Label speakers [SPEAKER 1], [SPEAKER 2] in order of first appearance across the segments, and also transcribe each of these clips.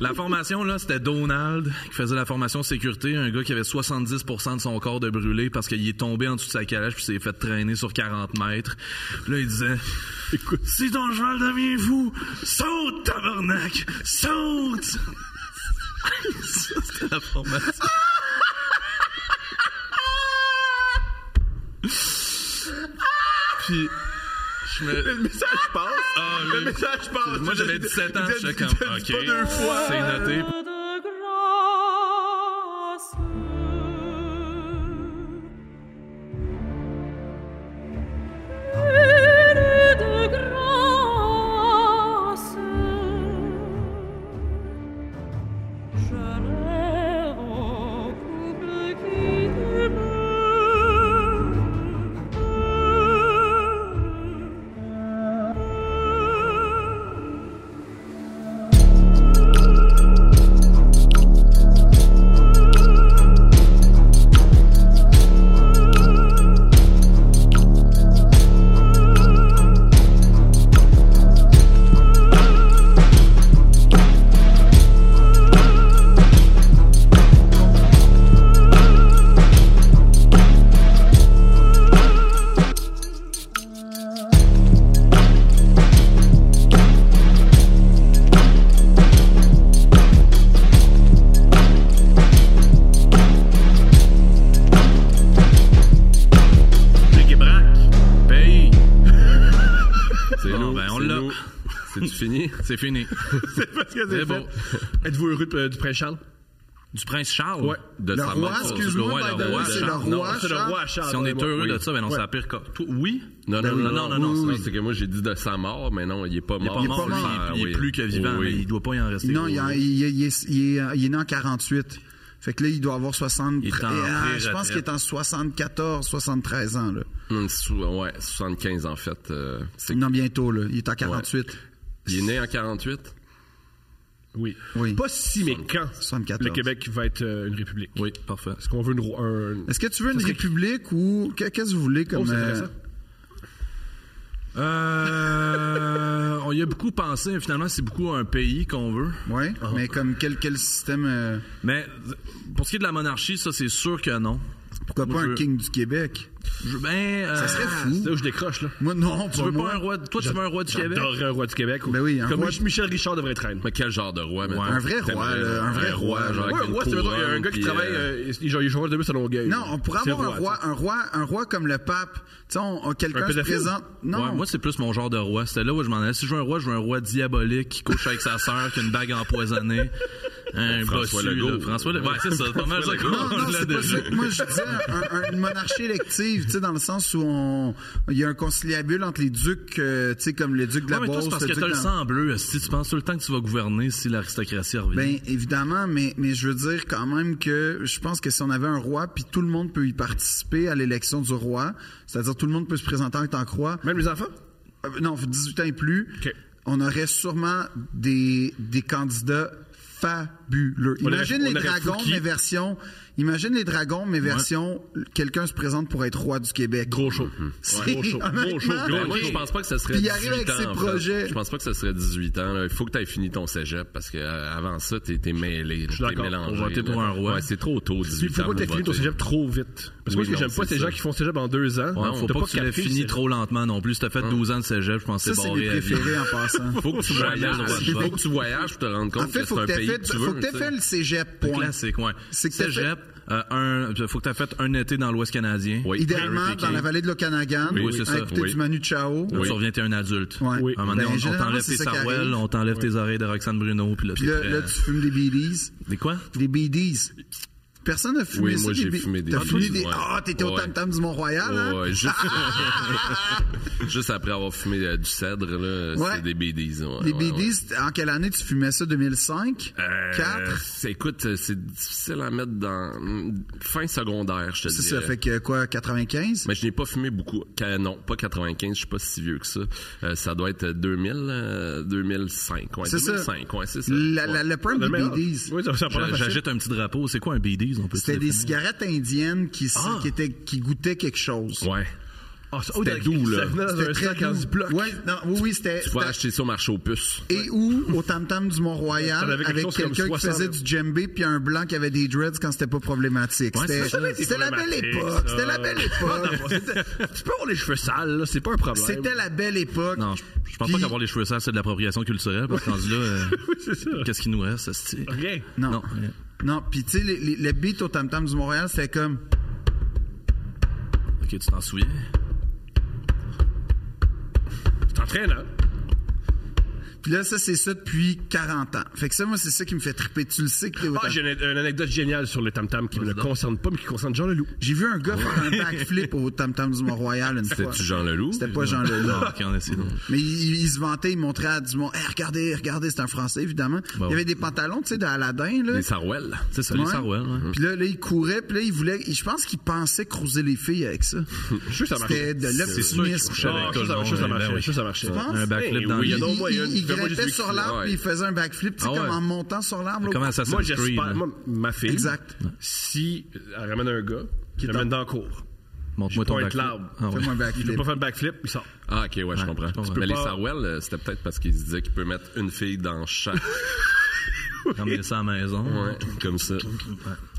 [SPEAKER 1] La formation, là, c'était Donald qui faisait la formation sécurité, un gars qui avait 70% de son corps de brûlé parce qu'il est tombé en dessous de sa calèche puis s'est fait traîner sur 40 mètres. Puis là, il disait, écoute, si ton cheval devient fou, saute, tabarnak, saute! Ça, c'était la formation. puis, je me...
[SPEAKER 2] Le message passe.
[SPEAKER 1] Ah,
[SPEAKER 2] Le
[SPEAKER 1] oui.
[SPEAKER 2] message passe.
[SPEAKER 1] Moi, j'avais
[SPEAKER 2] Il dit-
[SPEAKER 1] 17 ans,
[SPEAKER 2] il dit-
[SPEAKER 1] j'étais
[SPEAKER 2] il
[SPEAKER 1] comme,
[SPEAKER 2] dit pas
[SPEAKER 1] OK,
[SPEAKER 2] deux fois.
[SPEAKER 1] c'est noté.
[SPEAKER 3] de grâce. Une de grâce. Je rêve au couple qui demeure.
[SPEAKER 1] Bric et brac, paye.
[SPEAKER 4] C'est
[SPEAKER 1] Bon,
[SPEAKER 4] nous,
[SPEAKER 1] ben, on
[SPEAKER 4] c'est
[SPEAKER 1] l'a.
[SPEAKER 4] nous. C'est-tu fini?
[SPEAKER 1] C'est fini.
[SPEAKER 2] C'est parce que
[SPEAKER 1] Mais
[SPEAKER 2] c'est
[SPEAKER 1] bon.
[SPEAKER 2] fait. Êtes-vous heureux euh, du prince Charles?
[SPEAKER 1] Du prince Charles.
[SPEAKER 2] Ouais.
[SPEAKER 4] De
[SPEAKER 5] Le
[SPEAKER 4] sa
[SPEAKER 5] roi,
[SPEAKER 4] mort.
[SPEAKER 1] Le roi,
[SPEAKER 5] excuse-moi, by
[SPEAKER 1] le
[SPEAKER 5] the way,
[SPEAKER 1] roi,
[SPEAKER 5] c'est le
[SPEAKER 1] Charles.
[SPEAKER 5] roi
[SPEAKER 2] C'est le
[SPEAKER 5] Charles.
[SPEAKER 2] roi Charles.
[SPEAKER 1] Si on est
[SPEAKER 2] pardonne-moi.
[SPEAKER 1] heureux
[SPEAKER 4] Oui.
[SPEAKER 1] de ça, ben non, c'est la pire co- Toi, Oui?
[SPEAKER 4] Non, non, non,
[SPEAKER 1] non,
[SPEAKER 4] non,
[SPEAKER 1] non, non,
[SPEAKER 4] non,
[SPEAKER 1] oui.
[SPEAKER 4] c'est que moi j'ai dit de sa mort, mais non, il est pas
[SPEAKER 1] Il est
[SPEAKER 4] mort.
[SPEAKER 1] pas mort,
[SPEAKER 5] pas
[SPEAKER 1] lui,
[SPEAKER 5] mort.
[SPEAKER 1] il, il est
[SPEAKER 4] Oui.
[SPEAKER 1] plus que vivant,
[SPEAKER 4] Oui.
[SPEAKER 1] mais il doit pas y en rester.
[SPEAKER 5] Non, il, en- il- il- il est, il est- il est né en 48. Fait que là, il doit avoir 60.
[SPEAKER 1] Il est en
[SPEAKER 5] Ah, je
[SPEAKER 1] pré-retraite.
[SPEAKER 5] pense qu'il est en 74, 73 ans. Là.
[SPEAKER 4] Hum, sou- ouais, 75 en fait. euh, c'est-
[SPEAKER 5] Non, bientôt. Là. Il est en 48.
[SPEAKER 4] Il est né en 48?
[SPEAKER 2] Oui.
[SPEAKER 5] Oui.
[SPEAKER 2] Pas si, mais quand
[SPEAKER 5] 74.
[SPEAKER 2] le Québec va être euh, une république.
[SPEAKER 1] Oui, parfait.
[SPEAKER 2] Est-ce qu'on veut une, ro- un-
[SPEAKER 5] Est-ce que tu veux une république ou que- qu'est-ce que vous voulez
[SPEAKER 2] Oh,
[SPEAKER 5] comme
[SPEAKER 2] c'est
[SPEAKER 5] euh,
[SPEAKER 2] intéressant.
[SPEAKER 1] Euh, on y a beaucoup pensé, finalement, c'est beaucoup un pays qu'on veut.
[SPEAKER 5] euh, Ouais, mais comme quel quel système euh,
[SPEAKER 1] Mais pour ce qui est de la monarchie, ça, c'est sûr que non.
[SPEAKER 5] pourquoi
[SPEAKER 1] Moi,
[SPEAKER 5] pas
[SPEAKER 1] je
[SPEAKER 5] un
[SPEAKER 1] veux-
[SPEAKER 5] king du Québec
[SPEAKER 1] Je, ben, euh,
[SPEAKER 5] Ça serait
[SPEAKER 2] C'est là
[SPEAKER 5] fou.
[SPEAKER 2] où je décroche, là.
[SPEAKER 5] Moi non,
[SPEAKER 1] tu veux
[SPEAKER 5] moi.
[SPEAKER 1] pas un roi. Toi, tu veux un roi du Québec?
[SPEAKER 2] J'adorerais un roi du Québec.
[SPEAKER 5] Ben oui, un
[SPEAKER 2] Comme
[SPEAKER 5] roi-
[SPEAKER 2] Mich- Michel Richard devrait être reine.
[SPEAKER 4] Mais quel genre de roi, maintenant?
[SPEAKER 5] Un vrai roi,
[SPEAKER 4] T'aimerais-
[SPEAKER 5] là, un vrai roi,
[SPEAKER 2] Ouais,
[SPEAKER 4] genre,
[SPEAKER 5] là.
[SPEAKER 4] avec
[SPEAKER 2] un
[SPEAKER 4] une
[SPEAKER 2] roi, c'est vrai, il y a un
[SPEAKER 4] couronne,
[SPEAKER 2] gars qui
[SPEAKER 4] puis,
[SPEAKER 2] travaille,
[SPEAKER 4] euh,
[SPEAKER 2] euh, il il joue à deux bus à Longueuil.
[SPEAKER 5] Non, on pourrait
[SPEAKER 2] C'est
[SPEAKER 5] avoir un roi,
[SPEAKER 2] tu
[SPEAKER 5] un roi, un roi comme le pape. Tu sais, on, on-
[SPEAKER 2] Un
[SPEAKER 5] quelqu'un se
[SPEAKER 2] pédophile?
[SPEAKER 5] présente. Non,
[SPEAKER 1] Ouais, moi, c'est plus mon genre de roi. C'était là où je m'en allais. Si je veux un roi, je veux un roi diabolique qui couche avec sa sœur, qui a une bague empoisonnée. Un
[SPEAKER 4] François
[SPEAKER 1] bossu,
[SPEAKER 4] Legault.
[SPEAKER 1] là. François Legault. Ouais, c'est ça. C'est pas mal ça qu'on
[SPEAKER 5] Non, non,
[SPEAKER 1] l'a
[SPEAKER 5] c'est pas
[SPEAKER 1] déjà.
[SPEAKER 5] ça. Moi, je disais un- un- une monarchie élective, tu sais, dans le sens où on, il y a un conciliabule entre les ducs, euh, tu sais, comme le duc de
[SPEAKER 1] Ouais,
[SPEAKER 5] la
[SPEAKER 1] mais toi,
[SPEAKER 5] Beauce,
[SPEAKER 1] c'est parce
[SPEAKER 5] le
[SPEAKER 1] que
[SPEAKER 5] duc
[SPEAKER 1] t'as le
[SPEAKER 5] d'An-
[SPEAKER 1] sang bleu. Si tu penses tout le temps que tu vas gouverner si l'aristocratie revient.
[SPEAKER 5] Ben évidemment, mais mais je veux dire quand même que je pense que si on avait un roi, puis tout le monde peut y participer à l'élection du roi, c'est-à-dire tout le monde peut se présenter en tant que roi.
[SPEAKER 2] Même les enfants?
[SPEAKER 5] Euh, non, 18 ans et plus.
[SPEAKER 2] OK.
[SPEAKER 5] On aurait sûrement des des candidats fabuleux.
[SPEAKER 2] On aurait-
[SPEAKER 5] Imagine
[SPEAKER 2] on
[SPEAKER 5] les
[SPEAKER 2] aurait
[SPEAKER 5] dragons,
[SPEAKER 2] Fouki.
[SPEAKER 5] mais version. Imagine les dragons, mais version. Quelqu'un se présente pour être roi du Québec.
[SPEAKER 2] Gros show.
[SPEAKER 5] C'est-
[SPEAKER 2] Mhm. Ouais, Gros show. Gros show.
[SPEAKER 5] honnêtement,
[SPEAKER 2] Gros
[SPEAKER 4] Ben, moi,
[SPEAKER 2] show.
[SPEAKER 4] je pense pas que ça serait
[SPEAKER 5] Puis
[SPEAKER 4] 18
[SPEAKER 5] il arrive avec
[SPEAKER 4] ans.
[SPEAKER 5] ses
[SPEAKER 4] en fait.
[SPEAKER 5] projets.
[SPEAKER 4] Je pense pas que ça serait 18 ans. là. Il faut que tu aies fini ton cégep parce que euh, avant ça, t'es t'es mêlé.
[SPEAKER 2] suis
[SPEAKER 4] T'es
[SPEAKER 2] d'accord.
[SPEAKER 4] mélangé.
[SPEAKER 1] Pour voter
[SPEAKER 4] là.
[SPEAKER 1] pour un roi.
[SPEAKER 4] Ouais, c'est trop tôt,
[SPEAKER 2] Puis
[SPEAKER 4] 18
[SPEAKER 2] il faut
[SPEAKER 4] ans.
[SPEAKER 2] pas que tu
[SPEAKER 4] pour
[SPEAKER 2] fini ton
[SPEAKER 4] voter.
[SPEAKER 2] cégep trop vite. Parce que moi,
[SPEAKER 4] Oui,
[SPEAKER 2] ce que
[SPEAKER 4] non,
[SPEAKER 2] j'aime pas,
[SPEAKER 4] c'est
[SPEAKER 2] c'est les
[SPEAKER 4] ça.
[SPEAKER 2] gens qui font cégep en deux ans.
[SPEAKER 1] Ouais,
[SPEAKER 2] Non,
[SPEAKER 1] faut
[SPEAKER 2] t'as
[SPEAKER 1] pas, que tu l'aies
[SPEAKER 2] capté,
[SPEAKER 1] fini
[SPEAKER 2] c'est-
[SPEAKER 1] trop lentement non plus. Si t'as fait 12 ans de cégep, je pense que
[SPEAKER 5] Hum.
[SPEAKER 1] c'est
[SPEAKER 5] Ça, c'est
[SPEAKER 1] barré
[SPEAKER 5] mes
[SPEAKER 1] à vie.
[SPEAKER 5] préférés en passant.
[SPEAKER 4] Faut que tu
[SPEAKER 1] Jamais le
[SPEAKER 4] voyages.
[SPEAKER 1] droit de
[SPEAKER 4] Faut
[SPEAKER 1] vote.
[SPEAKER 4] que tu voyages pour te rendre compte
[SPEAKER 5] En fait,
[SPEAKER 4] que
[SPEAKER 5] faut
[SPEAKER 4] c'est
[SPEAKER 5] que
[SPEAKER 4] un
[SPEAKER 5] t'aies
[SPEAKER 4] pays
[SPEAKER 5] fait,
[SPEAKER 4] que tu
[SPEAKER 5] faut
[SPEAKER 4] veux.
[SPEAKER 5] que t'aies
[SPEAKER 4] tu sais.
[SPEAKER 5] fait le cégep,
[SPEAKER 1] C'est
[SPEAKER 5] point.
[SPEAKER 1] classique, ouais.
[SPEAKER 5] C'est que t'as
[SPEAKER 1] Cégep, euh, un, faut que t'as fait un été dans l'Ouest canadien.
[SPEAKER 4] Oui.
[SPEAKER 5] Idéalement,
[SPEAKER 1] Harry
[SPEAKER 5] dans
[SPEAKER 1] King.
[SPEAKER 5] la vallée de l'Okanagan,
[SPEAKER 1] Oui, c'est ça,
[SPEAKER 5] à côté
[SPEAKER 4] oui.
[SPEAKER 5] du Manu Chao.
[SPEAKER 1] Là, Tu reviens, t'es un adulte.
[SPEAKER 5] Ouais. Oui.
[SPEAKER 1] À un moment donné,
[SPEAKER 5] Ben,
[SPEAKER 1] on- on,
[SPEAKER 5] généralement,
[SPEAKER 1] t'enlève
[SPEAKER 5] c'est
[SPEAKER 1] tes
[SPEAKER 5] ça qui
[SPEAKER 1] sarouels,
[SPEAKER 5] arrive.
[SPEAKER 1] on t'enlève tes oreilles de Roxane Bruno, puis là,
[SPEAKER 5] Puis
[SPEAKER 1] t'es
[SPEAKER 5] là,
[SPEAKER 1] prêt
[SPEAKER 5] là,
[SPEAKER 1] à-
[SPEAKER 5] tu fumes des BDs.
[SPEAKER 1] Des quoi?
[SPEAKER 5] Des BDs. Personne n'a fumé
[SPEAKER 4] Oui,
[SPEAKER 5] ça.
[SPEAKER 4] moi,
[SPEAKER 5] des
[SPEAKER 4] j'ai
[SPEAKER 5] B-
[SPEAKER 4] fumé des
[SPEAKER 5] T'as
[SPEAKER 4] BDs,
[SPEAKER 5] fumé des.
[SPEAKER 4] ouais.
[SPEAKER 5] Ah, t'étais au
[SPEAKER 4] Ouais.
[SPEAKER 5] tam-tam du Mont-Royal, hein?
[SPEAKER 4] Ouais, juste... juste après avoir fumé euh, du cèdre, là,
[SPEAKER 5] ah, Ouais.
[SPEAKER 4] c'est des BDs. ouais,
[SPEAKER 5] Des
[SPEAKER 4] ouais, ouais.
[SPEAKER 5] BDs, en quelle année tu fumais ça? 2005?
[SPEAKER 4] Euh,
[SPEAKER 5] 4?
[SPEAKER 4] c'est- Écoute, euh, c'est difficile à mettre dans mm, fin secondaire, je te
[SPEAKER 5] C'est
[SPEAKER 4] dis.
[SPEAKER 5] ça, fait que quoi, 95?
[SPEAKER 4] Mais je n'ai pas fumé beaucoup. Qu'à- non, pas 95, je suis pas si vieux que ça. Euh, ça doit être 2000, euh, 2005. Ouais,
[SPEAKER 5] C'est ça.
[SPEAKER 4] 2005, ouais, c'est ça.
[SPEAKER 5] La,
[SPEAKER 4] Ouais.
[SPEAKER 5] la, le
[SPEAKER 2] On a
[SPEAKER 5] problème
[SPEAKER 2] le
[SPEAKER 5] des
[SPEAKER 2] meilleur.
[SPEAKER 5] BDs,
[SPEAKER 2] Oui, ça- ça
[SPEAKER 1] J'a-
[SPEAKER 2] prend la facile.
[SPEAKER 1] J'agite un petit drapeau. C'est quoi un BDs? On peut
[SPEAKER 5] c'était des cigarettes indiennes qui, s-
[SPEAKER 1] Ah.
[SPEAKER 5] qui, étaient, qui goûtaient quelque chose.
[SPEAKER 4] Ouais.
[SPEAKER 2] Ah, ça- oh,
[SPEAKER 4] C'était
[SPEAKER 2] dans-
[SPEAKER 4] doux, là.
[SPEAKER 2] Ça venait dans
[SPEAKER 5] C'était
[SPEAKER 2] un
[SPEAKER 5] très
[SPEAKER 2] sac en
[SPEAKER 5] doux.
[SPEAKER 2] 10 blocs.
[SPEAKER 5] Ouais, non, oui, oui, c'était.
[SPEAKER 4] Tu peux
[SPEAKER 5] c'était-
[SPEAKER 4] acheter ça au marché aux puces.
[SPEAKER 5] Et ou au tam-tam du Mont-Royal
[SPEAKER 2] T'en avais
[SPEAKER 5] avec
[SPEAKER 2] quelque chose comme
[SPEAKER 5] quelqu'un qui
[SPEAKER 2] 60.
[SPEAKER 5] faisait du djembé puis un blanc qui avait des dreads quand c'était pas problématique.
[SPEAKER 1] Ouais,
[SPEAKER 5] C'était-
[SPEAKER 1] ça, ça avait été
[SPEAKER 5] c'était la belle
[SPEAKER 1] problématique,
[SPEAKER 5] époque.
[SPEAKER 1] ça.
[SPEAKER 5] C'était la belle époque.
[SPEAKER 2] Tu peux avoir les cheveux sales, là, c'est pas un problème.
[SPEAKER 5] C'était la belle époque.
[SPEAKER 1] Non, je, je pense pas
[SPEAKER 5] Puis-
[SPEAKER 1] qu'avoir les cheveux sales, c'est de l'appropriation culturelle, parce que rendu là, euh,
[SPEAKER 2] Oui, c'est ça.
[SPEAKER 1] qu'est-ce qui nous reste, esti?
[SPEAKER 2] Rien.
[SPEAKER 5] Non.
[SPEAKER 1] Non.
[SPEAKER 5] Non, puis tu sais, les, les, les beats au tam-tam du Montréal, c'était comme.
[SPEAKER 1] Ok, tu t'en souviens?
[SPEAKER 2] C'est entraînant.
[SPEAKER 5] Puis là, ça, c'est ça depuis 40 ans. Fait que ça, moi, c'est ça qui me fait triper. Tu le sais que t'es au
[SPEAKER 2] Ah,
[SPEAKER 5] tam-
[SPEAKER 2] j'ai une, une anecdote géniale sur le tam-tam qui ne me concerne pas, mais qui concerne Jean Leloup.
[SPEAKER 5] J'ai vu un gars faire un backflip au tam-tam du Mont-Royal une fois.
[SPEAKER 4] C'était-tu Jean Leloup?
[SPEAKER 5] C'était pas Jean Leloup.
[SPEAKER 1] Non,
[SPEAKER 2] Ah.
[SPEAKER 1] Ah, ok, on essaie. non.
[SPEAKER 5] Mais il, il se vantait, il montrait à Dumont, hey, regardez, regardez, c'est un Français, évidemment.
[SPEAKER 2] Bah
[SPEAKER 5] Il y avait des pantalons, tu sais, d'Aladin, là.
[SPEAKER 4] Les sarouels.
[SPEAKER 1] C'est ça,
[SPEAKER 5] Ouais.
[SPEAKER 1] les hein. Sarwell, ouais.
[SPEAKER 5] Puis là, là, il courait, puis là, il voulait. Je pense qu'il pensait cruiser les filles avec ça.
[SPEAKER 2] Je suis sûr que ça marchait.
[SPEAKER 5] C'était de
[SPEAKER 1] C'est sûr qu'il
[SPEAKER 5] l'optimisme.
[SPEAKER 1] couchait avec
[SPEAKER 2] Ah, je
[SPEAKER 1] tout
[SPEAKER 2] suis sûr
[SPEAKER 1] le
[SPEAKER 2] que ça- je suis sûr
[SPEAKER 1] monde, ben oui.
[SPEAKER 2] que ça marchait. Je suis sûr que ça marchait.
[SPEAKER 5] Tu penses?
[SPEAKER 1] Un backflip
[SPEAKER 2] Eh
[SPEAKER 1] dans le
[SPEAKER 2] oui, il y en a au
[SPEAKER 5] Il,
[SPEAKER 2] moins
[SPEAKER 5] il-
[SPEAKER 2] une.
[SPEAKER 5] il
[SPEAKER 2] Fais-moi juste
[SPEAKER 5] grimpait
[SPEAKER 2] lui
[SPEAKER 5] sur
[SPEAKER 2] crier.
[SPEAKER 5] l'arbre, puis il faisait un backflip, tu sais,
[SPEAKER 1] Ah ouais.
[SPEAKER 5] comme en montant sur l'arbre.
[SPEAKER 1] Comment
[SPEAKER 5] là,
[SPEAKER 1] ça
[SPEAKER 2] Moi,
[SPEAKER 1] se
[SPEAKER 2] j'espère. Moi, ma fille.
[SPEAKER 5] Exact.
[SPEAKER 2] Ah, Si elle ramène un gars, qui
[SPEAKER 5] est
[SPEAKER 2] ramène
[SPEAKER 5] en-
[SPEAKER 2] dans le cours,
[SPEAKER 1] Montre-moi ton
[SPEAKER 2] pointe
[SPEAKER 1] backflip.
[SPEAKER 2] l'arbre.
[SPEAKER 1] Ah, ouais.
[SPEAKER 5] Fais-moi un
[SPEAKER 2] il peut
[SPEAKER 5] backflip.
[SPEAKER 2] pas faire le backflip, il sort.
[SPEAKER 4] Ah, ok, ouais, je comprends.
[SPEAKER 1] comprends.
[SPEAKER 4] Mais les
[SPEAKER 2] pas-
[SPEAKER 4] Sarwell, euh, c'était peut-être parce qu'ils se disaient qu'il peut mettre une fille dans chaque.
[SPEAKER 1] Ramener ça à la maison.
[SPEAKER 4] Ouais, comme ça.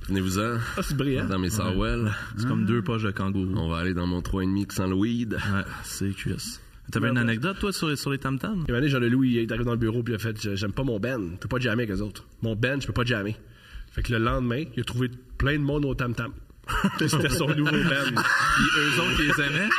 [SPEAKER 4] Venez-vous-en.
[SPEAKER 2] Ah, c'est brillant.
[SPEAKER 4] Dans mes Sarwell.
[SPEAKER 1] C'est comme deux poches de kangourou.
[SPEAKER 4] On va aller dans mon 3,5 qui sent le weed.
[SPEAKER 1] Ouais, c'est cuisse. T'avais une anecdote, toi, sur, sur les tam-tams?
[SPEAKER 2] Et maintenant, Jean-Leloup, il est arrivé dans le bureau, puis il a fait Je- J'aime pas mon band. Je peux pas jammer avec eux autres. Mon band, je peux pas jammer. Fait que le lendemain, il a trouvé plein de monde au tam-tam. C'était son nouveau Ben. band.
[SPEAKER 1] Puis eux autres, ils les aimaient?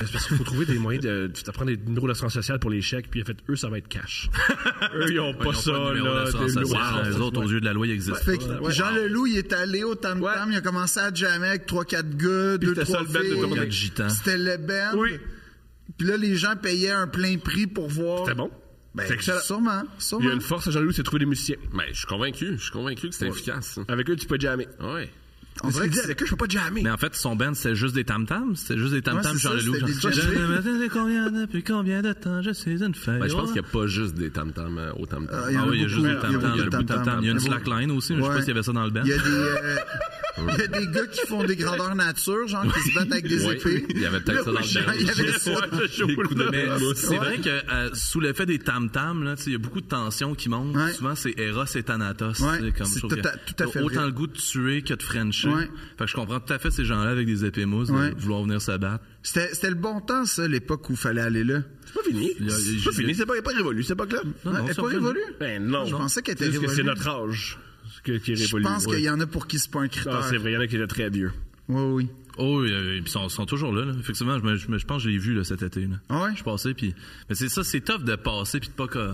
[SPEAKER 2] C'est parce qu'il faut trouver des moyens de. Tu prendre des numéros d'assurance sociale pour les chèques, puis en fait, eux, ça va être cash. eux, ils ont pas
[SPEAKER 1] Ils ont
[SPEAKER 2] ça,
[SPEAKER 1] pas de numéro
[SPEAKER 2] là.
[SPEAKER 1] d'assurance
[SPEAKER 2] des numéros
[SPEAKER 1] sociale.
[SPEAKER 2] d'assurance
[SPEAKER 1] Eux autres, aux yeux de la loi, ils existent
[SPEAKER 5] Fait
[SPEAKER 1] pas.
[SPEAKER 5] que Jean Leloup, il est allé au Tam Tam, il a commencé à jammer avec 3-4 gars,
[SPEAKER 2] Puis
[SPEAKER 5] 2
[SPEAKER 2] c'était ça
[SPEAKER 5] 3
[SPEAKER 2] le band de
[SPEAKER 5] filles.
[SPEAKER 2] tournée.
[SPEAKER 1] Quatre gitans.
[SPEAKER 5] C'était le band.
[SPEAKER 2] Oui.
[SPEAKER 5] Puis là, les gens payaient un plein prix pour voir.
[SPEAKER 2] C'était bon.
[SPEAKER 5] Ben,
[SPEAKER 2] C'est excellent.
[SPEAKER 5] sûrement,
[SPEAKER 2] Il y
[SPEAKER 5] sûrement.
[SPEAKER 2] a une force à Jean-Leloup, c'est de trouver des musiciens.
[SPEAKER 4] Mais je suis convaincu. Je suis convaincu que c'est efficace. ça.
[SPEAKER 2] Avec eux, tu peux jammer.
[SPEAKER 4] Ouais.
[SPEAKER 5] On dirait que
[SPEAKER 2] dit avec eux, je peux pas jammer.
[SPEAKER 1] Mais en fait, son band, c'était juste des tam-tams. C'était juste des tam-tams,
[SPEAKER 5] Ouais, c'est
[SPEAKER 1] Jean
[SPEAKER 5] ça,
[SPEAKER 1] Leloup.
[SPEAKER 5] c'était
[SPEAKER 1] Genre,
[SPEAKER 5] des
[SPEAKER 1] Je
[SPEAKER 5] jams.
[SPEAKER 1] me disais combien depuis combien de temps je suis une feuille.
[SPEAKER 4] Ben, je pense qu'il n'y a pas juste des tam-tams euh, au tam-tam.
[SPEAKER 5] Ah, il y en
[SPEAKER 1] Ah oui, il y a
[SPEAKER 5] beaucoup,
[SPEAKER 1] juste
[SPEAKER 5] mais
[SPEAKER 1] des tam-tams. Il y a le
[SPEAKER 5] beaucoup
[SPEAKER 1] bout de tam-tam. Il y a une
[SPEAKER 5] tam-tam.
[SPEAKER 1] slackline aussi, mais je sais
[SPEAKER 5] Ouais.
[SPEAKER 1] pas s'il y avait ça dans le band.
[SPEAKER 5] Il y a des, euh, il y a des gars qui font des grandeurs nature, genre qui se battent avec des
[SPEAKER 4] Ouais.
[SPEAKER 5] épées.
[SPEAKER 4] Il y avait peut-être ça dans le
[SPEAKER 5] Genre,
[SPEAKER 4] band.
[SPEAKER 5] Il y avait ça.
[SPEAKER 4] Les coups de
[SPEAKER 1] Mais
[SPEAKER 4] main.
[SPEAKER 1] c'est vrai que euh, sous l'effet des tam-tams, là, tu sais, il y a beaucoup de tensions qui montent.
[SPEAKER 5] Ouais.
[SPEAKER 1] Souvent, c'est Eros et Thanatos.
[SPEAKER 5] Ouais,
[SPEAKER 1] tu sais, comme
[SPEAKER 5] c'est
[SPEAKER 1] je trouve
[SPEAKER 5] tout
[SPEAKER 1] que
[SPEAKER 5] à- tout à fait
[SPEAKER 1] t'as Autant
[SPEAKER 5] vrai.
[SPEAKER 1] le goût de tuer que de frencher.
[SPEAKER 5] Ouais.
[SPEAKER 1] Fait que je comprends tout à fait ces gens-là avec des épées mousses, de
[SPEAKER 5] Ouais.
[SPEAKER 1] vouloir venir se battre.
[SPEAKER 5] C'était c'était le bon temps, ça, l'époque où il fallait aller là.
[SPEAKER 2] C'est pas fini.
[SPEAKER 1] Il y a- il y a-
[SPEAKER 2] C'est pas fini. C'est pas, pas révolu, c'est pas club.
[SPEAKER 1] Non,
[SPEAKER 5] Elle
[SPEAKER 1] Ah non,
[SPEAKER 5] n'est
[SPEAKER 1] ça
[SPEAKER 5] pas
[SPEAKER 1] revient.
[SPEAKER 5] révolue?
[SPEAKER 2] Ben non.
[SPEAKER 5] Je pensais qu'elle était
[SPEAKER 2] C'est juste que C'est
[SPEAKER 5] révolue.
[SPEAKER 2] notre âge que- qui est
[SPEAKER 5] Je
[SPEAKER 2] révolu.
[SPEAKER 5] pense
[SPEAKER 2] Ouais.
[SPEAKER 5] qu'il y en a pour qui c'est pas un
[SPEAKER 2] Ah,
[SPEAKER 5] critère.
[SPEAKER 2] c'est vrai, il y en a qui étaient très vieux.
[SPEAKER 5] Oui, oui.
[SPEAKER 1] Oh, oui, euh, ils sont, sont toujours là, là. Effectivement, je, me- je me- je pense que je l'ai vu là, cet été. Là.
[SPEAKER 5] Ah ouais?
[SPEAKER 1] Je suis passé, puis. Mais c'est ça, c'est tough de passer, puis de pas. que-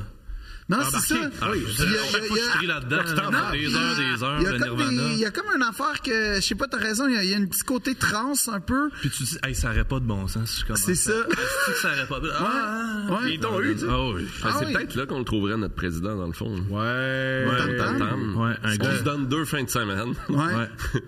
[SPEAKER 5] Non, c'est
[SPEAKER 1] embarquer.
[SPEAKER 5] ça.
[SPEAKER 1] Ah oui,
[SPEAKER 5] Puis
[SPEAKER 1] je-
[SPEAKER 5] il y a-
[SPEAKER 1] chaque
[SPEAKER 5] il y a-
[SPEAKER 1] fois que je suis pris là-dedans, là,
[SPEAKER 5] Non,
[SPEAKER 1] des
[SPEAKER 5] puis
[SPEAKER 1] heures, des heures
[SPEAKER 5] il y a
[SPEAKER 1] de
[SPEAKER 5] comme des-
[SPEAKER 1] Nirvana.
[SPEAKER 5] Il y a comme une affaire que, je sais pas, t'as raison, il y a- il y a un petit côté trans un peu.
[SPEAKER 1] Puis tu dis, hey, ça n'aurait pas de bon sens. si je commence
[SPEAKER 5] C'est ça.
[SPEAKER 1] Est-ce que ça n'aurait pas de Ah, ah,
[SPEAKER 5] Ouais.
[SPEAKER 2] Ils t'ont eu, tu sais.
[SPEAKER 1] ah oui.
[SPEAKER 5] Ah
[SPEAKER 4] Ah, c'est
[SPEAKER 5] oui.
[SPEAKER 4] peut-être là qu'on le trouverait, notre président, dans le fond.
[SPEAKER 2] Ouais.
[SPEAKER 5] Tam-tam.
[SPEAKER 4] Tam-tam.
[SPEAKER 1] Ouais, un
[SPEAKER 4] On
[SPEAKER 1] gars-
[SPEAKER 4] se donne deux fins de semaine.
[SPEAKER 5] Ouais.
[SPEAKER 1] Ouais.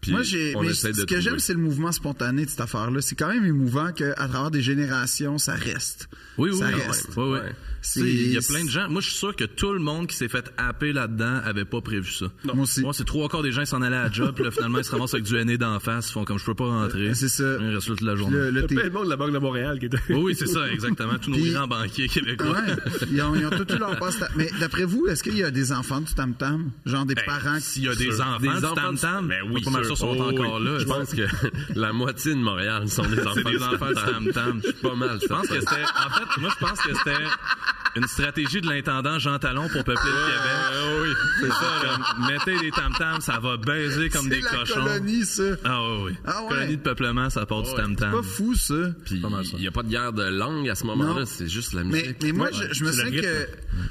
[SPEAKER 4] Puis
[SPEAKER 5] Moi, j'ai.
[SPEAKER 4] on
[SPEAKER 5] mais
[SPEAKER 4] essaie de
[SPEAKER 5] ce que
[SPEAKER 4] trouver.
[SPEAKER 5] j'aime, c'est le mouvement spontané de cette affaire-là. C'est quand même émouvant qu'à travers des générations, ça reste.
[SPEAKER 1] Oui, oui,
[SPEAKER 5] ça
[SPEAKER 1] oui.
[SPEAKER 5] reste.
[SPEAKER 1] oui, oui.
[SPEAKER 4] Ouais.
[SPEAKER 1] Tu sais, Il y a plein de gens. Moi, je suis sûr que tout le monde qui s'est fait happer là-dedans avait pas prévu ça.
[SPEAKER 5] Moi aussi.
[SPEAKER 1] Moi, c'est trois quarts des gens qui s'en allaient à la job, puis là, finalement, ils se ramassent avec du nez d'en face, ils font comme je peux pas rentrer.
[SPEAKER 5] C'est ça.
[SPEAKER 1] Ils restent là toute la journée.
[SPEAKER 5] Le- le-
[SPEAKER 2] Il y a
[SPEAKER 5] t'es- Oh,
[SPEAKER 2] plein de monde de la Banque de Montréal qui était.
[SPEAKER 1] Oui, oui, c'est ça, exactement. Tous nos
[SPEAKER 5] Puis-
[SPEAKER 1] grands banquiers québécois.
[SPEAKER 5] Ouais, ils ont, ils ont tout eu leur passe. Mais d'après vous, est-ce qu'il y a des enfants du Tam Tam? Genre des
[SPEAKER 1] Ben,
[SPEAKER 5] parents qui.
[SPEAKER 1] S'il y a des enfants,
[SPEAKER 4] Des
[SPEAKER 1] du
[SPEAKER 4] enfants du-
[SPEAKER 1] tam-tam,
[SPEAKER 4] Ben oui,
[SPEAKER 1] pas mal sûr
[SPEAKER 4] sûr.
[SPEAKER 1] sont
[SPEAKER 4] Oh,
[SPEAKER 1] encore
[SPEAKER 4] oui.
[SPEAKER 1] là.
[SPEAKER 4] Je pense que la moitié de Montréal sont des enfants
[SPEAKER 1] C'est des
[SPEAKER 4] du
[SPEAKER 1] enfants du tam-tam.
[SPEAKER 4] Je suis pas mal.
[SPEAKER 1] Je pense que c'était. En fait, moi, je pense que c'était une stratégie de l'intendant Jean Talon pour peupler le Québec. oui, c'est ça. Comme, mettez des tam-tams, ça va baiser comme
[SPEAKER 5] C'est
[SPEAKER 1] des
[SPEAKER 5] la
[SPEAKER 1] cochons.
[SPEAKER 5] colonie, ça.
[SPEAKER 1] Ah oui, oui.
[SPEAKER 5] Ah ouais.
[SPEAKER 1] Colonie de peuplement, ça part du tam-tam.
[SPEAKER 5] Pas fou, ça.
[SPEAKER 4] Puis
[SPEAKER 1] mal ça.
[SPEAKER 4] il n'y a pas de guerre de langue à ce moment-là,
[SPEAKER 5] Non.
[SPEAKER 4] c'est juste la
[SPEAKER 5] Mais,
[SPEAKER 4] musique.
[SPEAKER 5] mais moi,
[SPEAKER 4] Ouais.
[SPEAKER 5] je, je me
[SPEAKER 2] c'est le
[SPEAKER 5] souviens que.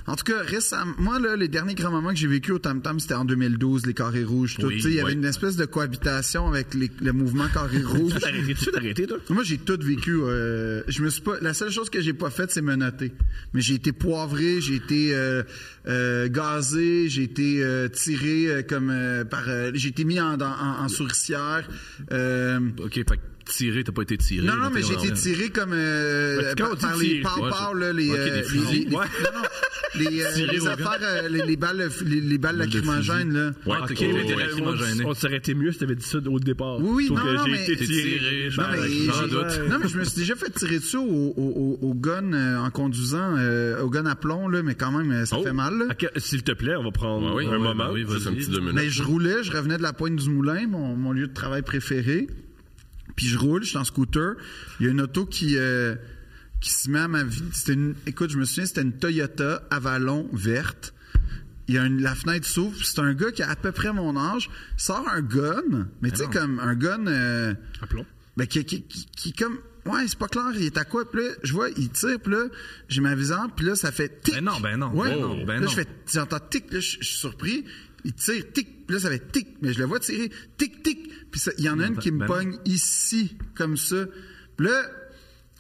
[SPEAKER 5] En tout cas, récemment, moi, là, les derniers grands moments que j'ai vécu au Tam Tam, c'était en 2012, les carrés rouges. tout.
[SPEAKER 1] Oui,
[SPEAKER 5] Tu sais, Il y avait
[SPEAKER 1] oui.
[SPEAKER 5] une espèce de cohabitation avec les- le mouvement carré rouge.
[SPEAKER 2] T'arrêtais, tu t'arrêtais, toi?
[SPEAKER 5] Moi, j'ai tout vécu. euh, je me suis pas. La seule chose que j'ai pas faite, c'est me noter. Mais j'ai été poivré, j'ai été euh, euh, gazé, j'ai été euh, tiré euh, comme euh, par. euh, j'ai été mis en, en, en souricière. Euh,
[SPEAKER 1] OK, fait que tiré, t'as pas été tiré.
[SPEAKER 5] Non, non,
[SPEAKER 1] là,
[SPEAKER 5] mais
[SPEAKER 1] t'es
[SPEAKER 5] j'ai
[SPEAKER 1] vraiment-
[SPEAKER 5] été tiré comme euh,
[SPEAKER 2] Mais tu- quand on
[SPEAKER 5] par,
[SPEAKER 2] dit
[SPEAKER 5] par les
[SPEAKER 2] tiré,
[SPEAKER 5] par
[SPEAKER 1] ouais,
[SPEAKER 5] par
[SPEAKER 1] je-
[SPEAKER 5] là, les,
[SPEAKER 1] ok,
[SPEAKER 5] euh,
[SPEAKER 1] des
[SPEAKER 5] les-
[SPEAKER 1] fusils,
[SPEAKER 5] les-
[SPEAKER 1] ouais.
[SPEAKER 5] non, non, les, euh,
[SPEAKER 1] Tiré
[SPEAKER 5] les
[SPEAKER 1] au
[SPEAKER 5] affaires, euh, les, les balles, les, les balles lacrymogènes là.
[SPEAKER 1] Ouais,
[SPEAKER 4] Ah,
[SPEAKER 1] t'as
[SPEAKER 4] ok,
[SPEAKER 1] été
[SPEAKER 4] ouais,
[SPEAKER 1] été
[SPEAKER 4] ouais. Oh,
[SPEAKER 1] lacrymogéné.
[SPEAKER 2] On serait été mieux si t'avais dit ça au départ.
[SPEAKER 5] Oui, oui,
[SPEAKER 2] Sauf
[SPEAKER 5] non,
[SPEAKER 2] que
[SPEAKER 5] non,
[SPEAKER 2] j'ai
[SPEAKER 5] mais-
[SPEAKER 2] été
[SPEAKER 1] T'es tiré,
[SPEAKER 2] tiré. Ben,
[SPEAKER 1] je
[SPEAKER 5] Non,
[SPEAKER 1] m'en
[SPEAKER 5] mais,
[SPEAKER 1] Ouais,
[SPEAKER 5] j'ai-
[SPEAKER 1] sans doute.
[SPEAKER 5] non, mais je me suis déjà fait tirer dessus au, au, au, au gun euh, en conduisant, euh, au gun à plomb, là, mais quand même, euh, ça
[SPEAKER 4] Oh.
[SPEAKER 5] fait mal. Là.
[SPEAKER 2] À que- S'il te plaît, on va prendre
[SPEAKER 4] Ouais, oui,
[SPEAKER 2] un
[SPEAKER 4] ouais,
[SPEAKER 2] moment.
[SPEAKER 4] bah oui, juste un petit deux minutes.
[SPEAKER 5] Mais Ben, je roulais, je revenais de la pointe du moulin, mon, mon lieu de travail préféré. Puis je roule, je suis en scooter. Il y a une auto qui, euh, qui se met à ma vie. C'était une, écoute, je me souviens, c'était une Toyota Avalon verte. Il y a une, la fenêtre s'ouvre, puis c'est un gars qui a à peu près mon âge, sort un gun, mais tu sais,
[SPEAKER 1] non.
[SPEAKER 5] comme un gun. euh,
[SPEAKER 2] Appelons.
[SPEAKER 5] ben, qui, qui, qui, qui comme. Ouais, c'est pas clair, il est à quoi? Puis là, je vois, il tire, puis là, j'ai ma vision, puis là, ça fait tic.
[SPEAKER 1] Ben non, ben non,
[SPEAKER 5] Ouais.
[SPEAKER 1] ben non, ben
[SPEAKER 5] là,
[SPEAKER 1] non.
[SPEAKER 5] je fais, j'entends tic, là, je je suis surpris. Il tire, tic, puis là, ça fait tic, mais je le vois tirer, tic, tic. Puis ça- il y en a une qui me
[SPEAKER 1] ben non.
[SPEAKER 5] pogne ici, comme ça. Puis là,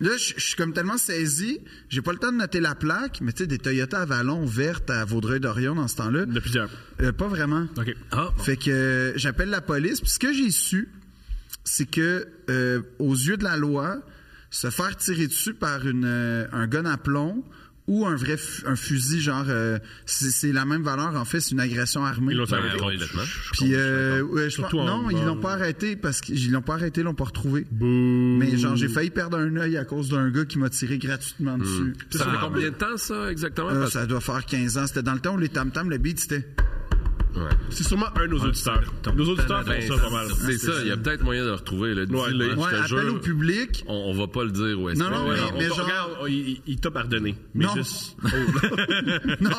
[SPEAKER 5] là, je je suis comme tellement saisi, j'ai pas le temps de noter la plaque, mais tu sais, des Toyota Avalon vertes à Vaudreuil-Dorion dans ce temps-là.
[SPEAKER 2] De plusieurs.
[SPEAKER 5] Euh, pas vraiment.
[SPEAKER 2] OK.
[SPEAKER 1] Ah, bon.
[SPEAKER 5] Fait que euh, j'appelle la police. Puis ce que j'ai su, c'est que euh, aux yeux de la loi, se faire tirer dessus par une, euh, un gun à plomb ou un vrai fu- un fusil, genre, euh, c'est c'est la même valeur. En fait, c'est une agression armée.
[SPEAKER 2] Ils l'ont
[SPEAKER 4] Ouais,
[SPEAKER 2] arrêté.
[SPEAKER 4] Ben, ouais, complètement.
[SPEAKER 5] Puis, euh, ouais, je
[SPEAKER 2] Surtout
[SPEAKER 5] pense-
[SPEAKER 2] en-
[SPEAKER 5] non, ils l'ont
[SPEAKER 2] en-
[SPEAKER 5] pas arrêté parce qu'ils l'ont pas arrêté, ils l'ont pas retrouvé.
[SPEAKER 2] Bouh.
[SPEAKER 5] Mais genre, j'ai failli perdre un œil à cause d'un gars qui m'a tiré
[SPEAKER 2] Hmm.
[SPEAKER 5] gratuitement dessus.
[SPEAKER 4] Ça
[SPEAKER 1] Ça-
[SPEAKER 4] fait combien de temps, ça, exactement?
[SPEAKER 5] Euh,
[SPEAKER 4] Parce-
[SPEAKER 5] ça doit faire 15 ans. C'était dans le temps où les tam-tams, le beat, c'était.
[SPEAKER 4] Ouais.
[SPEAKER 2] C'est sûrement un de nos auditeurs. Nos auditeurs font
[SPEAKER 4] Ben,
[SPEAKER 2] ça pas mal.
[SPEAKER 4] C'est ça, il y a peut-être moyen de le retrouver. Là.
[SPEAKER 2] Ouais,
[SPEAKER 4] Dis-le,
[SPEAKER 2] ouais.
[SPEAKER 5] Ouais,
[SPEAKER 4] je te
[SPEAKER 5] appel
[SPEAKER 4] jure.
[SPEAKER 5] au public.
[SPEAKER 4] On, on va pas le dire, ouais.
[SPEAKER 5] Non, non,
[SPEAKER 4] ouais,
[SPEAKER 5] mais-
[SPEAKER 4] on-
[SPEAKER 5] mais-
[SPEAKER 2] On-
[SPEAKER 5] genre-
[SPEAKER 2] regarde, oh, il, il- il t'a pardonné. Mais
[SPEAKER 5] Non.
[SPEAKER 2] juste.
[SPEAKER 5] Non,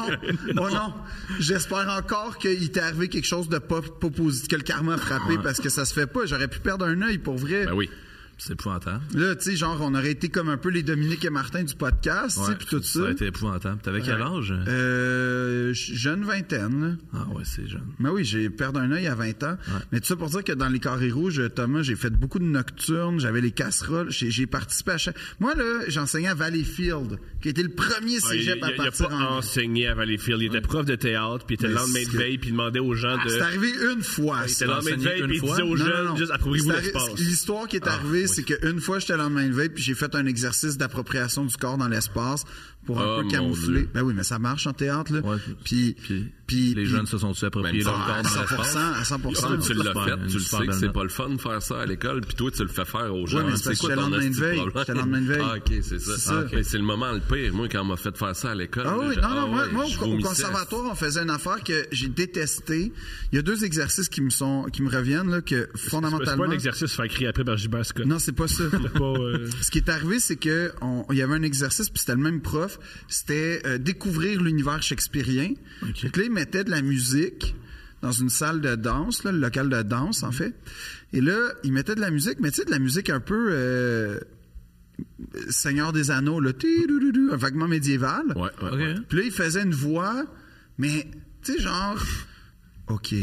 [SPEAKER 5] oh non. J'espère encore qu'il t'est arrivé quelque chose de pas, pas positif, que le karma a frappé parce que ça se fait pas. J'aurais pu perdre un œil pour vrai.
[SPEAKER 4] Ben oui.
[SPEAKER 1] C'est épouvantable.
[SPEAKER 5] Là, tu sais, genre, on aurait été comme un peu les Dominique et Martin du podcast, tu sais,
[SPEAKER 1] Ouais,
[SPEAKER 5] puis tout ça.
[SPEAKER 1] Ça a été épouvantable. T'avais quel âge?
[SPEAKER 5] Euh, j- jeune vingtaine. là.
[SPEAKER 1] Ah ouais, c'est jeune.
[SPEAKER 5] Mais oui, j'ai perdu un œil à 20 ans. Mais tout ça pour dire que dans les carrés rouges, Thomas, j'ai fait beaucoup de nocturnes, j'avais les casseroles, j'ai j'ai participé à chaque... Moi, là, j'enseignais à Valleyfield, qui était le premier
[SPEAKER 2] Il,
[SPEAKER 5] cégep
[SPEAKER 2] il-
[SPEAKER 5] à
[SPEAKER 2] il a
[SPEAKER 5] partir
[SPEAKER 2] pas
[SPEAKER 5] en...
[SPEAKER 2] enseigné à Valleyfield. Il était prof de théâtre, puis il était le
[SPEAKER 5] Mais
[SPEAKER 2] lendemain de
[SPEAKER 5] c'est- Ah,
[SPEAKER 2] veille, puis il demandait aux gens de.
[SPEAKER 5] C'est arrivé une fois, ça.
[SPEAKER 2] C'était le lendemain de
[SPEAKER 1] enseigné
[SPEAKER 2] veille,
[SPEAKER 1] une
[SPEAKER 2] puis il
[SPEAKER 1] fois?
[SPEAKER 2] disait aux
[SPEAKER 5] Non,
[SPEAKER 2] jeunes,
[SPEAKER 5] non, non.
[SPEAKER 2] juste appropriez-vous
[SPEAKER 5] C'est arri-
[SPEAKER 2] l'espace.
[SPEAKER 5] L'histoire
[SPEAKER 2] Ah,
[SPEAKER 5] qui est arrivée, c'est qu'une fois, j'étais le lendemain de veille, puis j'ai fait un exercice d'appropriation du corps dans l'espace pour un
[SPEAKER 2] Ah,
[SPEAKER 4] Oh,
[SPEAKER 5] peu
[SPEAKER 4] mon
[SPEAKER 5] camoufler.
[SPEAKER 4] Dieu.
[SPEAKER 5] Ben oui, mais ça marche en théâtre, là.
[SPEAKER 1] Ouais.
[SPEAKER 5] Puis,
[SPEAKER 1] Puis,
[SPEAKER 5] puis-
[SPEAKER 1] les
[SPEAKER 5] puis-
[SPEAKER 1] jeunes se sont-tu appropriés
[SPEAKER 4] Ben,
[SPEAKER 1] leur
[SPEAKER 5] Ah,
[SPEAKER 1] corps
[SPEAKER 5] à
[SPEAKER 1] dans l'espace?
[SPEAKER 5] 100%, à
[SPEAKER 2] Ah,
[SPEAKER 5] 100%.
[SPEAKER 4] Tu l'as
[SPEAKER 1] super
[SPEAKER 4] fait,
[SPEAKER 1] belle-
[SPEAKER 4] tu le
[SPEAKER 1] une super
[SPEAKER 4] sais que
[SPEAKER 1] belle
[SPEAKER 4] c'est
[SPEAKER 1] note.
[SPEAKER 4] pas le fun de faire ça à l'école, puis toi, tu le fais faire aux gens.
[SPEAKER 5] Ouais, mais c'est parce que
[SPEAKER 4] quoi
[SPEAKER 5] j'étais
[SPEAKER 4] ton
[SPEAKER 5] le lendemain de
[SPEAKER 4] petit
[SPEAKER 5] veille.
[SPEAKER 4] problème?
[SPEAKER 5] J'étais le lendemain de veille.
[SPEAKER 4] Ah, OK, c'est ça.
[SPEAKER 5] C'est ça.
[SPEAKER 4] Ah, ok. C'est le moment le pire, moi, quand on m'a fait faire ça à l'école.
[SPEAKER 5] Ah
[SPEAKER 4] là,
[SPEAKER 5] oui,
[SPEAKER 4] j'ai-
[SPEAKER 5] non, non, moi,
[SPEAKER 4] ouais,
[SPEAKER 5] moi,
[SPEAKER 4] je
[SPEAKER 5] au, au
[SPEAKER 4] vomissais.
[SPEAKER 5] conservatoire, on faisait une affaire que j'ai détestée. Il y a deux exercices qui me sont, qui me reviennent, là, que
[SPEAKER 2] C'est
[SPEAKER 5] fondamentalement.
[SPEAKER 2] pas un exercice faire crier après par Gilbert Scott.
[SPEAKER 5] Non, c'est pas ça.
[SPEAKER 2] C'est pas, euh,
[SPEAKER 5] Ce qui est arrivé, c'est que on- il y avait un exercice, puis c'était le même prof. C'était euh, découvrir l'univers shakespearien. Fait que là, il mettait de la musique dans une salle de danse, là, le local de danse, en fait. Et là, il mettait de la musique, mais tu sais, de la musique un peu euh, Seigneur des Anneaux, là, ti-dou-dou-dou, un vaguement médiéval.
[SPEAKER 4] Ouais, ouais,
[SPEAKER 1] Ok.
[SPEAKER 4] ouais.
[SPEAKER 5] Puis là, il faisait une voix, mais tu sais, genre, OK.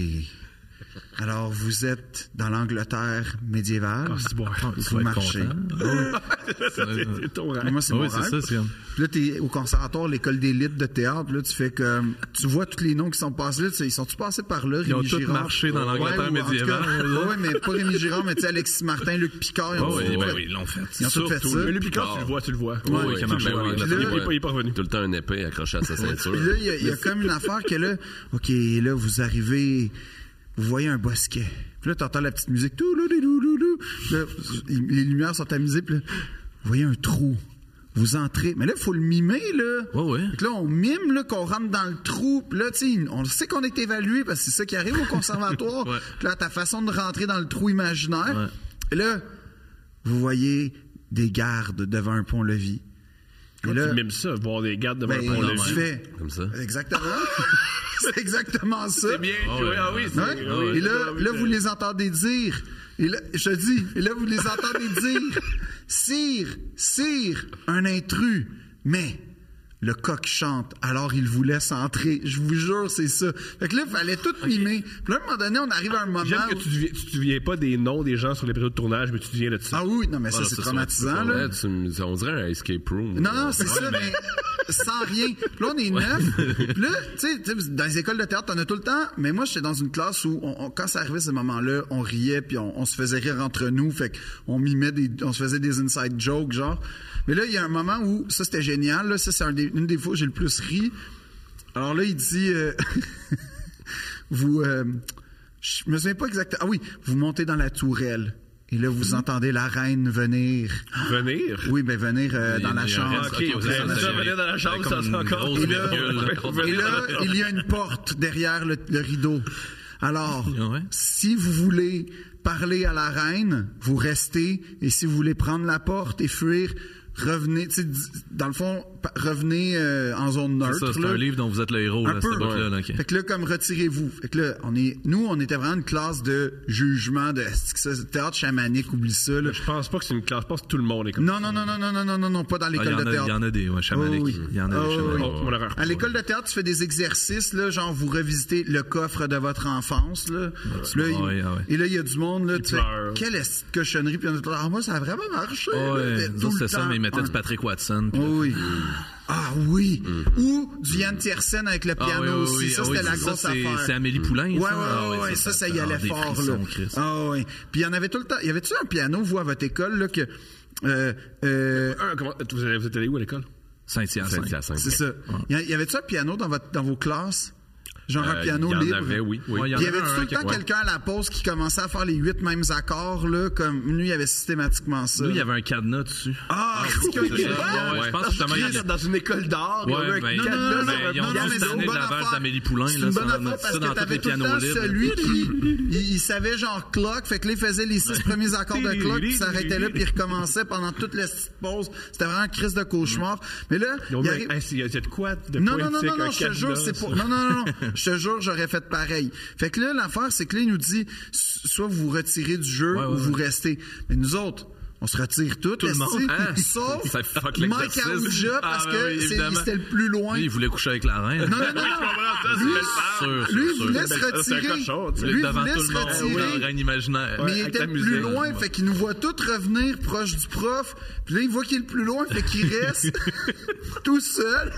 [SPEAKER 5] Alors, vous êtes dans l'Angleterre médiévale.
[SPEAKER 2] Ah, c'est bon.
[SPEAKER 1] Tu
[SPEAKER 5] faut
[SPEAKER 1] vas être Ah
[SPEAKER 5] marcher.
[SPEAKER 1] content.
[SPEAKER 2] C'est ton
[SPEAKER 5] Mais
[SPEAKER 2] rêve.
[SPEAKER 5] Moi, c'est
[SPEAKER 1] Ah
[SPEAKER 5] mon
[SPEAKER 1] oui, c'est
[SPEAKER 5] rêve.
[SPEAKER 1] ça, c'est comme-
[SPEAKER 5] Puis là, t'es au conservatoire, l'école d'élite de théâtre, puis là, tu fais comme... Tu vois tous les noms qui sont passés là, tu sais, ils sont-tu passés par là,
[SPEAKER 1] Ils ont
[SPEAKER 5] Rémi
[SPEAKER 1] tous
[SPEAKER 5] Girard?
[SPEAKER 1] marché dans
[SPEAKER 5] Ouais,
[SPEAKER 1] l'Angleterre
[SPEAKER 5] ou en tout
[SPEAKER 1] médiévale,
[SPEAKER 5] cas-
[SPEAKER 1] eux autres.
[SPEAKER 5] Ouais, mais pas Rémi Girard, mais tu sais, Alexis Martin, Luc Picard, ils ont
[SPEAKER 1] Ah oui,
[SPEAKER 5] tout
[SPEAKER 1] ben
[SPEAKER 5] fait.
[SPEAKER 1] oui, ils l'ont fait.
[SPEAKER 5] Ils ont tout fait
[SPEAKER 4] surtout
[SPEAKER 5] ça.
[SPEAKER 2] Mais lui, Picard, tu le vois, tu le vois.
[SPEAKER 4] Oui,
[SPEAKER 1] oui,
[SPEAKER 4] oui,
[SPEAKER 1] qui
[SPEAKER 4] tu
[SPEAKER 1] marche
[SPEAKER 4] le vois,
[SPEAKER 1] pas.
[SPEAKER 4] oui,
[SPEAKER 1] Puis
[SPEAKER 4] il
[SPEAKER 5] là-
[SPEAKER 4] est pas-
[SPEAKER 5] il
[SPEAKER 2] est pas- il est pas revenu.
[SPEAKER 4] Tout le temps un épée accroché à sa ceinture.
[SPEAKER 5] Puis là, il y a- il y, a comme une affaire que là, OK, là, vous arrivez, vous voyez un bosquet. Puis là, t'entends la petite musique. Tout, lou, lou, lou, lou, lou. Puis là, il- les lumières sont tamisées. Puis là, vous voyez un trou. Vous entrez. Mais là, il faut le mimer, là.
[SPEAKER 1] Ouais, ouais.
[SPEAKER 5] Fait que là, on mime, là, qu'on rentre dans le trou. Puis là, tu sais, on sait qu'on est évalué parce que c'est ça qui arrive au conservatoire.
[SPEAKER 1] Ouais.
[SPEAKER 5] Puis là, ta façon de rentrer dans le trou imaginaire.
[SPEAKER 1] Ouais.
[SPEAKER 5] Et là, vous voyez des gardes devant un pont-levis. Et
[SPEAKER 2] Quand
[SPEAKER 5] là-
[SPEAKER 2] tu mimes ça, voir des gardes devant
[SPEAKER 5] ben,
[SPEAKER 2] le pont
[SPEAKER 5] tu
[SPEAKER 2] levis.
[SPEAKER 5] fais.
[SPEAKER 4] Comme ça.
[SPEAKER 5] Exactement. c'est exactement ça. C'est bien.
[SPEAKER 1] Ah ouais.
[SPEAKER 5] Et là, là, vous les entendez dire. Et là, je te dis, et là, vous les entendez dire. Sire, sire, un intrus. Mais le coq chante, alors il vous laisse entrer. Je vous jure, c'est ça. Fait que là, il fallait tout mimer. Puis là, à un moment donné, on arrive à un moment
[SPEAKER 2] J'aime que
[SPEAKER 5] où-
[SPEAKER 2] tu deviens- tu te souviens pas des noms des gens sur les périodes de tournage, mais tu te souviens de ça.
[SPEAKER 5] Ah oui, non, mais ça,
[SPEAKER 4] Ah,
[SPEAKER 5] c'est
[SPEAKER 4] ça,
[SPEAKER 5] traumatisant,
[SPEAKER 4] on-
[SPEAKER 5] là.
[SPEAKER 4] ouais, tu me- on dirait un escape room.
[SPEAKER 5] Non, non, c'est ça, mais sans rien. Puis là, on est neuf. Puis là, tu sais, tu sais, dans les écoles de théâtre, t'en as tout le temps. Mais moi, j'étais dans une classe où, on- on- quand ça arrivait, ces moments-là, on riait, puis on, on se faisait rire entre nous. Fait qu'on mimait des, on se faisait des inside jokes, genre. Mais là, il y a un moment où, ça, c'était génial. Là, ça, c'est un des- une des fois où j'ai le plus ri. Alors là, il dit, euh, vous, euh, je me souviens pas exactement. Ah oui, vous montez dans la tourelle. Et là, vous entendez la reine venir.
[SPEAKER 2] Venir.
[SPEAKER 5] Oui, ben venir euh, dans la chambre.
[SPEAKER 2] reste, ok, ouais, ça, venir dans la chambre, ça, c'est encore-
[SPEAKER 5] Et là, et là, il y a une porte derrière le, le rideau. Alors,
[SPEAKER 1] Ah Ouais.
[SPEAKER 5] si vous voulez parler à la reine, vous restez. Et si vous voulez prendre la porte et fuir, revenez. Tu sais, dis- dans le fond, pa- revenez euh, en zone neutre.
[SPEAKER 1] Ça, c'est
[SPEAKER 5] là.
[SPEAKER 1] un livre dont vous êtes le héros,
[SPEAKER 5] Un
[SPEAKER 1] là, à
[SPEAKER 5] peu.
[SPEAKER 1] cette époque-là. là, ok. Ah,
[SPEAKER 5] Fait que là, comme retirez-vous. Fait que là, on est, nous, on était vraiment une classe de jugement, de est-ce que ça, c'est théâtre chamanique, oublie ça. là.
[SPEAKER 2] Je pense pas que c'est une classe. Je pense que tout le monde est comme
[SPEAKER 5] Non, non, non, non, non, non, non, non, non, pas dans
[SPEAKER 1] Ah, Il y,
[SPEAKER 5] l'école
[SPEAKER 1] en
[SPEAKER 5] de
[SPEAKER 1] a- il
[SPEAKER 5] théâtre.
[SPEAKER 1] y en a des, ouais, chamaniques.
[SPEAKER 5] Oh, oui.
[SPEAKER 1] Il y en a
[SPEAKER 5] Oh,
[SPEAKER 1] des
[SPEAKER 5] oui.
[SPEAKER 1] chamaniques.
[SPEAKER 2] Oh, mon erreur.
[SPEAKER 5] À l'école de théâtre, tu fais des exercices, là, genre vous revisitez le coffre de votre enfance. Là. Là, il-
[SPEAKER 1] Ah ouais, ah ouais.
[SPEAKER 5] Et là, il y a du monde. Là, tu fais,
[SPEAKER 2] pleure.
[SPEAKER 5] quelle est cochonnerie. Puis on est là, ah, moi, ça a vraiment marché.
[SPEAKER 1] Ah,
[SPEAKER 5] là,
[SPEAKER 1] ouais.
[SPEAKER 5] mais
[SPEAKER 1] Nous
[SPEAKER 5] tout
[SPEAKER 1] autres,
[SPEAKER 5] le
[SPEAKER 1] c'était ça,
[SPEAKER 5] temps.
[SPEAKER 1] mais ils mettaient du
[SPEAKER 5] Ah.
[SPEAKER 1] Patrick Watson. puis-
[SPEAKER 5] Oh, oui. Ah oui. Ou du Yann Tiersen avec le
[SPEAKER 1] Mm. Ah,
[SPEAKER 5] piano
[SPEAKER 1] oui, oui,
[SPEAKER 5] aussi.
[SPEAKER 1] oui,
[SPEAKER 5] ça,
[SPEAKER 1] ah,
[SPEAKER 5] c'était
[SPEAKER 1] oui,
[SPEAKER 5] la
[SPEAKER 1] ça,
[SPEAKER 5] grosse
[SPEAKER 1] c'est-
[SPEAKER 5] affaire.
[SPEAKER 1] C'est Amélie Poulain.
[SPEAKER 5] Ouais, ouais,
[SPEAKER 1] ça? Ah,
[SPEAKER 5] ouais, ouais, ça, ça y
[SPEAKER 1] ah,
[SPEAKER 5] allait
[SPEAKER 1] des
[SPEAKER 5] fort, là.
[SPEAKER 1] frissons, Chris.
[SPEAKER 5] Ah, ouais. Puis il y en avait tout le temps. Il y avait-tu un piano, vous, à votre école, là, que. euh, euh,
[SPEAKER 2] Un, Ah, comment, vous avez- vous êtes allé où à l'école?
[SPEAKER 1] Saint-Hyacinthe.
[SPEAKER 5] c'est ça. Il y, avait-tu un piano dans, votre, dans vos classes? Genre un piano
[SPEAKER 4] il y en
[SPEAKER 5] libre?
[SPEAKER 4] avait, oui, oui.
[SPEAKER 1] Ouais, il y Euh, en
[SPEAKER 5] Puis il y avait
[SPEAKER 1] avait un
[SPEAKER 5] tout le
[SPEAKER 1] qui-
[SPEAKER 5] temps
[SPEAKER 1] ouais.
[SPEAKER 5] quelqu'un à la pause qui commençait à faire les huit mêmes accords, là, comme lui, il y avait systématiquement ça.
[SPEAKER 1] Nous, il y avait un cadenas dessus.
[SPEAKER 5] Ah, c'est que-
[SPEAKER 1] c'est ça.
[SPEAKER 5] Ouais.
[SPEAKER 1] Ouais, je pense justement, il y avait-
[SPEAKER 2] dans une école d'art.
[SPEAKER 1] Ouais, ben,
[SPEAKER 5] Non, non, non,
[SPEAKER 1] Ben, ils ont
[SPEAKER 5] non,
[SPEAKER 1] dû
[SPEAKER 5] mais
[SPEAKER 1] se
[SPEAKER 5] c'est
[SPEAKER 1] tanner
[SPEAKER 5] une
[SPEAKER 1] de
[SPEAKER 5] bonne
[SPEAKER 1] la valse
[SPEAKER 5] affaire.
[SPEAKER 1] d'Amélie Poulain,
[SPEAKER 5] C'est
[SPEAKER 1] là,
[SPEAKER 5] une
[SPEAKER 1] ça,
[SPEAKER 5] bonne
[SPEAKER 1] on a
[SPEAKER 5] affaire
[SPEAKER 1] dit
[SPEAKER 5] parce
[SPEAKER 1] ça
[SPEAKER 5] que
[SPEAKER 1] dans tous
[SPEAKER 5] t'avais
[SPEAKER 1] les
[SPEAKER 5] tout le
[SPEAKER 1] pianos
[SPEAKER 5] temps
[SPEAKER 1] libres.
[SPEAKER 5] celui qui il, il savait genre clock, fait que là il faisait les six premiers accords de clock, puis il s'arrêtait là, puis il recommençait pendant toute la petite pause. C'était vraiment une crise de cauchemar. Mais là,
[SPEAKER 2] Il
[SPEAKER 5] il arrive-
[SPEAKER 2] y a de quoi de
[SPEAKER 5] Non, non, non, non,
[SPEAKER 2] poétique,
[SPEAKER 5] non,
[SPEAKER 2] un
[SPEAKER 5] je te jure,
[SPEAKER 2] cadenas,
[SPEAKER 5] c'est pour.
[SPEAKER 2] ça.
[SPEAKER 5] Non, non, non, non. Je te jure, j'aurais fait pareil. Fait que là, l'affaire, c'est que là, il nous dit soit vous vous retirez du jeu
[SPEAKER 1] Ouais, ouais,
[SPEAKER 5] ou vous
[SPEAKER 1] ouais.
[SPEAKER 5] restez. Mais nous autres, on se retire tous, tout
[SPEAKER 1] le monde, hein?
[SPEAKER 5] sauf
[SPEAKER 4] Ça fuck
[SPEAKER 5] Mike
[SPEAKER 4] l'exercice.
[SPEAKER 5] Aouja, parce
[SPEAKER 1] Ah, ben
[SPEAKER 5] que
[SPEAKER 1] oui,
[SPEAKER 5] c'est-
[SPEAKER 1] évidemment.
[SPEAKER 5] c'était le plus loin.
[SPEAKER 1] Lui, il voulait coucher avec la reine.
[SPEAKER 5] Non, non, non, non. Lui,
[SPEAKER 1] Sûr, sûr,
[SPEAKER 5] lui, il
[SPEAKER 1] sûr.
[SPEAKER 5] voulait se
[SPEAKER 2] Ben, ça, c'est un
[SPEAKER 5] retirer.
[SPEAKER 2] cochon, tu sais.
[SPEAKER 5] Lui, il
[SPEAKER 1] devant
[SPEAKER 5] voulait
[SPEAKER 1] tout
[SPEAKER 5] se
[SPEAKER 1] le monde,
[SPEAKER 5] retirer.
[SPEAKER 1] la reine imaginaire.
[SPEAKER 5] Mais il
[SPEAKER 2] avec
[SPEAKER 5] était
[SPEAKER 2] la
[SPEAKER 5] plus
[SPEAKER 2] musique.
[SPEAKER 5] loin, fait qu'il nous voit tous revenir proche du prof. Puis là, il voit qu'il est le plus loin, fait qu'il reste tout seul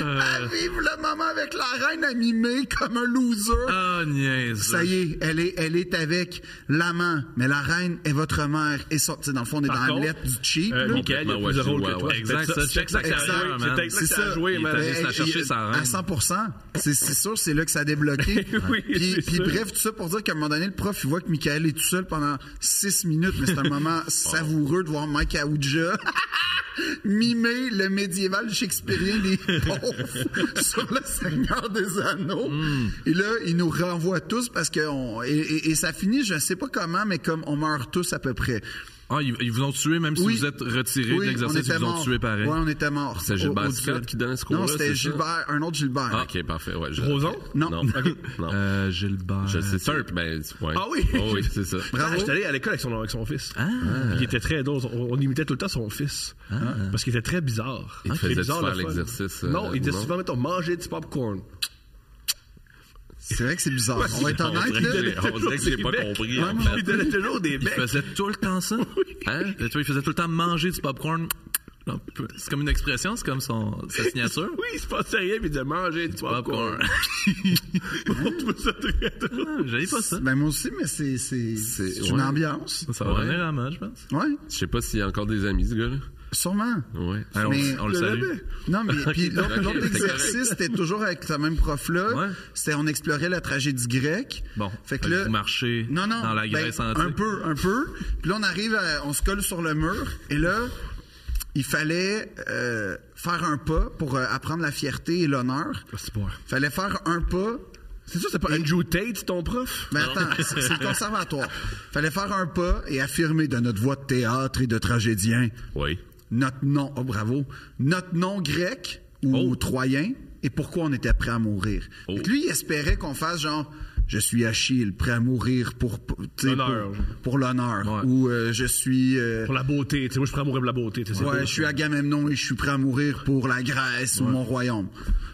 [SPEAKER 2] Euh.
[SPEAKER 5] à vivre le moment avec la reine à mimer comme un loser.
[SPEAKER 1] Ah, niaise.
[SPEAKER 5] Ça y est, elle est, elle est avec l'amant, mais la reine est votre mère. Et ça, tu sais, dans le fond, on est
[SPEAKER 2] Par
[SPEAKER 5] dans
[SPEAKER 2] contre,
[SPEAKER 5] Hamlet du cheap.
[SPEAKER 2] Euh,
[SPEAKER 5] là.
[SPEAKER 2] Nickel, il y a plus de rôles que toi.
[SPEAKER 1] Exact,
[SPEAKER 2] C'est
[SPEAKER 1] ça,
[SPEAKER 2] c'est
[SPEAKER 1] check ça,
[SPEAKER 2] exact,
[SPEAKER 1] carrière,
[SPEAKER 2] joué,
[SPEAKER 1] man.
[SPEAKER 2] C'est exact
[SPEAKER 5] C'est
[SPEAKER 2] que ça a
[SPEAKER 5] ça.
[SPEAKER 2] joué,
[SPEAKER 1] Il est
[SPEAKER 2] man.
[SPEAKER 5] Mais
[SPEAKER 1] allé se la
[SPEAKER 5] il-
[SPEAKER 1] chercher, sa
[SPEAKER 5] À
[SPEAKER 1] reine.
[SPEAKER 5] 100 C'est c'est sûr, c'est là que ça a débloqué.
[SPEAKER 2] Oui,
[SPEAKER 5] puis
[SPEAKER 2] c'est
[SPEAKER 5] puis
[SPEAKER 2] sûr.
[SPEAKER 5] bref, tout ça pour dire qu'à un moment donné, le prof, il voit que Michael est tout seul pendant 6 minutes, mais c'est un moment savoureux de voir Mike Aouja mimer le médiéval shakespearien des pauvres sur le Seigneur des Anneaux.
[SPEAKER 1] Hmm.
[SPEAKER 5] Et là, il nous renvoie tous parce que... on- et, et- et ça finit, je sais pas comment, mais comme on meurt tous à peu près.
[SPEAKER 1] Ah, ils, ils vous ont tué, même si
[SPEAKER 5] Oui.
[SPEAKER 1] vous êtes retiré
[SPEAKER 5] Oui,
[SPEAKER 1] de
[SPEAKER 5] on
[SPEAKER 1] l'exercice,
[SPEAKER 5] était
[SPEAKER 1] ils vous ont
[SPEAKER 5] morts.
[SPEAKER 1] tué pareil.
[SPEAKER 5] Ouais, on était morts.
[SPEAKER 4] C'est Gilbert
[SPEAKER 5] Au- au
[SPEAKER 4] Scott
[SPEAKER 5] duel.
[SPEAKER 4] qui donnait ce
[SPEAKER 5] Non,
[SPEAKER 4] cours-là, c'est
[SPEAKER 5] c'était
[SPEAKER 4] ça?
[SPEAKER 5] Gilbert, un autre Gilbert.
[SPEAKER 4] Ah, ok, parfait. Ouais, je-
[SPEAKER 2] Roson?
[SPEAKER 5] Non.
[SPEAKER 4] Non. non.
[SPEAKER 1] Euh, Gilbert.
[SPEAKER 4] je sais, c'est un. Ben, ouais.
[SPEAKER 2] Ah oui?
[SPEAKER 4] Oh oui, c'est ça.
[SPEAKER 5] Bravo. Ah.
[SPEAKER 2] Ah, j'étais allé à l'école avec son, avec son fils. Il était très drôle. On, on imitait tout le temps son fils. Parce qu'il était très bizarre.
[SPEAKER 4] Il te
[SPEAKER 2] Ah,
[SPEAKER 4] faisait-tu
[SPEAKER 2] bizarre,
[SPEAKER 4] faire
[SPEAKER 2] le fun.
[SPEAKER 4] l'exercice, euh,
[SPEAKER 2] non, il disait
[SPEAKER 4] ou non?
[SPEAKER 2] souvent, mettons, manger du popcorn.
[SPEAKER 5] C'est vrai que c'est bizarre. On va être
[SPEAKER 4] On dirait
[SPEAKER 5] honnête,
[SPEAKER 4] que
[SPEAKER 5] là.
[SPEAKER 4] j'ai- on dirait que j'ai pas
[SPEAKER 2] Québec.
[SPEAKER 4] compris. en
[SPEAKER 2] Il
[SPEAKER 4] fait.
[SPEAKER 2] donnait toujours des
[SPEAKER 1] Il
[SPEAKER 2] becs.
[SPEAKER 1] faisait tout le temps ça? Hein? Tu vois, il faisait tout le temps manger du popcorn. Non, C'est comme une expression, c'est comme son, sa signature.
[SPEAKER 2] Oui, il se passait rien, puis il disait manger du popcorn.
[SPEAKER 1] Popcorn.
[SPEAKER 2] Je trouve ça très drôle.
[SPEAKER 1] J'avais pas ça.
[SPEAKER 5] Ben, moi aussi, mais c'est, c'est, c'est une
[SPEAKER 4] ouais.
[SPEAKER 5] ambiance.
[SPEAKER 1] Ça va revenir à moi, je pense.
[SPEAKER 5] Ouais,
[SPEAKER 4] Je sais pas s'il y a encore des amis, ce gars-là. Ah,
[SPEAKER 5] sûrement.
[SPEAKER 4] Ouais.
[SPEAKER 1] Alors,
[SPEAKER 5] Mais-
[SPEAKER 1] Ah, on, on le
[SPEAKER 5] Le
[SPEAKER 1] salue.
[SPEAKER 2] levait.
[SPEAKER 5] Non, mais puis l'autre,
[SPEAKER 4] ok,
[SPEAKER 5] l'autre
[SPEAKER 4] c'est
[SPEAKER 5] exercice, c'était toujours avec ce même prof-là.
[SPEAKER 1] Ouais.
[SPEAKER 5] C'était on explorait la tragédie grecque.
[SPEAKER 1] Bon,
[SPEAKER 5] fait que
[SPEAKER 1] fait que
[SPEAKER 5] là,
[SPEAKER 1] vous marchez
[SPEAKER 5] non, non,
[SPEAKER 1] dans la
[SPEAKER 5] ben,
[SPEAKER 1] Grèce antique.
[SPEAKER 5] Un peu, un peu. Puis là, on arrive, à- on se colle sur le mur, et là, il fallait euh, faire un pas pour euh, apprendre la fierté et l'honneur.
[SPEAKER 2] C'est pas
[SPEAKER 5] Fallait faire un pas
[SPEAKER 2] C'est sûr, c'est pas Andrew Tate, ton prof?
[SPEAKER 5] Mais attends, c'est c'est le conservatoire. Fallait faire un pas et affirmer de notre voix de théâtre et de tragédien
[SPEAKER 4] Oui.
[SPEAKER 5] notre nom, oh bravo, notre nom grec ou troyen et pourquoi on était prêt à mourir. Fait que lui, il espérait qu'on fasse genre je suis Achille, prêt à mourir pour pour, tu sais,
[SPEAKER 2] L'honneur.
[SPEAKER 5] pour- pour l'honneur,
[SPEAKER 1] Ouais.
[SPEAKER 5] ou euh, je suis euh,
[SPEAKER 2] Pour la beauté, tu sais, moi je prends mourir pour la beauté. tu sais, c'est beau.
[SPEAKER 5] Ouais, je suis Agamemnon et je suis prêt à mourir pour la Grèce ou mon royaume.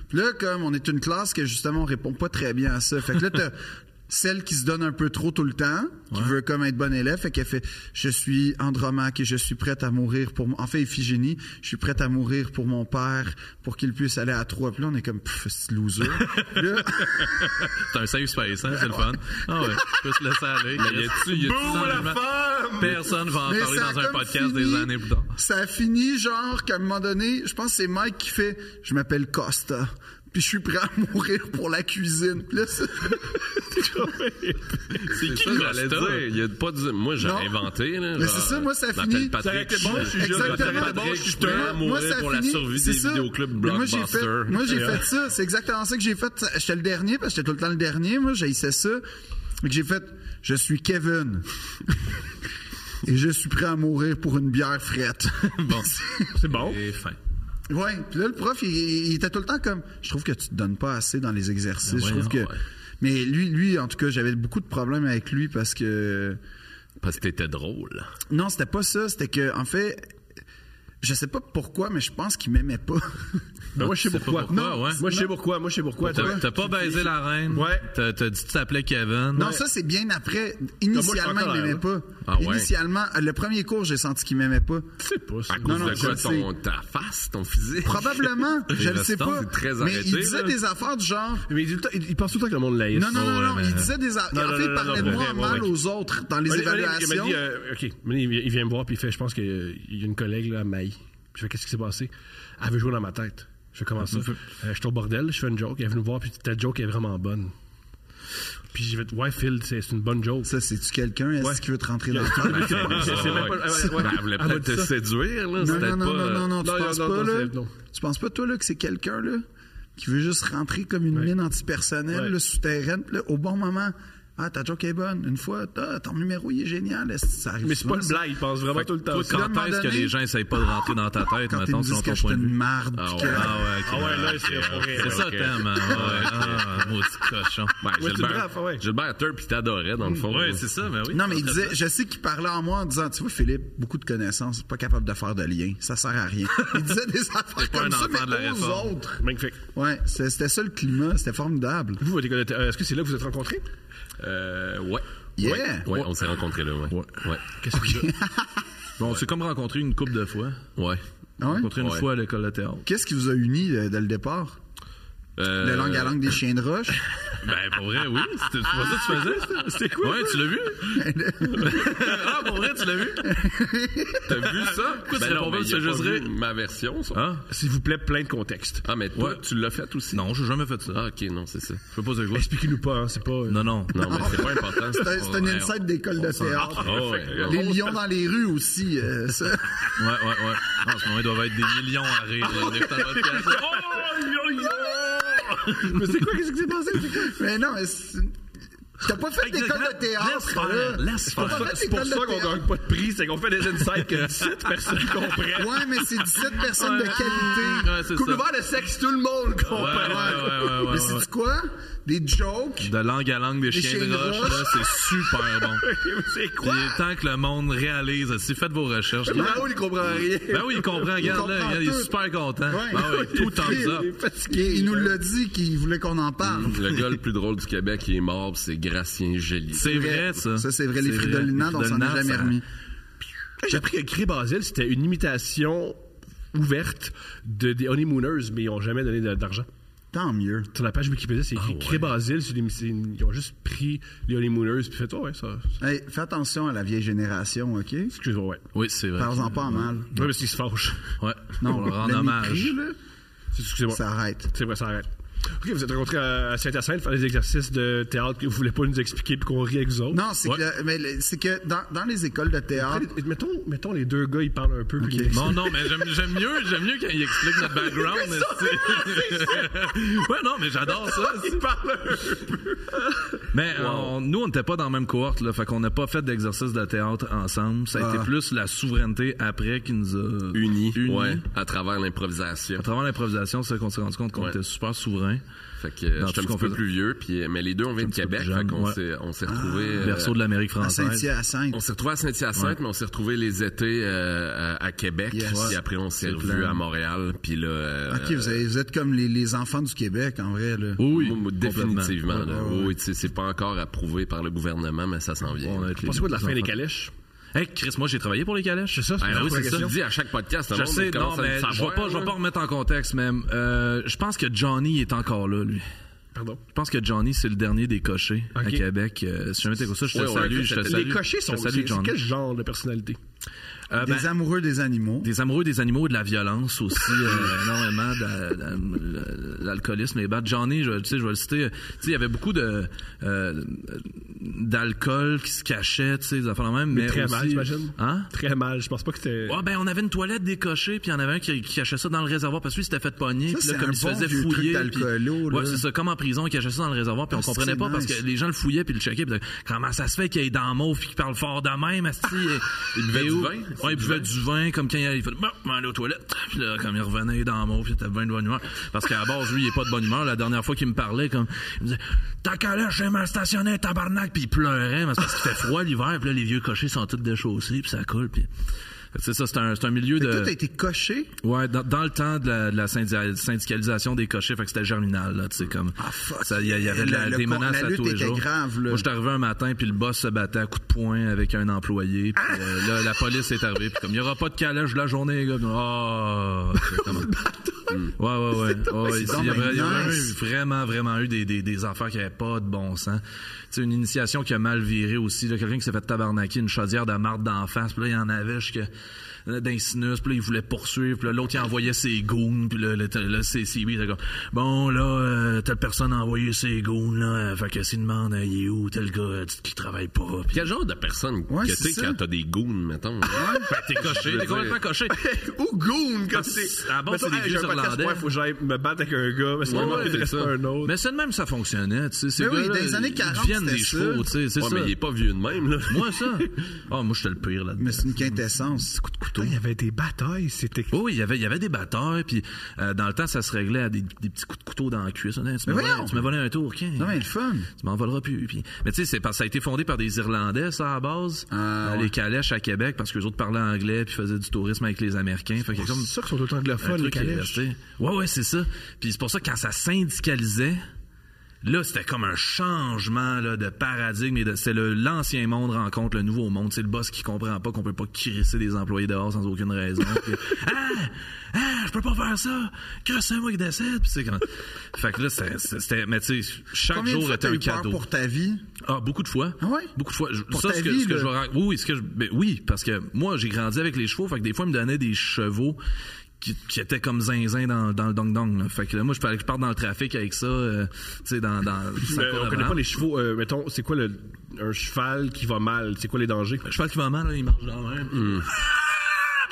[SPEAKER 5] Puis là, comme on est une classe que justement on répond pas très bien à ça, fait que là t'as celle qui se donne un peu trop tout le temps, qui veut comme être bonne élève, fait qu'elle fait je suis Andromaque et je suis prête à mourir pour mon... en fait Iphigénie, je suis prête à mourir pour mon père pour qu'il puisse aller à Troie. Puis là on est comme pff, c'est loser. Puis là,
[SPEAKER 1] C'est un safe space, hein, c'est le fun. Ah ouais, je peux se laisser aller. Mais y a-tu, y a-tu enlèvement? Personne va en
[SPEAKER 5] Mais
[SPEAKER 1] parler
[SPEAKER 5] ça a
[SPEAKER 1] dans un
[SPEAKER 5] comme
[SPEAKER 1] podcast des
[SPEAKER 5] fini.
[SPEAKER 1] années plus tard.
[SPEAKER 5] Ça a fini genre qu'à un moment donné, je pense que c'est Mike qui fait je m'appelle Costa. Puis je suis prêt à mourir pour la cuisine. Puis là, c'est-
[SPEAKER 4] C'est qui
[SPEAKER 1] Costa?
[SPEAKER 4] j'allais dire? Il y a pas du... Moi, j'ai
[SPEAKER 5] Non.
[SPEAKER 4] inventé. Là,
[SPEAKER 5] Mais
[SPEAKER 4] genre,
[SPEAKER 5] c'est ça, moi, ça
[SPEAKER 4] je
[SPEAKER 5] finit-
[SPEAKER 4] m'appelle
[SPEAKER 2] Ça aurait
[SPEAKER 4] Patrick.
[SPEAKER 2] été bon, je suis jeune,
[SPEAKER 5] Exactement.
[SPEAKER 2] je m'appelle
[SPEAKER 5] Moi,
[SPEAKER 2] Patrick,
[SPEAKER 5] je
[SPEAKER 4] je
[SPEAKER 5] suis
[SPEAKER 4] suis
[SPEAKER 5] prêt.
[SPEAKER 4] prêt à
[SPEAKER 5] Moi,
[SPEAKER 4] mourir
[SPEAKER 5] ça
[SPEAKER 4] pour
[SPEAKER 5] a
[SPEAKER 4] la
[SPEAKER 5] fini.
[SPEAKER 4] survie
[SPEAKER 5] C'est
[SPEAKER 4] des
[SPEAKER 5] ça.
[SPEAKER 4] vidéoclubs
[SPEAKER 5] Mais moi, j'ai
[SPEAKER 4] blockbusters.
[SPEAKER 5] fait- Moi, j'ai fait ça. C'est exactement ça que j'ai fait. J'étais le dernier parce que j'étais tout le temps le dernier. Moi, j'haïssais ça. Fait que j'ai fait je suis Kevin. Et je suis prêt à mourir pour une bière frette.
[SPEAKER 1] Bon.
[SPEAKER 2] C'est bon.
[SPEAKER 1] Et fin.
[SPEAKER 5] Ouais, puis là le prof il, il était tout le temps comme je trouve que tu te donnes pas assez dans les exercices, je trouve que
[SPEAKER 4] ouais.
[SPEAKER 5] mais lui lui en tout cas, j'avais beaucoup de problèmes avec lui parce que
[SPEAKER 4] Parce que t'étais drôle.
[SPEAKER 5] non, c'était pas ça, c'était que en fait je sais pas pourquoi mais je pense qu'il m'aimait pas.
[SPEAKER 2] Ben, moi je sais
[SPEAKER 1] C'est pas
[SPEAKER 2] pourquoi.
[SPEAKER 1] pourquoi, ouais.
[SPEAKER 2] Moi je sais pourquoi, moi je sais pourquoi.
[SPEAKER 1] T'as, t'as pas baisé la reine.
[SPEAKER 2] Ouais.
[SPEAKER 1] T'as, t'as dit que tu t'appelais Kevin.
[SPEAKER 5] Non, ça c'est bien après.
[SPEAKER 2] suis
[SPEAKER 5] Initialement,
[SPEAKER 2] en
[SPEAKER 5] il m'aimait pas.
[SPEAKER 4] Ah ouais?
[SPEAKER 5] Initialement, le premier cours, j'ai senti qu'il m'aimait pas.
[SPEAKER 2] sais pas. ça.
[SPEAKER 4] À cause
[SPEAKER 5] non,
[SPEAKER 4] de
[SPEAKER 5] je
[SPEAKER 4] Ah, quoi?
[SPEAKER 5] le
[SPEAKER 4] Ton, ta face, ton physique?
[SPEAKER 5] Probablement, je le sais
[SPEAKER 4] Restons,
[SPEAKER 5] pas.
[SPEAKER 4] c'est très
[SPEAKER 5] mais il
[SPEAKER 4] arrêté,
[SPEAKER 5] disait
[SPEAKER 4] là.
[SPEAKER 5] des affaires du genre
[SPEAKER 2] Mais il, dit tout le temps- il- il pense tout le temps que le monde laïque.
[SPEAKER 5] Non, non, non, non, il disait des affaires.
[SPEAKER 2] Non,
[SPEAKER 5] En
[SPEAKER 2] non,
[SPEAKER 5] fait, il
[SPEAKER 2] non, non,
[SPEAKER 5] parlait
[SPEAKER 2] non,
[SPEAKER 5] de moi
[SPEAKER 2] ouais, ouais,
[SPEAKER 5] mal
[SPEAKER 2] ouais.
[SPEAKER 5] aux autres dans les
[SPEAKER 2] Il m'a
[SPEAKER 5] évaluations.
[SPEAKER 2] dit, euh, OK, Mais il vient- il vient me voir, puis il fait, je pense qu'il y a une collègue, là, Maï. Je fais, qu'est-ce qui s'est passé? Elle veut jouer dans ma tête. Je fais, comment ça? Euh, je suis au bordel, je fais une joke. Elle est venue me voir, puis ta joke est vraiment bonne. Puis j'ai fait, ouais, Phil, c'est c'est une bonne joke.
[SPEAKER 5] Ça, c'est-tu quelqu'un? Est-ce
[SPEAKER 2] Ouais.
[SPEAKER 5] qu'il veut te rentrer dans le temps?
[SPEAKER 2] C'est même pas- c'est même pas- ouais, ouais.
[SPEAKER 4] Ah, Ben, elle voulait
[SPEAKER 2] Elle m'a
[SPEAKER 4] peut-être
[SPEAKER 2] dit
[SPEAKER 4] te
[SPEAKER 2] ça.
[SPEAKER 4] séduire, là.
[SPEAKER 5] Ah, bah, Non,
[SPEAKER 4] C'était pas...
[SPEAKER 5] non, non, non, non, non, tu
[SPEAKER 2] non,
[SPEAKER 5] penses
[SPEAKER 2] non,
[SPEAKER 5] pas,
[SPEAKER 2] non,
[SPEAKER 5] là?
[SPEAKER 2] c'est- non.
[SPEAKER 5] Tu penses pas, toi, là, que c'est quelqu'un, là, qui veut juste rentrer comme une mine antipersonnelle,
[SPEAKER 2] Ouais.
[SPEAKER 5] là, souterraine, puis là, au bon moment? Ah, ta joke est bonne. Une fois, ah, ton numéro, il est génial. Est-ce que Ça arrive
[SPEAKER 2] Mais c'est pas
[SPEAKER 5] souvent,
[SPEAKER 2] une
[SPEAKER 5] ça?
[SPEAKER 2] blague, il pense vraiment tout le temps.
[SPEAKER 1] Toi,
[SPEAKER 2] ça.
[SPEAKER 5] là, à un
[SPEAKER 1] quand
[SPEAKER 5] moment
[SPEAKER 1] est-ce que
[SPEAKER 5] donné-
[SPEAKER 1] les gens essayent pas de rentrer dans ta tête,
[SPEAKER 5] Quand ils
[SPEAKER 1] mettons,
[SPEAKER 5] me disent
[SPEAKER 1] selon
[SPEAKER 5] que
[SPEAKER 1] ton
[SPEAKER 5] je suis
[SPEAKER 1] point de
[SPEAKER 5] une
[SPEAKER 1] vue?
[SPEAKER 5] marde.
[SPEAKER 4] Ah
[SPEAKER 5] puis
[SPEAKER 4] ouais,
[SPEAKER 5] que-
[SPEAKER 4] ah ouais,
[SPEAKER 1] ok,
[SPEAKER 2] Ah ouais, là, c'est pour rien.
[SPEAKER 1] C'est ça,
[SPEAKER 4] ok.
[SPEAKER 1] t'aimes, hein, ouais. Ah, maudit cochon.
[SPEAKER 4] Ben,
[SPEAKER 2] Ouais, c'est
[SPEAKER 4] Gilbert,
[SPEAKER 2] grave, ouais.
[SPEAKER 4] Gilbert Turp, il t'adorait,
[SPEAKER 5] Mm.
[SPEAKER 4] dans le fond.
[SPEAKER 1] Ouais,
[SPEAKER 4] là.
[SPEAKER 1] c'est ça, mais oui.
[SPEAKER 5] Non, mais il disait, je sais qu'il parlait en moi en disant, tu vois, Philippe, beaucoup de connaissances, pas capable de faire de lien, ça sert à rien. Il disait des affaires
[SPEAKER 1] pas
[SPEAKER 5] comme
[SPEAKER 1] un
[SPEAKER 5] ça,
[SPEAKER 1] enfant de la
[SPEAKER 5] mais aux
[SPEAKER 1] réforme.
[SPEAKER 5] autres.
[SPEAKER 2] Magnifique.
[SPEAKER 5] Ouais, c'est- c'était ça le climat, c'était formidable.
[SPEAKER 2] Vous, votre école de- euh, est-ce que c'est là que vous êtes rencontrés?
[SPEAKER 4] Euh, ouais.
[SPEAKER 5] Yeah.
[SPEAKER 4] Ouais, ouais, on s'est rencontrés là, ouais. Ouais. Ouais.
[SPEAKER 2] Qu'est-ce que vous
[SPEAKER 1] Bon, on s'est comme rencontré une couple de fois.
[SPEAKER 5] Ah ouais?
[SPEAKER 1] Rencontré une
[SPEAKER 4] Ouais.
[SPEAKER 1] fois à l'école de théâtre.
[SPEAKER 5] Qu'est-ce qui vous a unis euh, dès le départ?
[SPEAKER 4] Euh,
[SPEAKER 5] Le langue à langue des chiens de roche?
[SPEAKER 1] Ben, pour vrai, oui. C'était c'est pas ça que tu faisais, ça? C'était quoi? Ouais, tu l'as vu? ah, pour vrai, tu l'as vu? Ben
[SPEAKER 4] T'as vu ça? Pourquoi
[SPEAKER 1] tu réponds pas,
[SPEAKER 4] ben mais
[SPEAKER 1] tu
[SPEAKER 4] il
[SPEAKER 1] fais
[SPEAKER 4] a
[SPEAKER 1] juste
[SPEAKER 4] pas vu
[SPEAKER 1] rire?
[SPEAKER 4] ma version, ça.
[SPEAKER 1] Hein?
[SPEAKER 2] S'il vous plaît, plein de contexte.
[SPEAKER 4] Ah, mais toi,
[SPEAKER 1] Ouais.
[SPEAKER 4] tu l'as fait aussi?
[SPEAKER 1] Non, j'ai jamais fait ça.
[SPEAKER 4] Ah, ok, non, c'est ça.
[SPEAKER 1] Je peux pas dire quoi.
[SPEAKER 2] Expliquez-nous pas, hein, c'est pas. euh,
[SPEAKER 1] Non, non.
[SPEAKER 4] Non, mais c'est pas important.
[SPEAKER 5] C'est un- c'est un insight d'école de théâtre.
[SPEAKER 4] Ah, ouais.
[SPEAKER 5] Les lions dans les rues aussi, euh, ça.
[SPEAKER 1] Ouais, ouais, ouais. En ce moment, ils doivent être des millions à rire. là, en écoutant le podcast.
[SPEAKER 2] Mais c'est quoi, qu'est-ce qui s'est passé?
[SPEAKER 5] Mais non, mais c'est- t'as pas fait d'école de
[SPEAKER 1] Laisse
[SPEAKER 5] théâtre,
[SPEAKER 1] faire,
[SPEAKER 5] là.
[SPEAKER 1] laisse
[SPEAKER 5] T'as
[SPEAKER 1] faire.
[SPEAKER 5] pas fait
[SPEAKER 2] Ah, C'est pour
[SPEAKER 5] d'école
[SPEAKER 2] ça
[SPEAKER 5] de
[SPEAKER 2] qu'on
[SPEAKER 5] théâtre.
[SPEAKER 2] gagne pas de prix, c'est qu'on fait des insights que 17 personnes comprennent.
[SPEAKER 5] Ouais, mais c'est 17 personnes de qualité.
[SPEAKER 1] Ouais, c'est
[SPEAKER 2] Coupe
[SPEAKER 1] ça.
[SPEAKER 2] ouvert de sexe, tout le monde comprend.
[SPEAKER 1] Ouais, ouais, ouais, ouais, ouais,
[SPEAKER 5] Mais c'est
[SPEAKER 1] ouais.
[SPEAKER 5] du quoi? Des jokes?
[SPEAKER 1] De langue à langue des chiens de roche, là, c'est super bon.
[SPEAKER 2] C'est
[SPEAKER 1] Puis
[SPEAKER 2] quoi?
[SPEAKER 1] il est temps que le monde réalise aussi. Faites vos recherches.
[SPEAKER 2] Raoul, il comprend rien.
[SPEAKER 1] Ben oui, il comprend, regarde, là,
[SPEAKER 5] comprend
[SPEAKER 1] regarde, il est
[SPEAKER 5] tout.
[SPEAKER 1] super content.
[SPEAKER 5] Ouais.
[SPEAKER 1] Ben oui, tout en
[SPEAKER 5] Il-
[SPEAKER 1] ça.
[SPEAKER 2] Il est
[SPEAKER 5] Il,
[SPEAKER 2] fatigué.
[SPEAKER 5] il nous l'a dit qu'il voulait qu'on en parle.
[SPEAKER 4] Le gars le plus drôle du Québec, il est mort, c'est Gracien Gély.
[SPEAKER 1] C'est vrai, ça.
[SPEAKER 5] Ça, c'est vrai, les
[SPEAKER 1] fridolins,
[SPEAKER 5] fridolinades, on s'en est jamais remis.
[SPEAKER 2] J'ai appris que Cri Basile, c'était une imitation ouverte de, des Honeymooners, mais ils n'ont jamais donné de- d'argent.
[SPEAKER 5] Tant mieux.
[SPEAKER 2] Sur la page Wikipédia, c'est
[SPEAKER 5] Ah,
[SPEAKER 2] écrit Cri Basile, c'est une- c'est une- ils ont juste pris les Honeymooners, puis fait, oh, ouais, ça. ça-
[SPEAKER 5] Hey, fais attention à la vieille génération, OK?
[SPEAKER 2] Excuse-moi, ouais.
[SPEAKER 5] Mm.
[SPEAKER 1] Oui, c'est vrai.
[SPEAKER 5] Parle-en pas en mal.
[SPEAKER 2] Ouais, parce qu'ils se fâchent.
[SPEAKER 1] Ouais.
[SPEAKER 5] Non,
[SPEAKER 1] Non, on leur rend
[SPEAKER 5] le
[SPEAKER 1] hommage.
[SPEAKER 5] mépris, là,
[SPEAKER 2] Excusez-moi.
[SPEAKER 5] ça arrête.
[SPEAKER 2] C'est vrai, ça arrête. OK, vous êtes rencontrés à à Saint-Hyacinthe, faire des exercices de théâtre que vous voulez pas nous expliquer puis qu'on rit avec vous autres.
[SPEAKER 5] Non, c'est
[SPEAKER 1] Ouais.
[SPEAKER 5] que, le- mais le- c'est que dans, dans les écoles de théâtre,
[SPEAKER 2] Après, Mettons, mettons les deux gars, ils parlent un peu. puis ils-
[SPEAKER 1] Bon, non, mais j'aime, j'aime mieux, j'aime mieux quand il explique notre background. esti. ouais, non, mais j'adore ça. esti.
[SPEAKER 2] Ils parlent un peu.
[SPEAKER 1] Mais euh, on- nous, on n'était pas dans la même cohorte, là, fait qu'on n'a pas fait d'exercice de théâtre ensemble. Ça a
[SPEAKER 5] Ah.
[SPEAKER 1] été plus la souveraineté après qui nous a
[SPEAKER 4] Uni,
[SPEAKER 1] unis.
[SPEAKER 4] ouais, à travers l'improvisation.
[SPEAKER 1] À travers l'improvisation, c'est ça qu'on s'est rendu compte qu'on était super souverains. 80.
[SPEAKER 4] Fait que euh,
[SPEAKER 1] Dans tout
[SPEAKER 4] j'étais un
[SPEAKER 1] ce
[SPEAKER 4] petit
[SPEAKER 1] qu'on
[SPEAKER 4] peu
[SPEAKER 1] faisait.
[SPEAKER 4] plus vieux, puis, euh, mais les deux, on vient de
[SPEAKER 1] petit peu
[SPEAKER 4] Québec,
[SPEAKER 1] plus jeune,
[SPEAKER 4] fait qu'on
[SPEAKER 1] ouais.
[SPEAKER 4] s'est, on s'est retrouvés... euh,
[SPEAKER 1] Berceau de l'Amérique
[SPEAKER 5] à
[SPEAKER 1] française.
[SPEAKER 5] Saint-Hyacinthe.
[SPEAKER 4] on s'est retrouvés à Saint-Hyacinthe, mais on s'est retrouvés les étés euh, à, à Québec.
[SPEAKER 5] Yes.
[SPEAKER 4] Puis après, on s'est
[SPEAKER 5] C'est
[SPEAKER 4] revus
[SPEAKER 5] plein.
[SPEAKER 4] à Montréal. Puis là, euh,
[SPEAKER 5] OK, vous, avez- vous êtes comme les, les enfants du Québec, en vrai. Là.
[SPEAKER 1] Oui,
[SPEAKER 4] Moi, moi,
[SPEAKER 1] complètement.
[SPEAKER 4] définitivement.
[SPEAKER 1] Ouais,
[SPEAKER 4] là.
[SPEAKER 1] ouais,
[SPEAKER 4] Oui, tu sais, c'est pas encore approuvé par le gouvernement, mais ça s'en vient.
[SPEAKER 1] On a été
[SPEAKER 2] Pensez quoi de la
[SPEAKER 1] les
[SPEAKER 2] fin des
[SPEAKER 1] enfants.
[SPEAKER 2] calèches?
[SPEAKER 1] Hey, Chris, moi, j'ai travaillé pour les calèches. Ben
[SPEAKER 2] C'est ça, c'est
[SPEAKER 4] Ah,
[SPEAKER 2] la
[SPEAKER 4] oui,
[SPEAKER 2] vraie
[SPEAKER 4] c'est ça.
[SPEAKER 2] question.
[SPEAKER 4] Je dis à chaque podcast. le
[SPEAKER 1] Je
[SPEAKER 4] monde
[SPEAKER 1] sais, non,
[SPEAKER 4] commence à le
[SPEAKER 1] mais je vais
[SPEAKER 4] savoir,
[SPEAKER 1] pas, je vais
[SPEAKER 4] là.
[SPEAKER 1] pas remettre en contexte même. Euh, je pense que Johnny est encore là, lui.
[SPEAKER 2] Pardon.
[SPEAKER 1] Je pense que Johnny, c'est le dernier des cochers
[SPEAKER 2] Ok.
[SPEAKER 1] à Québec. Euh, si jamais t'écoutes ça, je te
[SPEAKER 4] Ouais, ouais,
[SPEAKER 1] salue. Je te
[SPEAKER 4] les
[SPEAKER 1] salue.
[SPEAKER 2] Les cochers sont...
[SPEAKER 1] Je te salue,
[SPEAKER 2] C'est c'est
[SPEAKER 1] Johnny.
[SPEAKER 2] quel genre de personnalité?
[SPEAKER 1] Euh, ben,
[SPEAKER 5] Des amoureux des animaux.
[SPEAKER 1] des amoureux des animaux et de la violence aussi, euh, énormément de, de- de l'alcoolisme et bad. Johnny, je, tu sais, je vais le citer, euh, tu sais, il y avait beaucoup de euh, d'alcool qui se cachait, tu sais, des affaires de même. Mais,
[SPEAKER 2] très
[SPEAKER 1] aussi-
[SPEAKER 2] mal, j'imagine.
[SPEAKER 1] Hein?
[SPEAKER 2] Très mal. Je pense pas que t'es...
[SPEAKER 1] Ouais, ben on avait une toilette décochée, puis il y en avait un qui, qui cachait ça dans le réservoir parce que lui, il s'était fait pogner,
[SPEAKER 5] Ça,
[SPEAKER 1] puis là,
[SPEAKER 5] c'est
[SPEAKER 1] comme
[SPEAKER 5] un
[SPEAKER 1] il se
[SPEAKER 5] bon
[SPEAKER 1] faisait
[SPEAKER 5] vieux truc
[SPEAKER 1] fouiller. puis-
[SPEAKER 5] d'alcoolo, là.
[SPEAKER 1] Ouais, c'est ça, comme en prison, il cachait ça dans le réservoir, puis on
[SPEAKER 5] Ah, c'est
[SPEAKER 1] comprenait pas parce
[SPEAKER 5] nice.
[SPEAKER 1] que les gens le fouillaient, puis le checkaient, puis comment ça se fait qu'il est dans le mauve, puis qu'il parle fort de même, asti, et-
[SPEAKER 4] Il buvait
[SPEAKER 1] et
[SPEAKER 4] du
[SPEAKER 1] où-
[SPEAKER 4] vin?
[SPEAKER 1] Ouais, il buvait du vin, comme quand il allait, il fait, bon, je vais aller aux toilettes, puis là, comme il revenait dans le mauve, il était bien de bonne humeur. Parce qu'à la base, lui, il est pas de bonne humeur. La dernière fois qu'il me parlait, comme, il me disait, ta calèche est mal stationnée, tabarnak, puis il pleurait, mais c'est parce qu'il fait froid l'hiver, puis là, les vieux cochers sont tous déchaussés, puis ça coule, puis. Fait que C'est ça, c'est un, c'est un milieu de.
[SPEAKER 5] Tout a été coché.
[SPEAKER 1] Ouais, dans, dans le temps de la, de la syndia- syndicalisation des cochers, fait que c'était germinal, là, tu sais, comme.
[SPEAKER 5] Ah, fuck.
[SPEAKER 1] Ça, Il y, a- il y avait de la,
[SPEAKER 5] Le- le
[SPEAKER 1] des
[SPEAKER 5] con-
[SPEAKER 1] menaces
[SPEAKER 5] la
[SPEAKER 1] à
[SPEAKER 5] lutte
[SPEAKER 1] tous les
[SPEAKER 5] était
[SPEAKER 1] jours.
[SPEAKER 5] grave, là.
[SPEAKER 1] Moi, j'étais arrivé un matin, puis le boss se battait à coups de poing avec un employé,
[SPEAKER 5] Ah!
[SPEAKER 1] puis euh, là, la police est arrivée, puis comme, il y aura pas de calèche de la journée, les gars. Puis, Ah! Comment- Ouais, ouais, ouais. Ouais,
[SPEAKER 5] c'est
[SPEAKER 1] ici,
[SPEAKER 5] donc
[SPEAKER 1] il y a
[SPEAKER 5] bien
[SPEAKER 1] vra- il y a vraiment,
[SPEAKER 5] nice.
[SPEAKER 1] eu- vraiment, vraiment eu des, des, des affaires qui n'avaient pas de bon sens. Tu sais, une initiation qui a mal viré aussi. là, Quelqu'un qui s'est fait tabarnaquer une chaudière de marde d'en face. Puis là, il y en avait jusqu'à d'un sinus, puis là, il voulait poursuivre, puis là, l'autre, il envoyait ses goons, puis là, le, le CCB, était comme, bon, là, euh, telle personne a envoyé ses goons, là, euh, fait que s'il demande, euh, il est où, tel gars, euh, dites qu'il travaille pas, puis Ah,
[SPEAKER 4] Quel genre de personne
[SPEAKER 5] Ouais,
[SPEAKER 4] que
[SPEAKER 5] c'est
[SPEAKER 4] t'es
[SPEAKER 5] ça.
[SPEAKER 4] quand t'as des goons, mettons?
[SPEAKER 1] ben, t'es coché, t'es complètement coché.
[SPEAKER 5] Ou goon, comme c'est.
[SPEAKER 1] Ah, C'est- À la base,
[SPEAKER 2] Mettons,
[SPEAKER 1] c'est des
[SPEAKER 2] hey,
[SPEAKER 1] vieux
[SPEAKER 2] j'ai un podcast,
[SPEAKER 1] irlandais.
[SPEAKER 2] ouais, faut que j'aille me battre avec un gars, mais c'est
[SPEAKER 4] Ouais,
[SPEAKER 2] vraiment
[SPEAKER 4] ouais,
[SPEAKER 2] intéressant
[SPEAKER 4] c'est ça.
[SPEAKER 2] un autre.
[SPEAKER 1] Mais c'est de même que ça fonctionnait, tu sais. Ces
[SPEAKER 5] Mais oui,
[SPEAKER 1] gars-là,
[SPEAKER 5] dans les années 40,
[SPEAKER 1] ils deviennent des
[SPEAKER 5] c'était
[SPEAKER 1] chevaux, tu sais. C'est
[SPEAKER 4] Ouais,
[SPEAKER 1] ça.
[SPEAKER 4] mais il est pas vieux de même, là.
[SPEAKER 1] Moi, ça. Ah, moi, j'étais le pire là-dedans.
[SPEAKER 5] Mais c'est une quintessence. Coup de couteau.
[SPEAKER 2] Putain, il y avait des batailles, c'était...
[SPEAKER 1] Oui, oui, il y avait, il y avait des batailles, puis euh, dans le temps, ça se réglait à des, des petits coups de couteau dans la cuisse. Hein, tu,
[SPEAKER 5] Mais
[SPEAKER 1] m'as volé,
[SPEAKER 5] voyons!
[SPEAKER 1] tu m'as volé un tour, Ken.
[SPEAKER 5] Non, mais le fun.
[SPEAKER 1] Tu m'en voleras plus. puis- Mais tu sais, c'est parce que ça a été fondé par des Irlandais, ça, à la base.
[SPEAKER 5] Ah,
[SPEAKER 1] Euh,
[SPEAKER 5] ouais.
[SPEAKER 1] Les calèches à Québec, parce que les autres parlaient anglais, puis faisaient du tourisme avec les Américains. Fait que
[SPEAKER 2] C'est
[SPEAKER 1] comme-
[SPEAKER 2] ça qu'ils sont autant
[SPEAKER 1] un
[SPEAKER 2] anglophones, les
[SPEAKER 1] truc qui est
[SPEAKER 2] calèches.
[SPEAKER 1] resté. Ouais, ouais, c'est ça. Puis c'est pour ça que quand ça syndicalisait, là, c'était comme un changement là, de paradigme. et de- C'est le- l'ancien monde rencontre le nouveau monde. C'est le boss qui comprend pas qu'on peut pas crisser des employés dehors sans aucune raison. Puis, ah! Ah! Je peux pas faire ça! Que c'est moi qui décède! Puis c'est quand... Fait que là, c'est- c'est- c'était... Mais tu sais, chaque
[SPEAKER 5] Combien de
[SPEAKER 1] jour
[SPEAKER 5] fois
[SPEAKER 1] était
[SPEAKER 5] t'as
[SPEAKER 1] un
[SPEAKER 5] eu peur
[SPEAKER 1] cadeau.
[SPEAKER 5] pour ta vie?
[SPEAKER 1] Ah, beaucoup de fois.
[SPEAKER 5] Ah ouais?
[SPEAKER 1] Beaucoup de fois. Je-
[SPEAKER 5] Pour
[SPEAKER 1] ça,
[SPEAKER 5] ta
[SPEAKER 1] ce que,
[SPEAKER 5] vie,
[SPEAKER 1] ce que
[SPEAKER 5] là.
[SPEAKER 1] je vais rac- Oui, oui, ce que je- ben oui, parce que moi, j'ai grandi avec les chevaux, fait que des fois, ils me donnaient des chevaux qui, qui étaient comme zinzin dans, dans le dong-dong. là. Fait que là, moi, je parlais que je parte dans le trafic avec ça, euh, tu sais, dans... dans sans
[SPEAKER 2] Euh,
[SPEAKER 5] Ben,
[SPEAKER 1] cours de
[SPEAKER 2] on connaît pas
[SPEAKER 1] valable.
[SPEAKER 2] les chevaux. euh, mettons, c'est quoi le, un cheval qui va mal? C'est quoi les dangers?
[SPEAKER 1] Le cheval qui va mal, là, il marche dans le même.
[SPEAKER 5] Mm.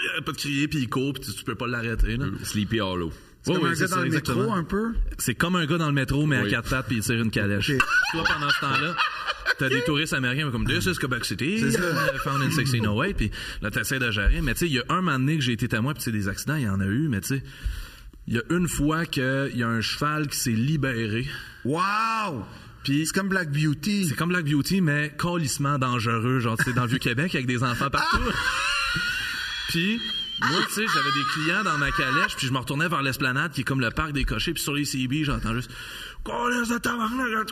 [SPEAKER 1] Il arrête pas de crier, puis il court, puis tu, tu peux pas l'arrêter,
[SPEAKER 5] Mm.
[SPEAKER 1] là.
[SPEAKER 4] Sleepy Hollow.
[SPEAKER 5] C'est
[SPEAKER 1] Ouais,
[SPEAKER 5] comme
[SPEAKER 1] ouais,
[SPEAKER 5] un
[SPEAKER 1] c'est
[SPEAKER 5] gars dans
[SPEAKER 1] ça,
[SPEAKER 5] le métro,
[SPEAKER 1] exactement.
[SPEAKER 5] un peu.
[SPEAKER 1] C'est comme un gars dans le métro, mais à
[SPEAKER 4] Oui.
[SPEAKER 1] quatre pattes, puis il tire une calèche.
[SPEAKER 5] Ok.
[SPEAKER 1] Toi, pendant ce temps-là, t'as des touristes américains comme This is Quebec City, uh, found in 1608, puis là, t'essaies de gérer. Mais tu sais, il y a un moment donné que j'ai été témoin, puis tu sais, des accidents, il y en a eu, mais tu sais, il y a une fois qu'il y a un cheval qui s'est libéré.
[SPEAKER 5] Wow!
[SPEAKER 1] Puis-
[SPEAKER 5] C'est comme Black Beauty.
[SPEAKER 1] C'est comme Black Beauty, mais colissement dangereux, genre, tu sais, dans le Vieux-Québec, avec des enfants partout. puis, moi, tu sais, j'avais des clients dans ma calèche, puis je me retournais vers l'esplanade, qui est comme le parc des cochers, puis sur les CB, j'entends juste « Colisse de tabarnak! »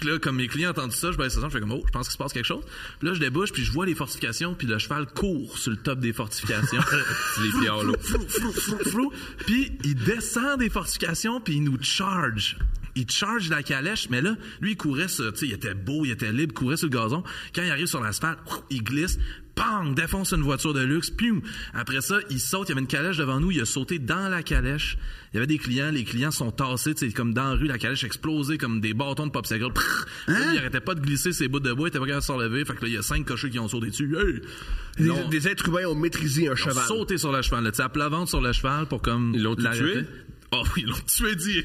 [SPEAKER 1] Puis là, comme mes clients entendent ça, je baisse ça, je fais comme « Oh, je pense qu'il se passe quelque chose. » Puis là, je débouche, puis je vois les fortifications, puis le cheval court sur le top des fortifications.
[SPEAKER 4] Sleepy Hollow.
[SPEAKER 1] Frou, frou, frou, frou. Puis il descend des fortifications, puis il nous charge. Il charge la calèche, mais là, lui, il courait sur, tu sais, il était beau, il était libre, il courait sur le gazon. Quand il arrive sur l'asphalte, ouf, il glisse, pang, défonce une voiture de luxe, piou. Après ça, il saute, il y avait une calèche devant nous, il a sauté dans la calèche. Il y avait des clients, les clients sont tassés, tu sais, comme dans la rue, la calèche explosée comme des bâtons de popsicle. Prrr. Là,
[SPEAKER 2] Hein?
[SPEAKER 1] Il arrêtait pas de glisser ses bouts de bois, il était pas capable de se relever, fait que là, il y a cinq cochers qui ont sauté dessus. Hey!
[SPEAKER 2] Des,
[SPEAKER 1] Non.
[SPEAKER 2] des êtres humains ont maîtrisé un
[SPEAKER 1] Ils ont
[SPEAKER 2] cheval.
[SPEAKER 1] sauté sur le cheval, là, tu sais, à plat ventre sur le cheval pour comme.
[SPEAKER 4] Ils l'ont tout
[SPEAKER 1] l'arrêter.
[SPEAKER 4] tué?
[SPEAKER 1] Ah oui, ils l'ont tué dit.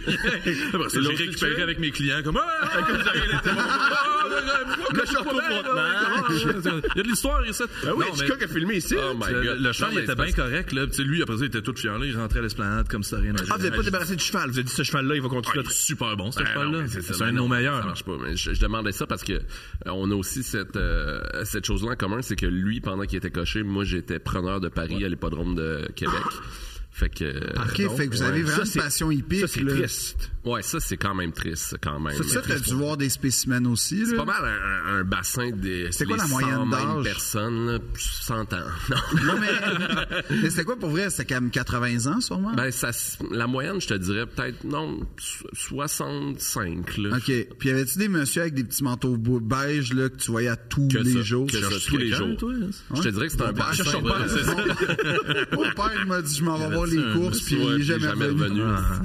[SPEAKER 1] Après ça,
[SPEAKER 4] Ils l'ont
[SPEAKER 1] j'ai récupéré
[SPEAKER 4] tué?
[SPEAKER 1] avec mes clients, comme Ah, ah, comme si rien n'était bon. Ah, ah, ah, pourquoi que
[SPEAKER 2] Le
[SPEAKER 1] je suis
[SPEAKER 2] château
[SPEAKER 1] pas belle,
[SPEAKER 2] Frontenac.
[SPEAKER 1] là? Il y a de l'histoire ici.
[SPEAKER 4] Ben
[SPEAKER 2] Ah oui,
[SPEAKER 1] Non, mais- Ah,
[SPEAKER 2] Hitchcock a filmé ici.
[SPEAKER 4] Oh my
[SPEAKER 1] le,
[SPEAKER 4] god.
[SPEAKER 1] le cheval,
[SPEAKER 4] Non,
[SPEAKER 1] il
[SPEAKER 4] mais
[SPEAKER 1] était bien correct, là. Puis, tu sais, lui, après ça, il était tout fier, là. Il rentrait à l'esplanade comme si rien n'avait.
[SPEAKER 2] Ah, vous n'êtes pas débarrassé du cheval. Vous avez dit ce cheval-là, il va
[SPEAKER 1] Ah, il
[SPEAKER 2] continuer
[SPEAKER 1] est super bon, ce
[SPEAKER 4] Ben non,
[SPEAKER 1] cheval-là.
[SPEAKER 4] mais
[SPEAKER 1] C'est
[SPEAKER 4] ça,
[SPEAKER 1] un
[SPEAKER 4] ben
[SPEAKER 1] de nos
[SPEAKER 4] non,
[SPEAKER 1] meilleurs.
[SPEAKER 4] Ça marche pas. Mais je, je demandais ça parce que euh, on a aussi cette euh, cette chose-là en commun, c'est que lui, pendant qu'il était coché, moi j'étais preneur de Paris à l'hippodrome de Québec.
[SPEAKER 1] Ah.
[SPEAKER 4] fait que euh,
[SPEAKER 5] OK, fait que vous avez vraiment une passion
[SPEAKER 2] hippie.
[SPEAKER 5] hippique.
[SPEAKER 2] Ça, c'est
[SPEAKER 5] là.
[SPEAKER 2] triste.
[SPEAKER 4] ouais, ça c'est quand même triste, quand même.
[SPEAKER 5] Ça, t'as dû voir des spécimens aussi.
[SPEAKER 4] C'est
[SPEAKER 5] là.
[SPEAKER 4] pas mal un, un- un bassin des
[SPEAKER 5] Mm. C'est quoi
[SPEAKER 4] les
[SPEAKER 5] la moyenne
[SPEAKER 4] 100 000
[SPEAKER 5] d'âge?
[SPEAKER 4] personnes, là, 100 ans. Non.
[SPEAKER 5] Non, mais, mais c'était quoi pour vrai? C'était quand même 80 ans, sûrement?
[SPEAKER 4] Ben, ça, s- la moyenne, je te dirais peut-être, non, so- 65. Là.
[SPEAKER 5] OK. Puis y avait-tu des messieurs avec des petits manteaux bou- beige là, que tu voyais à tous
[SPEAKER 4] Que
[SPEAKER 5] les
[SPEAKER 4] ça,
[SPEAKER 5] jours?
[SPEAKER 4] que ça,
[SPEAKER 5] Cherche-
[SPEAKER 4] tous les
[SPEAKER 1] quelqu'un,
[SPEAKER 4] jours.
[SPEAKER 1] toi, hein?
[SPEAKER 4] Je te dirais que c'est un
[SPEAKER 5] Mon père,
[SPEAKER 4] bassin.
[SPEAKER 5] ben, cherche son
[SPEAKER 4] là.
[SPEAKER 5] père,
[SPEAKER 4] C'est ça.
[SPEAKER 5] Mon père il m'a dit, je m'en vais voir
[SPEAKER 1] avait-tu
[SPEAKER 5] les
[SPEAKER 1] un
[SPEAKER 5] courses, puis il
[SPEAKER 4] Ouais,
[SPEAKER 5] est jamais, revenu. Ah,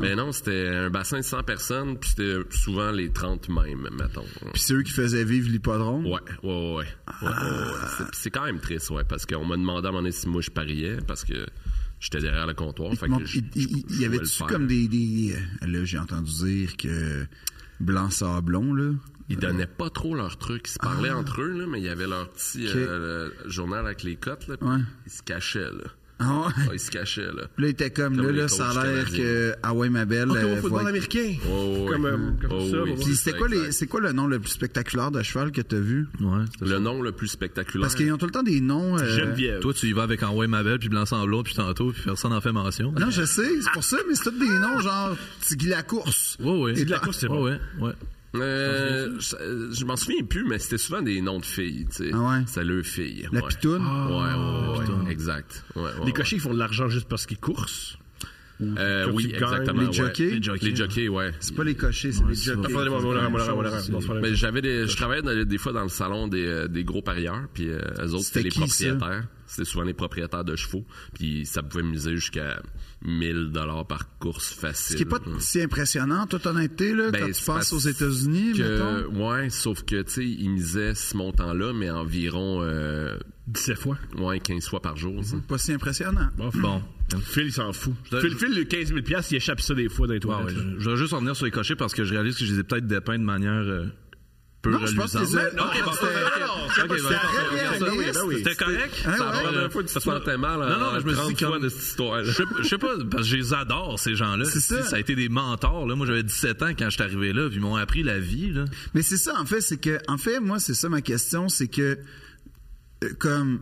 [SPEAKER 4] Mais non, c'était un bassin de 100 personnes, puis c'était souvent les 30 mêmes, mettons.
[SPEAKER 5] Puis c'est eux qui faisaient vivre l'hippodrome.
[SPEAKER 4] Ouais, ouais, ouais. ouais. Ouais,
[SPEAKER 5] Ah.
[SPEAKER 4] ouais, ouais. C'est- C'est quand même triste, ouais, parce qu'on m'a demandé à un moment donné si moi je pariais, parce que j'étais derrière le comptoir. fait que
[SPEAKER 5] Mon-
[SPEAKER 4] je-
[SPEAKER 5] il-
[SPEAKER 4] je-
[SPEAKER 5] il-
[SPEAKER 4] je
[SPEAKER 5] il y
[SPEAKER 4] pouvais le
[SPEAKER 5] avait-tu
[SPEAKER 4] faire.
[SPEAKER 5] comme des, des- euh, Là, j'ai entendu dire que Blanc Sablon, là...
[SPEAKER 4] Ils donnaient pas trop leur truc. Ils se parlaient
[SPEAKER 5] Ah.
[SPEAKER 4] entre eux, là, mais il y avait leur petit euh, le journal avec les cotes. Là, puis
[SPEAKER 5] Ouais.
[SPEAKER 4] Ils se cachaient. Là.
[SPEAKER 5] Ah ouais.
[SPEAKER 4] Ouais, ils se cachaient. Là.
[SPEAKER 5] Là, il était comme,
[SPEAKER 4] Comme
[SPEAKER 5] là,
[SPEAKER 4] les
[SPEAKER 5] là, ça
[SPEAKER 4] coachs
[SPEAKER 5] a l'air
[SPEAKER 4] canadiens.
[SPEAKER 5] que... Ah ouais, ma belle...
[SPEAKER 2] Au
[SPEAKER 5] euh,
[SPEAKER 2] football
[SPEAKER 5] va-
[SPEAKER 2] américain.
[SPEAKER 4] Oh, ouais.
[SPEAKER 2] Comme, euh, comme
[SPEAKER 4] Oh,
[SPEAKER 2] ça,
[SPEAKER 4] oui.
[SPEAKER 2] bon.
[SPEAKER 5] Puis c'était quoi, les,
[SPEAKER 4] Exact.
[SPEAKER 5] c'est quoi le nom le plus spectaculaire de cheval que t'as vu?
[SPEAKER 1] Ouais.
[SPEAKER 4] Le nom le plus spectaculaire.
[SPEAKER 5] Parce qu'ils ont tout le temps des noms... euh,
[SPEAKER 2] Geneviève.
[SPEAKER 1] Toi, tu y vas avec Envoy Mabel, puis Blanc Sablon, puis tantôt, puis personne n'en fait mention.
[SPEAKER 5] Non, je sais, c'est pour ça, mais c'est tous des noms genre Tigui la course.
[SPEAKER 1] Ouais, ouais.
[SPEAKER 5] Et de la course, c'est bon.
[SPEAKER 1] Ouais, ouais. ouais.
[SPEAKER 4] Euh, je je m'en souviens plus, mais c'était souvent des noms de filles. tu sais.
[SPEAKER 5] Ah ouais?
[SPEAKER 4] C'était le fille.
[SPEAKER 5] La Ah,
[SPEAKER 4] ouais. Ah,
[SPEAKER 5] pitoune.
[SPEAKER 4] Ouais, ouais, ouais, exact. Ouais, ouais,
[SPEAKER 2] Les
[SPEAKER 4] ouais.
[SPEAKER 2] cochers, ils font de l'argent juste parce qu'ils coursent.
[SPEAKER 4] Euh,
[SPEAKER 2] Quand
[SPEAKER 4] oui,
[SPEAKER 2] tu gagnes,
[SPEAKER 4] exactement.
[SPEAKER 5] les
[SPEAKER 4] ouais.
[SPEAKER 5] jockeys?
[SPEAKER 4] Les jockeys, les jockeys, ouais.
[SPEAKER 5] C'est pas les cochers, c'est les jockeys.
[SPEAKER 2] Attendez, mon erreur, mon erreur, mon erreur. Non, c'est pas la même
[SPEAKER 4] Mais j'avais des, je travaillais dans- des fois dans le salon des, euh, des gros parieurs, puis euh, eux autres, c'était
[SPEAKER 5] C'était
[SPEAKER 4] les
[SPEAKER 5] qui, ça?
[SPEAKER 4] propriétaires. C'était souvent les propriétaires de chevaux, puis ça pouvait miser jusqu'à 1000 dollars par course facile.
[SPEAKER 5] Ce qui est pas si impressionnant, en toute honnêteté, là,
[SPEAKER 4] Ben,
[SPEAKER 5] quand tu
[SPEAKER 4] c'est
[SPEAKER 5] passes
[SPEAKER 4] parce
[SPEAKER 5] aux États-Unis,
[SPEAKER 4] que,
[SPEAKER 5] mettons.
[SPEAKER 4] ouais, sauf que, tu sais, ils misaient ce montant-là, mais environ, euh,
[SPEAKER 2] 17 fois.
[SPEAKER 4] ouais, 15 fois par jour, ça.
[SPEAKER 5] Pas si impressionnant.
[SPEAKER 1] Bon.
[SPEAKER 2] Phil, il s'en fout. Phil, Phil, 15 000 piastres, il échappe ça des fois dans les
[SPEAKER 1] Ouais, ouais,
[SPEAKER 2] toilettes. là.
[SPEAKER 1] je, je vais juste en venir sur les cochers parce que je réalise que je les ai peut-être dépeints de manière euh, peu
[SPEAKER 5] Non, je pense que
[SPEAKER 1] reluisante.
[SPEAKER 5] les-
[SPEAKER 1] Non,
[SPEAKER 5] non,
[SPEAKER 1] bon,
[SPEAKER 5] c'était-
[SPEAKER 1] ok, ben bon,
[SPEAKER 5] c'était très
[SPEAKER 1] bon,
[SPEAKER 5] réaliste.
[SPEAKER 1] bon, bon, C'était correct?
[SPEAKER 5] Hein,
[SPEAKER 4] C'est la
[SPEAKER 5] ouais.
[SPEAKER 1] euh,
[SPEAKER 4] première fois que tu te sentais mal.
[SPEAKER 1] Non, non,
[SPEAKER 4] en
[SPEAKER 1] mais je me suis
[SPEAKER 4] 30
[SPEAKER 1] dit
[SPEAKER 4] fois
[SPEAKER 1] comme-
[SPEAKER 4] de cette histoire
[SPEAKER 1] Je sais- je sais pas, parce que je les adore, ces gens-là.
[SPEAKER 5] C'est ça.
[SPEAKER 1] a été des mentors. Là. Moi, j'avais 17 ans quand je suis arrivé là, puis ils m'ont appris la vie. Là.
[SPEAKER 5] Mais c'est ça, en fait, c'est que, en fait, moi, c'est ça ma question, c'est que, euh, comme,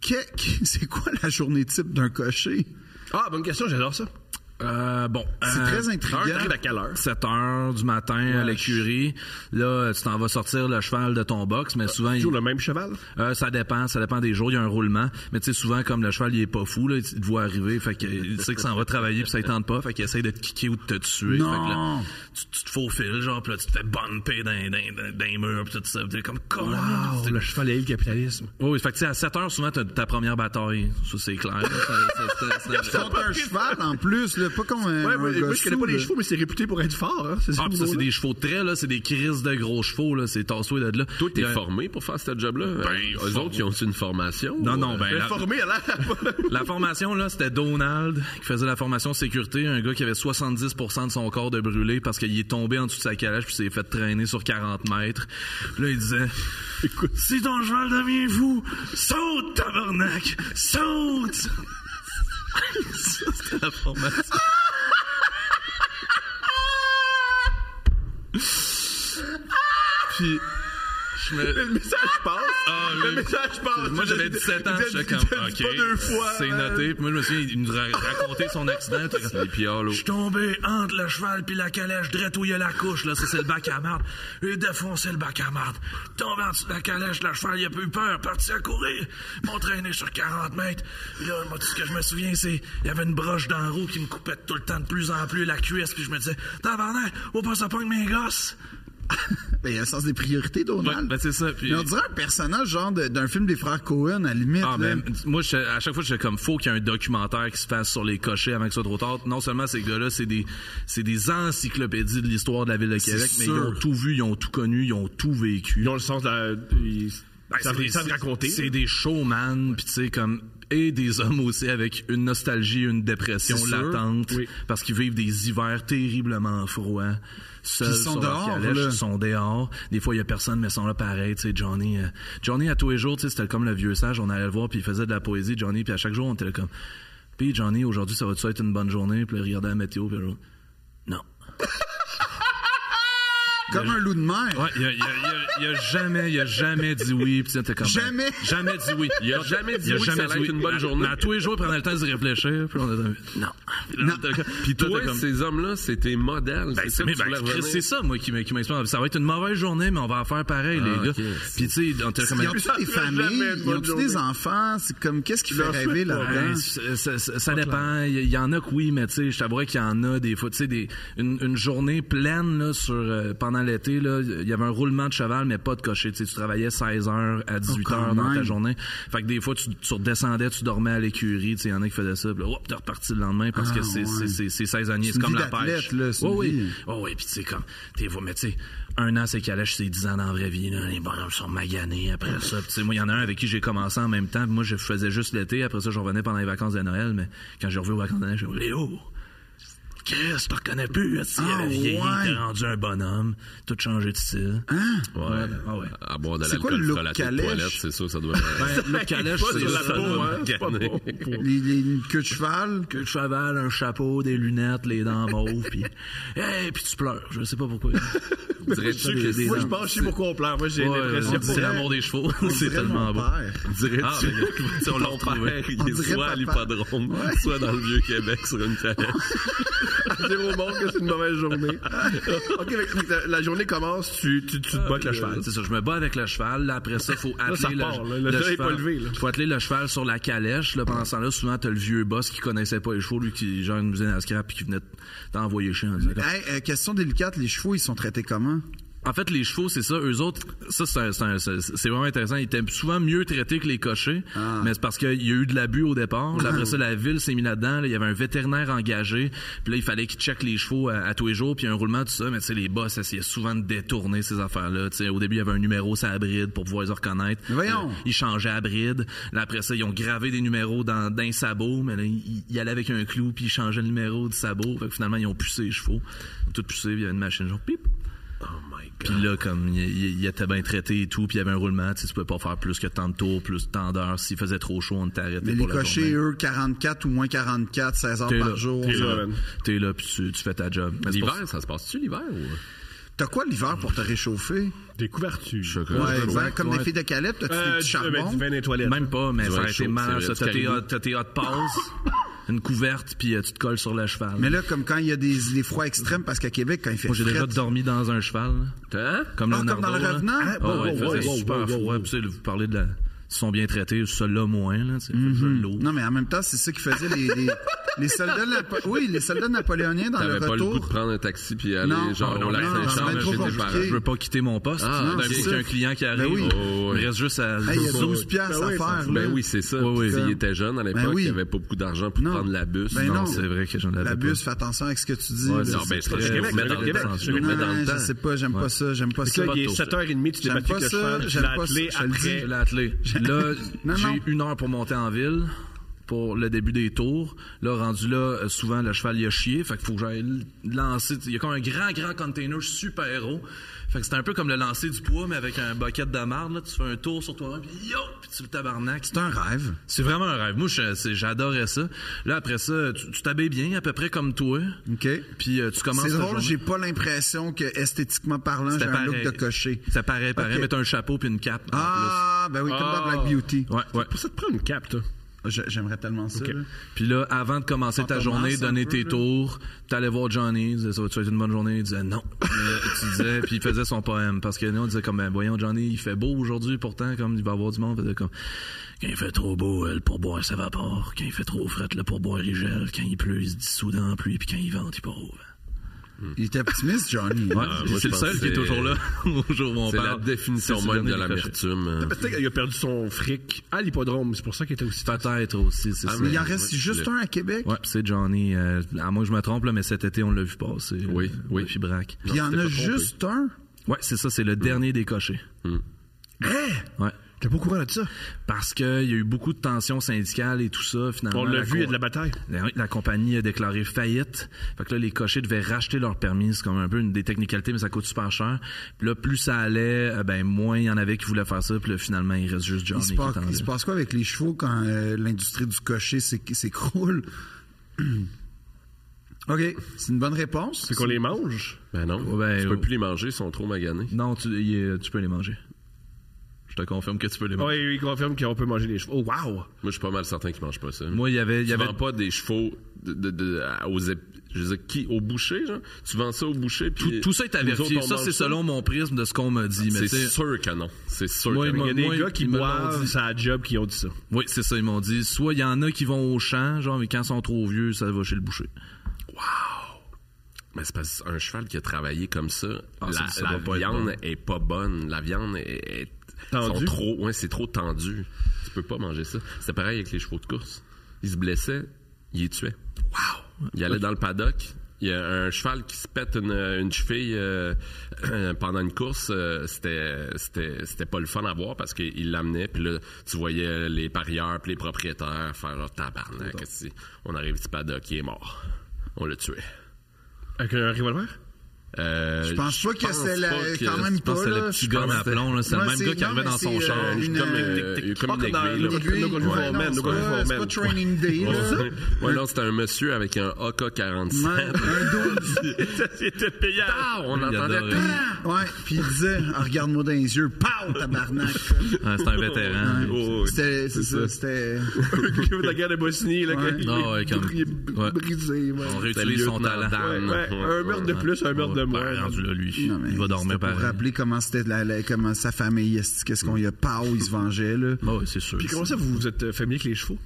[SPEAKER 5] que- que- c'est quoi la journée type d'un cocher?
[SPEAKER 2] Ah, bonne question, j'adore ça.
[SPEAKER 1] Euh, bon.
[SPEAKER 5] C'est
[SPEAKER 1] euh,
[SPEAKER 5] très
[SPEAKER 2] Heure,
[SPEAKER 5] intriguant.
[SPEAKER 2] t'arrives à quelle heure?
[SPEAKER 1] 7 heures du matin à l'écurie. Là, tu t'en vas sortir le cheval de ton box, mais souvent, il-
[SPEAKER 2] Toujours le même cheval?
[SPEAKER 1] euh, ça dépend, ça dépend des jours. Il y a un roulement. Mais tu sais, souvent, comme le cheval, il est pas fou, là, il te voit arriver, fait que il sait que ça en va travailler, puis ça ne tente pas, fait qu'il essaie de te kicker ou de te tuer.
[SPEAKER 5] Non.
[SPEAKER 1] Fait que là, tu, tu te faufiles, genre, puis là, tu te fais bumper dans, dans, dans, dans les murs, puis tout ça. puis T'es comme, Colin,
[SPEAKER 2] Wow, Ah, le cheval et le capitalisme.
[SPEAKER 1] Oui, fait que tu sais, à 7 heures, souvent, t'as ta première bataille. Ça, c'est clair. là. Ça- ça- ça- ça- ça-
[SPEAKER 5] Contre un cheval, en plus, là, pas comme un.
[SPEAKER 2] Ouais, moi,
[SPEAKER 5] un
[SPEAKER 2] moi, je
[SPEAKER 5] gossou,
[SPEAKER 2] connais pas les
[SPEAKER 5] là.
[SPEAKER 2] chevaux, mais c'est réputé pour être fort. Hein? C'est
[SPEAKER 1] Ah, pis ça, c'est
[SPEAKER 2] gros-là.
[SPEAKER 1] des chevaux de trait, là. C'est des crises de gros chevaux, là. C'est tassoué de là.
[SPEAKER 4] Toi, t'es
[SPEAKER 1] Il y a- Ben,
[SPEAKER 4] formé pour faire ce job-là? Euh, eux
[SPEAKER 1] formé.
[SPEAKER 4] autres, ils ont une formation?
[SPEAKER 1] Non,
[SPEAKER 4] ou,
[SPEAKER 1] non,
[SPEAKER 4] euh,
[SPEAKER 1] ben, la,
[SPEAKER 2] Informé, elle a l'air-
[SPEAKER 1] la formation, là, c'était Donald qui faisait la formation sécurité. Un gars qui avait 70 de son corps de brûlé parce qu'il est tombé en dessous de sa calèche puis s'est fait traîner sur 40 mètres. Puis là, il disait, écoute, si ton cheval devient fou, saute, tabarnak! Saute! Ça, c'était la formation. puis... Je me...
[SPEAKER 2] Le message passe.
[SPEAKER 1] Ah,
[SPEAKER 2] le
[SPEAKER 1] oui.
[SPEAKER 2] message passe.
[SPEAKER 1] Moi, j'avais 17 ans,
[SPEAKER 2] Il dit-
[SPEAKER 1] j'étais comme,
[SPEAKER 2] il dit- il dit
[SPEAKER 1] OK,
[SPEAKER 2] pas deux fois,
[SPEAKER 1] c'est
[SPEAKER 2] man.
[SPEAKER 1] noté. Puis moi, je me souviens, il nous ra- racontait son accident. Puis oh,
[SPEAKER 4] Les pieds
[SPEAKER 1] Je suis tombé entre le cheval puis la calèche, drette où il y a la couche, là, ça c'est le bac à marde. J'ai défoncé le bac à marde. Tombé en dessous de la calèche, le cheval, il a pas eu peur, parti à courir, m'entraîner sur 40 mètres. Puis là, moi, tout ce que je me souviens, c'est, il y avait une broche dans la roue qui me coupait tout le temps de plus en plus la cuisse, puis je me disais, tabarnak, au pas ça pogne mes gosses.
[SPEAKER 5] Ben, il y a le sens des priorités, Donald.
[SPEAKER 1] ben, c'est ça,
[SPEAKER 5] Mais on dirait un personnage genre de- d'un film des frères Cohen, à la limite.
[SPEAKER 1] Ah,
[SPEAKER 5] là.
[SPEAKER 1] mais moi, je- à chaque fois, je suis comme, faut qu'il y ait un documentaire qui se fasse sur les cochers avant que ce soit trop tard. Non seulement ces gars-là, c'est des, c'est des encyclopédies de l'histoire de la ville de Québec, mais
[SPEAKER 5] sûr.
[SPEAKER 1] ils ont tout vu, ils ont tout connu, ils ont tout vécu.
[SPEAKER 2] Ils ont le sens de la. Ils
[SPEAKER 1] Ben,
[SPEAKER 2] savent
[SPEAKER 1] c'est des-
[SPEAKER 2] ils savent raconter.
[SPEAKER 1] C'est des showman, puis tu sais, comme et des hommes aussi avec une nostalgie, une dépression
[SPEAKER 5] C'est sûr.
[SPEAKER 1] latente,
[SPEAKER 2] Oui.
[SPEAKER 1] parce qu'ils vivent des hivers terriblement froids. Seuls
[SPEAKER 5] Puis ils sont
[SPEAKER 1] sur leur
[SPEAKER 5] dehors,
[SPEAKER 1] calèche,
[SPEAKER 5] là.
[SPEAKER 1] ils sont dehors. Des fois, il y a personne, mais ils sont là pareil. Tu sais, Johnny, euh, Johnny, à tous les jours, tu sais, c'était comme le vieux sage. On allait le voir, puis il faisait de la poésie, Johnny. Puis à chaque jour, on était là comme, puis Johnny, aujourd'hui, ça va-tu être une bonne journée? Puis là, il regardait la météo, puis l'autre, non.
[SPEAKER 5] Comme un loup de mer.
[SPEAKER 1] Ouais, il a, il a- il a- il a jamais, il a jamais dit oui. Puis t'es comme
[SPEAKER 5] Jamais?
[SPEAKER 1] jamais dit oui.
[SPEAKER 4] Il a jamais dit oui que ça allait être une bonne
[SPEAKER 1] Mais à-
[SPEAKER 4] journée.
[SPEAKER 1] mais À tous les jours, il prenait le temps de se réfléchir. Puis on a dit, non.
[SPEAKER 5] Non.
[SPEAKER 1] Puis toi,
[SPEAKER 4] Toi,
[SPEAKER 1] t'es comme.
[SPEAKER 4] ces hommes-là, c'est tes modèles.
[SPEAKER 1] Ben,
[SPEAKER 4] c'est
[SPEAKER 1] c'est
[SPEAKER 4] ça que
[SPEAKER 1] mais
[SPEAKER 4] tu
[SPEAKER 1] ben,
[SPEAKER 4] voulais
[SPEAKER 1] Chris,
[SPEAKER 4] revenir.
[SPEAKER 1] c'est ça, moi, qui m- qui m'inspire. Ça va être une mauvaise journée, mais on va en faire pareil,
[SPEAKER 4] Ah,
[SPEAKER 1] les gars.
[SPEAKER 4] ok.
[SPEAKER 1] Puis, tu sais, on était comme.
[SPEAKER 5] Ils ont-tu des
[SPEAKER 6] Ça peut jamais
[SPEAKER 5] familles?
[SPEAKER 6] être
[SPEAKER 5] Ils
[SPEAKER 6] bonne
[SPEAKER 5] ont-tu des
[SPEAKER 6] journée.
[SPEAKER 5] enfants? C'est comme, qu'est-ce qui fait rêver là-dedans?
[SPEAKER 1] Ben, ça, ça- ça- ça dépend. Il y- il y en a que oui, mais tu sais, je t'avouerais qu'il y en a des fois. Tu sais, des- une, une journée pleine là, sur, euh, pendant l'été, là, il y avait un roulement de cheval, mais pas de cocher. Tu sais, tu travaillais 16 heures à 18
[SPEAKER 5] Oh, quand
[SPEAKER 1] heures dans ta
[SPEAKER 5] même.
[SPEAKER 1] journée. Fait que des fois, tu, tu redescendais, tu dormais à l'écurie. Tu sais, il y en a qui faisaient ça. Puis là, hop, t'es reparti le lendemain parce que
[SPEAKER 5] Ah,
[SPEAKER 1] c'est
[SPEAKER 5] ouais.
[SPEAKER 1] c'est- c'est- c'est saisonnier.
[SPEAKER 5] C'est
[SPEAKER 1] C'est
[SPEAKER 5] une
[SPEAKER 1] comme
[SPEAKER 5] vie
[SPEAKER 1] la pêche.
[SPEAKER 5] d'athlète, là, c'est
[SPEAKER 1] Ouais,
[SPEAKER 5] une
[SPEAKER 1] oui,
[SPEAKER 5] vie.
[SPEAKER 1] Oh oui, puis tu sais, comme, t'es vois, mais tu sais, un an, c'est calèche, c'est 10 ans dans la vraie vie, là, les bonhommes sont maganés après ça. Puis tu sais, moi, il y en a un avec qui j'ai commencé en même temps, puis moi, je faisais juste l'été, après ça, je revenais pendant les vacances de Noël, mais quand j'ai revu aux vacances de Noël, j'ai dit, Léo, Chris, je te reconnais plus, là, tu sais, il
[SPEAKER 5] Ah,
[SPEAKER 1] avait vieilli,
[SPEAKER 5] ouais.
[SPEAKER 1] t'es rendu un bonhomme, tout changé de style.
[SPEAKER 4] Ouais.
[SPEAKER 1] Ah ouais.
[SPEAKER 4] À boire de
[SPEAKER 5] C'est quoi
[SPEAKER 4] l'alcool
[SPEAKER 5] le look
[SPEAKER 4] frelaté de
[SPEAKER 5] calèche?
[SPEAKER 4] toilette, c'est sûr, ça doit
[SPEAKER 1] Ben, le calèche,
[SPEAKER 4] Pas
[SPEAKER 1] c'est
[SPEAKER 4] sur la
[SPEAKER 1] ça,
[SPEAKER 4] peau,
[SPEAKER 1] là.
[SPEAKER 4] hein, c'est pas bon.
[SPEAKER 5] Les, les- une queue de cheval?
[SPEAKER 1] Que de cheval, un chapeau, des lunettes, les dents mauves, puis hey, puis tu pleures, je sais pas pourquoi.
[SPEAKER 4] Dirais-tu que
[SPEAKER 1] Des-
[SPEAKER 4] c'est-
[SPEAKER 6] Moi, je pense que je sais pourquoi on pleure. Moi, j'ai
[SPEAKER 1] Ouais,
[SPEAKER 6] l'impression.
[SPEAKER 1] on dirait l'amour des chevaux, c'est
[SPEAKER 5] dirait
[SPEAKER 1] tellement
[SPEAKER 5] mon
[SPEAKER 1] beau.
[SPEAKER 5] père.
[SPEAKER 4] Dirais-tu
[SPEAKER 1] Ah, ben,
[SPEAKER 4] que on l'a retrouvé? Il est
[SPEAKER 5] dirait
[SPEAKER 4] soit à
[SPEAKER 5] papa.
[SPEAKER 4] l'hippodrome, soit dans le Vieux-Québec sur une calèche.
[SPEAKER 6] dire au monde que c'est une mauvaise journée. OK, fait que la, la journée commence, tu, tu, tu te bats avec le cheval.
[SPEAKER 1] C'est ça, je me bats avec le cheval. Là, après ça, faut
[SPEAKER 6] ça
[SPEAKER 1] atteler
[SPEAKER 6] repart,
[SPEAKER 1] le,
[SPEAKER 6] euh, là. Le cheval est
[SPEAKER 1] cheval.
[SPEAKER 6] pas levé, là.
[SPEAKER 1] Faut atteler le cheval sur la calèche. Là, pendant ce temps-là, souvent, t'as le vieux boss qui connaissait pas les chevaux, lui qui genre nous faisait à scrap puis qui venait t'envoyer chier en disant,
[SPEAKER 5] Hey, euh, question délicate, les chevaux, ils sont traités comment?
[SPEAKER 1] En fait, les chevaux, c'est ça. Eux autres, ça, c'est un- c'est un- c'est c'est vraiment intéressant. Ils étaient souvent mieux traités que les cochers,
[SPEAKER 5] Ah.
[SPEAKER 1] mais c'est parce qu'il y a eu de l'abus au départ. Là, après ça, la ville s'est mise là-dedans. là. il y avait un vétérinaire engagé. Puis là, il fallait qu'il check les chevaux à, à tous les jours. Puis il y a un roulement, tout ça. Mais tu sais, les boss essayaient souvent de détourner ces affaires-là. Tu sais, Au début, il y avait un numéro sur la bride pour pouvoir les reconnaître.
[SPEAKER 5] Mais voyons.
[SPEAKER 1] Là, ils changeaient à bride. Là, après ça, ils ont gravé des numéros dans, dans un sabot. Mais là, ils, ils allaient avec un clou, puis ils changeaient le numéro du sabot. Fait que finalement, ils ont poussé les chevaux. Tout poussé, puis il y avait une machine genre pip. Puis là, comme il- il il était bien traité et tout, puis il y avait un roulement, tu sais, tu pouvais pas faire plus que tant de tours, plus tant d'heures. S'il faisait trop chaud, on t'arrêtait
[SPEAKER 5] Mais les
[SPEAKER 1] pour la
[SPEAKER 5] cochers,
[SPEAKER 1] journée.
[SPEAKER 5] eux, 44 ou moins 44, 16 heures
[SPEAKER 1] T'es
[SPEAKER 5] par
[SPEAKER 1] là.
[SPEAKER 5] jour.
[SPEAKER 1] T'es là,
[SPEAKER 6] là.
[SPEAKER 1] T'es là, puis tu, tu fais ta job. Mais c'est pour
[SPEAKER 4] Ben, L'hiver, ça se passe-tu l'hiver? ou-
[SPEAKER 5] T'as quoi l'hiver pour te réchauffer?
[SPEAKER 2] Des couvertures.
[SPEAKER 5] Ouais,
[SPEAKER 1] ouais,
[SPEAKER 5] exact. Comme
[SPEAKER 1] ouais.
[SPEAKER 5] des filles de calèpe, t'as-tu des
[SPEAKER 6] Euh,
[SPEAKER 5] petits
[SPEAKER 6] du- euh, ben,
[SPEAKER 5] charbons?
[SPEAKER 6] du vin des
[SPEAKER 1] ça.
[SPEAKER 6] toilettes.
[SPEAKER 1] Même pas, mais ça
[SPEAKER 4] Tu vas
[SPEAKER 1] aurait
[SPEAKER 4] être
[SPEAKER 1] été
[SPEAKER 4] chaud,
[SPEAKER 1] mal.
[SPEAKER 4] c'est
[SPEAKER 1] ça.
[SPEAKER 4] vrai,
[SPEAKER 1] T'as
[SPEAKER 4] du
[SPEAKER 1] tes
[SPEAKER 4] caribou.
[SPEAKER 1] hot- t'as tes hot passes, une couverte, puis euh, tu te colles sur le cheval.
[SPEAKER 5] Mais là, comme quand il y a des, des froids extrêmes, parce qu'à Québec, quand il fait
[SPEAKER 1] Moi, j'ai déjà
[SPEAKER 5] fret,
[SPEAKER 1] dormi dans un cheval, là.
[SPEAKER 4] Hein?
[SPEAKER 1] comme
[SPEAKER 5] Ah, comme
[SPEAKER 1] Leonardo.
[SPEAKER 5] dans Le
[SPEAKER 1] là.
[SPEAKER 5] Revenant?
[SPEAKER 1] Ah,
[SPEAKER 5] Wow,
[SPEAKER 1] ouais, il
[SPEAKER 6] wow,
[SPEAKER 1] faisait
[SPEAKER 6] wow,
[SPEAKER 1] super
[SPEAKER 6] wow, wow,
[SPEAKER 1] froid.
[SPEAKER 6] wow.
[SPEAKER 1] Puis, tu sais, vous parlez de la... Ils sont bien traités, ceux-là moins, là, tu sais. Je l'eau.
[SPEAKER 5] Non, mais en même temps, c'est ça qui faisait les, les, les soldats, napo- oui, les soldats napoléoniens dans le
[SPEAKER 4] T'avais pas le Ah, goût de
[SPEAKER 5] retour.
[SPEAKER 4] prendre un taxi puis aller,
[SPEAKER 5] Non,
[SPEAKER 4] genre,
[SPEAKER 5] non,
[SPEAKER 4] on
[SPEAKER 5] non,
[SPEAKER 4] l'a
[SPEAKER 5] non,
[SPEAKER 4] saint
[SPEAKER 5] non,
[SPEAKER 4] chez
[SPEAKER 5] trop
[SPEAKER 4] tes parents.
[SPEAKER 5] compliqué.
[SPEAKER 1] Je veux pas quitter mon poste.
[SPEAKER 4] Ah,
[SPEAKER 1] D'un
[SPEAKER 4] ok.
[SPEAKER 1] coup, qu'il y a un client qui arrive.
[SPEAKER 5] oui.
[SPEAKER 1] oh, Il reste juste à.
[SPEAKER 5] Hey, il y a
[SPEAKER 1] Oh,
[SPEAKER 5] 12 piastres
[SPEAKER 6] Ben oui.
[SPEAKER 5] à faire.
[SPEAKER 4] Ben
[SPEAKER 5] là.
[SPEAKER 4] oui, c'est ça.
[SPEAKER 1] Oui, oui.
[SPEAKER 4] Puis Il était jeune à l'époque,
[SPEAKER 5] Ben oui.
[SPEAKER 4] il avait pas beaucoup d'argent pour
[SPEAKER 5] Non.
[SPEAKER 4] prendre la bus.
[SPEAKER 5] Ben non.
[SPEAKER 1] C'est vrai que j'en avais.
[SPEAKER 5] La
[SPEAKER 1] pas.
[SPEAKER 5] bus, fais attention avec ce que tu dis.
[SPEAKER 1] Ouais,
[SPEAKER 5] là.
[SPEAKER 4] Non, ben, c'est pas
[SPEAKER 6] Québec,
[SPEAKER 4] je le remets dans le
[SPEAKER 6] Québec.
[SPEAKER 4] temps, je le
[SPEAKER 5] Non,
[SPEAKER 4] remets dans le
[SPEAKER 5] je sais
[SPEAKER 4] temps.
[SPEAKER 5] pas, j'aime pas ça, j'aime pas ça.
[SPEAKER 6] Là, il est
[SPEAKER 1] tôt,
[SPEAKER 6] 7h30, tu t'es
[SPEAKER 5] J'aime
[SPEAKER 6] battu
[SPEAKER 5] pas
[SPEAKER 6] avec le
[SPEAKER 5] ça,
[SPEAKER 6] cheval. Tu
[SPEAKER 5] j'aime
[SPEAKER 6] l'as
[SPEAKER 5] pas
[SPEAKER 6] attelé
[SPEAKER 5] ça, je le
[SPEAKER 1] Je
[SPEAKER 6] après.
[SPEAKER 1] l'ai attelé. Là,
[SPEAKER 5] Non, non.
[SPEAKER 1] j'ai une heure pour monter en ville pour le début des tours. Là, rendu là, euh, souvent, le cheval, il a chié. Fait qu'il faut que j'aille le lancer. Il y a comme un grand, grand container super héros. Fait que c'est un peu comme le lancer du poids, mais avec un bucket de marde, là. Tu fais un tour sur toi-même, puis yo! Puis tu le tabarnak.
[SPEAKER 5] C'est un rêve.
[SPEAKER 1] C'est vraiment un rêve. Moi, je- c'est- j'adorais ça. Là, après ça, tu tu t'habilles bien, à peu près comme toi.
[SPEAKER 5] OK.
[SPEAKER 1] Puis euh, tu commences
[SPEAKER 5] C'est
[SPEAKER 1] ta
[SPEAKER 5] drôle,
[SPEAKER 1] journée.
[SPEAKER 5] j'ai pas l'impression que esthétiquement parlant, j'ai
[SPEAKER 1] C'était
[SPEAKER 5] un look
[SPEAKER 1] pareil.
[SPEAKER 5] de cocher.
[SPEAKER 1] Ça paraît, pareil,
[SPEAKER 5] Ok.
[SPEAKER 1] mais t'as un chapeau puis une cape. en
[SPEAKER 5] Ah, ben oui, comme dans Black Beauty.
[SPEAKER 1] plus. Ouais, ouais.
[SPEAKER 6] Pour ça, te prends une cape, toi.
[SPEAKER 5] Je- J'aimerais tellement ça. là.
[SPEAKER 1] Puis là, avant de commencer ta
[SPEAKER 5] commence
[SPEAKER 1] journée,
[SPEAKER 5] un
[SPEAKER 1] donner
[SPEAKER 5] peu,
[SPEAKER 1] tes
[SPEAKER 5] là.
[SPEAKER 1] tours, t'allais voir Johnny, il disait, ça va-tu être une bonne journée? Il disait non. Mais tu disais, puis il faisait son poème. Parce que nous, on disait comme, ben, voyons, Johnny, il fait beau aujourd'hui, pourtant, comme il va avoir du monde. Il faisait comme, quand il fait trop beau, euh, le pourboire s'évapore. Quand il fait trop fret, le pourboire il gèle. Quand il pleut, il se dissout dans la pluie. Puis quand il vente, il part au vent.
[SPEAKER 5] Il était optimiste, Johnny.
[SPEAKER 1] Ouais,
[SPEAKER 4] Euh, moi, je
[SPEAKER 1] c'est le
[SPEAKER 4] pense
[SPEAKER 1] seul
[SPEAKER 4] que
[SPEAKER 1] qui est
[SPEAKER 4] c'est-
[SPEAKER 1] toujours là au jour où on
[SPEAKER 4] C'est
[SPEAKER 1] parle.
[SPEAKER 4] la définition
[SPEAKER 1] C'est ce
[SPEAKER 4] même
[SPEAKER 1] dernier
[SPEAKER 4] de
[SPEAKER 1] décroché.
[SPEAKER 4] l'amertume.
[SPEAKER 6] Peut-être qu'il a perdu son fric à l'hippodrome. C'est pour ça qu'il était aussi
[SPEAKER 1] Peut-être aussi, c'est
[SPEAKER 4] Ah,
[SPEAKER 1] ça.
[SPEAKER 5] Mais il en
[SPEAKER 4] Ouais,
[SPEAKER 5] reste
[SPEAKER 4] ouais,
[SPEAKER 5] juste
[SPEAKER 4] je
[SPEAKER 5] un à Québec.
[SPEAKER 1] Ouais, pis c'est Johnny. euh, à moins que je me trompe, là, mais cet été, on l'a vu passer. euh,
[SPEAKER 4] Oui, oui. Mm.
[SPEAKER 1] Puis Braque.
[SPEAKER 5] Puis il y en
[SPEAKER 4] t'es
[SPEAKER 5] a
[SPEAKER 4] pas trompé.
[SPEAKER 5] juste un.
[SPEAKER 1] Hein?
[SPEAKER 4] Mm.
[SPEAKER 1] Ouais, c'est ça, c'est le dernier des cochers. Ouais.
[SPEAKER 2] T'es pas au courant de ça?
[SPEAKER 1] Parce qu'il y a eu beaucoup de tensions syndicales et tout ça, finalement.
[SPEAKER 6] Ah,
[SPEAKER 2] On l'a
[SPEAKER 1] la
[SPEAKER 2] vu, il y a
[SPEAKER 1] co-
[SPEAKER 2] de la bataille.
[SPEAKER 1] La, la compagnie a déclaré faillite. Fait que là, les cochers devaient racheter leur permis. C'est comme un peu une des technicalités, mais ça coûte super cher. Puis là, plus ça allait, euh, ben moins il y en avait qui voulaient faire ça. Puis là, finalement, il reste juste Johnny
[SPEAKER 5] Il se,
[SPEAKER 1] qui
[SPEAKER 5] passe,
[SPEAKER 1] attendait.
[SPEAKER 5] il se passe quoi avec les chevaux quand euh, l'industrie du cocher s'éc- s'écroule? OK, c'est une bonne réponse.
[SPEAKER 2] C'est qu'on les mange.
[SPEAKER 4] Ben non,
[SPEAKER 1] Ouais, ben,
[SPEAKER 4] tu
[SPEAKER 1] oh.
[SPEAKER 4] peux plus les manger, ils sont trop maganés.
[SPEAKER 1] Non, tu, il est- tu peux les manger. Je te confirme que tu peux les manger.
[SPEAKER 2] Oui, il confirme qu'on peut manger les chevaux. Oh, wow!
[SPEAKER 4] Moi, je suis pas mal certain qu'ils mangent pas ça.
[SPEAKER 1] Moi, il y avait, il y
[SPEAKER 4] tu
[SPEAKER 1] avait
[SPEAKER 4] vends pas des chevaux de, de- de- à- aux ép- je veux dire, qui au boucher genre tu vends ça au boucher
[SPEAKER 1] tout,
[SPEAKER 4] puis
[SPEAKER 1] tout ça est à
[SPEAKER 4] nous
[SPEAKER 1] vérifier.
[SPEAKER 4] autres, on
[SPEAKER 1] Ça,
[SPEAKER 4] mange
[SPEAKER 1] c'est selon mon prisme de ce qu'on m'a dit. Mais
[SPEAKER 4] c'est
[SPEAKER 1] tu sais,
[SPEAKER 4] sûr que non c'est sûr
[SPEAKER 1] Moi,
[SPEAKER 4] que non.
[SPEAKER 2] Il y a des
[SPEAKER 1] Moi,
[SPEAKER 2] gars qui
[SPEAKER 1] ils me l'ont
[SPEAKER 2] boivent,
[SPEAKER 1] dit.
[SPEAKER 2] ça à job, qui ont dit ça.
[SPEAKER 1] oui, c'est ça. Ils m'ont dit, soit il y en a qui vont au champ, genre, mais quand ils sont trop vieux, ça va chez le boucher.
[SPEAKER 4] mais c'est parce qu'un cheval qui a travaillé comme ça
[SPEAKER 1] Ah,
[SPEAKER 4] la,
[SPEAKER 1] ça- ça
[SPEAKER 4] la
[SPEAKER 1] doit pas être
[SPEAKER 4] viande
[SPEAKER 1] bon.
[SPEAKER 4] est pas bonne la viande est, est-
[SPEAKER 2] Tendue?
[SPEAKER 4] sont trop ouais c'est trop tendu tu peux pas manger ça c'était pareil avec les chevaux de course ils se blessaient ils les tuaient wow ils allaient dans le paddock il y a un cheval qui se pète une, une cheville euh, pendant une course, euh, c'était c'était c'était pas le fun à voir parce qu'il l'amenait puis là tu voyais les parieurs puis les propriétaires faire leur tabarnak. Si on arrive du paddock, il est mort. On l'a tué.
[SPEAKER 2] Avec un revolver?
[SPEAKER 4] Euh,
[SPEAKER 5] Je pense pas que c'est la-
[SPEAKER 4] pas que-
[SPEAKER 5] quand même
[SPEAKER 1] Je pense
[SPEAKER 5] pas,
[SPEAKER 1] que c'est
[SPEAKER 5] là,
[SPEAKER 1] le petit
[SPEAKER 5] je
[SPEAKER 1] gomme
[SPEAKER 5] pense
[SPEAKER 1] à
[SPEAKER 5] que-
[SPEAKER 1] plomb, là. C'est
[SPEAKER 5] Ouais,
[SPEAKER 1] le même
[SPEAKER 5] c'est-
[SPEAKER 1] gars qui
[SPEAKER 5] non,
[SPEAKER 1] arrivait
[SPEAKER 5] mais
[SPEAKER 1] dans son
[SPEAKER 5] c'est,
[SPEAKER 1] char.
[SPEAKER 5] euh,
[SPEAKER 1] Je suis
[SPEAKER 5] une,
[SPEAKER 1] comme,
[SPEAKER 5] euh,
[SPEAKER 1] tic, tic, tic.
[SPEAKER 4] comme une
[SPEAKER 2] Ah, dans
[SPEAKER 4] aiguille, là.
[SPEAKER 2] le-
[SPEAKER 5] Aiguille,
[SPEAKER 2] Nos Golden
[SPEAKER 5] ouais,
[SPEAKER 2] Foreman,
[SPEAKER 5] non,
[SPEAKER 2] nos
[SPEAKER 5] c'est
[SPEAKER 2] Golden
[SPEAKER 5] pas-
[SPEAKER 2] Foreman.
[SPEAKER 5] C'est pas Training Day,
[SPEAKER 4] Ouais,
[SPEAKER 5] là.
[SPEAKER 4] ouais, non, c'était un monsieur avec un AK-47.
[SPEAKER 5] Ouais, un douze.
[SPEAKER 2] C'était payant.
[SPEAKER 4] Ah, on
[SPEAKER 1] Il
[SPEAKER 4] entendait
[SPEAKER 1] adorait.
[SPEAKER 5] Ouais, puis il disait, Ah, regarde-moi dans les yeux, pow, tabarnak.
[SPEAKER 1] Ah, c'est un vétéran.
[SPEAKER 5] Ouais.
[SPEAKER 4] Oh, oui.
[SPEAKER 5] C'était, c'est ça, c'était
[SPEAKER 2] la guerre de Bosnie, là,
[SPEAKER 5] Ouais.
[SPEAKER 2] quand il-
[SPEAKER 1] Ah, ouais, comme-
[SPEAKER 2] il est
[SPEAKER 1] ouais.
[SPEAKER 5] brisé, ouais.
[SPEAKER 1] On
[SPEAKER 4] C'était
[SPEAKER 1] réutilise son
[SPEAKER 4] lieutenant
[SPEAKER 1] talent.
[SPEAKER 2] Ouais,
[SPEAKER 4] Dan.
[SPEAKER 2] ouais,
[SPEAKER 4] Ouais,
[SPEAKER 2] un
[SPEAKER 4] ouais.
[SPEAKER 2] meurtre de plus, un meurtre de
[SPEAKER 1] Ouais,
[SPEAKER 2] moins.
[SPEAKER 1] rendu là, lui.
[SPEAKER 5] Non, mais
[SPEAKER 1] il va dormir
[SPEAKER 5] c'était
[SPEAKER 1] pareil.
[SPEAKER 5] Pour rappeler comment c'était de la, la- comment sa famille, est-ce- qu'est-ce qu'on y a, pow, il se vengeait, là.
[SPEAKER 1] Ah ouais, c'est sûr.
[SPEAKER 2] Puis comment ça, vous, vous êtes euh, familier avec les chevaux?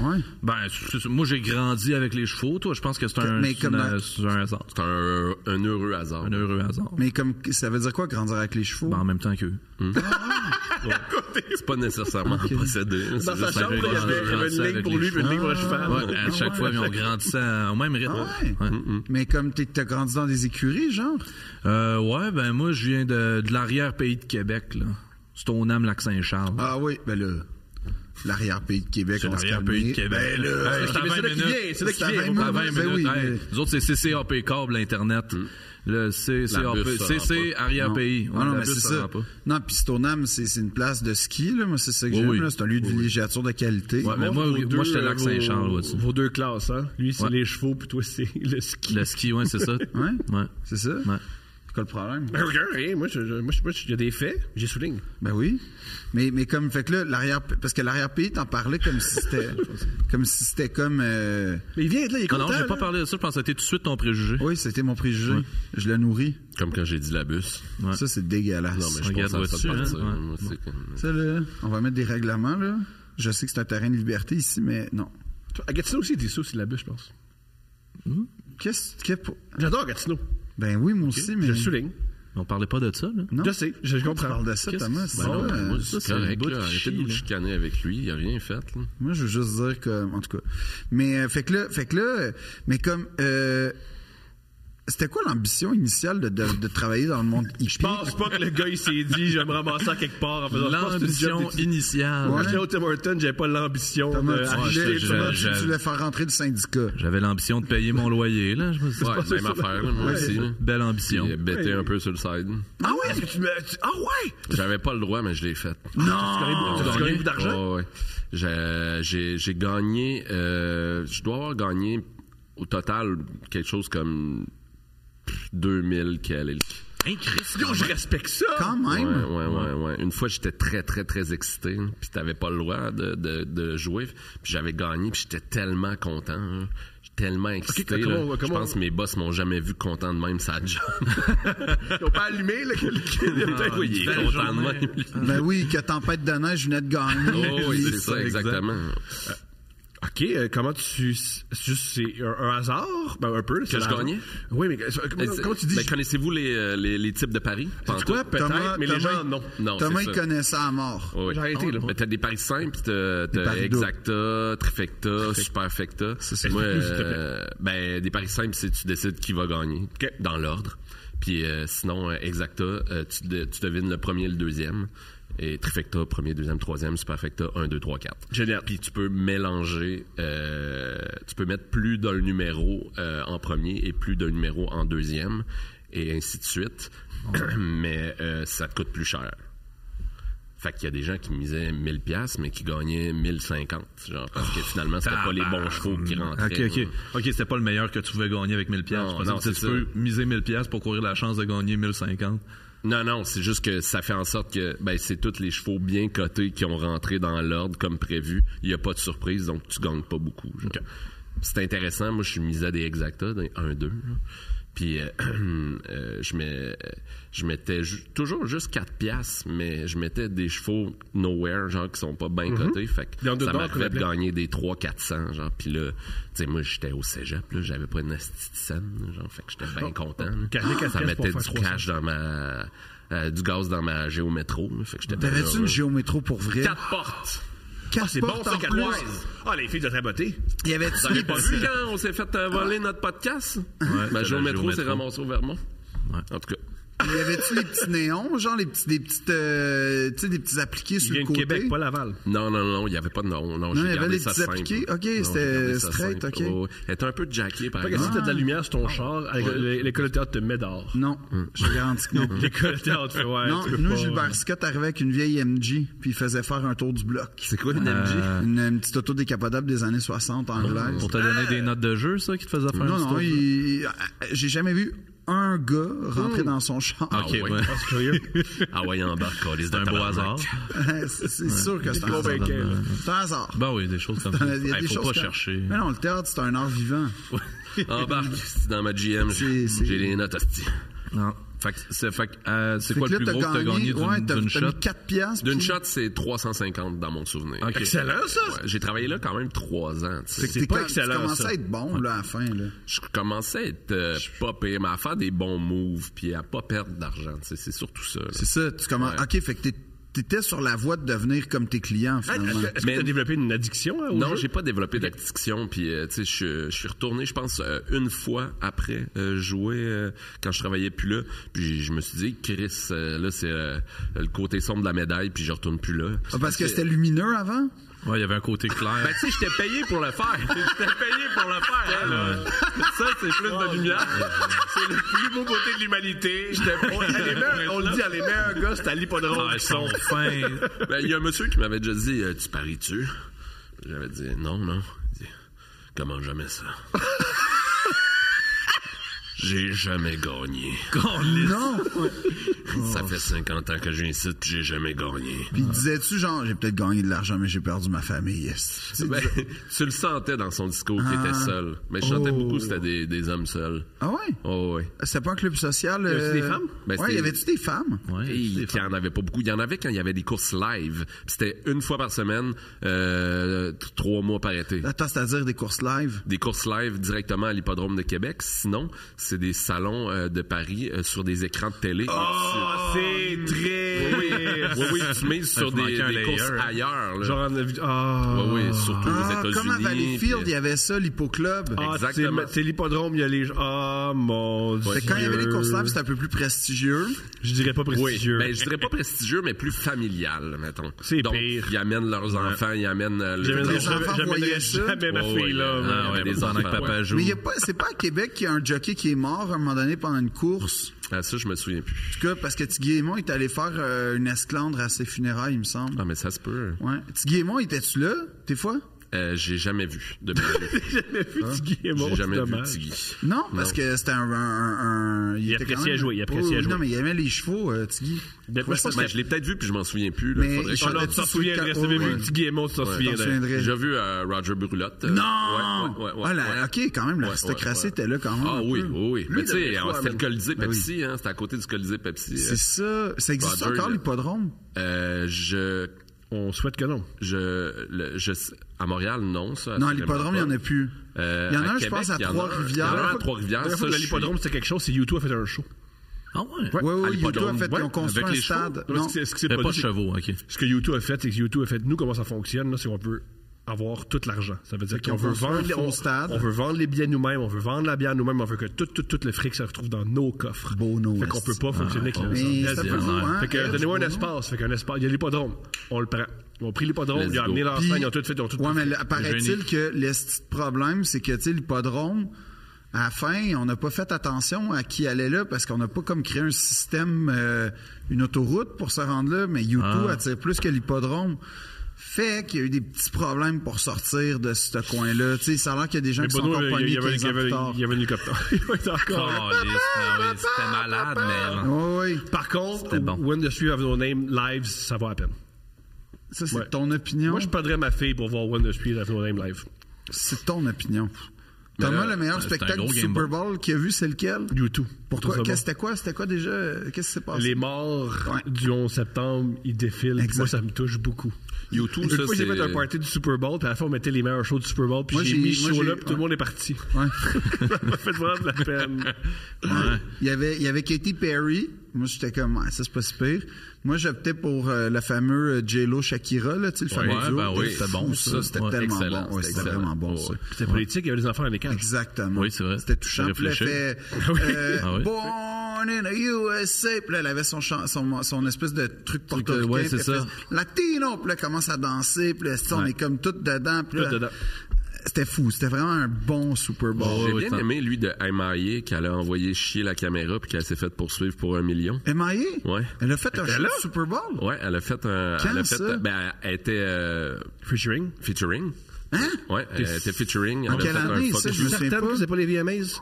[SPEAKER 5] Ouais.
[SPEAKER 1] Ben, c'est ça. moi, j'ai grandi avec les chevaux, toi. Je pense que c'est un,
[SPEAKER 5] Mais
[SPEAKER 1] c'est une-
[SPEAKER 5] comment-
[SPEAKER 1] c'est un hasard.
[SPEAKER 4] C'est un, un heureux hasard.
[SPEAKER 1] Un heureux hasard.
[SPEAKER 5] Mais comme, ça veut dire quoi, grandir avec les chevaux?
[SPEAKER 1] Ben, en même temps qu'eux.
[SPEAKER 4] C'est pas nécessairement possédé. c'est
[SPEAKER 2] Dans sa
[SPEAKER 4] juste un
[SPEAKER 2] chambre,
[SPEAKER 4] peu
[SPEAKER 2] il y avait il y avait
[SPEAKER 1] grandissant
[SPEAKER 2] une ligne
[SPEAKER 1] avec
[SPEAKER 2] pour
[SPEAKER 1] les
[SPEAKER 2] lui, puis une ligne pour le
[SPEAKER 5] chevaux.
[SPEAKER 2] cheval.
[SPEAKER 1] Ouais, à chaque fois, ils ont grandi ça au même rythme.
[SPEAKER 5] Ah ouais?
[SPEAKER 1] Ouais.
[SPEAKER 5] Mais comme t'es- t'as grandi dans des écuries, genre?
[SPEAKER 1] Euh, ouais, ben moi, je viens de, de l'arrière-pays de Québec, là. Stoneham, Lac-Saint-Charles.
[SPEAKER 5] Ah oui, ben là, l'arrière-pays de Québec,
[SPEAKER 1] C'est
[SPEAKER 5] on se
[SPEAKER 1] l'arrière-pays de
[SPEAKER 5] calme.
[SPEAKER 1] Québec.
[SPEAKER 5] Ben là,
[SPEAKER 1] Hey, c'est à
[SPEAKER 5] mais
[SPEAKER 1] 20
[SPEAKER 5] là qu'il
[SPEAKER 1] minutes.
[SPEAKER 5] vient, c'est là
[SPEAKER 1] C'est
[SPEAKER 5] qu'il
[SPEAKER 1] à
[SPEAKER 5] vient.
[SPEAKER 1] 20 minutes.
[SPEAKER 5] Ben oui,
[SPEAKER 1] Hey,
[SPEAKER 5] mais-
[SPEAKER 1] Nous autres, c'est CCAP câble, l'Internet. Le
[SPEAKER 4] La
[SPEAKER 1] CCAP.
[SPEAKER 4] bus, ça rend
[SPEAKER 1] CC arrière-pays.
[SPEAKER 5] Ah non,
[SPEAKER 1] La
[SPEAKER 5] mais
[SPEAKER 1] bus,
[SPEAKER 5] c'est
[SPEAKER 1] rend
[SPEAKER 5] ça.
[SPEAKER 1] pas.
[SPEAKER 5] Non, puis Stoneham, c'est c'est une place de ski, là. Moi, c'est ça que
[SPEAKER 1] Oui,
[SPEAKER 5] j'aime,
[SPEAKER 1] oui.
[SPEAKER 5] là. C'est un lieu de villégiature de qualité.
[SPEAKER 1] Ouais, Ah, mais moi,
[SPEAKER 2] Vos
[SPEAKER 1] oui,
[SPEAKER 2] deux,
[SPEAKER 1] moi j'étais
[SPEAKER 2] euh,
[SPEAKER 1] Lac-Saint-Charles,
[SPEAKER 2] vos-
[SPEAKER 1] ouais, tu-
[SPEAKER 2] Vos deux classes, hein? Lui, c'est
[SPEAKER 1] Ouais.
[SPEAKER 2] les chevaux, puis toi, c'est le ski.
[SPEAKER 1] Le ski, ouais, c'est ça.
[SPEAKER 5] Ouais?
[SPEAKER 1] Ouais.
[SPEAKER 5] C'est ça?
[SPEAKER 1] Ouais.
[SPEAKER 5] C'est quoi le problème?
[SPEAKER 2] Ben, Rien, rien. Moi, je- je- moi, je- moi, je- il y a des faits, j'y souligne.
[SPEAKER 5] Ben oui. Mais, mais comme, fait que là, l'arrière, parce que l'arrière-pays, t'en parlais comme si c'était, comme si c'était comme, euh,
[SPEAKER 2] Mais il vient de là, il est
[SPEAKER 1] Ah
[SPEAKER 2] content.
[SPEAKER 1] non, j'ai pas
[SPEAKER 2] là.
[SPEAKER 1] parlé de ça. Je pense que c'était tout de suite ton préjugé.
[SPEAKER 5] oui, c'était mon préjugé. Je le nourris.
[SPEAKER 4] Comme quand j'ai dit la bus.
[SPEAKER 1] Ouais.
[SPEAKER 5] Ça, c'est dégueulasse.
[SPEAKER 4] Non, mais je
[SPEAKER 1] Regarde,
[SPEAKER 4] pense à
[SPEAKER 1] vois-tu,
[SPEAKER 4] ça de partir.
[SPEAKER 1] hein? Ouais.
[SPEAKER 4] Moi, c'est comme-
[SPEAKER 5] Ça, là, on va mettre des règlements, là. Je sais que c'est un terrain de liberté ici, mais non.
[SPEAKER 2] À Gatineau aussi, il était sous, c'est de la bûche, je pense.
[SPEAKER 5] Qu'est-ce que,
[SPEAKER 2] J'adore Gatineau.
[SPEAKER 5] ben oui, moi aussi, mais.
[SPEAKER 2] Je souligne.
[SPEAKER 1] Mais On parlait pas de ça, là.
[SPEAKER 5] Non.
[SPEAKER 2] Je sais, je je
[SPEAKER 5] Tu
[SPEAKER 2] comprends.
[SPEAKER 5] parles de ça,
[SPEAKER 1] Qu'est-ce
[SPEAKER 5] Thomas.
[SPEAKER 1] que-
[SPEAKER 5] c'est
[SPEAKER 4] Ben non,
[SPEAKER 5] pas,
[SPEAKER 4] mais
[SPEAKER 5] euh,
[SPEAKER 4] moi, c'est
[SPEAKER 1] ça, c'est le
[SPEAKER 4] correct.
[SPEAKER 1] bout
[SPEAKER 4] là.
[SPEAKER 1] qui
[SPEAKER 4] Arrêtez
[SPEAKER 1] chie,
[SPEAKER 4] de vous
[SPEAKER 1] là.
[SPEAKER 4] chicaner avec lui. Il a rien fait. là.
[SPEAKER 5] Moi, je veux juste dire que, en tout cas. Mais euh, fait que là, fait que là, euh, mais comme, euh, c'était quoi l'ambition initiale de, de, de travailler dans le monde hippie?
[SPEAKER 2] Je pense pas que le gars, il s'est dit, je vais me ramasser à quelque part en faisant je pense que c'est une job
[SPEAKER 1] L'ambition
[SPEAKER 2] d'étudiant.
[SPEAKER 1] initiale.
[SPEAKER 2] Quand j'étais au Tim Hortons, j'avais pas l'ambition
[SPEAKER 5] Thomas,
[SPEAKER 2] de
[SPEAKER 5] tu
[SPEAKER 1] Ah,
[SPEAKER 5] voulais-
[SPEAKER 1] je-
[SPEAKER 5] tu
[SPEAKER 1] je-
[SPEAKER 5] voulais-
[SPEAKER 1] je-
[SPEAKER 5] tu voulais faire rentrer le syndicat.
[SPEAKER 1] J'avais l'ambition de payer mon loyer, là. Je me suis dit,
[SPEAKER 4] Ouais, même affaire, là, moi aussi. là.
[SPEAKER 1] Belle ambition.
[SPEAKER 4] Il a bêté un peu sur le side.
[SPEAKER 5] Ah oui? Ah ouais?
[SPEAKER 4] J'avais pas le droit, mais je l'ai fait.
[SPEAKER 2] Ah. Tu as gagné beaucoup d'argent?
[SPEAKER 4] Ouais, ouais. J'ai- J'ai j'ai gagné. euh, je dois avoir gagné au total quelque chose comme 2000 Kelly.
[SPEAKER 1] Hey, Chris,
[SPEAKER 2] Yo, je respecte ça!
[SPEAKER 5] Quand
[SPEAKER 4] Ouais,
[SPEAKER 5] même.
[SPEAKER 4] ouais, ouais, ouais. Une fois, j'étais très, très, très excité. hein, Puis t'avais pas le droit de, de, de jouer. Puis j'avais gagné. Puis j'étais tellement content. hein. J'étais Tellement excité.
[SPEAKER 2] comment-
[SPEAKER 4] là.
[SPEAKER 2] comment-
[SPEAKER 4] Je pense que mes boss m'ont jamais vu content de même, ça a job.
[SPEAKER 2] Ils ont pas allumé, là, que le kid.
[SPEAKER 4] Ouais, Ah, il est
[SPEAKER 1] belle
[SPEAKER 4] content de
[SPEAKER 1] journée.
[SPEAKER 4] même.
[SPEAKER 5] Ben oui, que Tempête de neige venait de gagner.
[SPEAKER 4] Oh, oui, c'est ça, exactement.
[SPEAKER 2] OK, euh, comment tu. C'est juste c'est un, un hasard? Ben, un peu. là, c'est
[SPEAKER 4] je
[SPEAKER 2] la-
[SPEAKER 4] gagnais?
[SPEAKER 2] Oui, mais euh, comment, comment tu dis?
[SPEAKER 4] Mais
[SPEAKER 2] je-
[SPEAKER 4] ben, connaissez-vous les, euh, les, les types de paris?
[SPEAKER 2] C'est quoi?
[SPEAKER 5] Thomas-
[SPEAKER 2] Peut-être, mais les
[SPEAKER 5] Thomas-
[SPEAKER 2] gens, non.
[SPEAKER 4] Non,
[SPEAKER 5] Thomas,
[SPEAKER 4] c'est
[SPEAKER 5] il
[SPEAKER 4] ça.
[SPEAKER 5] connaît ça à mort.
[SPEAKER 4] Oui, oui.
[SPEAKER 2] J'ai arrêté, là.
[SPEAKER 4] Ah Mais t'as des paris simples, t'as, t'as
[SPEAKER 5] paris doubles.
[SPEAKER 4] exacta, trifecta, superfecta.
[SPEAKER 5] ça.
[SPEAKER 4] Moi,
[SPEAKER 2] Explique-nous, s'il te plaît.
[SPEAKER 4] euh, ben, des paris simples, c'est tu décides qui va gagner, dans l'ordre. Puis euh, sinon, euh, exacta, euh, tu, de- tu devines le premier et le deuxième. Et trifecta, premier, deuxième, troisième, superfecta, 1, 2, 3, 4.
[SPEAKER 6] Génial.
[SPEAKER 4] Puis tu peux mélanger, euh, tu peux mettre plus d'un numéro euh, en premier et plus d'un numéro en deuxième, et ainsi de suite. mais euh, ça te coûte plus cher. Fait qu'il y a des gens qui misaient 1000 pièces mais qui gagnaient 1050, genre parce que finalement c'était pas les bons chevaux qui rentraient.
[SPEAKER 1] Oh, Ok, ok. Ok, c'était pas le meilleur que tu pouvais gagner avec 1000$.
[SPEAKER 4] Non,
[SPEAKER 1] Parce que
[SPEAKER 4] non,
[SPEAKER 1] tu sais, tu
[SPEAKER 4] c'est
[SPEAKER 1] peux miser 1000$ pour courir la chance de gagner 1050$.
[SPEAKER 4] Non, non, c'est juste que ça fait en sorte que ben, c'est tous les chevaux bien cotés qui ont rentré dans l'ordre comme prévu. Il n'y a pas de surprise, donc tu gagnes pas beaucoup. genre. C'est intéressant. Moi, je suis mis à des exacta, des 1-2. là. Puis euh, euh, je, mets, je mettais ju- toujours juste 4 piastres, mais je mettais des chevaux nowhere, genre qui sont pas bien cotés. Fait que
[SPEAKER 2] Mm-hmm. Des
[SPEAKER 4] ça
[SPEAKER 2] underdogs,
[SPEAKER 4] m'arrivait
[SPEAKER 2] qu'on
[SPEAKER 4] de
[SPEAKER 2] appelait.
[SPEAKER 4] gagner des 300-400. Genre. Puis là, tu sais, moi, j'étais au cégep, là, j'avais pas une astitisane, genre, fait que j'étais bien content. là.
[SPEAKER 2] Garder quatre
[SPEAKER 4] ça
[SPEAKER 2] piastres pour
[SPEAKER 4] mettait
[SPEAKER 2] faire
[SPEAKER 4] du
[SPEAKER 2] 300.
[SPEAKER 4] cash dans ma euh, du gaz dans ma géométro. là, Fait que j'étais bien
[SPEAKER 5] T'avais-tu
[SPEAKER 4] heureux.
[SPEAKER 5] une géométro pour vrai?
[SPEAKER 6] Quatre portes.
[SPEAKER 5] Quatre
[SPEAKER 6] C'est bon,
[SPEAKER 5] portes
[SPEAKER 6] ça,
[SPEAKER 5] en
[SPEAKER 6] quatre
[SPEAKER 5] plus.
[SPEAKER 6] portes. Ah, les filles de Traboté.
[SPEAKER 5] Il y avait-tu
[SPEAKER 4] T'avais pas vu quand on s'est
[SPEAKER 5] Ah.
[SPEAKER 4] fait euh, voler notre podcast? ma
[SPEAKER 1] la
[SPEAKER 4] géométro s'est
[SPEAKER 1] géométro.
[SPEAKER 4] ramassée au Vermont.
[SPEAKER 1] Ouais.
[SPEAKER 4] En tout cas.
[SPEAKER 5] il y avait-tu les petits néons, genre les petits, des petites, euh, tu sais, des petits appliqués
[SPEAKER 2] Il
[SPEAKER 5] sur
[SPEAKER 2] vient
[SPEAKER 5] le
[SPEAKER 2] de
[SPEAKER 5] côté?
[SPEAKER 2] Québec, pas Laval.
[SPEAKER 4] Non, non, non, il n'y avait pas de nom. Non,
[SPEAKER 5] il y
[SPEAKER 4] j'ai
[SPEAKER 5] avait
[SPEAKER 4] gardé
[SPEAKER 5] les
[SPEAKER 4] ça
[SPEAKER 5] petits
[SPEAKER 4] simple.
[SPEAKER 5] appliqués. Ok,
[SPEAKER 4] j'ai
[SPEAKER 5] c'était
[SPEAKER 4] gardé ça
[SPEAKER 5] straight,
[SPEAKER 4] simple.
[SPEAKER 5] ok.
[SPEAKER 4] Oh, elle était un peu jackée, par
[SPEAKER 2] Pas que si
[SPEAKER 4] exemple.
[SPEAKER 2] t'as de la lumière sur ton char, avec- l'é- l'école de théâtre te met dehors.
[SPEAKER 5] Non, je te garantis que non.
[SPEAKER 2] L'école de théâtre fait, ouais.
[SPEAKER 5] non,
[SPEAKER 2] ben, tu peux
[SPEAKER 5] nous,
[SPEAKER 2] pas,
[SPEAKER 5] Gilbert Scott arrivait avec une vieille MG, puis il faisait faire un tour du bloc.
[SPEAKER 4] C'est quoi une MG?
[SPEAKER 5] Une, une petite auto décapotable des années 60 anglaise.
[SPEAKER 1] Pour te donner des notes de jeu, ça, qui te faisait faire
[SPEAKER 5] Non,
[SPEAKER 1] un
[SPEAKER 5] non,
[SPEAKER 1] stop?
[SPEAKER 5] il- euh, j'ai jamais vu un gars rentrer dans son char.
[SPEAKER 1] Ok,
[SPEAKER 4] Ah ouais.
[SPEAKER 1] ouais.
[SPEAKER 2] euh, Curieux.
[SPEAKER 4] Ah ouais, en bas, calice
[SPEAKER 1] C'est
[SPEAKER 4] de
[SPEAKER 1] un beau
[SPEAKER 4] tabarnak.
[SPEAKER 1] hasard.
[SPEAKER 5] c'est c'est sûr que c'est un hasard.
[SPEAKER 1] convainquant, là.
[SPEAKER 5] C'est un hasard.
[SPEAKER 1] Ben oui, des choses comme
[SPEAKER 5] Il y
[SPEAKER 1] ça.
[SPEAKER 5] a des
[SPEAKER 1] Hey, faut
[SPEAKER 5] choses
[SPEAKER 1] pas
[SPEAKER 5] comme-
[SPEAKER 1] chercher.
[SPEAKER 5] Mais non, le théâtre, c'est un art vivant.
[SPEAKER 4] Embarque, c'est dans ma GM, j'ai
[SPEAKER 5] C'est- c'est-
[SPEAKER 4] j'ai les notes, hostie.
[SPEAKER 1] Non. Fait que c'est fait que, euh, c'est
[SPEAKER 5] Fait
[SPEAKER 1] quoi
[SPEAKER 5] que
[SPEAKER 1] le
[SPEAKER 5] là,
[SPEAKER 1] plus
[SPEAKER 5] t'as
[SPEAKER 1] gros que t'as gagné d'une
[SPEAKER 5] ouais, t'as-
[SPEAKER 1] d'une
[SPEAKER 5] t'as
[SPEAKER 1] shot?
[SPEAKER 5] mis 4 piastres.
[SPEAKER 4] D'une
[SPEAKER 5] puis
[SPEAKER 4] shot, c'est 350 dans mon souvenir.
[SPEAKER 1] Ok.
[SPEAKER 2] Excellent, ça!
[SPEAKER 4] Ouais, j'ai travaillé là quand même trois ans. tu sais.
[SPEAKER 5] t'es
[SPEAKER 2] c'est pas
[SPEAKER 5] comme-
[SPEAKER 2] excellent,
[SPEAKER 5] Tu commençais
[SPEAKER 2] ça.
[SPEAKER 5] à être bon, là, à la fin, là.
[SPEAKER 4] je commençais à être euh, pas pire, mais à faire des bons moves, puis à pas perdre d'argent. tu sais, C'est surtout ça. là.
[SPEAKER 5] C'est ça, tu commences.
[SPEAKER 4] Ouais.
[SPEAKER 5] OK, fait que t'es- t'étais sur la voie de devenir comme tes clients, finalement.
[SPEAKER 2] Est-ce que- Est-ce que
[SPEAKER 4] Mais-
[SPEAKER 2] t'as développé une addiction hein, au
[SPEAKER 4] Non,
[SPEAKER 2] jeu?
[SPEAKER 4] j'ai pas développé d'addiction. Puis, euh, tu sais, je- je suis retourné, je pense, euh, une fois après euh, jouer euh, quand je travaillais plus là. Puis, je me suis dit, Chris, euh, là, c'est euh, le côté sombre de la médaille, puis je retourne plus là.
[SPEAKER 5] Ah, parce que c'était lumineux avant?
[SPEAKER 1] Ouais, il y avait un côté clair.
[SPEAKER 4] Ben, tu sais, j'étais payé pour le faire. J'étais payé pour le faire. hein, là. Ça, c'est plus de lumière.
[SPEAKER 6] C'est le plus beau côté de l'humanité. On, elle est bien- on le dit, elle est bien un gars, c'est à l'hippodrome.
[SPEAKER 1] Ah, ils sont fins.
[SPEAKER 4] Ben, il y a un monsieur qui m'avait déjà dit euh, Tu paries-tu J'avais dit Non, non. Il dit Comment jamais ça J'ai jamais gagné.
[SPEAKER 5] Non!
[SPEAKER 4] Ça fait 50 ans que je viens ici puis j'ai jamais gagné.
[SPEAKER 5] Puis disais-tu, genre, j'ai peut-être gagné de l'argent, mais j'ai perdu ma famille. yes. Tu sais,
[SPEAKER 4] Ben, tu le sentais dans son discours qu'il était seul. Mais je sentais beaucoup que c'était des, des hommes seuls.
[SPEAKER 5] Ah ouais?
[SPEAKER 4] Oh, ouais.
[SPEAKER 5] C'était pas un club social.
[SPEAKER 2] avait-tu
[SPEAKER 5] euh,
[SPEAKER 2] des femmes?
[SPEAKER 4] Ben,
[SPEAKER 5] ouais,
[SPEAKER 4] c'était-
[SPEAKER 5] y avait-tu des femmes?
[SPEAKER 1] Ouais,
[SPEAKER 4] Et il n'y en avait pas beaucoup. Il y en avait quand il y avait des courses live. Puis C'était une fois par semaine, euh, t- trois mois par été.
[SPEAKER 5] Attends, c'est-à-dire des courses live?
[SPEAKER 4] des courses live directement à l'hippodrome de Québec. Sinon, c'est des salons euh, de Paris euh, sur des écrans de télé. Oh,
[SPEAKER 6] Ah, c'est très.
[SPEAKER 4] oui, oui, oui, tu mises sur
[SPEAKER 1] Il manquait
[SPEAKER 4] des,
[SPEAKER 1] un
[SPEAKER 4] des
[SPEAKER 1] layer,
[SPEAKER 4] courses
[SPEAKER 1] hein.
[SPEAKER 4] ailleurs. Là.
[SPEAKER 2] Genre en avis- Ah.
[SPEAKER 4] oui, oui, surtout
[SPEAKER 5] Ah,
[SPEAKER 4] aux
[SPEAKER 5] comme à
[SPEAKER 4] États-Unis.
[SPEAKER 5] Valleyfield, il
[SPEAKER 4] puis- euh,
[SPEAKER 5] y avait ça, l'hippoclub.
[SPEAKER 2] Ah, c'est-
[SPEAKER 4] Exactement.
[SPEAKER 2] C'est l'hippodrome, il y a les gens. Ah, mon Dieu.
[SPEAKER 5] Fait que quand il y avait les courses live, c'était un peu plus prestigieux.
[SPEAKER 2] Je dirais pas
[SPEAKER 4] Oui,
[SPEAKER 2] prestigieux.
[SPEAKER 4] ben, je dirais pas prestigieux, mais plus familial, mettons.
[SPEAKER 2] C'est
[SPEAKER 4] Donc,
[SPEAKER 2] pire.
[SPEAKER 4] Ils amènent leurs enfants, ils amènent euh, le-
[SPEAKER 2] J'amènerais-
[SPEAKER 5] les enfants
[SPEAKER 2] j'amènerais
[SPEAKER 5] voyaient ça.
[SPEAKER 2] jamais ma
[SPEAKER 4] Oh,
[SPEAKER 2] fille,
[SPEAKER 4] oui.
[SPEAKER 2] là.
[SPEAKER 4] Ah, ouais, des
[SPEAKER 1] pendant que
[SPEAKER 4] enfants,
[SPEAKER 1] papa
[SPEAKER 4] ouais.
[SPEAKER 1] joue.
[SPEAKER 5] Mais y a pas, c'est pas à Québec qu'il y a un jockey qui est mort à un moment donné pendant une course.
[SPEAKER 4] Ah, ça, je me souviens plus.
[SPEAKER 5] En tout cas, parce que Tiguémon est allé faire euh, une esclandre à ses funérailles, il me semble.
[SPEAKER 4] Ah, mais ça se peut.
[SPEAKER 5] Ouais. Tiguémon, étais-tu là, des fois?
[SPEAKER 4] Euh, j'ai jamais vu de ma vie. J'ai jamais vu Tiggy.
[SPEAKER 5] Non, parce que c'était un, un- un-
[SPEAKER 2] Il
[SPEAKER 5] était
[SPEAKER 2] appréciait
[SPEAKER 5] quand même-
[SPEAKER 2] jouer, il appréciait
[SPEAKER 5] Oh,
[SPEAKER 2] jouer.
[SPEAKER 5] Non, mais il aimait les chevaux, euh, Tigui.
[SPEAKER 2] Ben, moi, je pense
[SPEAKER 4] Ben, je l'ai peut-être vu, puis je m'en souviens plus. Là.
[SPEAKER 5] Mais
[SPEAKER 4] Faudrait
[SPEAKER 5] il
[SPEAKER 4] que je-
[SPEAKER 5] chantait
[SPEAKER 2] Alors, tu t'en souviendrais, c'est
[SPEAKER 5] Ouais.
[SPEAKER 2] même petit Guillemot, tu t'en
[SPEAKER 5] T'en
[SPEAKER 2] souviendrais.
[SPEAKER 5] souviendrais?
[SPEAKER 4] J'ai déjà vu euh, Roger Brulotte. euh,
[SPEAKER 5] Non!
[SPEAKER 4] ouais, ouais, ouais,
[SPEAKER 5] ah, la-
[SPEAKER 4] ouais.
[SPEAKER 5] OK, quand même, l'aristocratie
[SPEAKER 4] ouais, ouais.
[SPEAKER 5] était là quand même.
[SPEAKER 4] Ah
[SPEAKER 5] un
[SPEAKER 4] oui,
[SPEAKER 5] peu.
[SPEAKER 4] oui, oui.
[SPEAKER 5] Lui,
[SPEAKER 4] Mais tu sais,
[SPEAKER 5] il avait
[SPEAKER 4] c'était
[SPEAKER 5] quoi,
[SPEAKER 4] le Colisée
[SPEAKER 5] ben oui.
[SPEAKER 4] Pepsi, hein. C'était à côté du Colisée Pepsi.
[SPEAKER 5] C'est ça. Ça existe
[SPEAKER 4] Roger,
[SPEAKER 5] encore,
[SPEAKER 4] là.
[SPEAKER 5] l'hippodrome?
[SPEAKER 4] Euh, je,
[SPEAKER 2] On souhaite que non.
[SPEAKER 4] je, le- je, à Montréal, non, ça.
[SPEAKER 5] Non,
[SPEAKER 4] assurément
[SPEAKER 5] l'hippodrome,
[SPEAKER 4] pas.
[SPEAKER 5] il n'y en a plus.
[SPEAKER 4] Euh,
[SPEAKER 5] il y en a
[SPEAKER 4] à
[SPEAKER 5] un, je
[SPEAKER 4] Québec,
[SPEAKER 5] pense, à
[SPEAKER 4] il y en a un.
[SPEAKER 5] Trois-Rivières.
[SPEAKER 4] Il y en a un à
[SPEAKER 2] La
[SPEAKER 4] Trois-Rivières.
[SPEAKER 2] dernière fois que
[SPEAKER 4] ça, je suis-
[SPEAKER 2] l'hippodrome, c'était quelque chose, c'est U2 a fait un show.
[SPEAKER 1] Ah ouais?
[SPEAKER 5] Oui,
[SPEAKER 4] à
[SPEAKER 5] oui, YouTube a
[SPEAKER 4] l'hippodrome,
[SPEAKER 5] fait
[SPEAKER 4] ouais,
[SPEAKER 5] qu'ils ont construit
[SPEAKER 1] avec
[SPEAKER 5] un
[SPEAKER 1] les chevaux.
[SPEAKER 5] stade.
[SPEAKER 2] Non,
[SPEAKER 5] Ben, Non.
[SPEAKER 2] ce qui- ce qui s'est
[SPEAKER 1] Il y avait pas de
[SPEAKER 2] produit, c'est-
[SPEAKER 1] chevaux, ok.
[SPEAKER 2] Ce que U2 a fait, c'est que U2 a fait, nous, comment ça fonctionne, là, c'est qu'on peut avoir tout l'argent. Ça veut dire
[SPEAKER 5] Fait
[SPEAKER 2] qu'on
[SPEAKER 5] qu'on
[SPEAKER 2] veut
[SPEAKER 5] construit
[SPEAKER 2] vendre
[SPEAKER 5] un faux stade.
[SPEAKER 2] on veut vendre les billets nous-mêmes, on veut vendre la bière nous-mêmes, on veut que tout, tout, tout le fric se retrouve dans nos coffres.
[SPEAKER 5] Bono,
[SPEAKER 2] Fait qu'on peut
[SPEAKER 5] esti.
[SPEAKER 2] pas fonctionner avec le.
[SPEAKER 5] Mais c'est un peu
[SPEAKER 4] Vas-y,
[SPEAKER 5] fou,
[SPEAKER 4] ouais.
[SPEAKER 5] hein?
[SPEAKER 2] Fait que
[SPEAKER 5] Edge,
[SPEAKER 2] donnez-moi un
[SPEAKER 5] Bono.
[SPEAKER 2] espace. Fait qu'un espace. Il y a l'hippodrome. On le prend. On a pris l'hippodrome,
[SPEAKER 4] Let's
[SPEAKER 2] ils ont
[SPEAKER 4] go.
[SPEAKER 2] amené leur
[SPEAKER 5] Puis-
[SPEAKER 2] scène, ils ont tout fait, ils ont tout
[SPEAKER 5] Ouais, mais là,
[SPEAKER 1] Génie.
[SPEAKER 5] paraît-il que le petit problème, c'est que, tu sais, l'hippodrome, à la fin, on n'a pas fait attention à qui allait là parce qu'on n'a pas comme créé un système, euh, une autoroute pour se rendre là, mais YouTube
[SPEAKER 2] Ah.
[SPEAKER 5] attire plus que l'hippodrome. Fait qu'il y a eu des petits problèmes pour sortir de ce coin-là. Tu sais, ça a l'air qu'il y a des gens
[SPEAKER 2] Mais
[SPEAKER 5] qui sont
[SPEAKER 2] Bono,
[SPEAKER 5] encore
[SPEAKER 2] il y
[SPEAKER 5] pognés
[SPEAKER 2] avait-
[SPEAKER 5] 15
[SPEAKER 2] il y
[SPEAKER 5] ans plus
[SPEAKER 2] avait
[SPEAKER 5] tard.
[SPEAKER 2] il y avait un hélicoptère. Il va être
[SPEAKER 5] Oh,
[SPEAKER 2] encore.
[SPEAKER 1] Caliste, mais oui, c'était malade, mais.
[SPEAKER 5] Oui, oui.
[SPEAKER 2] Par contre,
[SPEAKER 1] C'était bon.
[SPEAKER 2] When the Street of No Name live, ça vaut la peine.
[SPEAKER 5] Ça, c'est
[SPEAKER 2] Ouais.
[SPEAKER 5] ton opinion.
[SPEAKER 2] Moi, je perdrais ma fille pour voir When the Street of No Name live.
[SPEAKER 5] C'est ton opinion.
[SPEAKER 4] Mais
[SPEAKER 5] Thomas,
[SPEAKER 4] là,
[SPEAKER 5] le meilleur
[SPEAKER 1] c'est un
[SPEAKER 5] spectacle
[SPEAKER 1] gros
[SPEAKER 5] du
[SPEAKER 1] Game
[SPEAKER 5] Super Bowl qu'il a vu, c'est lequel?
[SPEAKER 2] YouTube.
[SPEAKER 5] Pourquoi? Qu'est-ce- C'était quoi? C'était quoi déjà? Qu'est-ce qui s'est passé?
[SPEAKER 2] Les morts
[SPEAKER 5] Ouais.
[SPEAKER 2] du 11 septembre, ils défilent.
[SPEAKER 5] Exact.
[SPEAKER 2] Moi, ça me touche beaucoup.
[SPEAKER 4] YouTube,
[SPEAKER 2] Une
[SPEAKER 4] ça,
[SPEAKER 2] fois,
[SPEAKER 4] c'est.
[SPEAKER 2] j'ai fait un party du Super Bowl, puis à la fin, on mettait les meilleurs shows du Super Bowl, puis
[SPEAKER 5] Moi,
[SPEAKER 2] j'ai
[SPEAKER 5] j'ai-
[SPEAKER 2] mis ce
[SPEAKER 5] moi,
[SPEAKER 2] show-là,
[SPEAKER 5] j'ai-
[SPEAKER 2] puis tout le monde est parti.
[SPEAKER 5] Ouais.
[SPEAKER 2] ça m'a fait vraiment de la peine.
[SPEAKER 5] Il y avait, il y avait Katy Perry. Moi, j'étais comme, ah, ça, c'est pas si pire. Moi, j'optais pour euh, le fameux euh, J-Lo Shakira, là, tu sais, le fameux
[SPEAKER 4] Ouais,
[SPEAKER 5] duo.
[SPEAKER 4] ben oui, c'était bon,
[SPEAKER 5] ça.
[SPEAKER 4] ça.
[SPEAKER 5] C'était
[SPEAKER 4] Ouais,
[SPEAKER 5] tellement
[SPEAKER 4] excellent,
[SPEAKER 5] bon. Ouais,
[SPEAKER 4] c'était
[SPEAKER 5] c'était vraiment
[SPEAKER 4] excellent.
[SPEAKER 5] bon, ça.
[SPEAKER 4] Ouais.
[SPEAKER 2] C'était politique, il y avait des enfants dans les cages.
[SPEAKER 5] Exactement.
[SPEAKER 1] Oui, c'est vrai.
[SPEAKER 5] C'était touchant. Puis là, elle
[SPEAKER 1] Réfléchir.
[SPEAKER 5] fait euh,
[SPEAKER 1] Ah oui.
[SPEAKER 5] Born in the USA. Puis là, elle avait son, chan- son, son espèce de truc portoricain.
[SPEAKER 1] ouais,
[SPEAKER 5] puis
[SPEAKER 1] c'est
[SPEAKER 5] elle fait
[SPEAKER 1] ça.
[SPEAKER 5] Latino. Puis là, elle commence à danser. Puis là, si on est comme tout dedans. Puis là,
[SPEAKER 2] Tout dedans.
[SPEAKER 5] C'était fou. C'était vraiment un bon Super Bowl.
[SPEAKER 4] J'ai
[SPEAKER 1] Ouais,
[SPEAKER 4] bien
[SPEAKER 1] ouais,
[SPEAKER 4] aimé, lui, de Aimaillé, qu'elle a envoyé chier la caméra puis qu'elle s'est faite poursuivre pour un million.
[SPEAKER 5] M.I.A.
[SPEAKER 4] Ouais.
[SPEAKER 5] Elle a fait un show de Super Bowl.
[SPEAKER 4] Ouais, elle a fait un.
[SPEAKER 5] Quand,
[SPEAKER 4] elle a fait.
[SPEAKER 5] ça?
[SPEAKER 4] Ben, elle était euh,
[SPEAKER 2] Featuring.
[SPEAKER 4] featuring.
[SPEAKER 5] Hein?
[SPEAKER 4] Ouais, elle était featuring.
[SPEAKER 5] En
[SPEAKER 4] elle a
[SPEAKER 5] quelle
[SPEAKER 4] fait un
[SPEAKER 5] année,
[SPEAKER 4] fuck
[SPEAKER 5] ça,
[SPEAKER 4] you.
[SPEAKER 5] je me souviens
[SPEAKER 2] Certaines,
[SPEAKER 5] pas.
[SPEAKER 2] que c'est pas les VMAs.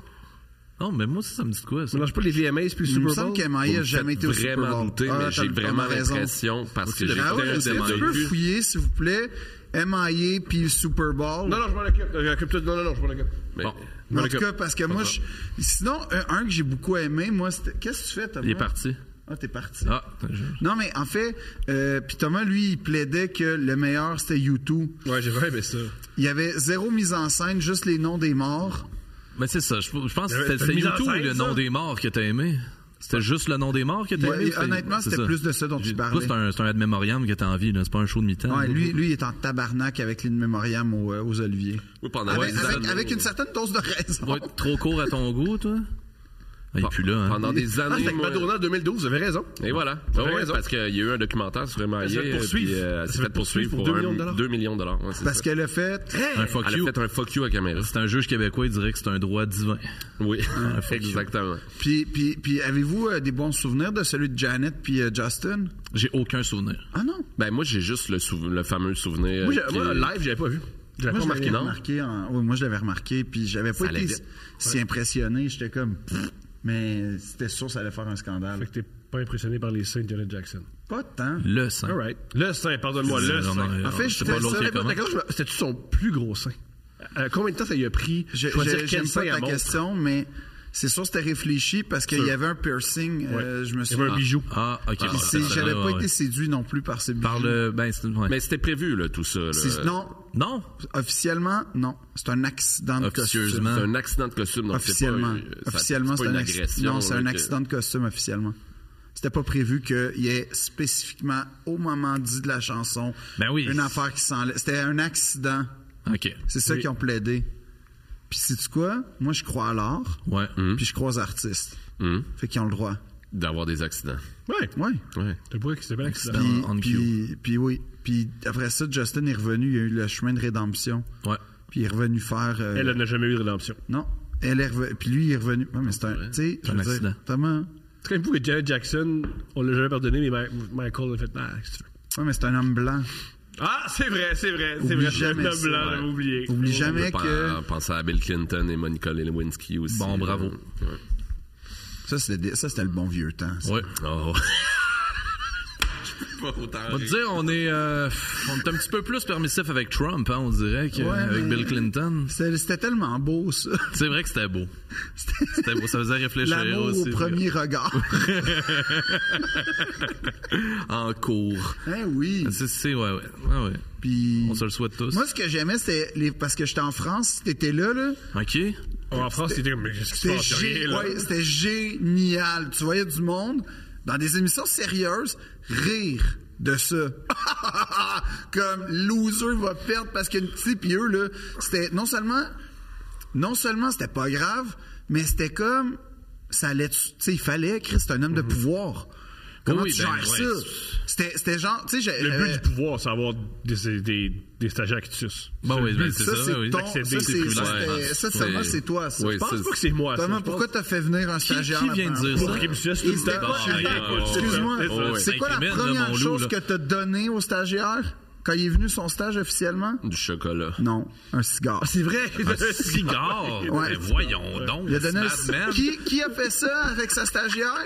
[SPEAKER 1] Non, mais moi, ça, ça me dit de quoi, ça?
[SPEAKER 2] Mélange pas les VMAs puis le
[SPEAKER 5] Il me
[SPEAKER 2] Super
[SPEAKER 5] semble
[SPEAKER 2] Bowl.
[SPEAKER 5] qu'Emmaïa
[SPEAKER 4] Vous
[SPEAKER 5] n'a
[SPEAKER 4] me
[SPEAKER 5] jamais été au
[SPEAKER 4] faites
[SPEAKER 5] Super Bowl.
[SPEAKER 4] vraiment douter,
[SPEAKER 5] Ah,
[SPEAKER 4] mais j'ai
[SPEAKER 5] t'as- t'as
[SPEAKER 4] vraiment
[SPEAKER 5] raison.
[SPEAKER 4] l'impression, parce que j'ai
[SPEAKER 5] Ah ouais,
[SPEAKER 4] écouté un
[SPEAKER 5] est-ce que
[SPEAKER 4] débat
[SPEAKER 5] tu peux
[SPEAKER 4] dessus.
[SPEAKER 5] fouiller, s'il vous plaît, MIA puis le Super Bowl?
[SPEAKER 2] Non, non, je m'en occupe. Euh, occupe-toi de- Non, non, non, je m'en occupe.
[SPEAKER 4] Mais-
[SPEAKER 2] Bon. Je m'en
[SPEAKER 5] En tout
[SPEAKER 2] occupe.
[SPEAKER 5] cas, parce que moi, je- sinon, un, un que j'ai beaucoup aimé, moi, c'était. Qu'est-ce que tu fais, Thomas?
[SPEAKER 1] Il est parti.
[SPEAKER 5] Ah, t'es parti.
[SPEAKER 1] Ah, je-
[SPEAKER 5] Non, mais en fait, euh, puis Thomas, lui, il plaidait que le meilleur, c'était YouTube.
[SPEAKER 2] Ouais, j'ai vraiment aimé ça.
[SPEAKER 5] Il y avait zéro mise en scène, juste les noms des morts.
[SPEAKER 1] Mais c'est ça, je, je pense que
[SPEAKER 2] T'as
[SPEAKER 1] c'était c'est
[SPEAKER 2] mis en
[SPEAKER 1] YouTube
[SPEAKER 2] scène,
[SPEAKER 1] le
[SPEAKER 2] ça?
[SPEAKER 1] nom des morts que t'as aimé. C'était juste le nom des morts que t'as
[SPEAKER 5] Ouais,
[SPEAKER 1] aimé? ou
[SPEAKER 5] et honnêtement,
[SPEAKER 1] c'est
[SPEAKER 5] c'était
[SPEAKER 1] ça.
[SPEAKER 5] plus de ça dont tu
[SPEAKER 1] J'ai-
[SPEAKER 5] parlais.
[SPEAKER 1] Toi, c'est un, c'est un ad memoriam que t'as envie, là. C'est pas un show de mi-temps.
[SPEAKER 5] Ouais, lui, lui, il est en tabarnak avec l'île mémoriam aux, euh, aux Oliviers.
[SPEAKER 4] Oui, pendant
[SPEAKER 5] Avec,
[SPEAKER 4] des
[SPEAKER 5] avec-
[SPEAKER 4] années.
[SPEAKER 5] avec une certaine dose de raison.
[SPEAKER 1] Va être trop court à ton goût, toi? Ah, il est plus là, hein?
[SPEAKER 4] Pendant des
[SPEAKER 2] Ah,
[SPEAKER 4] années.
[SPEAKER 2] c'était
[SPEAKER 4] moi-
[SPEAKER 2] Madonna 2012, vous avez raison.
[SPEAKER 4] Et voilà.
[SPEAKER 2] T'as
[SPEAKER 4] Ouais,
[SPEAKER 2] raison.
[SPEAKER 4] parce qu'il y a eu un documentaire sur Emmaillé.
[SPEAKER 2] Elle s'est fait poursuivre.
[SPEAKER 4] Elle s'est fait poursuivre pour
[SPEAKER 2] deux
[SPEAKER 4] 2
[SPEAKER 2] millions de dollars.
[SPEAKER 4] millions de dollars. ouais, c'est
[SPEAKER 5] Parce
[SPEAKER 4] ça.
[SPEAKER 5] qu'elle a fait.
[SPEAKER 1] Un fuck
[SPEAKER 4] Elle a
[SPEAKER 1] you.
[SPEAKER 4] fait un fuck you à caméra.
[SPEAKER 1] C'est un juge québécois, il dirait que c'est un droit divin.
[SPEAKER 4] Oui, exactement.
[SPEAKER 5] Puis, puis, puis avez-vous euh, des bons souvenirs de celui de Janet puis euh, Justin?
[SPEAKER 1] J'ai aucun souvenir.
[SPEAKER 5] Ah non.
[SPEAKER 4] Ben, moi, j'ai juste le, souve- le fameux souvenir.
[SPEAKER 2] Moi, j'ai-
[SPEAKER 4] qui-
[SPEAKER 2] moi, live, j'avais pas vu. J'avais
[SPEAKER 5] Moi,
[SPEAKER 2] pas
[SPEAKER 5] je l'avais
[SPEAKER 2] remarqué, non?
[SPEAKER 5] remarqué. en- oui, moi, je l'avais remarqué. Puis j'avais pas
[SPEAKER 4] Ça allait
[SPEAKER 5] été si,
[SPEAKER 4] vite.
[SPEAKER 5] si impressionné. J'étais comme. pfff, Mais c'était sûr que ça allait faire un
[SPEAKER 2] Fait
[SPEAKER 5] scandale.
[SPEAKER 2] que t'es pas impressionné par les seins de Janet Jackson.
[SPEAKER 5] Pas tant.
[SPEAKER 1] Le sang.
[SPEAKER 2] All right. Le sein, pardonne-moi, le
[SPEAKER 1] Non, non,
[SPEAKER 2] sein.
[SPEAKER 1] non,
[SPEAKER 5] En fait,
[SPEAKER 1] c'est
[SPEAKER 5] j'étais
[SPEAKER 1] pas l'autre
[SPEAKER 5] seul-
[SPEAKER 1] qui est comment.
[SPEAKER 2] D'accord, je me- c'était-tu son plus gros sein? Euh, combien de temps ça lui a pris?
[SPEAKER 5] Je-
[SPEAKER 2] Je vais
[SPEAKER 5] je-
[SPEAKER 2] dire quel
[SPEAKER 5] J'aime
[SPEAKER 2] sein
[SPEAKER 5] pas
[SPEAKER 2] elle
[SPEAKER 5] ta
[SPEAKER 2] montre.
[SPEAKER 5] question, mais c'est sûr que c'était réfléchi parce qu'il y avait un piercing. euh, je me
[SPEAKER 2] Il y avait
[SPEAKER 5] souviens.
[SPEAKER 2] un bijou.
[SPEAKER 1] Ah, ok.
[SPEAKER 5] Puis
[SPEAKER 1] bon,
[SPEAKER 5] c'est-
[SPEAKER 1] ça, ça,
[SPEAKER 5] J'avais
[SPEAKER 1] ouais,
[SPEAKER 5] pas
[SPEAKER 1] ouais.
[SPEAKER 5] été séduit non plus par ces
[SPEAKER 1] Par
[SPEAKER 5] bijoux.
[SPEAKER 1] le. Ben, c'est. ouais.
[SPEAKER 4] Mais c'était prévu, là, tout ça. là.
[SPEAKER 5] C'est- Non,
[SPEAKER 1] Non!
[SPEAKER 5] officiellement, non. C'est un accident de costume.
[SPEAKER 1] Officieusement.
[SPEAKER 4] C'est un accident de costume. Donc c'est pas,
[SPEAKER 5] Officiellement.
[SPEAKER 4] euh, ça- c'est
[SPEAKER 5] officiellement, c'est
[SPEAKER 4] pas
[SPEAKER 5] un,
[SPEAKER 4] une
[SPEAKER 5] acc-
[SPEAKER 4] agression.
[SPEAKER 5] Non, c'est
[SPEAKER 4] là,
[SPEAKER 5] un
[SPEAKER 4] que-
[SPEAKER 5] accident de costume officiellement. C'était pas prévu qu'il y ait spécifiquement au moment dit de la chanson
[SPEAKER 1] Ben oui.
[SPEAKER 5] une affaire qui s'enlève. C'était un accident.
[SPEAKER 1] Ok.
[SPEAKER 5] C'est ça qu'ils ont plaidé. Puis sais-tu quoi? Moi, je crois à l'art,
[SPEAKER 1] Ouais. hum,
[SPEAKER 4] Hmm.
[SPEAKER 5] puis je crois aux artistes.
[SPEAKER 4] Mhm.
[SPEAKER 5] Fait qu'ils ont le droit.
[SPEAKER 4] D'avoir des accidents.
[SPEAKER 2] Ouais.
[SPEAKER 5] Oui.
[SPEAKER 4] Ouais.
[SPEAKER 2] T'as pas qui s'appelle accident.
[SPEAKER 5] Puis,
[SPEAKER 1] on
[SPEAKER 5] puis, puis oui. Puis après ça, Justin est revenu, il y a eu le chemin de rédemption.
[SPEAKER 1] Ouais.
[SPEAKER 5] Puis il est revenu faire... euh,
[SPEAKER 2] Elle elle n'a jamais eu de rédemption.
[SPEAKER 5] Non. Elle est revenue. Puis lui, il est revenu. Ouais, mais c'est un. Tu sais, je
[SPEAKER 1] un
[SPEAKER 5] veux dire,
[SPEAKER 1] accident.
[SPEAKER 5] Thomas.
[SPEAKER 2] C'est quand même fou que Janet Jackson, on l'a jamais pardonné, mais Ma- Michael a fait Ah, qu'est-ce que tu veux?
[SPEAKER 5] Ouais, mais c'est un homme blanc.
[SPEAKER 2] Ah, c'est vrai, c'est vrai, c'est
[SPEAKER 5] Oublie
[SPEAKER 2] vrai.
[SPEAKER 5] jamais
[SPEAKER 2] le
[SPEAKER 5] ça,
[SPEAKER 2] blanc,
[SPEAKER 5] ouais.
[SPEAKER 2] j'avais oublié.
[SPEAKER 5] Oublie
[SPEAKER 4] On peut
[SPEAKER 5] jamais
[SPEAKER 4] pen-
[SPEAKER 5] que.
[SPEAKER 4] penser à Bill Clinton et Monica Lewinsky aussi.
[SPEAKER 1] Bon, bravo.
[SPEAKER 4] Ouais.
[SPEAKER 5] Ça, c'était ça, c'était le bon vieux temps. ça.
[SPEAKER 1] Ouais.
[SPEAKER 4] Oh. Je peux pas autant
[SPEAKER 1] On va te
[SPEAKER 4] rire.
[SPEAKER 1] dire, on est, euh, on est un petit peu plus permissif avec Trump, hein, on dirait,
[SPEAKER 5] Ouais,
[SPEAKER 1] qu'avec
[SPEAKER 5] mais-
[SPEAKER 1] Bill Clinton.
[SPEAKER 5] C'était c'était tellement beau, ça.
[SPEAKER 1] C'est vrai que c'était beau. C'était beau, ça faisait réfléchir
[SPEAKER 5] L'amour
[SPEAKER 1] aussi.
[SPEAKER 5] au premier regard.
[SPEAKER 1] En cours.
[SPEAKER 5] hein, oui.
[SPEAKER 1] C'est, c'est, ouais, ouais. Ah ouais.
[SPEAKER 5] Puis.
[SPEAKER 1] On se le souhaite tous.
[SPEAKER 5] Moi, ce que j'aimais, c'était. les- Parce que j'étais en France, si t'étais là, là.
[SPEAKER 1] OK?
[SPEAKER 2] En France, c'était comme Mais qu'est-ce qui se
[SPEAKER 5] C'était
[SPEAKER 2] passe?
[SPEAKER 5] gé-
[SPEAKER 2] Rien, là.
[SPEAKER 5] ouais, c'était génial. Tu voyais du monde, dans des émissions sérieuses, rire de ça. ah, comme loser va perdre parce qu'une petite puis eux, là, c'était non seulement, non seulement c'était pas grave, mais c'était comme, ça allait, tu sais, il fallait, Chris, c'est un homme de pouvoir. Comment
[SPEAKER 4] oui,
[SPEAKER 5] tu
[SPEAKER 4] ben,
[SPEAKER 5] gères
[SPEAKER 4] ouais.
[SPEAKER 5] ça? C'était, c'était genre, tu sais, j'ai-
[SPEAKER 2] Le but
[SPEAKER 5] euh,
[SPEAKER 2] du pouvoir, c'est avoir des, des, des stagiaires qui te sucent.
[SPEAKER 1] Bon, oui, ben, c'est
[SPEAKER 5] ça,
[SPEAKER 1] ça.
[SPEAKER 5] c'est
[SPEAKER 1] oui.
[SPEAKER 5] ton, ça,
[SPEAKER 2] d'accéder,
[SPEAKER 5] c'est,
[SPEAKER 2] c'est plus
[SPEAKER 5] ça,
[SPEAKER 4] loin,
[SPEAKER 5] c'était-
[SPEAKER 4] hein.
[SPEAKER 5] ça, seulement,
[SPEAKER 4] Oui.
[SPEAKER 5] c'est toi, ça.
[SPEAKER 4] Oui,
[SPEAKER 5] Je pense
[SPEAKER 4] c'est-
[SPEAKER 5] pas
[SPEAKER 2] que c'est moi, ça,
[SPEAKER 5] Thomas,
[SPEAKER 2] je
[SPEAKER 5] pourquoi t'as fait venir un
[SPEAKER 1] Qui,
[SPEAKER 5] stagiaire?
[SPEAKER 1] qui vient de
[SPEAKER 5] là-dedans?
[SPEAKER 1] dire ça?
[SPEAKER 2] Pour qu'ils me sucent
[SPEAKER 5] Et
[SPEAKER 2] tout
[SPEAKER 5] c'était
[SPEAKER 2] le temps.
[SPEAKER 5] quoi,
[SPEAKER 1] Ah, ouais, ouais,
[SPEAKER 5] excuse-moi,
[SPEAKER 2] ouais, ouais,
[SPEAKER 5] c'est
[SPEAKER 1] Oh, ouais.
[SPEAKER 5] quoi la
[SPEAKER 1] Incrimine, là,
[SPEAKER 5] première
[SPEAKER 1] mon loup,
[SPEAKER 5] chose
[SPEAKER 1] là.
[SPEAKER 5] que t'as donnée au stagiaire quand il est venu son stage officiellement?
[SPEAKER 4] Du chocolat.
[SPEAKER 5] Non, un cigare. C'est vrai!
[SPEAKER 2] Ah,
[SPEAKER 1] Un cigare?
[SPEAKER 5] Ouais.
[SPEAKER 1] Ben, voyons donc.
[SPEAKER 5] Il a donné un
[SPEAKER 1] Mad
[SPEAKER 5] ci-
[SPEAKER 1] Men.
[SPEAKER 5] qui, qui a fait ça avec sa stagiaire?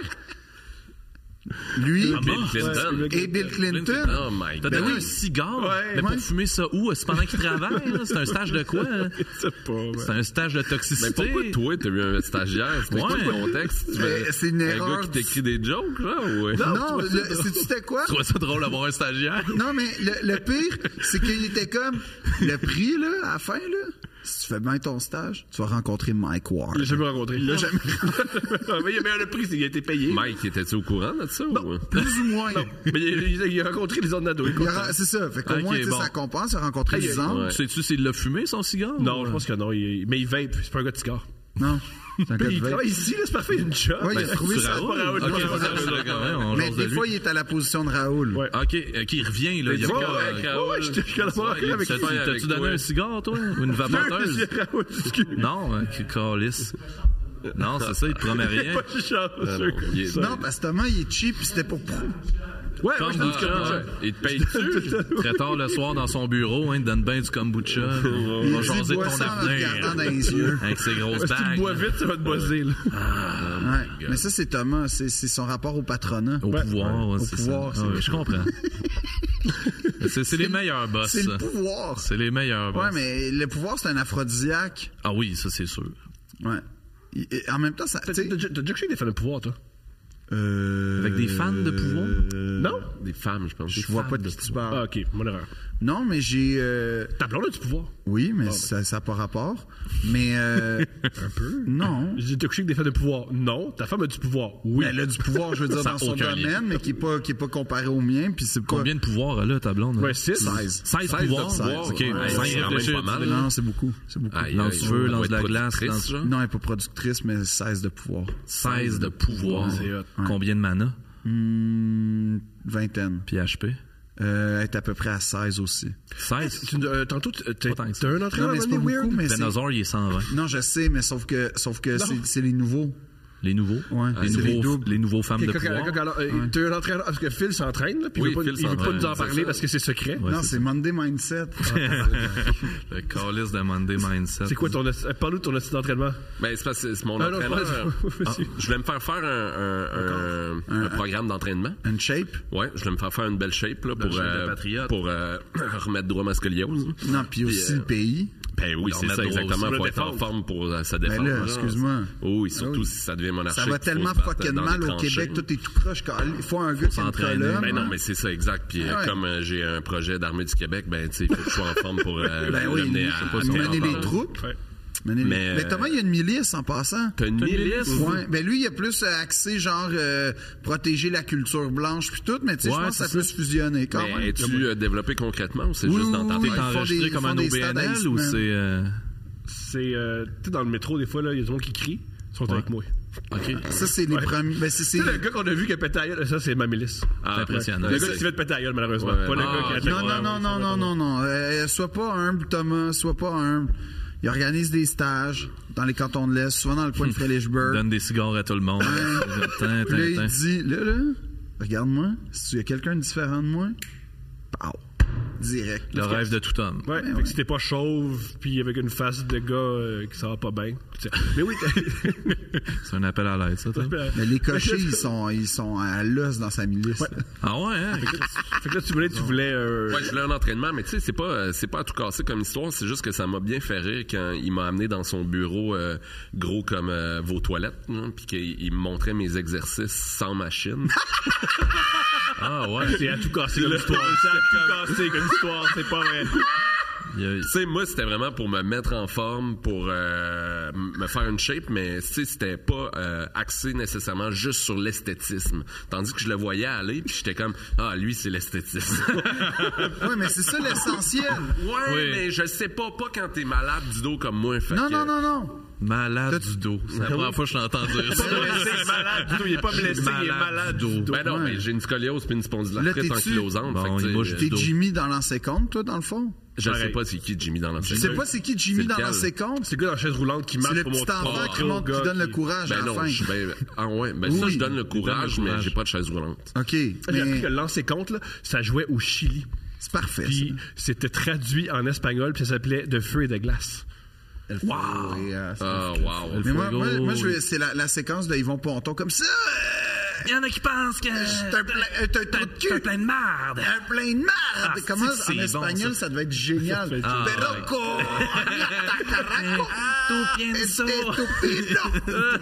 [SPEAKER 5] Lui
[SPEAKER 4] Bill
[SPEAKER 1] Ah,
[SPEAKER 4] Clinton.
[SPEAKER 5] et Bill Clinton.
[SPEAKER 4] Oh my
[SPEAKER 1] T'as
[SPEAKER 4] god.
[SPEAKER 1] donné
[SPEAKER 5] ben oui.
[SPEAKER 1] un cigare?
[SPEAKER 5] Ouais,
[SPEAKER 1] mais
[SPEAKER 5] ouais.
[SPEAKER 1] pour fumer ça où? C'est pendant qu'il travaille? là? C'est un stage de quoi? là? C'est un stage de
[SPEAKER 4] Mais
[SPEAKER 5] Ben,
[SPEAKER 1] toxicité.
[SPEAKER 4] pourquoi toi, t'as eu un stagiaire? C'est quoi
[SPEAKER 1] Ouais.
[SPEAKER 4] le contexte? Tu veux-
[SPEAKER 5] Euh, c'est une
[SPEAKER 4] Un
[SPEAKER 5] erreur
[SPEAKER 4] gars qui t'écrit des jokes, euh, là? Ouais.
[SPEAKER 5] Non, le- sais-tu c'était quoi?
[SPEAKER 1] Tu vois ça drôle d'avoir un stagiaire?
[SPEAKER 5] Non, mais le, le pire, c'est qu'il était comme le prix, là, à la fin, là. Si tu fais bien ton stage, tu vas rencontrer Mike Ward.
[SPEAKER 2] Je jamais rencontré.
[SPEAKER 5] Là, jamais
[SPEAKER 2] Mais il y avait un prix, c'est qu'il a été payé.
[SPEAKER 4] Mike, étais-tu au courant de ça? ou- euh,
[SPEAKER 5] plus ou moins.
[SPEAKER 2] Mais il, il- il a rencontré les autres nados.
[SPEAKER 5] Il y aura- C'est ça. Fait qu'au
[SPEAKER 1] Ok,
[SPEAKER 5] moins, tu sais,
[SPEAKER 1] bon.
[SPEAKER 5] ça compense, il a rencontré
[SPEAKER 2] Aïe,
[SPEAKER 5] des
[SPEAKER 2] aïe.
[SPEAKER 5] ans.
[SPEAKER 4] Ouais.
[SPEAKER 1] Sais-tu s'il l'a fumé, son cigare?
[SPEAKER 2] Non, je pense que non. il- mais il vape, c'est pas un gars de cigare.
[SPEAKER 5] Non. C'est un gars de
[SPEAKER 2] Il
[SPEAKER 5] vape.
[SPEAKER 2] travaille ici, là, c'est parfait, il a une shop.
[SPEAKER 5] Ouais, il a
[SPEAKER 2] Ben,
[SPEAKER 5] trouvé
[SPEAKER 2] tu
[SPEAKER 5] ça.
[SPEAKER 2] raoutes.
[SPEAKER 5] Ok,
[SPEAKER 2] Ouais,
[SPEAKER 1] euh? Ok,
[SPEAKER 2] ouais,
[SPEAKER 1] on
[SPEAKER 2] ouais.
[SPEAKER 1] jase de quand même, on
[SPEAKER 5] Mais
[SPEAKER 1] jase de
[SPEAKER 5] des
[SPEAKER 1] lui.
[SPEAKER 5] fois, il est à la position de Raoul.
[SPEAKER 2] Ouais.
[SPEAKER 1] Ok, euh, qui revient, là. Il y a
[SPEAKER 2] Ouais,
[SPEAKER 1] pas-
[SPEAKER 2] ouais,
[SPEAKER 1] euh,
[SPEAKER 2] ouais, je je collabore avec
[SPEAKER 1] T'as-
[SPEAKER 4] toi, avec
[SPEAKER 1] T'as-tu donné
[SPEAKER 4] toi.
[SPEAKER 1] un cigare, toi? Ou une vapoteuse?
[SPEAKER 2] Monsieur Raoul, excuse.
[SPEAKER 1] Non, hein, qui calisse. Non, c'est ça, il te promet rien.
[SPEAKER 2] Pas de chanceux
[SPEAKER 4] bon,
[SPEAKER 2] comme
[SPEAKER 4] il est-
[SPEAKER 2] ça.
[SPEAKER 5] Non, parce que Thomas, il est cheap, puis c'était pour.
[SPEAKER 2] Ouais, moi,
[SPEAKER 1] Comme
[SPEAKER 2] je trouve que-
[SPEAKER 1] Boucha.
[SPEAKER 4] Il te paye-tu?
[SPEAKER 1] Très tard le soir dans son bureau, hein, il te donne bien du kombucha. On va
[SPEAKER 5] dit,
[SPEAKER 1] changer de
[SPEAKER 5] bois
[SPEAKER 1] ton
[SPEAKER 5] ça en regardant
[SPEAKER 1] avenir.
[SPEAKER 5] dans les yeux.
[SPEAKER 1] Avec ses grosses
[SPEAKER 2] Si tu le
[SPEAKER 1] bagues.
[SPEAKER 2] bois vite, ça va te boiser, là.
[SPEAKER 5] Ouais. Mais ça, c'est Thomas. C'est c'est son rapport au patronat.
[SPEAKER 1] Oh Au pouvoir, ouais,
[SPEAKER 5] Au
[SPEAKER 1] c'est
[SPEAKER 5] pouvoir,
[SPEAKER 1] ça. Ah
[SPEAKER 5] c'est-
[SPEAKER 1] Ouais, je comprends. c'est, c'est les meilleurs boss.
[SPEAKER 5] C'est
[SPEAKER 1] ça.
[SPEAKER 5] le pouvoir.
[SPEAKER 1] C'est les meilleurs boss.
[SPEAKER 5] Ouais, mais le pouvoir, c'est un aphrodisiaque.
[SPEAKER 1] Ah oui, ça c'est sûr.
[SPEAKER 5] Ouais. Et- et en même temps, ça.
[SPEAKER 2] T'as
[SPEAKER 5] tu sais,
[SPEAKER 2] t'as déjà t'as déjà couché des fans de pouvoir, toi?
[SPEAKER 5] euh,
[SPEAKER 1] Avec des fans de pouvoir.
[SPEAKER 2] Non?
[SPEAKER 4] Des femmes, je pense.
[SPEAKER 5] Je vois pas de qui tu parles.
[SPEAKER 2] Ah, ok, mon erreur.
[SPEAKER 5] Non, mais j'ai. euh,
[SPEAKER 2] Ta blonde a du pouvoir.
[SPEAKER 5] Oui, mais
[SPEAKER 1] ben.
[SPEAKER 5] ça n'a pas rapport. Mais. euh, Non.
[SPEAKER 2] J'ai t'as couché avec des fans de pouvoir. Non. Ta femme a du pouvoir. Oui.
[SPEAKER 5] Elle a du pouvoir, je veux dire,
[SPEAKER 1] Ça a
[SPEAKER 5] dans son
[SPEAKER 1] aucun
[SPEAKER 5] domaine,
[SPEAKER 1] lien.
[SPEAKER 5] mais qui n'est pas, qui est pas comparé au mien. Puis c'est pas-
[SPEAKER 1] Combien de pouvoirs elle a, ta blonde?
[SPEAKER 2] Ouais, 6.
[SPEAKER 5] 16.
[SPEAKER 1] 16
[SPEAKER 4] 16
[SPEAKER 1] pouvoirs.
[SPEAKER 4] pouvoirs,
[SPEAKER 1] Ok,
[SPEAKER 4] ouais.
[SPEAKER 1] cinq
[SPEAKER 4] Ouais, c'est quand même
[SPEAKER 1] réfléchis,
[SPEAKER 4] pas mal.
[SPEAKER 1] tu dis.
[SPEAKER 5] Non, c'est beaucoup. C'est beaucoup.
[SPEAKER 4] Aïe,
[SPEAKER 1] Lance
[SPEAKER 4] aïe,
[SPEAKER 1] du feu,
[SPEAKER 4] on
[SPEAKER 1] lance de
[SPEAKER 4] doit
[SPEAKER 1] la
[SPEAKER 4] être
[SPEAKER 1] glace,
[SPEAKER 4] productrice,
[SPEAKER 1] lance-
[SPEAKER 4] genre.
[SPEAKER 5] Non, elle n'est pas productrice, mais 16 de pouvoir.
[SPEAKER 1] 16 de pouvoir.
[SPEAKER 2] C'est hot.
[SPEAKER 1] Combien de mana?
[SPEAKER 5] Hmm, vingtaine.
[SPEAKER 1] Puis HP?
[SPEAKER 5] Euh, elle est à peu près à 16 aussi.
[SPEAKER 1] 16?
[SPEAKER 2] Tu- euh, Tantôt, tu- t'es
[SPEAKER 1] Pas tant que ça.
[SPEAKER 2] t'as un
[SPEAKER 5] Non,
[SPEAKER 2] entraîneur
[SPEAKER 5] mais c'est pas
[SPEAKER 2] Ronnie Weird?
[SPEAKER 5] beaucoup, mais c'est...
[SPEAKER 1] Dinosaur, il est 120.
[SPEAKER 5] Non, je sais, mais sauf que, sauf que
[SPEAKER 2] Non.
[SPEAKER 5] c'est, c'est les nouveaux.
[SPEAKER 1] Les nouveaux?
[SPEAKER 5] Ouais.
[SPEAKER 1] Les,
[SPEAKER 5] C'est les
[SPEAKER 1] nouveaux
[SPEAKER 5] doubles.
[SPEAKER 1] les nouveaux femmes
[SPEAKER 2] T'es
[SPEAKER 1] de
[SPEAKER 2] coq-
[SPEAKER 1] pouvoir?
[SPEAKER 2] coq- alors, euh, T'as un entraîneur parce que Phil s'entraîne, là, puis
[SPEAKER 4] Oui,
[SPEAKER 2] il veut pas,
[SPEAKER 4] Phil
[SPEAKER 2] il veut pas
[SPEAKER 4] s'entraîne,
[SPEAKER 2] nous en
[SPEAKER 4] c'est
[SPEAKER 2] parler
[SPEAKER 4] ça.
[SPEAKER 2] parce que c'est secret.
[SPEAKER 1] Ouais,
[SPEAKER 5] non,
[SPEAKER 1] c'est
[SPEAKER 5] c'est, Monday Mindset.
[SPEAKER 1] Le calice de Monday Mindset.
[SPEAKER 2] C'est quoi ton. euh, Parle-nous de ton outil d'entraînement.
[SPEAKER 4] Ben, c'est parce que c'est mon
[SPEAKER 2] Ah, non,
[SPEAKER 4] entraîneur.
[SPEAKER 2] pas-
[SPEAKER 4] Ah, je voulais me faire faire un, un- un- un programme d'entraînement.
[SPEAKER 5] Une shape.
[SPEAKER 4] Ouais, je voulais me faire faire une belle shape là, pour,
[SPEAKER 1] shape de
[SPEAKER 4] euh,
[SPEAKER 1] patriote.
[SPEAKER 4] pour euh, remettre droit ma scoliose.
[SPEAKER 5] Non, puis aussi le pays.
[SPEAKER 4] Ben oui,
[SPEAKER 1] Leur
[SPEAKER 4] c'est
[SPEAKER 1] mettre
[SPEAKER 4] ça,
[SPEAKER 1] droit
[SPEAKER 4] exactement.
[SPEAKER 1] aussi.
[SPEAKER 4] Faut
[SPEAKER 1] Le
[SPEAKER 4] être en
[SPEAKER 1] défendre.
[SPEAKER 4] forme pour euh, sa défense.
[SPEAKER 5] Ben là,
[SPEAKER 4] genre.
[SPEAKER 5] excuse-moi.
[SPEAKER 4] Oui, surtout si ça devient monarchique.
[SPEAKER 5] Ça va
[SPEAKER 4] faut
[SPEAKER 5] tellement
[SPEAKER 4] se battre
[SPEAKER 5] fucking
[SPEAKER 4] dans des
[SPEAKER 5] mal au
[SPEAKER 4] tranchées.
[SPEAKER 5] Québec. Tout est tout croche. quand- Il faut un gars qui a une
[SPEAKER 1] s'entraîner.
[SPEAKER 5] colonne. hein? Ah
[SPEAKER 4] Ben non, mais c'est ça, exact. Puis euh,
[SPEAKER 5] Ouais.
[SPEAKER 4] comme euh, j'ai un projet d'armée du Québec, ben tu sais, faut que je sois en forme pour euh,
[SPEAKER 5] Ben oui,
[SPEAKER 4] l'amener
[SPEAKER 5] il-
[SPEAKER 4] à,
[SPEAKER 5] il-
[SPEAKER 4] à-
[SPEAKER 5] mener
[SPEAKER 4] à-
[SPEAKER 5] les troupes.
[SPEAKER 2] Ouais.
[SPEAKER 5] Mener les-
[SPEAKER 4] Mais,
[SPEAKER 5] Mais,
[SPEAKER 4] euh,
[SPEAKER 5] Thomas, il y a une milice en passant.
[SPEAKER 4] T'as une milice?
[SPEAKER 5] Ouais, ben lui, il est plus euh, axé genre euh, protéger la culture blanche puis tout, mais tu sais, je
[SPEAKER 1] Ouais,
[SPEAKER 5] pense que
[SPEAKER 1] c'est
[SPEAKER 5] ça peut
[SPEAKER 1] ça.
[SPEAKER 5] se fusionner quand
[SPEAKER 4] Mais
[SPEAKER 5] même.
[SPEAKER 4] es-tu euh, développé concrètement ou c'est
[SPEAKER 5] Oui,
[SPEAKER 4] juste dans ta
[SPEAKER 5] oui,
[SPEAKER 1] T'es
[SPEAKER 5] ils font
[SPEAKER 4] tête?
[SPEAKER 1] enregistré
[SPEAKER 5] des-
[SPEAKER 1] comme
[SPEAKER 5] ils
[SPEAKER 1] un
[SPEAKER 5] font des
[SPEAKER 1] OBNL
[SPEAKER 5] standards,
[SPEAKER 1] ou
[SPEAKER 5] man.
[SPEAKER 1] c'est. euh,
[SPEAKER 2] C'est. euh, Tu sais, dans le métro, des fois, là, il y a des gens qui crient. Ils sont avec moi.
[SPEAKER 4] Ah,
[SPEAKER 5] Ça, c'est les premiers. Ben, c'est, c'est-
[SPEAKER 2] Tu sais, le gars qu'on a vu qui a pété la gueule, ça, c'est ma milice.
[SPEAKER 4] Ah,
[SPEAKER 1] C'est impressionnant.
[SPEAKER 2] Le
[SPEAKER 4] Ouais,
[SPEAKER 2] gars qui
[SPEAKER 4] c'est-
[SPEAKER 2] s'est fait péter la gueule, malheureusement.
[SPEAKER 4] Ouais.
[SPEAKER 2] Pas le
[SPEAKER 4] Ah,
[SPEAKER 2] gars qui a
[SPEAKER 4] ok.
[SPEAKER 2] attaqué.
[SPEAKER 5] Non, non, non, non, non,
[SPEAKER 2] Ouais,
[SPEAKER 5] non, non. Euh, sois pas humble, Thomas. Sois pas humble. Il organise des stages dans les cantons de l'Est, souvent dans le coin de Frelichburg.
[SPEAKER 1] Hmm. Donne des cigares à tout le monde.
[SPEAKER 5] Euh,
[SPEAKER 1] Tin,
[SPEAKER 5] Puis là,
[SPEAKER 1] tin,
[SPEAKER 5] il
[SPEAKER 1] tin.
[SPEAKER 5] dit, là, là, regarde-moi. Si tu as quelqu'un de différent de moi, pow, direct.
[SPEAKER 1] Le rêve de tout homme.
[SPEAKER 5] Ben
[SPEAKER 2] Ouais, fait que si t'es pas chauve, puis avec une face de gars euh, qui ça va pas bien. tu sais. Ben, Mais oui, t'as-
[SPEAKER 1] C'est un appel à l'aide, ça, toi?
[SPEAKER 5] Mais les cochers, ils sont, ils sont à l'os dans sa milice. là.
[SPEAKER 1] Ah ouais, hein?
[SPEAKER 2] fait que là, tu voulais. Tu voulais euh,
[SPEAKER 4] Ouais, je voulais un entraînement, mais tu sais, c'est pas, euh, c'est pas à tout casser comme histoire, c'est juste que ça m'a bien fait rire quand il m'a amené dans son bureau euh, gros comme euh, vos toilettes, hein, puis qu'il il me montrait mes exercices sans machine.
[SPEAKER 1] Ah ouais. Ah
[SPEAKER 2] C'est à tout casser comme histoire. C'est à tout casser comme histoire, c'est pas vrai.
[SPEAKER 1] Il y a-
[SPEAKER 4] Tu sais, moi, c'était vraiment pour me mettre en forme, pour euh, m- me faire une shape, mais tu sais, c'était pas euh, axé nécessairement juste sur l'esthétisme. Tandis que je le voyais aller, puis j'étais comme, ah, lui, c'est l'esthétisme.
[SPEAKER 5] Oui, mais c'est ça l'essentiel.
[SPEAKER 4] ouais,
[SPEAKER 1] Oui.
[SPEAKER 4] mais je sais pas, pas quand t'es malade du dos comme moi. Fait
[SPEAKER 5] Non,
[SPEAKER 4] que-
[SPEAKER 5] non, non, non.
[SPEAKER 1] Malade du dos. C'est la première fois que je t'entends dire ça.
[SPEAKER 6] C'est malade du tout. Il est pas blessé, il est malade du tout.
[SPEAKER 4] Ben non,
[SPEAKER 5] Ouais.
[SPEAKER 4] mais j'ai une scoliose puis une
[SPEAKER 5] Là,
[SPEAKER 4] spondylarthrite
[SPEAKER 5] t'es-tu-
[SPEAKER 4] ankylosante.
[SPEAKER 1] Bon,
[SPEAKER 4] fait que, tu sais,
[SPEAKER 1] moi,
[SPEAKER 4] je-
[SPEAKER 5] T'es
[SPEAKER 1] Dos.
[SPEAKER 5] Jimmy dans l'ancien compte, toi, dans le fond?
[SPEAKER 4] je sais
[SPEAKER 2] pareil.
[SPEAKER 4] pas c'est qui Jimmy dans
[SPEAKER 5] Je sais pas c'est qui Jimmy
[SPEAKER 4] Ben C'est
[SPEAKER 5] dans
[SPEAKER 4] lequel?
[SPEAKER 5] l'ancien compte.
[SPEAKER 2] C'est le gars dans la chaise roulante qui
[SPEAKER 5] C'est
[SPEAKER 2] marche
[SPEAKER 5] le
[SPEAKER 2] pour
[SPEAKER 5] petit
[SPEAKER 2] montrer
[SPEAKER 5] enfant qui
[SPEAKER 2] au
[SPEAKER 5] montre,
[SPEAKER 2] gars
[SPEAKER 5] qui donne le courage à
[SPEAKER 4] Ben
[SPEAKER 5] la
[SPEAKER 4] non,
[SPEAKER 5] fin.
[SPEAKER 4] je- ben, ah ouais, ben ça,
[SPEAKER 5] Oui.
[SPEAKER 4] je donne le courage, mais
[SPEAKER 1] courage.
[SPEAKER 4] j'ai pas de chaise roulante.
[SPEAKER 5] OK,
[SPEAKER 2] J'ai appris que
[SPEAKER 5] mais
[SPEAKER 2] le lancer compte, là, ça jouait au Chili.
[SPEAKER 5] c'est parfait.
[SPEAKER 2] Puis c'était traduit en espagnol, puis ça s'appelait De feu et de glace.
[SPEAKER 5] ça. Wow. Et, euh, c'est-
[SPEAKER 4] Ah, wow.
[SPEAKER 5] mais moi,
[SPEAKER 1] Fuego,
[SPEAKER 5] moi, moi, je vais-
[SPEAKER 1] oui.
[SPEAKER 5] c'est la, la séquence de Yvon Ponton comme ça.
[SPEAKER 1] Il y en a qui pensent que
[SPEAKER 5] T'as un plein- euh, t'as un trou de cul.
[SPEAKER 1] de marde.
[SPEAKER 5] Un plein de merde!
[SPEAKER 1] c'est
[SPEAKER 5] Comment,
[SPEAKER 1] que c'est
[SPEAKER 5] en
[SPEAKER 1] bon,
[SPEAKER 5] espagnol, ça.
[SPEAKER 1] ça.
[SPEAKER 5] devait être génial. Ah,
[SPEAKER 2] fait
[SPEAKER 1] Ah,
[SPEAKER 5] Perroco! Caraco!
[SPEAKER 1] Tu pienso.
[SPEAKER 5] Euh.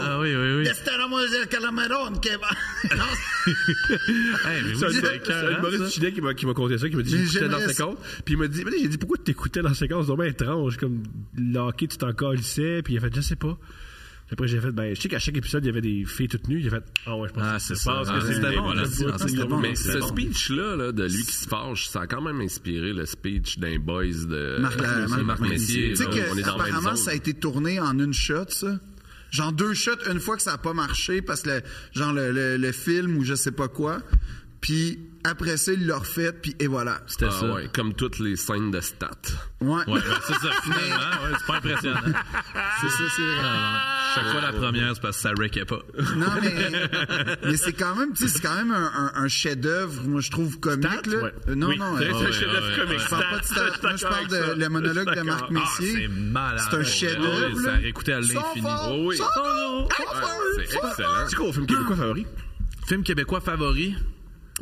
[SPEAKER 1] Ah oui, oui, oui.
[SPEAKER 5] calamarón que va.
[SPEAKER 1] Hey, mais oui,
[SPEAKER 2] C'est un-
[SPEAKER 1] c'est
[SPEAKER 2] c'est un
[SPEAKER 1] écœurant, ça.
[SPEAKER 2] humoriste chilien qui m'a, qui m'a conté ça, qui m'a dit
[SPEAKER 5] Mais
[SPEAKER 2] j'écoutais dans
[SPEAKER 5] j'aimerais
[SPEAKER 2] ses
[SPEAKER 5] ça.
[SPEAKER 2] comptes. Puis il m'a dit, mais là, j'ai dit pourquoi t'écoutais dans ses comptes? C'est vraiment étrange. Comme le hockey, tu t'en calissais. Puis il a fait, je sais pas. Puis Après, j'ai fait, ben, je sais qu'à chaque épisode, il y avait des filles toutes nues. Il a fait, ah ouais, je pense
[SPEAKER 1] Ah,
[SPEAKER 2] que
[SPEAKER 1] c'est
[SPEAKER 2] je
[SPEAKER 1] ça.
[SPEAKER 2] pense
[SPEAKER 1] Ah,
[SPEAKER 2] que
[SPEAKER 1] c'était
[SPEAKER 2] des-
[SPEAKER 1] bon, là, c'est-
[SPEAKER 2] des-
[SPEAKER 5] c'était bon.
[SPEAKER 4] Mais
[SPEAKER 5] c'est
[SPEAKER 4] ce speech-là là, de lui qui se fâche, ça a quand même inspiré le speech d'un boys de
[SPEAKER 5] Marc-
[SPEAKER 4] euh,
[SPEAKER 5] Marc-
[SPEAKER 4] Marc Messier.
[SPEAKER 5] Tu sais
[SPEAKER 4] là, on est
[SPEAKER 5] que,
[SPEAKER 4] dans la même
[SPEAKER 5] apparemment,
[SPEAKER 4] zone.
[SPEAKER 5] ça a été tourné en une shot, ça. Genre deux shots, une fois que ça n'a pas marché, parce que le, genre le, le- le film ou je sais pas quoi. Puis après ça, ils l'ont refait, puis et voilà.
[SPEAKER 1] C'était
[SPEAKER 4] Ah
[SPEAKER 1] ça.
[SPEAKER 4] ouais, comme toutes les scènes de stats.
[SPEAKER 5] Ouais.
[SPEAKER 1] Ouais, ben, c'est ça, finalement. Ouais, c'est pas impressionnant.
[SPEAKER 5] C'est ça, c'est vrai.
[SPEAKER 1] Ah, ouais. Chaque fois, la première, c'est parce que ça wreckait pas.
[SPEAKER 5] Non, mais, mais c'est quand même, tu sais, c'est quand même un, un- un chef-d'œuvre, moi, je trouve, comique, là.
[SPEAKER 2] ouais.
[SPEAKER 5] Euh, Non,
[SPEAKER 2] Oui,
[SPEAKER 5] non.
[SPEAKER 2] c'est
[SPEAKER 5] euh,
[SPEAKER 2] un
[SPEAKER 1] ouais,
[SPEAKER 2] chef-d'œuvre
[SPEAKER 1] ouais,
[SPEAKER 2] comique.
[SPEAKER 5] Je parle pas de
[SPEAKER 2] Stats,
[SPEAKER 5] stats. Moi, je
[SPEAKER 2] d'accord
[SPEAKER 5] parle de
[SPEAKER 2] avec
[SPEAKER 5] le
[SPEAKER 2] ça.
[SPEAKER 5] monologue de
[SPEAKER 2] D'accord.
[SPEAKER 5] Marc
[SPEAKER 2] Ah,
[SPEAKER 5] Messier.
[SPEAKER 1] c'est malade.
[SPEAKER 5] C'est un
[SPEAKER 1] Ouais,
[SPEAKER 5] chef-d'œuvre,
[SPEAKER 1] ouais, Ça
[SPEAKER 5] là.
[SPEAKER 1] a réécouté à l'infini.
[SPEAKER 5] Son
[SPEAKER 4] oui.
[SPEAKER 5] fort, son fort,
[SPEAKER 4] Ouais, c'est
[SPEAKER 5] son fort.
[SPEAKER 4] excellent.
[SPEAKER 2] Ah, C'est quoi au film québécois favori?
[SPEAKER 1] Film québécois favori,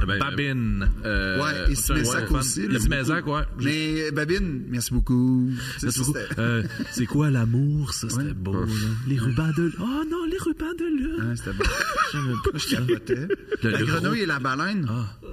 [SPEAKER 5] Eh
[SPEAKER 4] Ben,
[SPEAKER 1] Babine.
[SPEAKER 4] euh,
[SPEAKER 5] Ouais, et
[SPEAKER 1] C'est un
[SPEAKER 5] Smézac
[SPEAKER 1] bon
[SPEAKER 5] aussi.
[SPEAKER 1] fan.
[SPEAKER 5] là.
[SPEAKER 1] Yves Mézac, ouais.
[SPEAKER 5] Mais euh, Babine, merci beaucoup. C'est-
[SPEAKER 1] Merci beaucoup.
[SPEAKER 5] c'était-
[SPEAKER 1] Euh, c'est quoi l'amour? Ça, c'était beau. là. Les rubans de... Oh non, les rubans de lune.
[SPEAKER 5] Ah, C'était bon. Je capotais.
[SPEAKER 1] Le-
[SPEAKER 5] La
[SPEAKER 1] le
[SPEAKER 5] grenouille et la baleine.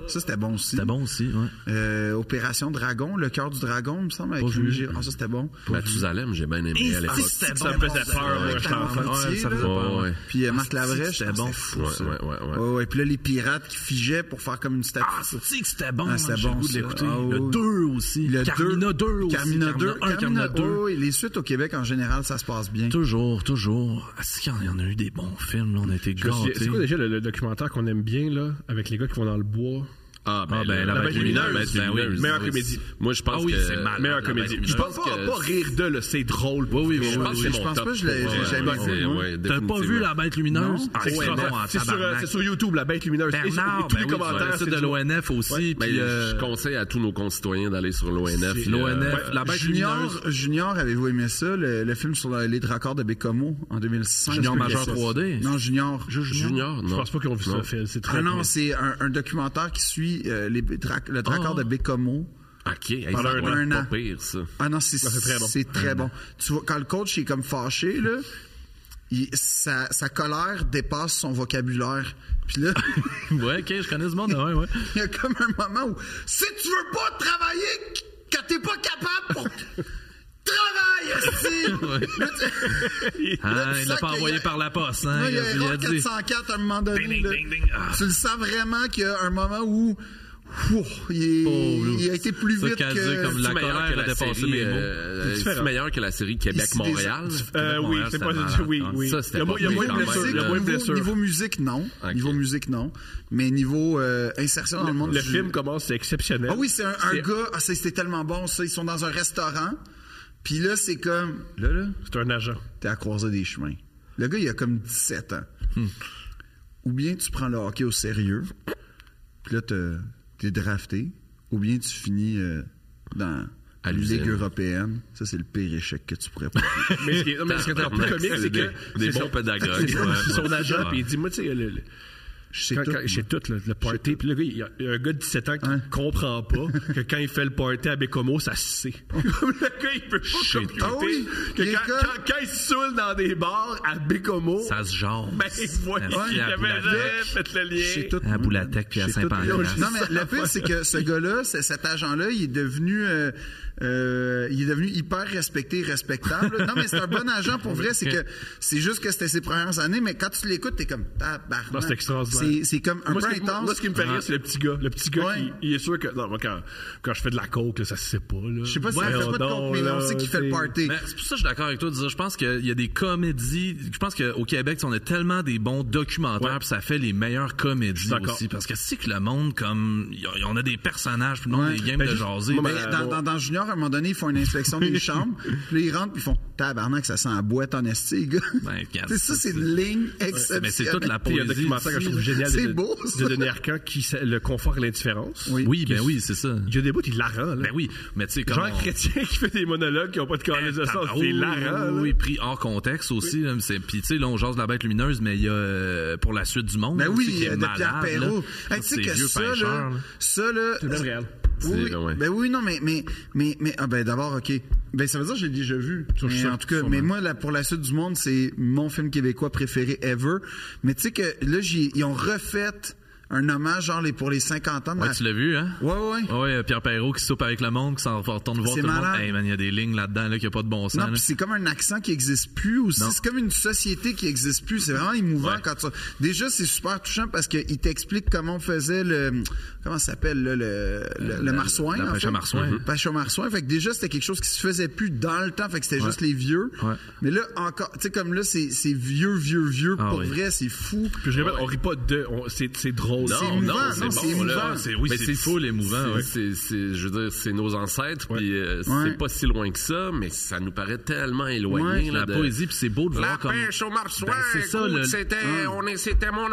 [SPEAKER 5] Ça, c'était bon aussi.
[SPEAKER 1] C'était bon aussi, ouais.
[SPEAKER 5] Euh, Opération Dragon, le cœur du dragon, me semble, avec
[SPEAKER 1] Pas vu.
[SPEAKER 5] Louis Giraud. Ah, ça, c'était bon.
[SPEAKER 4] Mathusalem, j'ai bien aimé à
[SPEAKER 5] Ah,
[SPEAKER 4] l'époque.
[SPEAKER 5] c'est
[SPEAKER 2] Ça me
[SPEAKER 5] bon,
[SPEAKER 2] faisait
[SPEAKER 5] ça.
[SPEAKER 2] peur, moi,
[SPEAKER 5] Avec
[SPEAKER 2] j'étais
[SPEAKER 5] Laurent
[SPEAKER 2] enfant.
[SPEAKER 5] Vautier,
[SPEAKER 1] Ouais, ça
[SPEAKER 5] là.
[SPEAKER 1] faisait peur, ouais. Ah,
[SPEAKER 5] Puis euh, Marc Labrèche.
[SPEAKER 1] c'était bon.
[SPEAKER 5] c'était fou,
[SPEAKER 4] Ouais,
[SPEAKER 5] ça.
[SPEAKER 4] ouais, ouais, ouais.
[SPEAKER 5] Ouais, ouais. Puis là, les pirates qui figeaient pour faire comme une statue.
[SPEAKER 1] Ah, c'est que c'était bon.
[SPEAKER 5] Ah,
[SPEAKER 1] man,
[SPEAKER 5] c'était
[SPEAKER 1] j'ai le
[SPEAKER 5] bon,
[SPEAKER 1] goût de
[SPEAKER 5] ça.
[SPEAKER 1] l'écouter.
[SPEAKER 5] Ah,
[SPEAKER 1] le
[SPEAKER 5] oui.
[SPEAKER 1] 2 aussi.
[SPEAKER 5] Le
[SPEAKER 1] Carmina 2 aussi.
[SPEAKER 5] Carmina 2.
[SPEAKER 1] 1, Carmina 2.
[SPEAKER 5] et les suites au Québec, en général, ça se passe bien.
[SPEAKER 1] Toujours, toujours. Est-ce qu'il y en a eu des bons films? là? On a été
[SPEAKER 2] Je me souviens- C'est
[SPEAKER 1] gâtés.
[SPEAKER 2] quoi déjà le, le documentaire qu'on aime bien, là, avec les gars qui vont dans le bois?
[SPEAKER 4] Ah, ben,
[SPEAKER 1] Ah, ben,
[SPEAKER 4] le-
[SPEAKER 1] la
[SPEAKER 2] bête lumineuse.
[SPEAKER 1] Ben oui,
[SPEAKER 2] Meilleure
[SPEAKER 1] oui.
[SPEAKER 2] comédie.
[SPEAKER 4] Moi, je pense
[SPEAKER 1] Ah oui,
[SPEAKER 4] que...
[SPEAKER 1] c'est malade,
[SPEAKER 2] Meilleure
[SPEAKER 1] la
[SPEAKER 2] comédie.
[SPEAKER 1] bête
[SPEAKER 2] Je pense
[SPEAKER 1] lumineuse.
[SPEAKER 2] pas, pas rire de, là, c'est drôle.
[SPEAKER 1] Oui, oui, oui.
[SPEAKER 4] Je pense
[SPEAKER 1] oui,
[SPEAKER 4] que
[SPEAKER 1] oui.
[SPEAKER 4] c'est
[SPEAKER 5] je
[SPEAKER 4] mon
[SPEAKER 5] pense
[SPEAKER 4] top.
[SPEAKER 5] pas que je l'ai-
[SPEAKER 4] Ouais,
[SPEAKER 5] j'ai jamais
[SPEAKER 4] ouais,
[SPEAKER 5] vu,
[SPEAKER 4] c'est-
[SPEAKER 5] moi.
[SPEAKER 4] ouais,
[SPEAKER 1] T'as pas vu
[SPEAKER 4] définitivement.
[SPEAKER 1] la bête lumineuse?
[SPEAKER 5] Non.
[SPEAKER 1] Ah,
[SPEAKER 2] C'est
[SPEAKER 1] ouais,
[SPEAKER 2] extraordinaire.
[SPEAKER 1] bon, en
[SPEAKER 2] C'est sur, euh,
[SPEAKER 1] tabarnak.
[SPEAKER 2] c'est sur YouTube, la bête lumineuse. Et sur- et
[SPEAKER 1] Bernard,
[SPEAKER 2] tous
[SPEAKER 1] ben
[SPEAKER 2] les
[SPEAKER 1] oui,
[SPEAKER 2] commentaires.
[SPEAKER 1] c'est
[SPEAKER 2] c'est
[SPEAKER 1] de
[SPEAKER 2] toujours-
[SPEAKER 1] l'ONF aussi.
[SPEAKER 4] Ben,
[SPEAKER 1] Puis
[SPEAKER 4] Je
[SPEAKER 1] euh,
[SPEAKER 4] conseille à tous nos concitoyens d'aller sur l'ONF.
[SPEAKER 1] l'ONF, la bête lumineuse.
[SPEAKER 5] Junior, Junior avez-vous aimé ça, le, le film sur la- les dracors de Bécomo en 2005?
[SPEAKER 1] Junior
[SPEAKER 5] Je sais
[SPEAKER 1] Major
[SPEAKER 5] pas.
[SPEAKER 1] 3D.
[SPEAKER 5] Non, Junior.
[SPEAKER 4] Junior, non.
[SPEAKER 2] Je pense pas qu'ils ont vu ça,
[SPEAKER 4] Non.
[SPEAKER 2] Phil. C'est très
[SPEAKER 5] Ah non,
[SPEAKER 2] bien.
[SPEAKER 5] c'est un, un documentaire qui suit euh, les dra- le dracard
[SPEAKER 1] Ah.
[SPEAKER 5] de Bécomo.
[SPEAKER 4] OK, hey,
[SPEAKER 5] Pendant
[SPEAKER 4] ça doit
[SPEAKER 5] un
[SPEAKER 4] être
[SPEAKER 5] an.
[SPEAKER 4] pas pire, ça.
[SPEAKER 5] Ah non, c'est
[SPEAKER 2] c'est très bon.
[SPEAKER 5] c'est très bon. Tu vois, quand le coach est comme fâché, là, il- sa, sa colère dépasse son vocabulaire. Puis là,
[SPEAKER 1] Ouais, ok, je connais ce monde. Ouais, ouais.
[SPEAKER 5] il y a comme un moment où si tu veux pas travailler, quand t'es pas capable, pour... travaille, esti! Là, tu- là,
[SPEAKER 1] Ah,
[SPEAKER 5] tu
[SPEAKER 1] il l'a
[SPEAKER 5] sens
[SPEAKER 1] pas
[SPEAKER 5] qu'il y
[SPEAKER 1] envoyé
[SPEAKER 5] a-
[SPEAKER 1] par la poste, hein.
[SPEAKER 5] Là,
[SPEAKER 1] Il
[SPEAKER 5] il y
[SPEAKER 1] a-
[SPEAKER 5] a
[SPEAKER 1] il
[SPEAKER 5] erreur
[SPEAKER 1] a dit.
[SPEAKER 5] 404 à euh, un moment donné.
[SPEAKER 1] Ding, ding,
[SPEAKER 5] là.
[SPEAKER 1] ding, ding. Ah.
[SPEAKER 5] Tu le sens vraiment qu'il y a un moment où ouh, il, est-
[SPEAKER 1] Pauvre.
[SPEAKER 5] il a été plus
[SPEAKER 1] Ça,
[SPEAKER 5] vite
[SPEAKER 1] quasi
[SPEAKER 5] que...
[SPEAKER 1] comme La
[SPEAKER 4] C'est-tu meilleur
[SPEAKER 1] colère
[SPEAKER 4] que
[SPEAKER 1] a
[SPEAKER 4] la
[SPEAKER 1] dépassé
[SPEAKER 4] série,
[SPEAKER 1] mes mots.
[SPEAKER 4] euh,
[SPEAKER 2] C'est différent.
[SPEAKER 4] c'est-tu meilleur que la série Québec-Montréal.
[SPEAKER 2] Euh, oui,
[SPEAKER 1] Montréal,
[SPEAKER 2] c'est
[SPEAKER 1] c'était
[SPEAKER 2] pas-
[SPEAKER 1] malade,
[SPEAKER 2] oui,
[SPEAKER 1] hein.
[SPEAKER 2] oui.
[SPEAKER 4] Ça, c'était
[SPEAKER 2] Il y a
[SPEAKER 4] pas
[SPEAKER 2] moins- il y a
[SPEAKER 4] pire
[SPEAKER 2] moins de
[SPEAKER 4] quand même,
[SPEAKER 2] blessures,
[SPEAKER 4] là.
[SPEAKER 2] il y a moins de
[SPEAKER 5] Niveau,
[SPEAKER 2] blessures.
[SPEAKER 5] niveau musique, non.
[SPEAKER 4] Ok.
[SPEAKER 5] Niveau musique, non. Mais niveau euh, insertion dans le monde
[SPEAKER 2] Le
[SPEAKER 5] du...
[SPEAKER 2] film commence, c'est exceptionnel.
[SPEAKER 5] Ah oui, c'est un, un
[SPEAKER 2] C'est-
[SPEAKER 5] gars... Ah, c'est- c'était tellement bon, ça. Ils sont dans un restaurant. Puis là, c'est comme... Là, là,
[SPEAKER 2] C'est un agent.
[SPEAKER 5] t'es à croiser des chemins. Le gars, il a comme 17 ans. Ou bien tu prends le hockey au sérieux, puis là, te- t'es drafté, ou bien tu finis euh, dans la
[SPEAKER 4] À l'usine.
[SPEAKER 5] Ligue européenne. Ça, c'est le pire échec que tu pourrais prendre.
[SPEAKER 2] Mais ce qui est, non, mais ce qui est encore plus comique, c'est
[SPEAKER 4] des-
[SPEAKER 2] que.
[SPEAKER 4] des
[SPEAKER 2] c'est
[SPEAKER 4] bons
[SPEAKER 2] son-
[SPEAKER 4] pédagogues.
[SPEAKER 2] c'est son-
[SPEAKER 4] Ouais.
[SPEAKER 2] C'est son agent,
[SPEAKER 1] Ouais.
[SPEAKER 2] puis il dit Moi, tu sais, le- le-
[SPEAKER 5] Chez
[SPEAKER 2] Quand-
[SPEAKER 5] tout,
[SPEAKER 2] quand- chez tout, le, le party. Puis là, il y, a- il y a un gars de 17 ans qui
[SPEAKER 5] Hein?
[SPEAKER 2] comprend pas que quand il fait le party à Bécomo, ça se sait. Comme le gars, il peut pas computer
[SPEAKER 5] Ah oui,
[SPEAKER 2] que
[SPEAKER 5] les
[SPEAKER 2] quand,
[SPEAKER 5] gars-
[SPEAKER 2] quand- quand il se saoule dans des bars à Bécomo,
[SPEAKER 1] Ça se genre.
[SPEAKER 2] ben, voilà,
[SPEAKER 1] Merci
[SPEAKER 2] il
[SPEAKER 1] à
[SPEAKER 2] avait
[SPEAKER 1] Boulatec.
[SPEAKER 2] jamais fait le lien.
[SPEAKER 5] Chez tout.
[SPEAKER 1] À Boulatec puis à
[SPEAKER 5] Chez tout.
[SPEAKER 1] Saint-Pancras.
[SPEAKER 5] Non, mais le pire, c'est que ce gars-là, c'est- cet agent-là, il est devenu, euh, euh, il est devenu hyper respecté, respectable. Non, mais c'est un bon agent pour vrai. C'est que c'est juste que c'était ses premières années, mais quand tu l'écoutes, t'es comme tabarnak.
[SPEAKER 2] Non, c'est extraordinaire.
[SPEAKER 5] C'est- C'est comme un
[SPEAKER 2] moi,
[SPEAKER 5] peu
[SPEAKER 2] ce qui,
[SPEAKER 5] intense.
[SPEAKER 2] moi, ce qui me fait rire, c'est le petit gars. Le petit gars,
[SPEAKER 5] Ouais.
[SPEAKER 2] qui, il est sûr que. Non, moi, quand, quand je fais de la coke, là, ça se sait pas. Là.
[SPEAKER 5] Je sais pas si ça fait pas de compte, mais on sait qu'il fait le party.
[SPEAKER 1] Mais Ben, c'est pour ça que je suis d'accord avec toi de dire, je pense qu'il y a des comédies, je pense qu'au Québec, tu sais, on a tellement des bons documentaires, puis ça fait les meilleures comédies
[SPEAKER 2] d'accord.
[SPEAKER 1] aussi. Parce que c'est que le monde, comme, il y a- on a des personnages, puis le monde
[SPEAKER 5] Ouais.
[SPEAKER 1] des games
[SPEAKER 2] Ben,
[SPEAKER 1] de
[SPEAKER 2] juste-
[SPEAKER 1] jaser.
[SPEAKER 2] moi,
[SPEAKER 5] Mais
[SPEAKER 2] ma-
[SPEAKER 5] dans,
[SPEAKER 2] mon-
[SPEAKER 5] dans- dans Junior, à un moment donné, ils font une inspection des chambres. Puis là, ils rentrent puis ils font Tabarnak, ça sent la boîte en esti, les gars.
[SPEAKER 1] Ben,
[SPEAKER 5] Tu sais,
[SPEAKER 1] regarde,
[SPEAKER 5] ça, c'est
[SPEAKER 1] c'est-
[SPEAKER 5] une ligne
[SPEAKER 1] mais,
[SPEAKER 5] exceptionnelle.
[SPEAKER 1] c'est toute la
[SPEAKER 2] Il y a un
[SPEAKER 1] poésie.
[SPEAKER 2] documentaire que je trouve génial
[SPEAKER 5] C'est
[SPEAKER 2] de,
[SPEAKER 5] beau, ça.
[SPEAKER 2] de Denis Arcand qui s- le confort et l'indifférence.
[SPEAKER 5] Oui.
[SPEAKER 1] Oui, ben oui, c'est ça.
[SPEAKER 2] Il y a des bouts, il larrant.
[SPEAKER 1] Ben oui, mais tu sais, comme.
[SPEAKER 2] Genre chrétien qui fait des monologues qui n'ont pas de
[SPEAKER 1] Ben,
[SPEAKER 2] corrélation de sens.
[SPEAKER 1] tabarou-
[SPEAKER 2] C'est larrant. là.
[SPEAKER 1] Oui, pris hors contexte aussi. là, mais c'est- Puis, tu sais, là, on jase de la bête lumineuse, mais il y a euh, pour la suite du monde.
[SPEAKER 5] Ben
[SPEAKER 1] là, tu sais,
[SPEAKER 5] oui,
[SPEAKER 1] qui est
[SPEAKER 5] euh, de
[SPEAKER 1] malade,
[SPEAKER 5] Pierre
[SPEAKER 1] là.
[SPEAKER 5] Perrault.
[SPEAKER 1] Tous
[SPEAKER 5] Hey, tu sais
[SPEAKER 1] ces
[SPEAKER 5] que
[SPEAKER 1] vieux
[SPEAKER 5] ça,
[SPEAKER 1] pêcheurs,
[SPEAKER 5] là,
[SPEAKER 1] là.
[SPEAKER 5] ça, là.
[SPEAKER 2] C'est bien réel.
[SPEAKER 5] Oui,
[SPEAKER 4] C'est- ouais.
[SPEAKER 5] ben oui, non, mais, mais, mais, mais ah ben d'abord, ok. Ben ça veut dire que je l'ai déjà vu. Mais
[SPEAKER 2] sûr,
[SPEAKER 5] en tout cas,
[SPEAKER 2] sûrement.
[SPEAKER 5] mais moi, là, pour la suite du monde, c'est mon film québécois préféré ever. Mais tu sais que là, j'y- ils ont refait un hommage, genre les, pour les 50 ans. de
[SPEAKER 1] Ouais,
[SPEAKER 5] la-
[SPEAKER 1] tu l'as vu, hein?
[SPEAKER 5] Ouais, ouais, ouais.
[SPEAKER 1] Ouais, euh, Pierre Perrault qui soupe avec le monde, qui s'en retourne voir
[SPEAKER 5] C'est
[SPEAKER 1] tout le monde.
[SPEAKER 5] malade.
[SPEAKER 1] Hey man, il y a des lignes là-dedans là, qui a pas de bon sens.
[SPEAKER 5] Non,
[SPEAKER 1] là.
[SPEAKER 5] puis c'est comme un accent qui existe plus aussi.
[SPEAKER 1] Non.
[SPEAKER 5] C'est comme une société qui existe plus. C'est vraiment émouvant quand tu. Déjà, c'est super touchant parce qu'il t'explique comment on faisait le. Comment ça s'appelle, là, le, le, le
[SPEAKER 1] la-
[SPEAKER 5] marsouin.
[SPEAKER 1] la
[SPEAKER 5] en
[SPEAKER 1] pêche à
[SPEAKER 5] fait.
[SPEAKER 1] marsouin.
[SPEAKER 5] Mhm. Pêche au marsouin. Fait que déjà, c'était quelque chose qui se faisait plus dans le temps. Fait que c'était juste les vieux.
[SPEAKER 1] Ouais.
[SPEAKER 5] Mais là, encore. Tu sais, comme là, c'est c'est vieux, vieux, vieux.
[SPEAKER 1] Ah
[SPEAKER 5] pour
[SPEAKER 1] oui.
[SPEAKER 5] vrai, c'est fou.
[SPEAKER 2] Puis je répète, on rit pas de. on- C'est c'est drôle.
[SPEAKER 5] C'est
[SPEAKER 4] Non, non,
[SPEAKER 5] émouvant,
[SPEAKER 4] c'est
[SPEAKER 5] non, c'est
[SPEAKER 4] bon,
[SPEAKER 5] émouvant.
[SPEAKER 4] là.
[SPEAKER 1] C'est- oui,
[SPEAKER 4] Mais
[SPEAKER 1] c'est full émouvant,
[SPEAKER 4] Ben c'est-
[SPEAKER 1] ouais.
[SPEAKER 4] c'est- c'est- je veux dire, c'est nos ancêtres, puis euh,
[SPEAKER 5] Ouais.
[SPEAKER 4] c'est pas si loin que ça, mais ça nous paraît tellement éloigné.
[SPEAKER 1] C'est
[SPEAKER 4] là,
[SPEAKER 1] la
[SPEAKER 4] de-
[SPEAKER 1] poésie, puis c'est beau de voir
[SPEAKER 4] La
[SPEAKER 1] comme.
[SPEAKER 4] pêche au marsouin,
[SPEAKER 1] Ben, c'est ça,
[SPEAKER 4] écoute,
[SPEAKER 1] le-
[SPEAKER 4] c'était, on est- c'était mon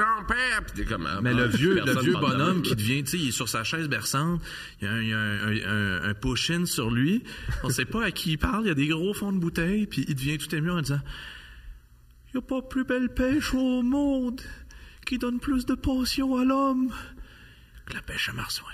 [SPEAKER 4] arrière-grand-père. Puis t'es comme, ah,
[SPEAKER 1] Mais le
[SPEAKER 4] ben,
[SPEAKER 1] vieux, le
[SPEAKER 4] personne
[SPEAKER 1] vieux
[SPEAKER 4] parle de
[SPEAKER 1] bonhomme
[SPEAKER 4] même.
[SPEAKER 1] qui devient, tu sais, il est sur sa chaise berçante, il y a un, il y a un, un- un- un push-in sur lui, on sait pas à qui il parle, il y a des gros fonds de bouteille, puis il devient tout ému en disant « Y a pas plus belle pêche au monde qui donne plus de passion à l'homme que la pêche à marsouin.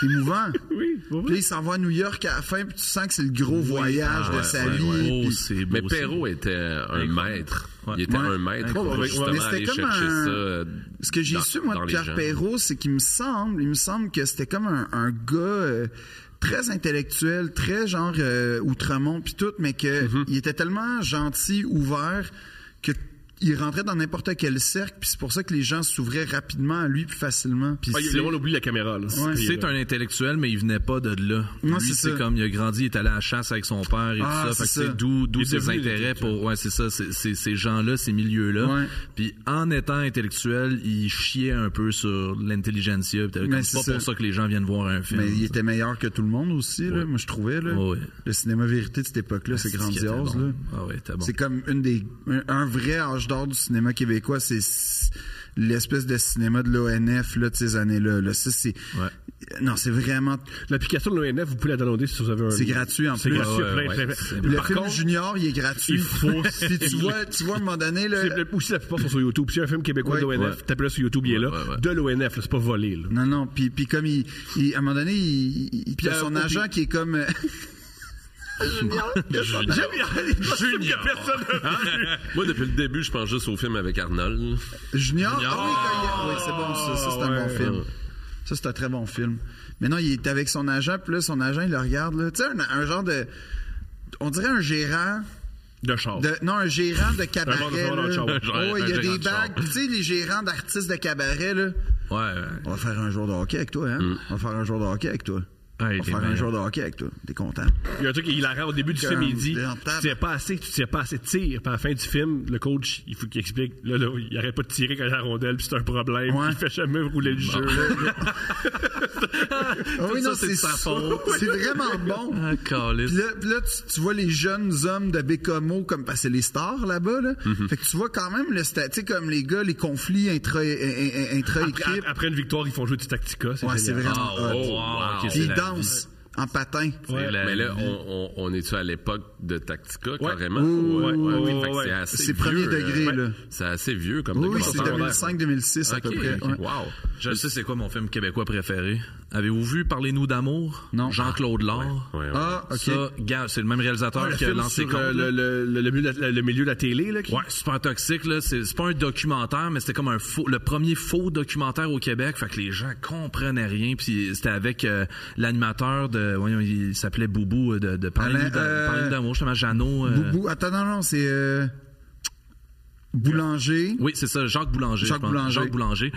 [SPEAKER 5] C'est émouvant.
[SPEAKER 2] Oui, oui.
[SPEAKER 5] Puis là, il s'en va à New York à la fin, puis tu sens que c'est le gros voyage
[SPEAKER 1] Ah,
[SPEAKER 5] de
[SPEAKER 1] ouais,
[SPEAKER 5] sa
[SPEAKER 1] ouais,
[SPEAKER 5] vie.
[SPEAKER 1] ouais. Oh,
[SPEAKER 5] puis-
[SPEAKER 1] c'est beau,
[SPEAKER 4] Mais
[SPEAKER 1] c'est
[SPEAKER 4] Perrault était un maître.
[SPEAKER 1] Ouais.
[SPEAKER 4] Il était
[SPEAKER 5] Ouais.
[SPEAKER 4] un maître
[SPEAKER 5] Incroyable.
[SPEAKER 4] pour
[SPEAKER 5] Mais
[SPEAKER 4] justement
[SPEAKER 5] c'était
[SPEAKER 4] aller
[SPEAKER 5] comme
[SPEAKER 4] chercher
[SPEAKER 5] un-
[SPEAKER 4] ça. euh,
[SPEAKER 5] Ce que j'ai
[SPEAKER 4] dans-
[SPEAKER 5] su, moi,
[SPEAKER 4] dans
[SPEAKER 5] de
[SPEAKER 4] les
[SPEAKER 5] Pierre
[SPEAKER 4] gens.
[SPEAKER 5] Perrault, c'est qu'il me semble, il me semble que c'était comme un, un gars euh, très intellectuel, très genre euh, Outremont puis tout, mais que il était tellement gentil, ouvert, que il rentrait dans n'importe quel cercle, puis c'est pour ça que les gens s'ouvraient rapidement à lui plus facilement. Puis
[SPEAKER 2] Ah, il- Le monde oublie la caméra. là.
[SPEAKER 5] Ouais.
[SPEAKER 2] Puis,
[SPEAKER 1] C'est
[SPEAKER 2] euh,
[SPEAKER 1] un intellectuel, mais il venait pas de là.
[SPEAKER 5] Non,
[SPEAKER 1] Lui,
[SPEAKER 5] c'est
[SPEAKER 1] c'est
[SPEAKER 5] ça.
[SPEAKER 1] comme il a grandi, il est allé à la chasse avec son père et
[SPEAKER 5] Ah,
[SPEAKER 1] tout ça. Fait que
[SPEAKER 5] c'est ça.
[SPEAKER 1] c'est d'où, d'où
[SPEAKER 2] Il est
[SPEAKER 1] ses
[SPEAKER 2] devenu
[SPEAKER 1] intérêts pour. Ouais, c'est ça. c'est- c'est- ces gens-là, ces milieux-là.
[SPEAKER 5] Ouais.
[SPEAKER 1] Puis en étant intellectuel, il chiait un peu sur l'intelligentsia. puis t'avais
[SPEAKER 5] Mais
[SPEAKER 1] comme,
[SPEAKER 5] c'est
[SPEAKER 1] C'est pas
[SPEAKER 5] ça.
[SPEAKER 1] pour ça que les gens viennent voir un film.
[SPEAKER 5] mais il était meilleur que tout le monde aussi, là, moi je trouvais. Là.
[SPEAKER 1] Ouais.
[SPEAKER 5] Le cinéma vérité de cette époque-là, c'est
[SPEAKER 1] ce qui était
[SPEAKER 5] grandiose.
[SPEAKER 1] bon.
[SPEAKER 5] là.
[SPEAKER 1] Ah ouais, t'as bon.
[SPEAKER 5] C'est comme une des un, un vrai âge d'or du cinéma québécois, c'est s- l'espèce de cinéma de l'ONF là de ces années-là. Là. Ça, c'est
[SPEAKER 1] Ouais.
[SPEAKER 5] non, c'est vraiment
[SPEAKER 2] L'application de l'ONF, vous pouvez la downloader si vous avez un.
[SPEAKER 5] C'est gratuit, en
[SPEAKER 2] C'est
[SPEAKER 5] plus.
[SPEAKER 2] gratuit,
[SPEAKER 1] Ouais,
[SPEAKER 2] plein,
[SPEAKER 1] ouais,
[SPEAKER 2] plein,
[SPEAKER 1] ouais.
[SPEAKER 2] plein.
[SPEAKER 5] le
[SPEAKER 2] Par
[SPEAKER 5] film
[SPEAKER 2] contre,
[SPEAKER 5] junior, il est gratuit.
[SPEAKER 2] il faut-
[SPEAKER 5] si tu vois, tu vois à un moment donné là,
[SPEAKER 2] c'est- aussi la plupart sont sur YouTube. Si y a un film québécois
[SPEAKER 5] Ouais.
[SPEAKER 2] de l'ONF,
[SPEAKER 5] Ouais.
[SPEAKER 2] tapez-le sur YouTube, il est là.
[SPEAKER 4] ouais, ouais.
[SPEAKER 2] De l'ONF, là, c'est pas volé. là.
[SPEAKER 5] non non, puis puis comme il, il- à un moment donné, il, il- il- t'as
[SPEAKER 2] euh,
[SPEAKER 5] son
[SPEAKER 2] oh,
[SPEAKER 5] agent qui est comme euh,
[SPEAKER 1] Junior.
[SPEAKER 4] Moi, depuis le début, je pense juste au film avec Arnold.
[SPEAKER 5] junior. Ah oui, quand il- oui, c'est bon, ça, ça, c'est un bon film. Ça, c'est un très bon film. Mais non, il est avec son agent, puis là, son agent, il le regarde, là. Tu sais, un- un genre de. On dirait un gérant
[SPEAKER 2] De char.
[SPEAKER 5] De- non, un gérant de
[SPEAKER 2] Un
[SPEAKER 5] cabaret.
[SPEAKER 2] vendeur de
[SPEAKER 5] là.
[SPEAKER 2] char, ouais.
[SPEAKER 5] Ouais,
[SPEAKER 1] Un
[SPEAKER 5] il y a
[SPEAKER 1] gérant
[SPEAKER 5] des
[SPEAKER 1] de char.
[SPEAKER 5] bagues. Tu sais, les gérants d'artistes de cabaret, là.
[SPEAKER 1] Ouais, ouais.
[SPEAKER 5] On va faire un jour de hockey avec toi, hein? On va faire un jour de hockey avec toi.
[SPEAKER 1] Ouais,
[SPEAKER 5] On va
[SPEAKER 1] t'es
[SPEAKER 5] faire un
[SPEAKER 1] malade.
[SPEAKER 5] jour de hockey avec toi. T'es content?
[SPEAKER 2] Il y a un truc hilarant au début du film, il dit
[SPEAKER 5] Des
[SPEAKER 2] Tu
[SPEAKER 5] rentables.
[SPEAKER 2] tirais pas assez, tu tirais pas assez, tire. Puis à la fin du film, le coach, il faut qu'il explique là, là, il arrête pas de tirer quand il a la rondelle, puis c'est un problème,
[SPEAKER 5] Ouais.
[SPEAKER 2] il fait jamais rouler le jeu. là.
[SPEAKER 5] Ah oui,
[SPEAKER 1] ça,
[SPEAKER 5] non,
[SPEAKER 1] c'est de
[SPEAKER 5] c'est
[SPEAKER 1] sa
[SPEAKER 5] ça.
[SPEAKER 1] faute.
[SPEAKER 5] C'est vraiment bon.
[SPEAKER 1] Ah,
[SPEAKER 5] Puis
[SPEAKER 1] calice.
[SPEAKER 5] là, puis là, tu, tu vois les jeunes hommes de Bécomo comme passer les stars là-bas. Là. Fait que tu vois quand même le sta- tu sais, comme les gars, les conflits intra- intra-
[SPEAKER 2] Après,
[SPEAKER 5] intra-équipes.
[SPEAKER 2] après une victoire, ils font jouer du Tactica. C'est
[SPEAKER 5] Ouais, c'est
[SPEAKER 2] génial.
[SPEAKER 5] vraiment
[SPEAKER 1] Ah,
[SPEAKER 5] hot.
[SPEAKER 1] wow, wow, ok,
[SPEAKER 5] Puis
[SPEAKER 1] c'est
[SPEAKER 5] ils
[SPEAKER 1] la
[SPEAKER 5] dansent. En patin.
[SPEAKER 1] C'est la-
[SPEAKER 4] oh, Mais là, on, on, on est-tu à l'époque de Tactica, carrément?
[SPEAKER 2] Ouh,
[SPEAKER 4] Ouais,
[SPEAKER 2] ouais,
[SPEAKER 4] oui,
[SPEAKER 2] ouais,
[SPEAKER 4] fait que
[SPEAKER 2] ouais.
[SPEAKER 4] C'est assez
[SPEAKER 5] C'est premier
[SPEAKER 4] vieux,
[SPEAKER 5] degré,
[SPEAKER 4] euh,
[SPEAKER 5] là.
[SPEAKER 4] ouais. C'est assez vieux comme
[SPEAKER 5] Oui, oui, c'est
[SPEAKER 4] documentaire.
[SPEAKER 5] 2005-2006 à peu
[SPEAKER 4] Ok,
[SPEAKER 5] près.
[SPEAKER 4] ok.
[SPEAKER 5] ouais.
[SPEAKER 4] Wow.
[SPEAKER 1] Je sais c'est quoi mon film québécois préféré. Avez-vous vu Parlez-nous d'amour?
[SPEAKER 5] Non.
[SPEAKER 1] Jean-Claude Lard.
[SPEAKER 4] Ouais, ouais.
[SPEAKER 5] Ah, OK.
[SPEAKER 1] Ça, gars, c'est le même réalisateur
[SPEAKER 2] le
[SPEAKER 1] qui a
[SPEAKER 2] film
[SPEAKER 1] lancé
[SPEAKER 2] sur,
[SPEAKER 1] Contre,
[SPEAKER 2] euh,
[SPEAKER 1] là.
[SPEAKER 2] le, le- le- le milieu de la, le milieu de la télé, là, qui-
[SPEAKER 1] Ouais, super toxique là, c'est c'est pas un documentaire mais c'était comme un faux le premier faux documentaire au Québec, fait que les gens comprenaient rien puis c'était avec euh, l'animateur de voyons, il s'appelait Boubou euh, de de Parler-nous
[SPEAKER 5] Alain,
[SPEAKER 1] d'a-
[SPEAKER 5] euh,
[SPEAKER 1] Parler-nous d'amour, justement Jeannot euh,
[SPEAKER 5] Boubou- Attends, non, non, c'est euh, Boulanger.
[SPEAKER 1] Oui, c'est ça, Jacques Boulanger.
[SPEAKER 5] Jacques
[SPEAKER 1] je pense.
[SPEAKER 5] Boulanger.
[SPEAKER 1] Jacques Boulanger,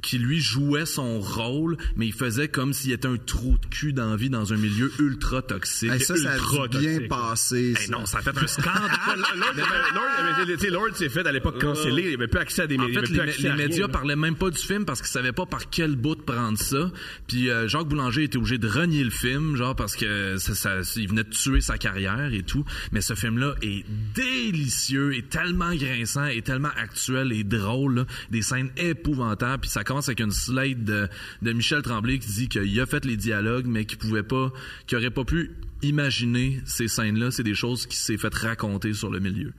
[SPEAKER 1] qui lui jouait son rôle, mais il faisait comme s'il était un trou de cul d'envie dans un milieu ultra toxique.
[SPEAKER 5] Hey, ça, ça
[SPEAKER 2] ultra
[SPEAKER 5] a dû bien
[SPEAKER 2] toxique.
[SPEAKER 5] passé.
[SPEAKER 1] Hey,
[SPEAKER 2] Eh
[SPEAKER 5] ça.
[SPEAKER 1] non, ça a fait un
[SPEAKER 2] Ah,
[SPEAKER 1] scandale.
[SPEAKER 2] Lord, il y avait- Lord, il y avait- tu sais, Lord s'est fait à l'époque cancellé. Il n'avait plus accès à des
[SPEAKER 1] En
[SPEAKER 2] médias.
[SPEAKER 1] fait, les, mé- les médias parlaient même pas du film parce qu'ils savaient pas par quel bout de prendre ça. Puis euh, Jacques Boulanger était obligé de renier le film, genre parce que ça, ça- il venait de tuer sa carrière et tout. Mais ce film-là est délicieux, est tellement grinçant, est tellement actuel et drôle. là. Des scènes épouvantables. Puis ça commence avec une slide de, de Michel Tremblay qui dit qu'il a fait les dialogues, mais qu'il pouvait pas, qu'il aurait pas pu imaginer ces scènes-là. C'est des choses qui s'est fait raconter sur le milieu.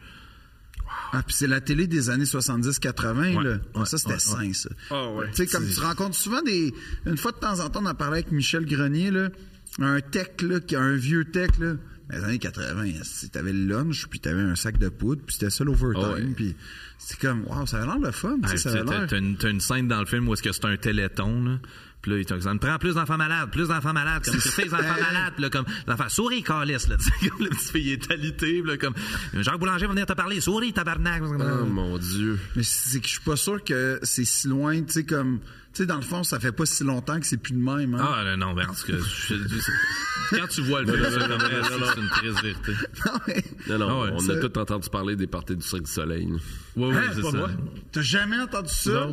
[SPEAKER 5] Ah, puis c'est la télé des années 70-80, là.
[SPEAKER 1] ouais,
[SPEAKER 5] ça, c'était
[SPEAKER 1] ouais,
[SPEAKER 5] sain, ça.
[SPEAKER 2] Ah, ouais.
[SPEAKER 5] Tu sais, comme tu rencontres souvent des... Une fois de temps en temps, on en parlait avec Michel Grenier, là. Un tech, là, qui a un vieux tech, là. Dans les années 80, si t'avais le lunch, puis t'avais un sac de poudre, puis c'était ça l'overtime,
[SPEAKER 4] Ah ouais.
[SPEAKER 5] puis c'est comme, wow, ça a l'air le fun, tu sais,
[SPEAKER 1] Ah,
[SPEAKER 5] ça a
[SPEAKER 1] t'as-
[SPEAKER 5] l'air...
[SPEAKER 1] T'as t'as une, t'as une scène dans le film où est-ce que c'est un téléthon, là. Puis là, il est en disant, prends plus d'enfants malades, plus d'enfants malades, comme tu fais les enfants malades, puis là, comme, l'enfant, souris, calice, là, tu sais, comme le petit fille est alité, puis là, comme, Jacques Boulanger va venir te parler, souris, tabarnak.
[SPEAKER 5] Euh,
[SPEAKER 4] Oh mon Dieu.
[SPEAKER 5] Mais c'est que je suis pas sûr que c'est si loin, tu sais, comme... Tu sais, dans le fond, ça fait pas si longtemps que c'est plus de même, hein.
[SPEAKER 1] Ah, non, non, ben, en tout cas, je- je- quand tu vois le film, ça, comme, c'est une triste vérité.
[SPEAKER 5] Non, mais-
[SPEAKER 4] Non, non,
[SPEAKER 1] Ah ouais,
[SPEAKER 4] on a
[SPEAKER 5] ça-
[SPEAKER 4] tout entendu parler des parties du Cirque du Soleil. nous.
[SPEAKER 1] Ouais, ouais,
[SPEAKER 5] Hein,
[SPEAKER 1] c'est
[SPEAKER 5] pas
[SPEAKER 1] ça.
[SPEAKER 5] moi. T'as jamais entendu ça?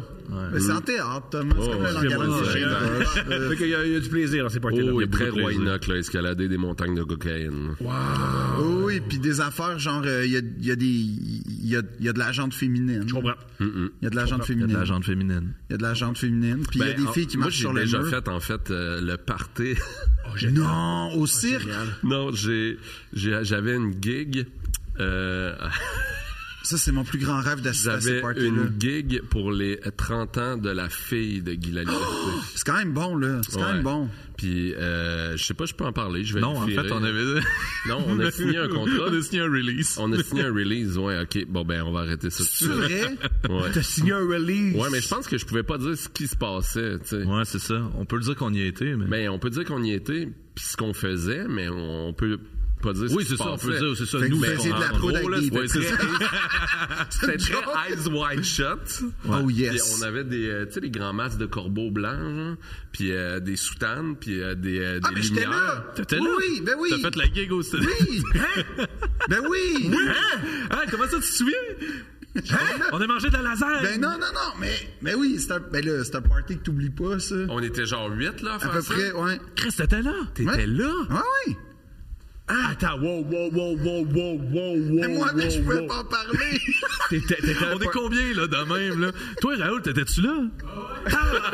[SPEAKER 5] Mais c'est en théâtre, Thomas. c'est comme le langage
[SPEAKER 2] moi,
[SPEAKER 5] des
[SPEAKER 2] c'est
[SPEAKER 5] signes. Euh,
[SPEAKER 2] Il y, a- il y a du plaisir dans ces parties-là.
[SPEAKER 4] Oh, Il y a
[SPEAKER 2] beaucoup
[SPEAKER 4] très
[SPEAKER 2] de plaisir.
[SPEAKER 4] Roy Enoch, là, escalader des montagnes de cocaïne.
[SPEAKER 5] Ah Oui, puis des affaires genre, euh, il y a, y, a des- y, a, y a de la gente féminine.
[SPEAKER 2] Je comprends.
[SPEAKER 5] Il y a de la gente
[SPEAKER 1] De la
[SPEAKER 5] féminine.
[SPEAKER 1] gente féminine.
[SPEAKER 5] Il y a de la gente féminine. Puis il y a
[SPEAKER 4] Ben,
[SPEAKER 5] des
[SPEAKER 4] en-
[SPEAKER 5] filles qui
[SPEAKER 4] moi,
[SPEAKER 5] marchent sur le
[SPEAKER 4] J'ai déjà
[SPEAKER 5] mur.
[SPEAKER 4] fait, en fait, euh, le party.
[SPEAKER 5] Non, au cirque.
[SPEAKER 4] non, j'ai, j'ai- j'avais une gig. euh,
[SPEAKER 5] Ça, c'est mon plus grand rêve d'assister à ces
[SPEAKER 4] j'avais
[SPEAKER 5] parties-là.
[SPEAKER 4] une gig pour les 30 ans de la fille de Guy Laliberté.
[SPEAKER 1] Oh!
[SPEAKER 5] C'est quand même bon, là. C'est quand
[SPEAKER 4] Ouais.
[SPEAKER 5] même bon.
[SPEAKER 4] Puis, euh, je sais pas, je peux en parler. Je vais
[SPEAKER 1] Non,
[SPEAKER 4] le
[SPEAKER 1] en fait,
[SPEAKER 4] virer.
[SPEAKER 1] on avait,
[SPEAKER 4] Non, on a signé un contrat.
[SPEAKER 1] on a signé un release.
[SPEAKER 4] On a signé un release, ouais, ok. Bon, ben, on va arrêter ça.
[SPEAKER 5] C'est vrai?
[SPEAKER 4] Ouais.
[SPEAKER 2] T'as signé un release.
[SPEAKER 4] ouais, mais je pense que je pouvais pas dire ce qui se passait, tu sais.
[SPEAKER 1] Ouais, c'est ça. On peut le dire qu'on y a été, mais.
[SPEAKER 4] Ben, on peut dire qu'on y était, puis ce qu'on faisait, mais on peut pas dire ce
[SPEAKER 1] Oui,
[SPEAKER 4] qui
[SPEAKER 1] c'est
[SPEAKER 4] se
[SPEAKER 1] ça, on peut
[SPEAKER 4] passait.
[SPEAKER 1] dire, c'est ça.
[SPEAKER 5] Fait que
[SPEAKER 1] Nous,
[SPEAKER 5] vous faisiez de la
[SPEAKER 1] on-
[SPEAKER 5] peau d'Agui,
[SPEAKER 1] Ouais, c'est ça.
[SPEAKER 4] C'était très eyes wide shut.
[SPEAKER 5] Oh
[SPEAKER 4] Puis
[SPEAKER 5] yes.
[SPEAKER 4] on avait des, euh, tu sais, des grands masses de corbeaux blancs, genre, puis euh, des soutanes, puis euh, des, euh,
[SPEAKER 5] Ah,
[SPEAKER 4] des
[SPEAKER 5] mais j'étais
[SPEAKER 4] lumières.
[SPEAKER 5] là.
[SPEAKER 1] T'étais
[SPEAKER 5] oui,
[SPEAKER 1] là?
[SPEAKER 5] Oui, ben oui.
[SPEAKER 1] T'as fait la gig au stade.
[SPEAKER 5] Oui! Hein? Ben oui!
[SPEAKER 2] Ah!
[SPEAKER 1] Hein, comment ça, tu te souviens?
[SPEAKER 2] Hein?
[SPEAKER 1] On a mangé de la lasagne!
[SPEAKER 5] Ben non, non, non, mais, mais oui, c'est un, ben là, c'est un party que t'oublies pas, ça.
[SPEAKER 4] On était genre 8, là, à
[SPEAKER 5] À
[SPEAKER 4] faire
[SPEAKER 5] peu
[SPEAKER 4] ça.
[SPEAKER 5] près, ouais.
[SPEAKER 1] Chris, t'étais là! T'étais
[SPEAKER 5] Ouais.
[SPEAKER 1] là!
[SPEAKER 5] Ah oui!
[SPEAKER 2] Hein? Ah, Attends, wow, wow, wow, wow, wow, wow, wow.
[SPEAKER 5] Mais moi, mais je
[SPEAKER 2] wow,
[SPEAKER 5] pouvais
[SPEAKER 2] wow.
[SPEAKER 5] pas en parler!
[SPEAKER 2] T'étais- t'étais un
[SPEAKER 1] On est
[SPEAKER 2] par-
[SPEAKER 1] combien, là, de même, là? Toi, Raoul, t'étais-tu là? Ah!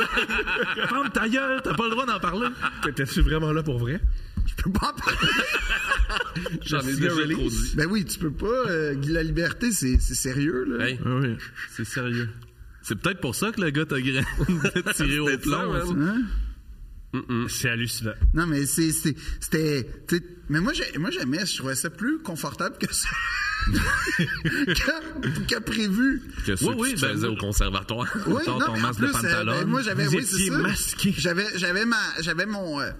[SPEAKER 1] Ferme ta gueule, t'as pas le droit d'en parler.
[SPEAKER 2] T'étais-tu vraiment là pour vrai?
[SPEAKER 5] je peux pas en parler!
[SPEAKER 4] J'en ai
[SPEAKER 2] Le
[SPEAKER 4] déjà
[SPEAKER 2] release.
[SPEAKER 4] trop dit.
[SPEAKER 5] Ben oui, tu peux pas. euh, Guy la liberté, c'est c'est sérieux, là.
[SPEAKER 4] Hey,
[SPEAKER 1] Oui, oui, c'est sérieux. C'est peut-être pour ça que le gars t'a gra- tiré au
[SPEAKER 4] C'était ça,
[SPEAKER 1] plomb.
[SPEAKER 4] man.
[SPEAKER 1] aussi.
[SPEAKER 5] Hein?
[SPEAKER 2] Mm. C'est hallucinant.
[SPEAKER 5] Non, mais c'est- c'est- c'était. tu sais, Mais moi, j'ai- moi, j'aimais, je trouvais ça plus confortable que ça. que, que prévu.
[SPEAKER 4] Que ceux
[SPEAKER 1] Oui, oui,
[SPEAKER 4] que tu
[SPEAKER 1] ben,
[SPEAKER 4] faisais au conservatoire.
[SPEAKER 5] Oui,
[SPEAKER 1] Ton-
[SPEAKER 5] non,
[SPEAKER 1] ton
[SPEAKER 5] mais en
[SPEAKER 1] masque de
[SPEAKER 5] plus, euh,
[SPEAKER 1] pantalon.
[SPEAKER 5] ben, moi, j'avais.
[SPEAKER 2] Vous
[SPEAKER 5] Oui, c'est
[SPEAKER 2] étiez
[SPEAKER 5] ça.
[SPEAKER 2] masqué.
[SPEAKER 5] J'avais j'avais ma. J'avais mon. euh,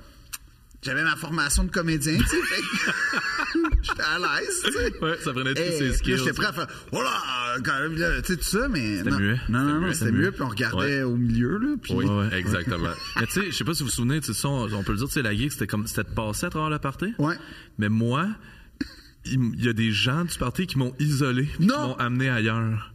[SPEAKER 5] j'avais ma formation de comédien, tu sais. fait que J'étais à l'aise, tu sais.
[SPEAKER 1] Ouais, ça prenait tous
[SPEAKER 5] Eh,
[SPEAKER 1] ses
[SPEAKER 5] là,
[SPEAKER 1] skills.
[SPEAKER 5] J'étais prêt à faire Oh là, quand même, là, tu sais, tout ça, mais. C'était non,
[SPEAKER 1] muet.
[SPEAKER 5] Non, non, non,
[SPEAKER 1] C'était
[SPEAKER 5] c'était
[SPEAKER 1] muet.
[SPEAKER 5] mieux, puis on regardait au milieu, là. Puis
[SPEAKER 4] Oui,
[SPEAKER 1] Ouais, ouais.
[SPEAKER 4] exactement.
[SPEAKER 1] Mais tu sais, je sais pas si vous vous souvenez, tu sais, ça, on, on peut le dire, tu sais, la geek, c'était comme, c'était de passer à travers le party.
[SPEAKER 5] Ouais.
[SPEAKER 1] Mais moi, il m- il y a des gens du party qui m'ont isolé, qui
[SPEAKER 5] Non.
[SPEAKER 1] m'ont amené ailleurs.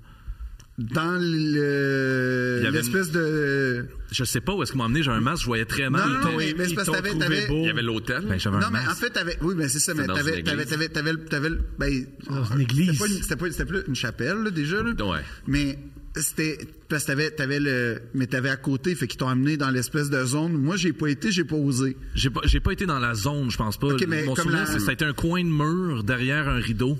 [SPEAKER 5] dans
[SPEAKER 1] Il y
[SPEAKER 5] le
[SPEAKER 1] avait
[SPEAKER 5] l'espèce de
[SPEAKER 1] Je sais pas où est-ce qu'ils m'ont amené, j'ai un masque, je voyais très mal.
[SPEAKER 5] non non,
[SPEAKER 1] Ils
[SPEAKER 5] non
[SPEAKER 1] t'ont-
[SPEAKER 5] mais, mais c'est
[SPEAKER 2] ils
[SPEAKER 5] parce que
[SPEAKER 2] t'ont
[SPEAKER 5] t'avais
[SPEAKER 2] trouvé
[SPEAKER 5] t'avais
[SPEAKER 2] beau.
[SPEAKER 4] Il y avait l'hôtel.
[SPEAKER 1] Ben, j'avais un
[SPEAKER 5] non mais en
[SPEAKER 1] masque.
[SPEAKER 5] fait t'avais oui mais c'est ça mais
[SPEAKER 4] dans
[SPEAKER 5] t'avais
[SPEAKER 4] une
[SPEAKER 5] t'avais
[SPEAKER 4] église.
[SPEAKER 5] t'avais t'avais le- t'avais le- ben
[SPEAKER 2] une église.
[SPEAKER 5] c'était pas une- c'était pas c'était plus une chapelle là, déjà là.
[SPEAKER 4] Ouais.
[SPEAKER 5] mais c'était parce que t'avais, t'avais le mais t'avais à côté fait qu'ils t'ont amené dans l'espèce de zone où moi j'ai pas été j'ai pas osé
[SPEAKER 1] J'ai pas, j'ai pas été dans la zone, je pense pas.
[SPEAKER 5] Ok, mais
[SPEAKER 1] Mon
[SPEAKER 5] comme
[SPEAKER 1] souvenir,
[SPEAKER 5] la-
[SPEAKER 1] c'est que ça a été un coin de mur derrière un rideau.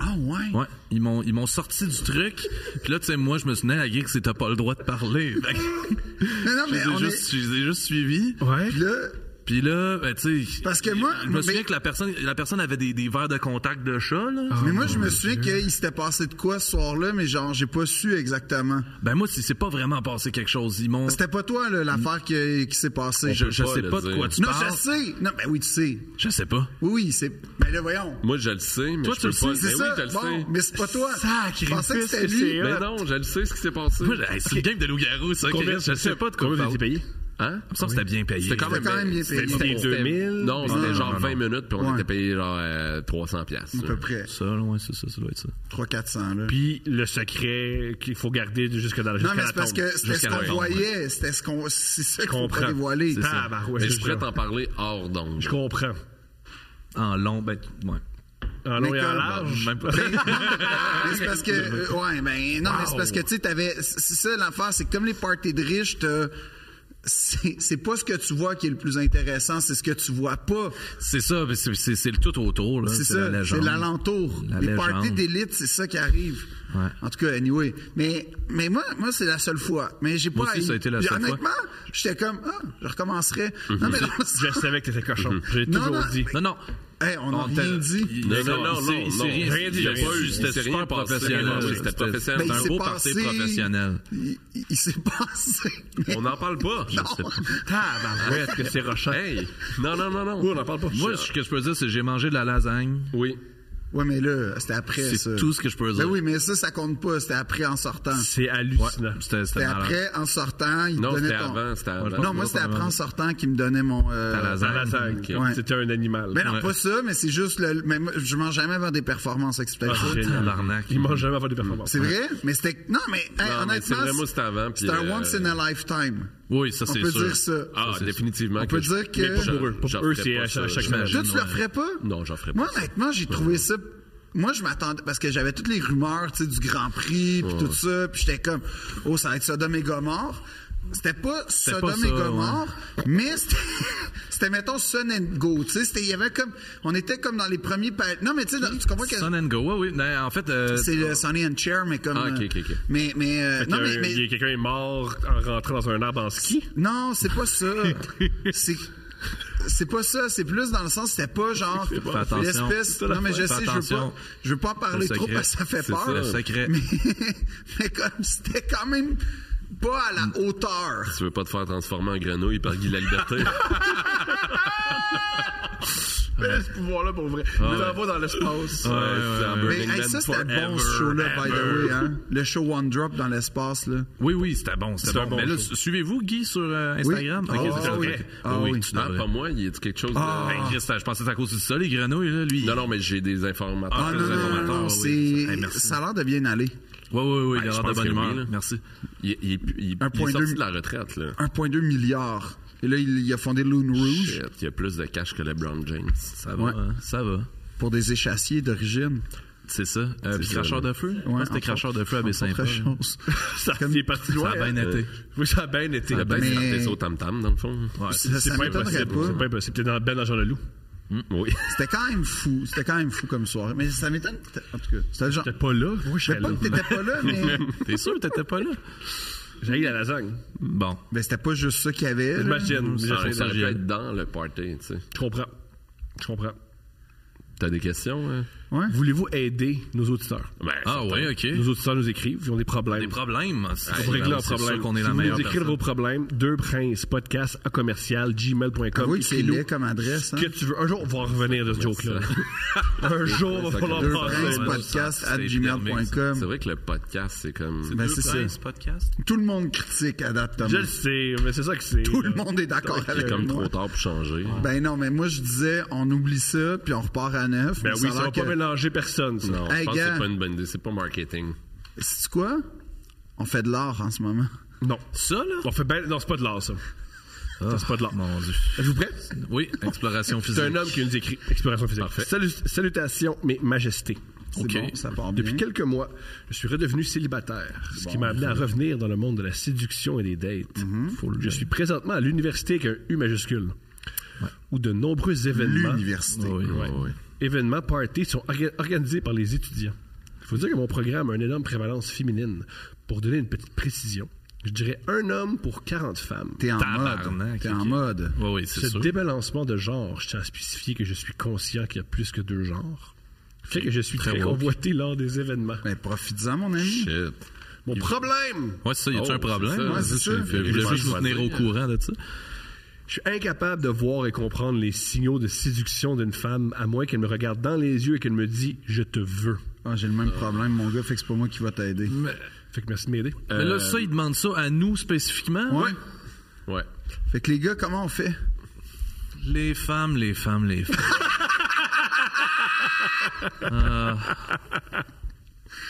[SPEAKER 5] ah ouais,
[SPEAKER 1] Ouais, ils m'ont, ils m'ont sorti du truc. Puis là, tu sais, moi, je me suis dit, à que c'est t'as pas le droit de parler. Fait que
[SPEAKER 5] Mais non
[SPEAKER 1] je
[SPEAKER 5] mais
[SPEAKER 1] les ai
[SPEAKER 5] on
[SPEAKER 1] juste, je les ai juste suivis.
[SPEAKER 2] Ouais.
[SPEAKER 5] est Puis là
[SPEAKER 1] Puis là, ben, tu sais.
[SPEAKER 5] Parce que moi-
[SPEAKER 1] Je me souviens
[SPEAKER 5] mais-
[SPEAKER 1] que la personne, la personne avait des, des verres de contact de chat, là.
[SPEAKER 5] mais moi je me souviens qu'il s'était passé de quoi ce soir-là mais genre j'ai pas su exactement
[SPEAKER 1] Ben, moi, c'est c'est pas vraiment passé quelque chose. Ils m'ont.
[SPEAKER 5] c'était pas toi là, l'affaire qui, qui s'est passée
[SPEAKER 1] Je, je
[SPEAKER 4] peut pas
[SPEAKER 1] sais
[SPEAKER 4] le
[SPEAKER 1] pas de
[SPEAKER 4] dire.
[SPEAKER 1] quoi tu
[SPEAKER 5] non
[SPEAKER 1] parles.
[SPEAKER 5] je sais non ben oui tu sais
[SPEAKER 1] Je sais pas.
[SPEAKER 5] oui oui c'est mais là voyons
[SPEAKER 4] Moi, je le sais, mais
[SPEAKER 1] Toi,
[SPEAKER 4] je
[SPEAKER 1] tu
[SPEAKER 4] peux
[SPEAKER 1] le sais,
[SPEAKER 4] pas.
[SPEAKER 5] c'est
[SPEAKER 4] Ben
[SPEAKER 5] ça
[SPEAKER 4] oui, je le
[SPEAKER 5] bon euh,
[SPEAKER 4] sais.
[SPEAKER 5] mais c'est pas toi
[SPEAKER 2] Sacrifice
[SPEAKER 5] je pensais que c'était
[SPEAKER 2] que
[SPEAKER 5] lui
[SPEAKER 2] c'est-
[SPEAKER 4] Mais Ben non, je le sais ce qui s'est passé.
[SPEAKER 1] Moi, j'ai- hey, c'est une game de loup-garou, ça. Chris. Je sais pas de quoi tu
[SPEAKER 2] Combien vous
[SPEAKER 1] parles.
[SPEAKER 2] étiez payé?
[SPEAKER 4] Hein?
[SPEAKER 1] Ça, c'était bien payé.
[SPEAKER 4] C'était quand
[SPEAKER 5] C'était
[SPEAKER 4] même,
[SPEAKER 5] quand même bien payé.
[SPEAKER 2] C'était
[SPEAKER 4] on
[SPEAKER 2] 2000?
[SPEAKER 4] Non,
[SPEAKER 2] Non,
[SPEAKER 4] c'était
[SPEAKER 1] non,
[SPEAKER 4] genre
[SPEAKER 1] non,
[SPEAKER 4] 20 minutes, puis on
[SPEAKER 5] Ouais.
[SPEAKER 4] était payé genre euh, 300$. piastres,
[SPEAKER 5] à peu
[SPEAKER 4] là.
[SPEAKER 5] près
[SPEAKER 1] Ça, là, ouais, c'est ça, ça doit être ça.
[SPEAKER 5] 300-400 là
[SPEAKER 2] Puis le secret qu'il faut garder jusque dans
[SPEAKER 5] Non,
[SPEAKER 2] jusqu'à
[SPEAKER 5] mais
[SPEAKER 2] la
[SPEAKER 5] c'est parce
[SPEAKER 2] tombe.
[SPEAKER 5] que c'était ce
[SPEAKER 1] Jusqu'à la
[SPEAKER 5] qu'on
[SPEAKER 1] tombe,
[SPEAKER 5] voyait, c'était ce qu'on. C'est ça
[SPEAKER 2] Je
[SPEAKER 5] qu'on
[SPEAKER 2] comprends.
[SPEAKER 5] pas dévoilé.
[SPEAKER 2] C'est ça.
[SPEAKER 4] Mais
[SPEAKER 2] c'est
[SPEAKER 4] je pourrais
[SPEAKER 2] ça.
[SPEAKER 4] t'en parler hors d'onde.
[SPEAKER 2] Je comprends.
[SPEAKER 1] En long, ben, ouais.
[SPEAKER 2] En long et en
[SPEAKER 5] comme-
[SPEAKER 2] large.
[SPEAKER 1] Même pas.
[SPEAKER 5] Mais c'est parce que. euh, ouais, ben non, mais c'est parce que, tu sais, t'avais. C'est ça l'affaire, c'est que comme les parties de riches, t'as- C'est c'est pas ce que tu vois qui est le plus intéressant, c'est ce que tu vois pas.
[SPEAKER 1] C'est ça, mais c'est- c'est Ah, c'est le tout autour. là.
[SPEAKER 5] C'est
[SPEAKER 1] la
[SPEAKER 5] ça,
[SPEAKER 1] légende.
[SPEAKER 5] c'est l'alentour.
[SPEAKER 1] La
[SPEAKER 5] les
[SPEAKER 1] légende.
[SPEAKER 5] parties d'élite, c'est ça qui arrive.
[SPEAKER 1] Ouais.
[SPEAKER 5] En tout cas, anyway. Mais, mais moi, moi c'est la seule fois. Mais j'ai pas.
[SPEAKER 1] Moi aussi,
[SPEAKER 5] haï.
[SPEAKER 1] ça a été la
[SPEAKER 5] Puis
[SPEAKER 1] seule fois. Mhm.
[SPEAKER 5] Honnêtement, j'étais comme, ah, je recommencerai. Non, mais non,
[SPEAKER 2] Je savais que t'étais cochon. J'ai
[SPEAKER 5] Mm-hmm. Non,
[SPEAKER 2] toujours
[SPEAKER 5] non,
[SPEAKER 2] dit.
[SPEAKER 1] Non, non.
[SPEAKER 5] Hey, on n'a
[SPEAKER 1] t'a-
[SPEAKER 5] rien dit.
[SPEAKER 1] il-
[SPEAKER 4] Non,
[SPEAKER 1] il-
[SPEAKER 4] non, non,
[SPEAKER 1] il s'est-
[SPEAKER 4] non,
[SPEAKER 1] il s'est
[SPEAKER 4] non.
[SPEAKER 1] rien
[SPEAKER 4] Rien dit,
[SPEAKER 1] dit.
[SPEAKER 4] il y a pas eu- il
[SPEAKER 1] C'était
[SPEAKER 4] s'est
[SPEAKER 1] super
[SPEAKER 4] rien passé.
[SPEAKER 1] professionnel.
[SPEAKER 4] Non, non, c'était professionnel.
[SPEAKER 1] C'était
[SPEAKER 5] Ben,
[SPEAKER 1] un
[SPEAKER 5] il s'est
[SPEAKER 1] beau
[SPEAKER 5] passé-
[SPEAKER 1] parti professionnel.
[SPEAKER 5] Il, il- il s'est passé.
[SPEAKER 4] On n'en parle pas. Je sais pas.
[SPEAKER 2] Tabarouette, que c'est rochant.
[SPEAKER 4] Hey! Non, non, non, non.
[SPEAKER 2] Oui, on n'en parle pas.
[SPEAKER 1] Moi, ce que je peux dire, c'est que j'ai mangé de la lasagne.
[SPEAKER 4] Oui.
[SPEAKER 5] Ouais, mais là, c'était après
[SPEAKER 1] C'est
[SPEAKER 5] ça.
[SPEAKER 1] tout ce que je peux
[SPEAKER 5] Ben
[SPEAKER 1] dire.
[SPEAKER 5] oui, mais ça, ça compte pas. C'était après en sortant.
[SPEAKER 2] C'est hallucinant.
[SPEAKER 1] C'était c'était
[SPEAKER 5] C'était
[SPEAKER 1] malade.
[SPEAKER 5] après en sortant. Il te
[SPEAKER 4] Non,
[SPEAKER 5] donnait
[SPEAKER 4] c'était
[SPEAKER 5] ton-
[SPEAKER 4] avant. C'était avant.
[SPEAKER 1] je
[SPEAKER 5] Non, moi, c'était après en sortant qu'il me donnait mon. euh,
[SPEAKER 1] Ta lasagne.
[SPEAKER 2] Dans la salle.
[SPEAKER 4] Ok.
[SPEAKER 5] Ouais.
[SPEAKER 2] C'était un animal.
[SPEAKER 5] Mais non,
[SPEAKER 1] Ouais.
[SPEAKER 5] pas ça, mais c'est juste le. Mais moi, je mange jamais avant des performances
[SPEAKER 2] Ah,
[SPEAKER 5] exprès.
[SPEAKER 2] génial.
[SPEAKER 1] tabarnak.
[SPEAKER 2] Il mange jamais avant des performances.
[SPEAKER 5] c'est vrai? Mais c'était. Non, mais hey,
[SPEAKER 4] Non, mais c'est
[SPEAKER 5] honnêtement.
[SPEAKER 4] vrai, moi, c'était avant, puis,
[SPEAKER 5] C'était un
[SPEAKER 4] euh,
[SPEAKER 5] once in a lifetime.
[SPEAKER 1] Oui, ça,
[SPEAKER 5] On
[SPEAKER 1] c'est
[SPEAKER 5] peut
[SPEAKER 1] sûr.
[SPEAKER 5] dire ça.
[SPEAKER 4] Ah,
[SPEAKER 1] c'est-
[SPEAKER 4] définitivement.
[SPEAKER 5] on
[SPEAKER 4] que
[SPEAKER 5] peut
[SPEAKER 4] je-
[SPEAKER 5] dire que-
[SPEAKER 4] Mais
[SPEAKER 5] Pour
[SPEAKER 2] eux. Pour
[SPEAKER 4] j'en
[SPEAKER 2] eux,
[SPEAKER 4] ferais
[SPEAKER 2] c'est
[SPEAKER 4] pas
[SPEAKER 2] à
[SPEAKER 4] ça,
[SPEAKER 2] chaque-
[SPEAKER 4] je-
[SPEAKER 1] match.
[SPEAKER 5] Toi, tu
[SPEAKER 1] Ouais.
[SPEAKER 5] le ferais pas?
[SPEAKER 4] Non, j'en ferais pas.
[SPEAKER 5] Moi, honnêtement, j'ai trouvé ça. Moi, je m'attendais. Parce que j'avais toutes les rumeurs, tu sais, du Grand Prix, puis tout ça. Puis j'étais comme, oh, ça va être Sodome et Gomorre. C'était pas
[SPEAKER 1] C'était pas
[SPEAKER 5] Sodome
[SPEAKER 1] ça,
[SPEAKER 5] et Gomorre, mais c'était- c'était, mettons, Sun and Go. Tu sais, c'était- il y avait comme. On était comme dans les premiers. pa- Non, mais tu sais, dans- tu comprends que.
[SPEAKER 1] Sun and Go, oui, oui. Mais En fait, euh,
[SPEAKER 5] C'est le Sonny and Chair, mais comme.
[SPEAKER 4] Ah, ok,
[SPEAKER 5] euh,
[SPEAKER 4] ok, ok.
[SPEAKER 5] Mais, mais, euh,
[SPEAKER 2] Non,
[SPEAKER 5] non, mais, mais-
[SPEAKER 2] Quelqu'un est mort en rentrant dans un arbre en ski.
[SPEAKER 5] non, c'est pas ça. c'est, c'est pas ça. C'est plus dans le sens, c'était pas genre
[SPEAKER 1] attention.
[SPEAKER 5] l'espèce.
[SPEAKER 1] C'est ça, la
[SPEAKER 5] Non, mais je
[SPEAKER 1] fais
[SPEAKER 5] sais, je veux
[SPEAKER 1] attention.
[SPEAKER 5] pas, je veux pas en parler
[SPEAKER 1] Le
[SPEAKER 5] trop
[SPEAKER 1] secret.
[SPEAKER 5] parce que ça fait
[SPEAKER 1] C'est
[SPEAKER 5] peur.
[SPEAKER 1] ça, le secret.
[SPEAKER 5] Mais, mais comme c'était quand même pas à la hauteur.
[SPEAKER 4] Tu veux pas te faire transformer en grenouille par Guy la Liberté?
[SPEAKER 6] Mais ce pouvoir-là, pour vrai. Il les envoie dans l'espace.
[SPEAKER 1] ouais, ouais, ouais.
[SPEAKER 5] Mais hey, ça, c'était bon ce show-là, by the way. Hein? Le show One Drop dans l'espace, là.
[SPEAKER 1] oui, oui, c'était bon. C'était
[SPEAKER 2] C'est un
[SPEAKER 1] bon.
[SPEAKER 2] bon
[SPEAKER 1] Mais là,
[SPEAKER 2] show.
[SPEAKER 1] suivez-vous Guy sur euh, Instagram?
[SPEAKER 5] Ah
[SPEAKER 1] Ok, c'est ça,
[SPEAKER 5] oui.
[SPEAKER 1] ok.
[SPEAKER 5] Ah oui.
[SPEAKER 1] tu
[SPEAKER 4] Ah,
[SPEAKER 1] devrais.
[SPEAKER 4] pas moi, il y a quelque chose de.
[SPEAKER 1] Hey, Chris, je pensais que c'était à cause de ça, les grenouilles, là, lui.
[SPEAKER 4] Non, non, mais j'ai des informateurs.
[SPEAKER 5] Ah
[SPEAKER 1] très
[SPEAKER 5] non, non, non,
[SPEAKER 1] informateur,
[SPEAKER 5] non,
[SPEAKER 1] oui.
[SPEAKER 5] c'est...
[SPEAKER 1] Hey, merci.
[SPEAKER 5] ça a l'air de bien aller.
[SPEAKER 1] Oui, oui, oui, il
[SPEAKER 4] Ben,
[SPEAKER 1] a
[SPEAKER 4] je
[SPEAKER 1] l'air de
[SPEAKER 4] pense
[SPEAKER 1] bonne
[SPEAKER 4] que
[SPEAKER 1] humeur.
[SPEAKER 4] oui, là.
[SPEAKER 1] Merci.
[SPEAKER 4] Il, il, il, il
[SPEAKER 5] Un
[SPEAKER 4] est
[SPEAKER 5] point
[SPEAKER 4] sorti
[SPEAKER 5] deux- Ah,
[SPEAKER 4] de la retraite, là.
[SPEAKER 5] 1,2 milliard. Et là, il, il a fondé Loon Rouge
[SPEAKER 4] Shit, il y a plus de cash que LeBron James.
[SPEAKER 1] Ça va,
[SPEAKER 5] Ouais.
[SPEAKER 1] hein, ça va.
[SPEAKER 5] pour des échassiers d'origine.
[SPEAKER 1] C'est ça. Euh, puis
[SPEAKER 4] ça,
[SPEAKER 1] cracheur
[SPEAKER 4] là.
[SPEAKER 1] de feu?
[SPEAKER 5] Ouais,
[SPEAKER 1] Ouais, c'était
[SPEAKER 5] entre
[SPEAKER 1] cracheur de
[SPEAKER 5] autres.
[SPEAKER 1] feu à
[SPEAKER 5] Entre autres
[SPEAKER 1] Baie-Saint-Paul.
[SPEAKER 5] choses.
[SPEAKER 2] Ça, c'est parti
[SPEAKER 1] Ça
[SPEAKER 2] loin.
[SPEAKER 1] a bien
[SPEAKER 2] hein.
[SPEAKER 1] été.
[SPEAKER 2] Oui, ça a bien été.
[SPEAKER 4] Il a bien
[SPEAKER 5] mais-
[SPEAKER 4] frappé ça au tam-tam, dans le fond.
[SPEAKER 1] Ouais, c'est-
[SPEAKER 5] Ça, ça
[SPEAKER 2] pas
[SPEAKER 5] m'étonnerait
[SPEAKER 2] impossible. C'est
[SPEAKER 5] pas.
[SPEAKER 2] pas impossible. T'es dans, ben dans Jean Leloup.
[SPEAKER 4] Oui.
[SPEAKER 5] C'était quand même fou. C'était quand même fou comme soirée. Mais ça m'étonne. En tout cas, c'était le genre.
[SPEAKER 2] T'es pas là. Moi, je
[SPEAKER 5] Je sais
[SPEAKER 2] serais
[SPEAKER 5] pas
[SPEAKER 2] là.
[SPEAKER 5] que t'étais pas là, mais.
[SPEAKER 1] T'es sûr que t'étais pas là?
[SPEAKER 2] J'ai eu la lasagne.
[SPEAKER 1] Bon.
[SPEAKER 5] Mais ben, c'était pas juste ça qu'il y avait. là.
[SPEAKER 2] J'imagine. mais
[SPEAKER 4] Ah, Ça
[SPEAKER 2] j'essaie
[SPEAKER 4] aurait
[SPEAKER 2] de-
[SPEAKER 4] pu être dans le party, tu sais.
[SPEAKER 2] Je comprends. Je comprends.
[SPEAKER 4] T'as des questions? hein?
[SPEAKER 5] Ouais.
[SPEAKER 2] Voulez-vous aider nos auditeurs?
[SPEAKER 4] Ben,
[SPEAKER 1] Ah ouais, OK.
[SPEAKER 2] Nos auditeurs nous écrivent, ils ont des problèmes.
[SPEAKER 1] Des problèmes.
[SPEAKER 2] Pour
[SPEAKER 1] C'est
[SPEAKER 2] régler leurs
[SPEAKER 1] c'est
[SPEAKER 2] problèmes.
[SPEAKER 1] sûr qu'on est
[SPEAKER 2] Si
[SPEAKER 1] la
[SPEAKER 2] vous
[SPEAKER 1] meilleure
[SPEAKER 2] voulez écrire vos
[SPEAKER 1] personne.
[SPEAKER 2] problèmes, deux princes, podcast à commercial, gmail.com.
[SPEAKER 5] Avouez que c'est laid comme adresse. Hein.
[SPEAKER 2] que tu veux. Un jour, on va revenir de ce joke-là. un jour, on va falloir
[SPEAKER 5] Deux
[SPEAKER 2] parler.
[SPEAKER 5] princes podcast
[SPEAKER 1] c'est
[SPEAKER 5] at
[SPEAKER 4] C'est
[SPEAKER 5] gmail.com.
[SPEAKER 4] vrai que le podcast, c'est comme...
[SPEAKER 5] Ben, c'est ça.
[SPEAKER 1] ce podcast.
[SPEAKER 5] Tout le monde critique à date, Thomas.
[SPEAKER 2] Je le sais, mais c'est ça que c'est.
[SPEAKER 5] Tout le monde est d'accord
[SPEAKER 4] C'est
[SPEAKER 5] avec
[SPEAKER 4] comme
[SPEAKER 5] moi.
[SPEAKER 4] trop tard pour changer.
[SPEAKER 5] Ben non, mais moi je disais, on oublie ça, puis on repart à neuf.
[SPEAKER 2] Ben
[SPEAKER 5] mais
[SPEAKER 2] oui,
[SPEAKER 5] a
[SPEAKER 2] ça va
[SPEAKER 5] l'air
[SPEAKER 2] pas
[SPEAKER 5] que-
[SPEAKER 2] mélanger personne, ça.
[SPEAKER 4] Non, je
[SPEAKER 5] Hey,
[SPEAKER 4] pense que
[SPEAKER 5] gars.
[SPEAKER 4] c'est pas une bonne idée. C'est pas marketing.
[SPEAKER 5] C'est quoi? On fait de l'art en ce moment.
[SPEAKER 2] Non.
[SPEAKER 1] Ça, là?
[SPEAKER 2] On fait ben... Non, c'est pas de l'art, ça. Ça, c'est pas de l'art.
[SPEAKER 1] Mon Dieu.
[SPEAKER 2] Êtes-vous prêts?
[SPEAKER 1] Oui, exploration
[SPEAKER 2] C'est
[SPEAKER 1] physique.
[SPEAKER 2] un homme qui nous écrit Exploration physique. Salut- salutations, mes majestés.
[SPEAKER 5] C'est
[SPEAKER 1] OK.
[SPEAKER 5] bon, ça part bien.
[SPEAKER 2] Depuis quelques mois, je suis redevenu célibataire, ce qui m'a amené à revenir dans le monde de la séduction et des dates. je suis présentement à l'université avec un U majuscule, où de nombreux événements,
[SPEAKER 5] L'université.
[SPEAKER 1] Oui, oui.
[SPEAKER 4] Ouais, ouais.
[SPEAKER 2] événements parties sont orga- organisés par les étudiants. Il faut dire que mon programme a une énorme prévalence féminine. Pour donner une petite précision, je dirais un homme pour 40 femmes.
[SPEAKER 5] T'es en mode.
[SPEAKER 1] Tabarnak,
[SPEAKER 5] T'es
[SPEAKER 1] ok.
[SPEAKER 5] en mode.
[SPEAKER 1] Oui, oui, c'est
[SPEAKER 2] Ce
[SPEAKER 1] sûr.
[SPEAKER 2] débalancement de genre, je tiens à spécifier que je suis conscient qu'il y a plus que deux genres, fait que je suis très,
[SPEAKER 1] woke.
[SPEAKER 2] convoité lors des événements.
[SPEAKER 5] Ben, profites-en, mon ami.
[SPEAKER 4] Shit.
[SPEAKER 2] Mon problème
[SPEAKER 1] Ouais, c'est ça, y a-tu
[SPEAKER 4] Oh,
[SPEAKER 1] un
[SPEAKER 4] c'est
[SPEAKER 1] problème?
[SPEAKER 4] ça.
[SPEAKER 5] Ouais, c'est ça.
[SPEAKER 1] Je voulais
[SPEAKER 4] Je vais
[SPEAKER 1] juste vous
[SPEAKER 4] choisir.
[SPEAKER 1] tenir au courant de ça.
[SPEAKER 2] Je suis incapable de voir et comprendre les signaux de séduction d'une femme, à moins qu'elle me regarde dans les yeux et qu'elle me dise Je te veux.
[SPEAKER 5] Ah, j'ai le même problème, mon gars, fait que c'est pas moi qui va t'aider.
[SPEAKER 2] Fait que merci de m'aider.
[SPEAKER 1] Mais là, ça, ils demandent ça à nous spécifiquement.
[SPEAKER 5] Ouais.
[SPEAKER 4] Ouais.
[SPEAKER 5] Fait que les gars, comment on fait?
[SPEAKER 1] Les femmes, les femmes, les femmes. Ah.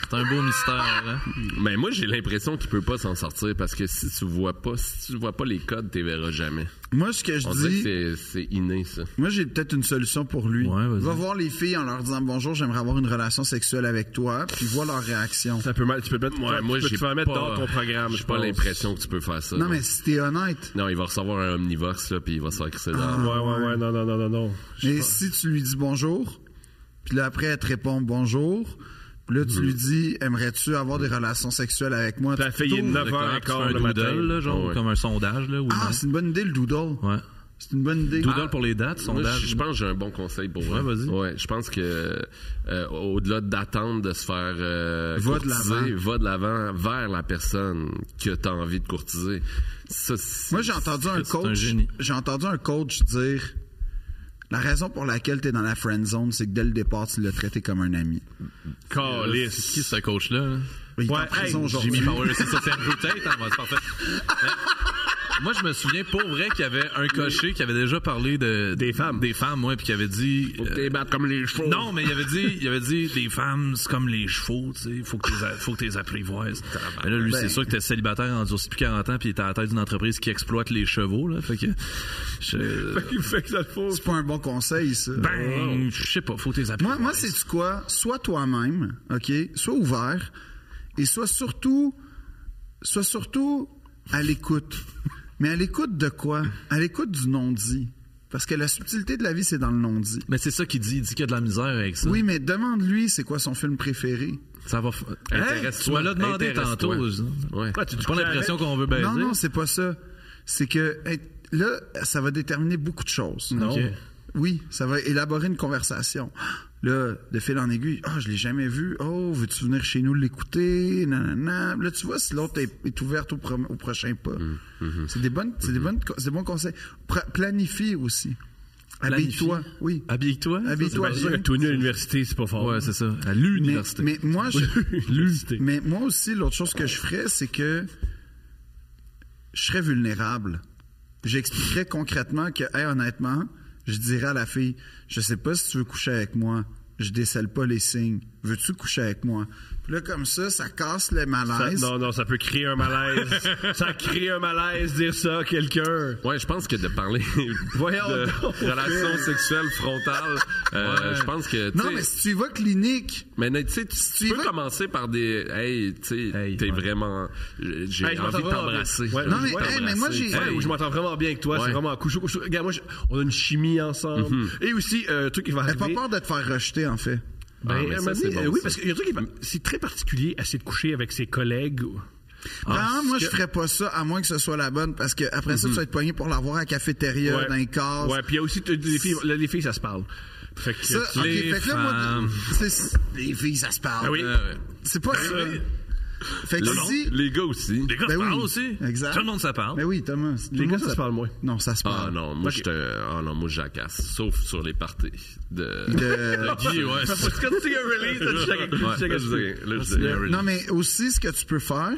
[SPEAKER 1] C'est un beau mystère, hein?
[SPEAKER 4] Mais Ben, moi, j'ai l'impression qu'il peut pas s'en sortir parce que si tu vois pas, si tu vois pas les codes, tu verras jamais.
[SPEAKER 5] Moi, ce que je
[SPEAKER 4] On dirait
[SPEAKER 5] dis,
[SPEAKER 4] que c'est- c'est inné, ça.
[SPEAKER 5] moi, j'ai peut-être une solution pour lui.
[SPEAKER 1] Ouais, vas-y.
[SPEAKER 5] Va voir les filles en leur disant bonjour, j'aimerais avoir une relation sexuelle avec toi, puis vois leur réaction.
[SPEAKER 2] Ça peut mal, tu peux mettre,
[SPEAKER 4] Ouais,
[SPEAKER 2] tu
[SPEAKER 4] moi,
[SPEAKER 2] peux
[SPEAKER 4] j'ai
[SPEAKER 2] te faire
[SPEAKER 4] pas-
[SPEAKER 2] mettre dans ton programme.
[SPEAKER 4] J'ai pas
[SPEAKER 2] pense.
[SPEAKER 4] l'impression que tu peux faire ça.
[SPEAKER 5] Non,
[SPEAKER 4] là.
[SPEAKER 5] mais si t'es honnête,
[SPEAKER 4] Non, il va recevoir un omnivox, là, puis il va se faire crisser
[SPEAKER 2] Ouais,
[SPEAKER 4] dehors.
[SPEAKER 2] ouais, ouais, non, non, non, non, non. Je sais
[SPEAKER 5] mais
[SPEAKER 2] pas.
[SPEAKER 5] si tu lui dis bonjour, puis là, après, elle te répond bonjour, puis là, tu lui dis aimerais-tu avoir des relations sexuelles avec moi?
[SPEAKER 2] Puis la fille est
[SPEAKER 5] Tourne.
[SPEAKER 2] 9h15
[SPEAKER 1] un
[SPEAKER 2] le matin.
[SPEAKER 1] doodle, là, genre,
[SPEAKER 4] Ouais.
[SPEAKER 1] comme un sondage, là. oui,
[SPEAKER 5] Ah,
[SPEAKER 1] non?
[SPEAKER 5] c'est une bonne idée, le doodle.
[SPEAKER 1] Ouais.
[SPEAKER 5] C'est une bonne idée.
[SPEAKER 1] Doodle pour les dates,
[SPEAKER 4] Moi,
[SPEAKER 1] sondage.
[SPEAKER 4] je, je pense que j'ai un bon conseil pour
[SPEAKER 1] Ouais,
[SPEAKER 4] eux.
[SPEAKER 1] vas-y.
[SPEAKER 4] Ouais, je pense que euh, au-delà d'attendre de se faire euh,
[SPEAKER 5] Va de
[SPEAKER 4] courtiser,
[SPEAKER 5] l'avant.
[SPEAKER 4] va de l'avant vers la personne que tu as envie de courtiser. Ça, c'est-
[SPEAKER 5] Moi, j'ai entendu un
[SPEAKER 1] c'est un
[SPEAKER 5] coach.
[SPEAKER 1] génie.
[SPEAKER 5] J'ai entendu un coach dire la raison pour laquelle t'es dans la friend zone, c'est que dès le départ, tu l'as traité comme un ami.
[SPEAKER 1] Euh, C'est qui ce coach-là? hein?
[SPEAKER 5] Il est en
[SPEAKER 2] Ouais, hey,
[SPEAKER 5] prison aujourd'hui.
[SPEAKER 1] Jimmy Power, c'est ça, c'est Andrew Tate. hein, ouais, c'est parfait. Mais moi, je me souviens pour vrai qu'il y avait un cocher qui avait déjà parlé de
[SPEAKER 2] Des femmes.
[SPEAKER 1] des femmes, ouais, puis qui avait dit
[SPEAKER 4] Faut que
[SPEAKER 1] euh,
[SPEAKER 4] t'es battes comme les chevaux.
[SPEAKER 1] non, mais il avait dit, il avait dit, les femmes, c'est comme les chevaux, tu sais, faut que t'es, a- faut que t'es apprivoises. Mais là, lui, c'est sûr que t'es célibataire en plus de 40 ans, puis il était à la tête d'une entreprise qui exploite les chevaux, là, fait que, je,
[SPEAKER 2] Fait que dans le fond,
[SPEAKER 5] C'est pas un bon conseil, ça.
[SPEAKER 1] bang, Ben, je sais pas, faut que t'es
[SPEAKER 5] Moi,
[SPEAKER 1] apprivoises.
[SPEAKER 5] moi c'est quoi? Sois toi-même, OK? Sois ouvert. Et sois surtout. Sois surtout à l'écoute. Mais à l'écoute de quoi? À l'écoute du non-dit. Parce que la subtilité de la vie, c'est dans le non-dit.
[SPEAKER 1] mais c'est ça qu'il dit, il dit qu'il y a de la misère avec ça.
[SPEAKER 5] Oui, mais demande-lui c'est quoi son film préféré.
[SPEAKER 1] Ça va. f- Hein? Tu
[SPEAKER 4] Intéresse-toi.
[SPEAKER 1] me l'as demandé
[SPEAKER 4] Intéresse-toi.
[SPEAKER 1] tantôt. je-
[SPEAKER 4] Ouais.
[SPEAKER 2] pourquoi tu
[SPEAKER 1] J'ai pas l'impression qu'on veut baiser.
[SPEAKER 5] Non, non, c'est pas ça. C'est que hey, là, ça va déterminer beaucoup de choses.
[SPEAKER 2] Non.
[SPEAKER 1] Ok.
[SPEAKER 5] Oui, ça va élaborer une conversation. Là, de fil en aiguille, ah, je l'ai jamais vu. Oh, veux-tu venir chez nous l'écouter? Nanana. Là, tu vois si l'autre est, est ouverte au, pro- au prochain pas.
[SPEAKER 1] Mm, mm-hmm.
[SPEAKER 5] C'est des bonnes, c'est des bonnes, co- c'est des bons conseils. Pra- planifie aussi.
[SPEAKER 1] Planifie.
[SPEAKER 5] Habille-toi. Oui.
[SPEAKER 1] Habille-toi.
[SPEAKER 5] Habille-toi.
[SPEAKER 2] C'est sûr que tout nu à l'université, c'est pas fort.
[SPEAKER 1] Ouais, c'est ça. À
[SPEAKER 5] Mais,
[SPEAKER 1] l'université.
[SPEAKER 5] mais moi, je,
[SPEAKER 2] l'université.
[SPEAKER 5] Mais moi aussi, l'autre chose que je ferais, c'est que je serais vulnérable. J'expliquerais concrètement que, hey, honnêtement, je dirais à la fille, je sais pas si tu veux coucher avec moi. Je décèle pas les signes. Veux-tu coucher avec moi? Puis là, comme ça, ça casse le
[SPEAKER 2] Ça-
[SPEAKER 5] malaise.
[SPEAKER 2] non, non, ça peut créer un malaise. ça crée un malaise, dire ça à quelqu'un.
[SPEAKER 4] Ouais, je pense que de parler
[SPEAKER 2] Voyons donc.
[SPEAKER 4] de relations sexuelles frontales, euh, je pense que. tu
[SPEAKER 5] Non,
[SPEAKER 4] sais,
[SPEAKER 5] mais si tu y vas clinique,
[SPEAKER 4] Mais tu sais, tu-
[SPEAKER 5] tu
[SPEAKER 4] tu
[SPEAKER 5] y
[SPEAKER 4] peux
[SPEAKER 5] vas-
[SPEAKER 4] commencer par des. Hey, tu sais,
[SPEAKER 1] Hey,
[SPEAKER 4] t'es
[SPEAKER 1] ouais.
[SPEAKER 4] vraiment. J'ai
[SPEAKER 2] Hey, je
[SPEAKER 4] envie de
[SPEAKER 2] m'entends
[SPEAKER 4] t'embrasser.
[SPEAKER 2] vraiment. Ouais,
[SPEAKER 4] J'ai
[SPEAKER 2] non,
[SPEAKER 4] envie
[SPEAKER 5] mais-
[SPEAKER 4] de
[SPEAKER 5] hey, mais moi,
[SPEAKER 4] t'embrasser.
[SPEAKER 5] j'ai-
[SPEAKER 2] Ouais, où je m'entends vraiment bien avec toi,
[SPEAKER 4] Ouais. Mm-hmm.
[SPEAKER 2] c'est vraiment cool. Je- je- regarde, moi, je- on a une chimie ensemble. Et aussi, euh, un truc qui va
[SPEAKER 5] t'as
[SPEAKER 2] arriver.
[SPEAKER 5] pas peur de te faire rejeter, en fait.
[SPEAKER 2] Ben,
[SPEAKER 4] Ah, mais
[SPEAKER 2] à un
[SPEAKER 4] ça,
[SPEAKER 2] moment
[SPEAKER 4] c'est
[SPEAKER 2] donné,
[SPEAKER 4] bon,
[SPEAKER 2] euh, oui,
[SPEAKER 4] ça.
[SPEAKER 2] parce qu'il y a un truc qui est- c'est très particulier, essayer de coucher avec ses collègues.
[SPEAKER 5] Ah, moi, je ferais pas ça, à moins que ce soit la bonne, parce que après ça, tu vas être poigné pour l'avoir à la cafétéria,
[SPEAKER 2] Ouais.
[SPEAKER 5] dans les cases.
[SPEAKER 2] Ouais, puis il y a aussi t- les filles, les filles, ça se parle. Fait que
[SPEAKER 5] Ça,
[SPEAKER 2] tu-
[SPEAKER 5] ok,
[SPEAKER 1] les
[SPEAKER 5] fait que là, moi,
[SPEAKER 1] femmes.
[SPEAKER 5] c'est- les filles, ça se parle.
[SPEAKER 2] Ah oui.
[SPEAKER 1] Euh,
[SPEAKER 5] C'est pas ça. Fait que
[SPEAKER 4] Les-
[SPEAKER 5] si.
[SPEAKER 4] Les gars aussi.
[SPEAKER 1] Les gars
[SPEAKER 5] Ben
[SPEAKER 1] se
[SPEAKER 5] oui.
[SPEAKER 1] parlent aussi.
[SPEAKER 5] Exact.
[SPEAKER 1] Tout le monde ça parle.
[SPEAKER 5] Mais oui, Thomas. tout
[SPEAKER 2] les
[SPEAKER 5] le
[SPEAKER 2] gars,
[SPEAKER 5] monde,
[SPEAKER 2] ça se parle moins.
[SPEAKER 5] Non, ça se parle.
[SPEAKER 4] Ah non, moi, j'étais. Ah non, moi, j'acasse. Sauf sur les parties de.
[SPEAKER 5] Euh,
[SPEAKER 1] Guy, ouais.
[SPEAKER 2] Parce que quand tu sais un release, tu sais
[SPEAKER 4] Ouais,
[SPEAKER 2] avec- tu sais
[SPEAKER 4] là,
[SPEAKER 2] avec-
[SPEAKER 4] je dis- là, je dis-
[SPEAKER 5] non, mais aussi, ce que tu peux faire,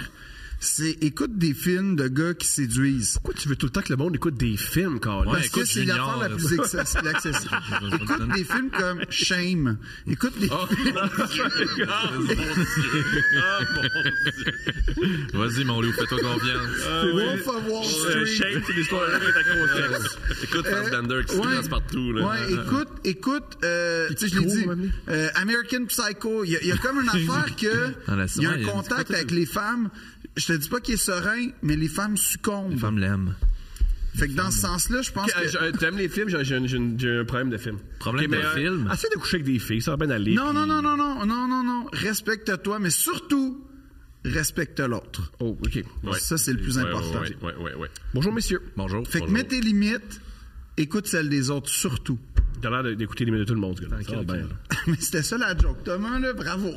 [SPEAKER 5] c'est écoute des films de gars qui séduisent.
[SPEAKER 2] Pourquoi tu veux tout le temps que le monde écoute des films, Carl?
[SPEAKER 1] Ouais,
[SPEAKER 5] Parce que
[SPEAKER 1] écoute,
[SPEAKER 5] c'est l'affaire la
[SPEAKER 1] Junior,
[SPEAKER 5] plus accessi- accessible. écoute des films comme Shame. Écoute des
[SPEAKER 1] Vas-y, mon loup, fais-toi confiance.
[SPEAKER 5] Wolf of Wall
[SPEAKER 4] Euh,
[SPEAKER 5] Street.
[SPEAKER 4] Shane, c'est l'histoire de la grosse sexe. Écoute, Fassbender qui se
[SPEAKER 5] ouais.
[SPEAKER 4] passe partout. Là.
[SPEAKER 5] Ouais, écoute, écoute, euh, tu sais, je l'ai
[SPEAKER 2] court,
[SPEAKER 5] dit,
[SPEAKER 2] même, lui.
[SPEAKER 5] euh, American Psycho, il y, a- il y a comme une affaire que,
[SPEAKER 1] Ah, là,
[SPEAKER 5] il y a
[SPEAKER 1] sûrement,
[SPEAKER 5] un
[SPEAKER 1] il y a une
[SPEAKER 5] contact avec les femmes. Je te dis pas qu'il est serein, mais les femmes succombent.
[SPEAKER 1] Les femmes l'aiment.
[SPEAKER 5] fait que dans ce sens-là, je pense
[SPEAKER 2] Ah,
[SPEAKER 1] euh,
[SPEAKER 5] que...
[SPEAKER 2] j'ai- T'aimes les films? J'ai- J'ai j'ai une- j'ai un problème de film.
[SPEAKER 1] Problème
[SPEAKER 2] Ok,
[SPEAKER 1] de
[SPEAKER 2] mais, euh,
[SPEAKER 1] film?
[SPEAKER 2] Essaie de coucher avec des filles, ça va bien aller.
[SPEAKER 5] Non, non, non, non, non, non, non, non. Respecte-toi, mais surtout, respecte l'autre.
[SPEAKER 2] Oh, OK.
[SPEAKER 4] Ouais.
[SPEAKER 5] Ça, c'est le plus
[SPEAKER 4] Ouais,
[SPEAKER 5] important.
[SPEAKER 4] Ouais, ouais, ouais, ouais.
[SPEAKER 2] Bonjour, messieurs.
[SPEAKER 1] Bonjour.
[SPEAKER 5] Fait que mets tes limites, écoute celles des autres, surtout.
[SPEAKER 2] T'as l'air de- d'écouter les minutes de tout le monde, ce gars-là. Ça va bien, là.
[SPEAKER 5] mais c'était ça la joke. Thomas, là, bravo.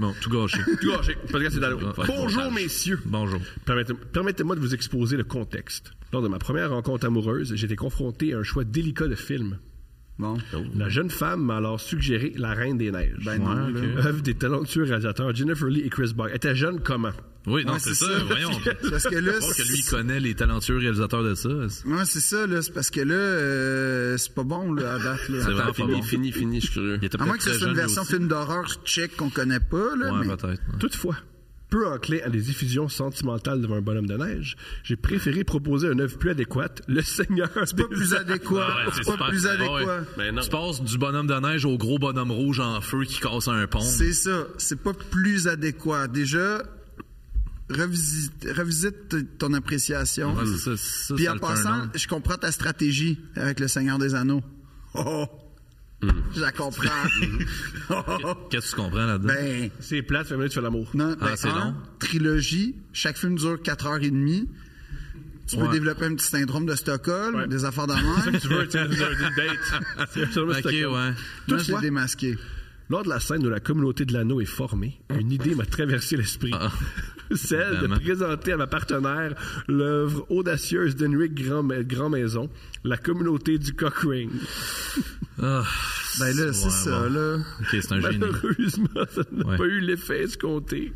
[SPEAKER 1] Bon, tout gâché.
[SPEAKER 2] Tout gâché. Podcast, c'est dans l'eau.
[SPEAKER 1] Ouais,
[SPEAKER 2] Bonjour,
[SPEAKER 1] montage.
[SPEAKER 2] messieurs.
[SPEAKER 1] Bonjour.
[SPEAKER 2] Permettez- Permettez-moi de vous exposer le contexte. Lors de ma première rencontre amoureuse, j'étais confronté à un choix délicat de film.
[SPEAKER 5] Bon,
[SPEAKER 2] La jeune femme m'a alors suggéré La Reine des Neiges.
[SPEAKER 5] ben non, là.
[SPEAKER 2] Œuvre des talentueux réalisateurs Jennifer Lee et Chris Buck. Elle était jeune comment?
[SPEAKER 1] Oui, non,
[SPEAKER 5] Ouais,
[SPEAKER 1] c'est
[SPEAKER 5] c'est
[SPEAKER 1] ça,
[SPEAKER 5] ça.
[SPEAKER 1] voyons.
[SPEAKER 5] Parce que là,
[SPEAKER 1] Parce que lui, il connaît les talentueux réalisateurs de ça. C'est
[SPEAKER 5] Ouais, c'est ça, là. C'est parce que là, euh, c'est pas bon, là, à date,
[SPEAKER 1] c'est
[SPEAKER 5] là.
[SPEAKER 1] vraiment
[SPEAKER 4] Attends,
[SPEAKER 1] pas
[SPEAKER 4] Ah, fini,
[SPEAKER 1] bon.
[SPEAKER 4] fini, fini, je suis curieux. Ah,
[SPEAKER 1] Il était
[SPEAKER 5] À moins
[SPEAKER 1] peut-être
[SPEAKER 5] que ce
[SPEAKER 1] très
[SPEAKER 5] soit une
[SPEAKER 1] jeune, lui
[SPEAKER 5] version
[SPEAKER 1] aussi.
[SPEAKER 5] film d'horreur tchèque qu'on connaît pas, là.
[SPEAKER 1] Ouais,
[SPEAKER 5] mais...
[SPEAKER 1] peut-être. ouais.
[SPEAKER 2] Toutefois, peu enclin à des effusions sentimentales devant un bonhomme de neige, j'ai préféré proposer une œuvre plus adéquate, Le Seigneur.
[SPEAKER 5] Pas plus adéquat.
[SPEAKER 1] Ah Ouais, c'est
[SPEAKER 5] pas
[SPEAKER 1] super.
[SPEAKER 5] plus
[SPEAKER 1] Ouais,
[SPEAKER 5] adéquat.
[SPEAKER 1] ouais.
[SPEAKER 4] Ben non.
[SPEAKER 1] Tu passes du bonhomme de neige au gros bonhomme rouge en feu qui casse un pont.
[SPEAKER 5] C'est ça. C'est pas plus adéquat. Déjà, revisite, revisite t- ton appréciation.
[SPEAKER 1] Ouais, c'est ça, c'est ça,
[SPEAKER 5] Puis
[SPEAKER 1] ça
[SPEAKER 5] en
[SPEAKER 1] le turn
[SPEAKER 5] passant,
[SPEAKER 1] on.
[SPEAKER 5] je comprends ta stratégie avec le Seigneur des Anneaux. Oh, oh.
[SPEAKER 1] Mm.
[SPEAKER 5] Je la comprends. Oh, oh.
[SPEAKER 1] Qu'est-ce que tu comprends là-dedans?
[SPEAKER 5] ben,
[SPEAKER 2] C'est plate, fais une minute, tu fais l'amour.
[SPEAKER 5] non, ben,
[SPEAKER 1] Ah, c'est
[SPEAKER 5] un,
[SPEAKER 1] long.
[SPEAKER 5] trilogie, chaque film dure 4 heures et demie. Tu peux
[SPEAKER 1] Ouais.
[SPEAKER 5] développer un petit syndrome de Stockholm,
[SPEAKER 2] Ouais.
[SPEAKER 5] des affaires d'amende.
[SPEAKER 2] Tu veux, tu veux, tu veux, une date. C'est absolument
[SPEAKER 1] ok,
[SPEAKER 2] stocké.
[SPEAKER 1] ouais.
[SPEAKER 5] Moi,
[SPEAKER 2] Toutefois,
[SPEAKER 5] je l'ai démasqué.
[SPEAKER 2] Lors de la scène où la communauté de l'anneau est formée, une idée m'a traversé l'esprit.
[SPEAKER 1] Ah.
[SPEAKER 2] Celle
[SPEAKER 1] Évidemment.
[SPEAKER 2] de présenter à ma partenaire l'œuvre audacieuse d'Henrik Grand, Grand Maison, La communauté du Cockring.
[SPEAKER 1] Ah,
[SPEAKER 5] Ben là,
[SPEAKER 1] ouais,
[SPEAKER 5] c'est ça,
[SPEAKER 1] bon.
[SPEAKER 5] là.
[SPEAKER 1] Ok, c'est
[SPEAKER 5] Ben,
[SPEAKER 1] un génie.
[SPEAKER 2] Malheureusement, ça n'a
[SPEAKER 1] Ouais.
[SPEAKER 2] pas eu l'effet escompté.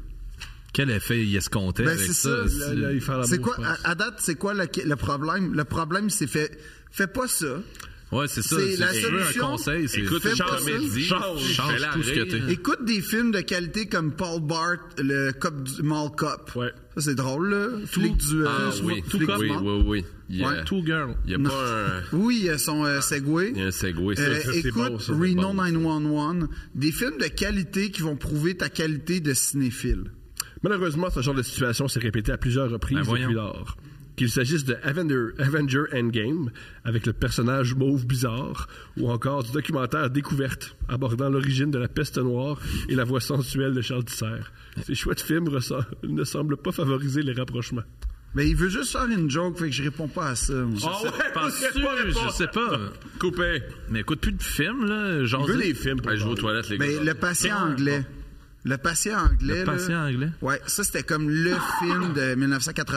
[SPEAKER 1] Quel effet il escomptait
[SPEAKER 5] Ben,
[SPEAKER 1] avec
[SPEAKER 5] c'est
[SPEAKER 1] ça?
[SPEAKER 5] ça,
[SPEAKER 1] c'est-
[SPEAKER 2] Là, là, il fait l'amour,
[SPEAKER 5] C'est quoi,
[SPEAKER 2] je pense.
[SPEAKER 5] à, à date, c'est quoi le, le problème? Le problème, c'est fait, fais pas ça.
[SPEAKER 1] Ouais, c'est ça.
[SPEAKER 5] C'est
[SPEAKER 1] Si
[SPEAKER 5] la
[SPEAKER 1] tu veux un
[SPEAKER 5] solution.
[SPEAKER 1] conseil, c'est
[SPEAKER 4] Écoute,
[SPEAKER 5] Fais
[SPEAKER 4] une
[SPEAKER 5] pas ça.
[SPEAKER 4] comédie,
[SPEAKER 2] Change,
[SPEAKER 4] tu
[SPEAKER 1] change
[SPEAKER 4] fais-la
[SPEAKER 1] tout ce que
[SPEAKER 4] rire.
[SPEAKER 1] t'es.
[SPEAKER 5] Écoute des films de qualité comme Paul Bart, le Cop du Mall Cop.
[SPEAKER 2] Ouais.
[SPEAKER 5] Ça, c'est drôle, là. Flic du. euh,
[SPEAKER 4] Ah oui,
[SPEAKER 5] flic
[SPEAKER 4] tout
[SPEAKER 5] du
[SPEAKER 4] comme. Oui,
[SPEAKER 5] Mall.
[SPEAKER 4] oui, oui. Il y a,
[SPEAKER 5] Ouais.
[SPEAKER 1] Two girl.
[SPEAKER 4] il y a
[SPEAKER 5] Non.
[SPEAKER 4] pas un,
[SPEAKER 5] Oui, ils sont euh, Segway.
[SPEAKER 4] il y a un segway. ça,
[SPEAKER 5] Euh,
[SPEAKER 4] ça, c'est
[SPEAKER 5] écoute
[SPEAKER 4] bon, ça, c'est
[SPEAKER 5] Reno
[SPEAKER 4] bon.
[SPEAKER 5] 911, des films de qualité qui vont prouver ta qualité de cinéphile.
[SPEAKER 2] Malheureusement, ce genre de situation s'est répété à plusieurs reprises
[SPEAKER 1] Ben, voyons.
[SPEAKER 2] depuis lors. Qu'il s'agisse de Avenger, Avenger Endgame, avec le personnage mauve bizarre, ou encore du documentaire Découverte, abordant l'origine de la peste noire et la voix sensuelle de Charles Tisser. Ces choix de films ressent- ne semblent pas favoriser les rapprochements.
[SPEAKER 5] Mais Ben, il veut juste faire une joke, fait que je réponds pas à ça. moi.
[SPEAKER 2] Ah ouais,
[SPEAKER 1] Penses-tu? Je sais pas.
[SPEAKER 4] Coupé.
[SPEAKER 1] Mais écoute, plus de films, là. Genre.
[SPEAKER 2] Je veux les films. pour
[SPEAKER 4] Ouais, je vais aux
[SPEAKER 2] voir.
[SPEAKER 4] toilettes, les
[SPEAKER 5] Mais
[SPEAKER 4] gars.
[SPEAKER 5] Ben, le patient anglais. Le patient anglais.
[SPEAKER 1] Ben, Le
[SPEAKER 5] là.
[SPEAKER 1] patient anglais? Ah!
[SPEAKER 5] Ouais, ça c'était comme le film de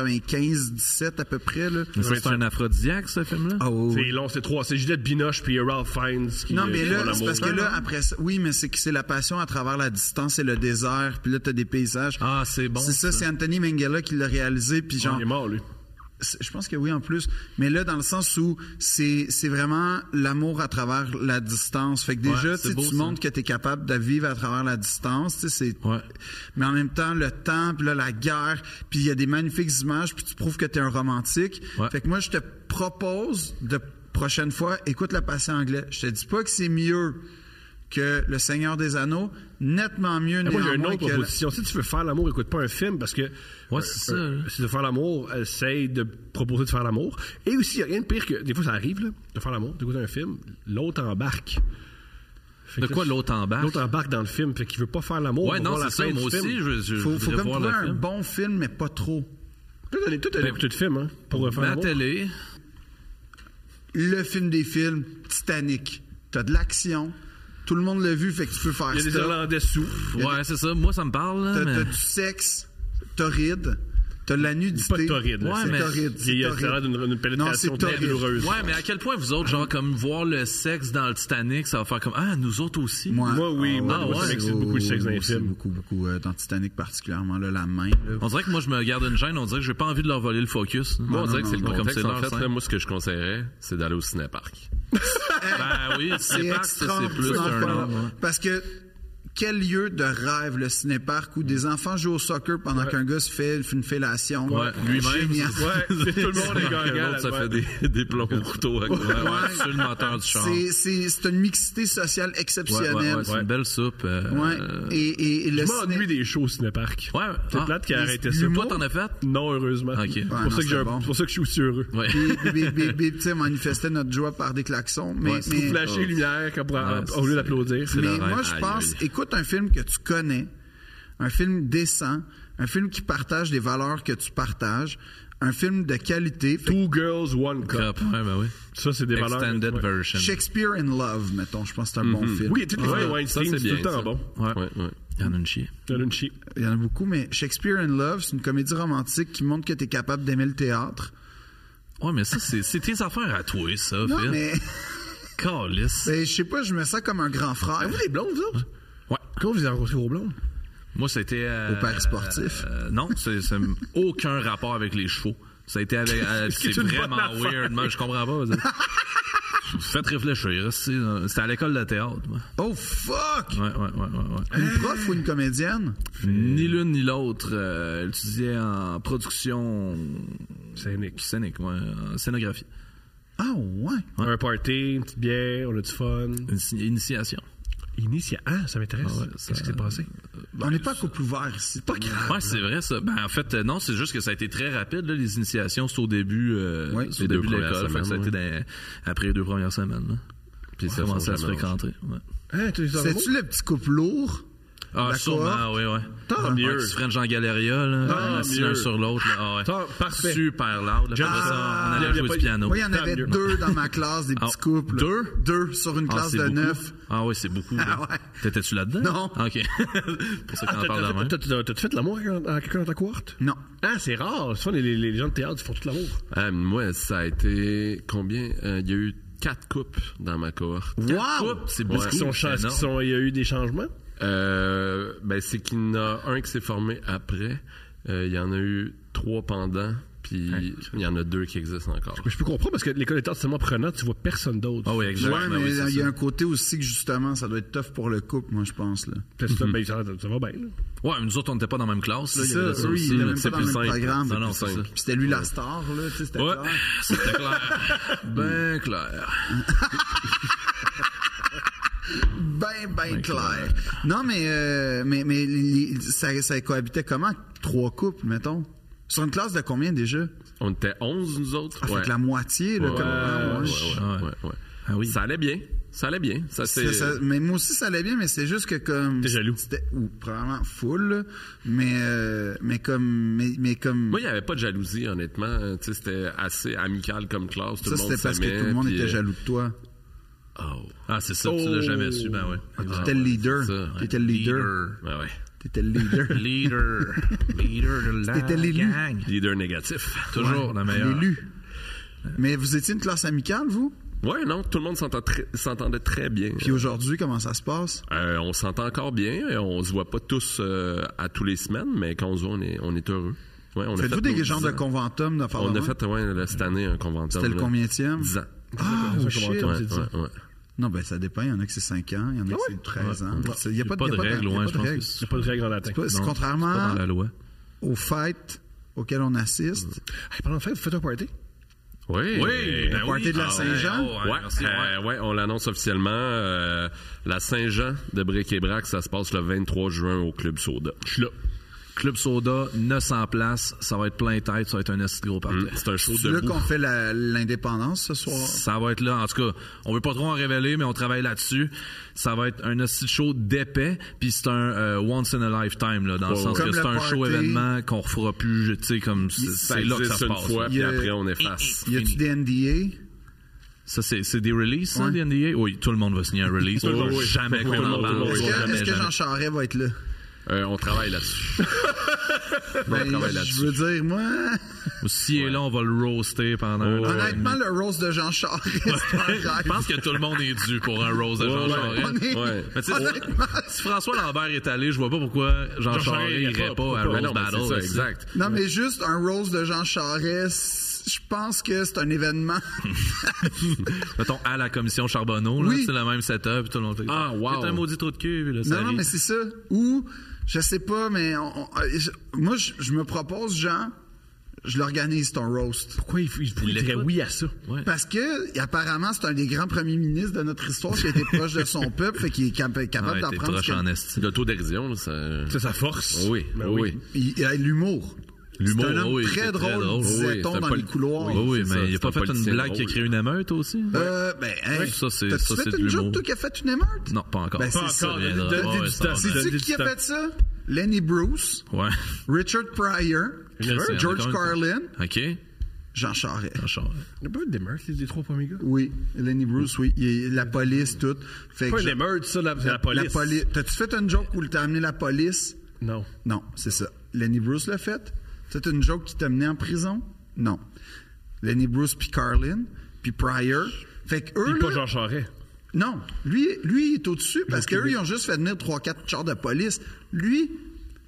[SPEAKER 5] 1995-17 à peu près. Là.
[SPEAKER 1] Mais ça, c'est un aphrodisiaque, ce film-là?
[SPEAKER 5] Ah, oui, oui.
[SPEAKER 2] C'est long, c'est trois. C'est Juliette Binoche puis Ralph Fiennes. Qui,
[SPEAKER 5] Non,
[SPEAKER 2] euh,
[SPEAKER 5] mais
[SPEAKER 2] qui
[SPEAKER 5] là,
[SPEAKER 2] font
[SPEAKER 5] c'est
[SPEAKER 2] l'amour.
[SPEAKER 5] parce que là, après ça, oui, mais c'est que c'est la passion à travers la distance et le désert, puis là, t'as des paysages.
[SPEAKER 1] Ah, c'est bon. Ah,
[SPEAKER 5] c'est ça, c'est Anthony Minghella qui l'a réalisé, puis genre,
[SPEAKER 2] Il est mort, lui.
[SPEAKER 5] c'est- je pense que oui en plus, mais là, dans le sens où c'est c'est vraiment l'amour à travers la distance. Fait que déjà,
[SPEAKER 1] Ouais,
[SPEAKER 5] tu
[SPEAKER 1] c'est
[SPEAKER 5] sais,
[SPEAKER 1] beau,
[SPEAKER 5] tu
[SPEAKER 1] ça.
[SPEAKER 5] montres que t'es capable de vivre à travers la distance, tu sais, c'est...
[SPEAKER 1] Ouais.
[SPEAKER 5] Mais en même temps, le temps, puis là, la guerre, puis il y a des magnifiques images, puis tu prouves que t'es un romantique.
[SPEAKER 1] Ouais.
[SPEAKER 5] Fait que moi, je te propose de prochaine fois, écoute le patient anglais. Je te dis pas que c'est mieux que Le Seigneur des Anneaux, nettement mieux
[SPEAKER 1] Eh,
[SPEAKER 2] Moi, j'ai une
[SPEAKER 5] néanmoins
[SPEAKER 2] autre
[SPEAKER 5] que la-
[SPEAKER 2] proposition. Si tu veux faire l'amour, écoute pas un film parce que.
[SPEAKER 1] Ouais, c'est ça,
[SPEAKER 2] euh, euh,
[SPEAKER 1] là.
[SPEAKER 2] Si tu veux faire l'amour, essaye de proposer de faire l'amour. Et aussi, il n'y a rien de pire que. Des fois, ça arrive, là, de faire l'amour, d'écouter un film, l'autre embarque. Fait
[SPEAKER 1] De
[SPEAKER 2] que
[SPEAKER 1] quoi
[SPEAKER 2] là,
[SPEAKER 1] l'autre embarque?
[SPEAKER 2] L'autre embarque dans le film, fait qu'il veut pas faire l'amour.
[SPEAKER 1] Ouais,
[SPEAKER 2] va
[SPEAKER 1] non,
[SPEAKER 2] voir la
[SPEAKER 1] c'est ça.
[SPEAKER 2] fin
[SPEAKER 1] Moi
[SPEAKER 2] du film.
[SPEAKER 1] aussi, je, je, je
[SPEAKER 5] Faut, faut
[SPEAKER 1] voudrais
[SPEAKER 5] comme
[SPEAKER 1] voir
[SPEAKER 5] trouver
[SPEAKER 1] le
[SPEAKER 5] un
[SPEAKER 1] film.
[SPEAKER 5] bon film, mais pas trop.
[SPEAKER 2] Toi, t'as tout
[SPEAKER 1] Ben,
[SPEAKER 2] à écouté de film, hein, pour euh, faire
[SPEAKER 1] Mais à
[SPEAKER 2] l'amour.
[SPEAKER 1] télé,
[SPEAKER 5] Le film des films, Titanic. T'as de l'action, tout le monde l'a vu, fait que tu peux faire
[SPEAKER 2] Il y a des
[SPEAKER 5] ça.
[SPEAKER 2] Irlandais sous.
[SPEAKER 1] ouais, c'est ça. Moi, ça me parle, là,
[SPEAKER 5] T'as t'as
[SPEAKER 1] mais...
[SPEAKER 5] du sexe torride. T'as la nudité.
[SPEAKER 2] Pas torride. là,
[SPEAKER 1] Ouais,
[SPEAKER 2] c'est-
[SPEAKER 1] mais-
[SPEAKER 5] torride,
[SPEAKER 2] Il y a
[SPEAKER 5] c'est
[SPEAKER 2] ça a l'air d'une d'une pénétration
[SPEAKER 5] Non, c'est
[SPEAKER 2] très
[SPEAKER 5] torride.
[SPEAKER 2] douloureuse.
[SPEAKER 1] Ouais, mais à quel point vous autres, genre, comme voir le sexe dans le Titanic, ça va faire comme Ah, nous autres aussi.
[SPEAKER 5] Moi,
[SPEAKER 2] Moi, oui,
[SPEAKER 5] ah,
[SPEAKER 2] moi,
[SPEAKER 1] moi, ça
[SPEAKER 2] m'excite beaucoup le sexe dans les
[SPEAKER 5] c'est
[SPEAKER 2] films.
[SPEAKER 5] Beaucoup, beaucoup. euh, dans Titanic, particulièrement, là, la main. là.
[SPEAKER 1] On dirait que moi, je me garde une gêne. On dirait que j'ai pas envie de leur voler le focus.
[SPEAKER 4] Moi, on
[SPEAKER 1] Non,
[SPEAKER 4] dirait que
[SPEAKER 1] non,
[SPEAKER 4] c'est le
[SPEAKER 1] non,
[SPEAKER 4] contexte.
[SPEAKER 1] comme
[SPEAKER 4] En
[SPEAKER 1] c'est
[SPEAKER 4] fait,
[SPEAKER 1] leur
[SPEAKER 4] là,
[SPEAKER 1] scène.
[SPEAKER 4] moi, ce que je conseillerais, c'est d'aller au cinéparc.
[SPEAKER 1] Ben oui, c'est pas que ça, c'est plus
[SPEAKER 5] extraordinaire.
[SPEAKER 1] un homme. hein. ouais.
[SPEAKER 5] Parce que quel lieu de rêve, le cinéparc, où des enfants jouent au soccer pendant qu'un gars se fait une fellation.
[SPEAKER 1] Mm. Ouais, lui-même.
[SPEAKER 5] Génial.
[SPEAKER 1] c'est-
[SPEAKER 2] Ouais, c'est tout le monde est
[SPEAKER 4] Que
[SPEAKER 2] gagnant.
[SPEAKER 4] l'autre, ça
[SPEAKER 2] là-dedans.
[SPEAKER 4] fait des, des plombs au couteau. avec-
[SPEAKER 1] Ouais, ouais, sur le moteur du char.
[SPEAKER 5] C'est- C'est c'est une mixité sociale
[SPEAKER 1] Ouais, ouais, ouais,
[SPEAKER 5] exceptionnelle.
[SPEAKER 1] c'est une belle soupe. euh,
[SPEAKER 5] Ouais. Et, et, et
[SPEAKER 2] Je
[SPEAKER 5] le ciné-
[SPEAKER 2] m'ennuie des shows au cinéparc.
[SPEAKER 1] Ouais.
[SPEAKER 2] C'est
[SPEAKER 1] Ah,
[SPEAKER 2] plate qui a
[SPEAKER 5] les-
[SPEAKER 2] arrêté ça.
[SPEAKER 1] c'est Toi, t'en as fait?
[SPEAKER 2] Non, heureusement.
[SPEAKER 1] Ok.
[SPEAKER 2] C'est
[SPEAKER 5] Ouais,
[SPEAKER 2] pour,
[SPEAKER 5] non,
[SPEAKER 2] ça que j'ai
[SPEAKER 5] c'est
[SPEAKER 2] un-
[SPEAKER 5] bon.
[SPEAKER 2] c'est pour ça que je suis aussi heureux.
[SPEAKER 1] Ouais.
[SPEAKER 5] Puis, puis, puis, puis, puis, tu sais, manifestait notre joie par des klaxons. Mais,
[SPEAKER 1] Ouais, c'est
[SPEAKER 5] mais-
[SPEAKER 2] Flasher les lumières quand pour-
[SPEAKER 1] Ouais,
[SPEAKER 2] au lieu
[SPEAKER 1] c'est-
[SPEAKER 2] d'applaudir.
[SPEAKER 1] c'est
[SPEAKER 5] mais
[SPEAKER 1] le rêve.
[SPEAKER 5] moi, je
[SPEAKER 4] Aïe,
[SPEAKER 5] pense,
[SPEAKER 4] aïe.
[SPEAKER 5] écoute un film que tu connais, un film décent, un film qui partage les valeurs que tu partages, un film de qualité. Fait que
[SPEAKER 2] Two girls, one cup.
[SPEAKER 1] Cup, ouais, ben oui.
[SPEAKER 2] Ça, c'est des valeurs.
[SPEAKER 1] Extended
[SPEAKER 2] Ouais.
[SPEAKER 1] version.
[SPEAKER 5] Shakespeare in Love, mettons, je pense que c'est un bon film. Euh,
[SPEAKER 2] Oui, toutes les fois,
[SPEAKER 4] Ça,
[SPEAKER 2] Weinstein,
[SPEAKER 4] c'est
[SPEAKER 2] c'est tout
[SPEAKER 4] bien.
[SPEAKER 2] le temps
[SPEAKER 4] ça.
[SPEAKER 2] bon.
[SPEAKER 1] Ouais.
[SPEAKER 4] Ouais, ouais.
[SPEAKER 1] Il y en a une chier.
[SPEAKER 2] T'as une chie.
[SPEAKER 5] Il y en a beaucoup, mais Shakespeare in Love, c'est une comédie romantique qui montre que tu es capable d'aimer le théâtre.
[SPEAKER 1] Ouais, mais ça, c'est c'est tes affaires à toi, ça,
[SPEAKER 5] Non,
[SPEAKER 1] Phil.
[SPEAKER 5] mais
[SPEAKER 1] Calisse.
[SPEAKER 5] mais je sais pas, je me sens comme un grand frère.
[SPEAKER 2] Vous, les blondes, vous autres?
[SPEAKER 1] Ouais.
[SPEAKER 2] Comment vous avez rencontré vos blondes?
[SPEAKER 1] Moi, c'était. euh,
[SPEAKER 5] Au père sportif.
[SPEAKER 1] euh, non, c'est c'est aucun rapport avec les chevaux. Ça a été avec. euh, c'est
[SPEAKER 2] c'est une bonne
[SPEAKER 1] vraiment
[SPEAKER 2] affaire?
[SPEAKER 1] weird, man, Je comprends pas. c'est- Vous faites réfléchir. c'est- euh, C'était à l'école de théâtre. moi.
[SPEAKER 5] Oh fuck!
[SPEAKER 1] Ouais, ouais, ouais, ouais. ouais.
[SPEAKER 5] Une prof ou une comédienne?
[SPEAKER 1] Ni l'une ni l'autre. Euh, elle étudiait en production
[SPEAKER 2] C'est Nick.
[SPEAKER 1] scénique, ouais, en scénographie.
[SPEAKER 5] Ah ouais!
[SPEAKER 2] Un party, une petite bière, on a du fun.
[SPEAKER 1] Une si- initiation.
[SPEAKER 2] Initia. Ah, ça m'intéresse.
[SPEAKER 1] Ah ouais, ça-
[SPEAKER 2] Qu'est-ce qui s'est passé?
[SPEAKER 5] On n'est pas à couple ouvert ici. Pas grave.
[SPEAKER 1] Ouais, c'est vrai ça. Ben en fait euh, non, c'est juste que ça a été très rapide là, les initiations, c'est au début euh,
[SPEAKER 5] Oui,
[SPEAKER 1] c'est au
[SPEAKER 4] les
[SPEAKER 1] début de
[SPEAKER 4] deux premières
[SPEAKER 1] l'école, fait que ça a été
[SPEAKER 4] semaines,
[SPEAKER 1] dans- après les deux premières semaines. Là.
[SPEAKER 4] Puis
[SPEAKER 1] Ça
[SPEAKER 4] ça,
[SPEAKER 1] a commencé
[SPEAKER 4] sont
[SPEAKER 1] à se
[SPEAKER 4] jamais mangés.
[SPEAKER 1] fréquenter. Ouais.
[SPEAKER 2] Hein, tu les as
[SPEAKER 5] C'est-tu le petit couple lourd?
[SPEAKER 1] Ah
[SPEAKER 5] La
[SPEAKER 1] sûrement, oui oui.
[SPEAKER 5] Tant
[SPEAKER 1] Ouais,
[SPEAKER 2] mieux.
[SPEAKER 1] qui se French en galeria là,
[SPEAKER 2] Tant
[SPEAKER 1] assis
[SPEAKER 2] mieux.
[SPEAKER 1] l'un sur l'autre là. Ah, ouais.
[SPEAKER 2] Tant- parfait.
[SPEAKER 1] Super loud. Là, Après
[SPEAKER 5] Ah,
[SPEAKER 1] ça, on
[SPEAKER 2] y a-
[SPEAKER 1] allait
[SPEAKER 2] y a
[SPEAKER 1] jouer
[SPEAKER 2] pas-
[SPEAKER 1] du piano.
[SPEAKER 5] Moi, il y en
[SPEAKER 2] Tant
[SPEAKER 5] avait
[SPEAKER 2] mieux.
[SPEAKER 5] deux dans ma classe, des petits
[SPEAKER 1] Ah,
[SPEAKER 5] couples.
[SPEAKER 1] deux?
[SPEAKER 5] Deux sur une
[SPEAKER 1] Ah,
[SPEAKER 5] classe
[SPEAKER 1] c'est
[SPEAKER 5] de
[SPEAKER 1] beaucoup.
[SPEAKER 5] neuf.
[SPEAKER 1] Ah oui, c'est beaucoup.
[SPEAKER 5] Ah
[SPEAKER 1] là.
[SPEAKER 5] ouais.
[SPEAKER 1] T'étais-tu là-dedans?
[SPEAKER 5] Non. Ah,
[SPEAKER 1] OK. Pour ça qu'on en parle
[SPEAKER 2] T'as-
[SPEAKER 1] demain.
[SPEAKER 2] t'as- t'as- T'as-tu fait de l'amour à à quelqu'un dans ta cohorte?
[SPEAKER 5] Non.
[SPEAKER 2] Ah, c'est rare. Souvent, les, les- les gens de théâtre font tout l'amour.
[SPEAKER 4] Ah, moi, ça a été combien? Euh, Il y a eu quatre coupes dans ma cohorte.
[SPEAKER 5] Wow!
[SPEAKER 1] C'est beaucoup.
[SPEAKER 2] Est-ce qu'ils sont chans-
[SPEAKER 1] c'est
[SPEAKER 2] est-ce qu'ils
[SPEAKER 1] énorme.
[SPEAKER 2] sont- Il y a eu des changements?
[SPEAKER 4] Euh, ben, c'est qu'il y en a un qui s'est formé après. Euh, Il y en a eu trois pendant. Puis il y en a deux qui existent encore.
[SPEAKER 2] Mais je peux comprendre parce que l'école de théâtre, c'est tellement prenant, tu vois personne d'autre.
[SPEAKER 1] Ah oui,
[SPEAKER 5] Ouais,
[SPEAKER 1] exactement.
[SPEAKER 5] mais
[SPEAKER 1] oui,
[SPEAKER 5] il
[SPEAKER 1] c'est
[SPEAKER 5] y a
[SPEAKER 1] ça.
[SPEAKER 5] un côté aussi que justement, ça doit être tough pour le couple, moi, je pense. Là.
[SPEAKER 2] Puis là, ben, ça, ça va bien. là.
[SPEAKER 1] Ouais, mais nous autres, on n'était pas dans la même classe. Là. Il y avait ça
[SPEAKER 5] eux,
[SPEAKER 1] aussi,
[SPEAKER 5] ils étaient
[SPEAKER 1] là.
[SPEAKER 5] même
[SPEAKER 1] C'est
[SPEAKER 5] pas dans le
[SPEAKER 1] plus
[SPEAKER 5] même
[SPEAKER 1] simple.
[SPEAKER 5] programme.
[SPEAKER 1] Non, non,
[SPEAKER 5] Puis
[SPEAKER 1] c'est ça.
[SPEAKER 5] C'était lui la star, là, tu sais, c'était
[SPEAKER 1] Ouais,
[SPEAKER 5] clair.
[SPEAKER 1] c'était clair. ben clair.
[SPEAKER 5] Ben, ben clair. Non, mais, euh, mais, mais les- ça, ça cohabitait comment? Trois couples, mettons. Sur une classe de combien déjà?
[SPEAKER 4] On était 11, nous autres.
[SPEAKER 5] Ah, fait
[SPEAKER 4] Ouais.
[SPEAKER 5] que la moitié, là,
[SPEAKER 4] Ouais,
[SPEAKER 5] comme
[SPEAKER 4] ouais,
[SPEAKER 5] Ah, ouais.
[SPEAKER 4] ouais, ouais, ouais.
[SPEAKER 1] Ah oui.
[SPEAKER 4] Ça allait bien. Ça allait bien. Ça, c'est...
[SPEAKER 5] C'est- ça- mais moi aussi, ça allait bien, mais c'est juste que comme.
[SPEAKER 2] T'es jaloux.
[SPEAKER 5] C'était ou, probablement full, là, mais, euh, mais comme. Mais, mais comme
[SPEAKER 4] Moi, il n'y avait pas de jalousie, honnêtement. Euh, tu sais, C'était assez amical comme classe. Tout
[SPEAKER 5] ça,
[SPEAKER 4] le monde
[SPEAKER 5] c'était parce que
[SPEAKER 4] s'aimait,
[SPEAKER 5] tout le monde
[SPEAKER 4] puis,
[SPEAKER 5] était
[SPEAKER 4] euh,
[SPEAKER 5] jaloux de toi.
[SPEAKER 4] Oh.
[SPEAKER 1] Ah, c'est ça, tu l'as jamais su, ben ouais.
[SPEAKER 5] Ah, T'étais le leader.
[SPEAKER 4] ça, ouais.
[SPEAKER 5] Oh. T'étais le leader.
[SPEAKER 4] Ben ouais.
[SPEAKER 5] T'étais le leader.
[SPEAKER 1] Leader. Leader de la
[SPEAKER 5] T'étais l'élu.
[SPEAKER 1] gang.
[SPEAKER 4] Leader négatif.
[SPEAKER 1] Toujours la meilleure.
[SPEAKER 5] L'élu. Mais vous étiez une classe amicale, vous?
[SPEAKER 4] Ouais, non, tout le monde s'entend tr- s'entendait très bien.
[SPEAKER 5] Puis aujourd'hui, comment ça se passe?
[SPEAKER 4] Euh, on s'entend encore bien. euh, On se voit pas tous euh, à tous les semaines, mais quand on se voit, on est, on est heureux. Ouais, on a fait
[SPEAKER 5] Faites-vous des
[SPEAKER 4] nos
[SPEAKER 5] genres
[SPEAKER 4] 10
[SPEAKER 5] de
[SPEAKER 4] ans.
[SPEAKER 5] conventum de
[SPEAKER 4] On a fait, ouais, là, cette année, un conventum.
[SPEAKER 5] C'était le
[SPEAKER 4] là,
[SPEAKER 5] combienième?
[SPEAKER 4] 10 ans.
[SPEAKER 5] Ah,
[SPEAKER 2] Ça,
[SPEAKER 5] oh,
[SPEAKER 2] comment
[SPEAKER 5] shit.
[SPEAKER 2] on
[SPEAKER 4] Ouais,
[SPEAKER 2] s'est dit.
[SPEAKER 4] ouais, ouais.
[SPEAKER 5] Non, ben ça dépend. Il y en a que c'est 5 ans, il y en a que c'est 13 ans. Il n'y
[SPEAKER 1] Il Ah y
[SPEAKER 5] a, pas de- il y a pas de
[SPEAKER 1] règle,
[SPEAKER 5] il y a
[SPEAKER 1] ouais, je
[SPEAKER 5] pas
[SPEAKER 1] pense
[SPEAKER 5] de
[SPEAKER 1] que
[SPEAKER 5] règle.
[SPEAKER 1] c'est
[SPEAKER 2] C'est pas de règle en latin.
[SPEAKER 5] Ouais, c'est
[SPEAKER 1] non,
[SPEAKER 5] contrairement
[SPEAKER 1] pas dans la loi.
[SPEAKER 5] aux fêtes auxquelles on assiste.
[SPEAKER 2] Hey, pendant la fête, vous faites un party?
[SPEAKER 4] Oui.
[SPEAKER 1] Oui, ben
[SPEAKER 5] party
[SPEAKER 1] oui.
[SPEAKER 5] de la
[SPEAKER 1] Ah,
[SPEAKER 5] Saint-Jean?
[SPEAKER 1] ouais, oh,
[SPEAKER 4] Ouais,
[SPEAKER 1] ouais, merci,
[SPEAKER 4] euh,
[SPEAKER 1] ouais.
[SPEAKER 4] ouais, on l'annonce officiellement. euh, la Saint-Jean de Bric-et-Brac, ça se passe le 23 juin au Club Soda.
[SPEAKER 2] Je suis là.
[SPEAKER 1] Club Soda, 900 places, ça va être plein tête, ça va être un assez gros party.
[SPEAKER 4] Mm, C'est un show
[SPEAKER 5] C'est là
[SPEAKER 4] de
[SPEAKER 5] qu'on fait la- l'indépendance ce soir.
[SPEAKER 1] Ça va être là. En tout cas, on veut pas trop en révéler, mais on travaille là-dessus. Ça va être un hostie de show d'épais, puis c'est un euh, once in a lifetime, là, dans le
[SPEAKER 4] Ouais,
[SPEAKER 1] sens
[SPEAKER 5] ouais.
[SPEAKER 1] que
[SPEAKER 5] Comme
[SPEAKER 1] c'est
[SPEAKER 5] le
[SPEAKER 1] un show
[SPEAKER 5] party.
[SPEAKER 1] événement qu'on refera plus, tu sais, comme c'est
[SPEAKER 4] Ça
[SPEAKER 1] c'est là que ça
[SPEAKER 4] existe
[SPEAKER 1] se
[SPEAKER 4] une
[SPEAKER 1] passe.
[SPEAKER 4] fois,
[SPEAKER 1] là.
[SPEAKER 4] puis
[SPEAKER 5] Il y a-
[SPEAKER 4] après, on efface.
[SPEAKER 5] Y a-tu des NDA?
[SPEAKER 1] Ça, c'est c'est des releases, ça,
[SPEAKER 5] Ouais.
[SPEAKER 1] des NDA? Oui, tout le monde va signer un release.
[SPEAKER 2] le monde,
[SPEAKER 1] Oh,
[SPEAKER 2] oui.
[SPEAKER 1] jamais
[SPEAKER 2] Tout
[SPEAKER 1] qu'on
[SPEAKER 2] le
[SPEAKER 1] en
[SPEAKER 2] monde, tout le
[SPEAKER 1] parle.
[SPEAKER 2] monde,
[SPEAKER 5] Est-ce
[SPEAKER 2] oui,
[SPEAKER 5] que,
[SPEAKER 1] Oh, Jamais,
[SPEAKER 5] est-ce que
[SPEAKER 1] jamais.
[SPEAKER 5] Jean Charest va être là?
[SPEAKER 4] Euh, on travaille là-dessus. on
[SPEAKER 5] Ben,
[SPEAKER 4] travaille
[SPEAKER 5] je
[SPEAKER 4] là-dessus.
[SPEAKER 5] veux dire, moi,
[SPEAKER 1] Si et là, on va le roaster pendant un an.
[SPEAKER 5] honnêtement, le rose de Jean Charest, c'est un
[SPEAKER 1] Je
[SPEAKER 5] rêve.
[SPEAKER 1] pense que tout le monde est dû pour un rose de Jean
[SPEAKER 4] Ouais,
[SPEAKER 1] Charest.
[SPEAKER 5] On est-
[SPEAKER 4] Ouais.
[SPEAKER 1] Mais tu sais,
[SPEAKER 5] Honnêtement,
[SPEAKER 1] si François Lambert est allé, je vois pas pourquoi Jean,
[SPEAKER 2] Jean Charest,
[SPEAKER 1] Charest
[SPEAKER 2] il y a
[SPEAKER 1] irait
[SPEAKER 2] pas-
[SPEAKER 1] pas à
[SPEAKER 4] Ben
[SPEAKER 1] Rose
[SPEAKER 4] non, mais
[SPEAKER 1] Battle.
[SPEAKER 4] c'est ça,
[SPEAKER 1] là-dessus.
[SPEAKER 4] exact.
[SPEAKER 5] Non, mais juste un rose de Jean Charest, je pense que c'est un événement.
[SPEAKER 1] Mettons à la commission Charbonneau, là,
[SPEAKER 5] Oui.
[SPEAKER 1] c'est le même setup, tout le monde fait.
[SPEAKER 4] Ah, wow.
[SPEAKER 1] C'est un maudit trou de cul, puis là, ça
[SPEAKER 5] Non, non,
[SPEAKER 1] arrive.
[SPEAKER 5] mais c'est ça. Ou, je sais pas, mais on- on- euh, je- moi, je, je me propose, Jean, je l'organise ton roast.
[SPEAKER 2] Pourquoi il, il, il
[SPEAKER 1] Il
[SPEAKER 2] dirait
[SPEAKER 1] l'écoute.
[SPEAKER 2] oui à ça?
[SPEAKER 1] Ouais.
[SPEAKER 5] Parce que, apparemment, c'est un des grands premiers ministres de notre histoire qui a été proche de son peuple, fait qu'il est cap-
[SPEAKER 1] Ah,
[SPEAKER 5] capable
[SPEAKER 1] ouais, t'es
[SPEAKER 5] d'apprendre.
[SPEAKER 1] proche
[SPEAKER 5] ce
[SPEAKER 1] en
[SPEAKER 5] que-
[SPEAKER 1] esti.
[SPEAKER 4] L'autodérision, là, ça.
[SPEAKER 2] C'est sa force.
[SPEAKER 4] Oui,
[SPEAKER 2] Ben
[SPEAKER 4] oui.
[SPEAKER 5] Il il a l'humour.
[SPEAKER 1] L'humour,
[SPEAKER 5] C'est un homme
[SPEAKER 1] oui,
[SPEAKER 5] très
[SPEAKER 1] c'est
[SPEAKER 5] drôle,
[SPEAKER 1] Oui,
[SPEAKER 5] disait-on,
[SPEAKER 4] c'est un
[SPEAKER 5] dans
[SPEAKER 4] poli-
[SPEAKER 5] les couloirs.
[SPEAKER 1] oui, oui,
[SPEAKER 4] c'est ça,
[SPEAKER 1] mais il a
[SPEAKER 4] c'est
[SPEAKER 1] pas
[SPEAKER 4] un
[SPEAKER 1] fait une
[SPEAKER 4] politicien
[SPEAKER 1] blague qui a
[SPEAKER 4] drôle.
[SPEAKER 1] créé une émeute aussi?
[SPEAKER 5] Euh, ben, hey,
[SPEAKER 1] Ouais, ça, c'est-
[SPEAKER 5] t'as-tu
[SPEAKER 1] ça, c'est
[SPEAKER 5] fait
[SPEAKER 1] de
[SPEAKER 5] une joke,
[SPEAKER 1] l'humour.
[SPEAKER 5] toi, qui a fait une émeute?
[SPEAKER 1] Non, pas encore.
[SPEAKER 5] Ben, c'est
[SPEAKER 1] Pas
[SPEAKER 5] ça.
[SPEAKER 1] encore,
[SPEAKER 5] De-
[SPEAKER 1] viendra,
[SPEAKER 5] de-
[SPEAKER 1] ouais,
[SPEAKER 5] du-
[SPEAKER 1] ça va
[SPEAKER 2] du-
[SPEAKER 1] venir.
[SPEAKER 2] du-
[SPEAKER 5] C'est-tu qui a
[SPEAKER 2] distance.
[SPEAKER 5] fait ça? Lenny Bruce,
[SPEAKER 1] Ouais.
[SPEAKER 5] Richard Pryor,
[SPEAKER 1] Chris, il y en a
[SPEAKER 5] George
[SPEAKER 1] quand même.
[SPEAKER 5] Carlin,
[SPEAKER 1] OK.
[SPEAKER 5] Jean Charest.
[SPEAKER 1] Jean Charest.
[SPEAKER 2] Il n'y a pas eu d'émeute, c'est les trois premiers gars.
[SPEAKER 5] Oui, Lenny Bruce, oui. Il- la police, tout. Fait
[SPEAKER 2] Pas
[SPEAKER 5] que
[SPEAKER 2] une
[SPEAKER 5] je-
[SPEAKER 2] émeute, ça, la, c'est la police.
[SPEAKER 5] La police. T'as-tu fait une joke où t'as amené la police?
[SPEAKER 2] Non.
[SPEAKER 5] Non, c'est ça. Lenny Bruce l'a fait. C'est une joke qui t'a mené en prison? Non. Lenny Bruce puis Carlin, puis Pryor. Fait que eux.
[SPEAKER 2] Puis pas
[SPEAKER 5] là-
[SPEAKER 2] Jean Charest.
[SPEAKER 5] non, lui, lui, il est au-dessus parce qu'eux, ils ont juste fait venir 3-4 chars de police. Lui,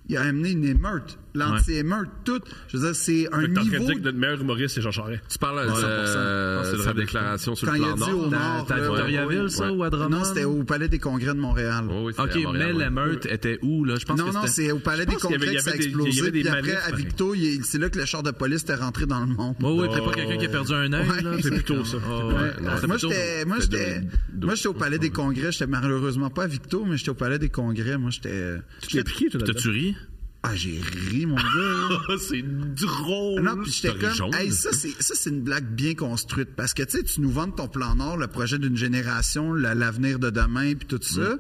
[SPEAKER 5] il a amené une émeute, l'anti-émeute, tout. Je veux dire, c'est un
[SPEAKER 2] Fait que t'es en train de
[SPEAKER 5] niveau.
[SPEAKER 2] dire que notre meilleur humoriste, c'est Jean Charest.
[SPEAKER 4] Tu parles de
[SPEAKER 5] 100%.
[SPEAKER 4] euh,
[SPEAKER 1] Ah, c'est le
[SPEAKER 4] sa
[SPEAKER 1] rêve de-
[SPEAKER 4] déclaration sur
[SPEAKER 5] Quand
[SPEAKER 4] le
[SPEAKER 5] il
[SPEAKER 4] plan
[SPEAKER 5] a dit
[SPEAKER 4] Nord.
[SPEAKER 5] au
[SPEAKER 1] T'as
[SPEAKER 5] Nord. euh,
[SPEAKER 1] t'as à
[SPEAKER 5] là,
[SPEAKER 1] Victoriaville, ça,
[SPEAKER 4] ouais. Oh,
[SPEAKER 1] ou à Drummond?
[SPEAKER 5] Non, c'était au Palais des Congrès de Montréal.
[SPEAKER 4] Oui, oui, c'est
[SPEAKER 1] OK,
[SPEAKER 4] à Montréal,
[SPEAKER 1] mais
[SPEAKER 4] ouais.
[SPEAKER 1] la meute était où, là? Je pense
[SPEAKER 5] Non,
[SPEAKER 1] que
[SPEAKER 5] non,
[SPEAKER 1] c'était-
[SPEAKER 5] c'est au Palais des
[SPEAKER 2] pense qu'il y
[SPEAKER 5] Congrès
[SPEAKER 2] avait- il y
[SPEAKER 5] que ça a
[SPEAKER 2] avait des- il y
[SPEAKER 5] explosé.
[SPEAKER 2] avait des
[SPEAKER 5] Puis après,
[SPEAKER 2] manifs,
[SPEAKER 5] à
[SPEAKER 2] pareil.
[SPEAKER 5] Victo, il est- c'est là que le char de police était rentré dans le monde.
[SPEAKER 1] Ouais, ouais, puis pas quelqu'un qui a perdu un œil,
[SPEAKER 5] Ouais,
[SPEAKER 1] là.
[SPEAKER 5] c'est
[SPEAKER 1] plutôt ça.
[SPEAKER 5] Ouais.
[SPEAKER 4] non, c'est
[SPEAKER 5] Euh, moi,
[SPEAKER 4] plutôt-
[SPEAKER 5] j'étais, moi,
[SPEAKER 4] c'est
[SPEAKER 5] j'étais,
[SPEAKER 4] 2012.
[SPEAKER 5] moi, j'étais au Palais des Congrès. J'étais malheureusement pas à Victo, mais j'étais au Palais des Congrès. Moi, j'étais.
[SPEAKER 2] Tu l'as piqué, toi, là-dedans?
[SPEAKER 1] T'as-tu ri?
[SPEAKER 5] Ah, j'ai ri, mon gars.
[SPEAKER 1] c'est drôle!
[SPEAKER 5] Non, puis j'étais
[SPEAKER 4] Oh, T'as ri
[SPEAKER 5] comme,
[SPEAKER 4] jaune.
[SPEAKER 5] hey, ça, c'est, ça, c'est une blague bien construite. Parce que, tu sais, tu nous vends ton plan Nord, le projet d'une génération, la- l'avenir de demain, puis tout ça.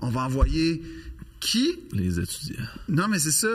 [SPEAKER 5] On va envoyer qui
[SPEAKER 1] Les étudiants.
[SPEAKER 5] Non, mais c'est ça.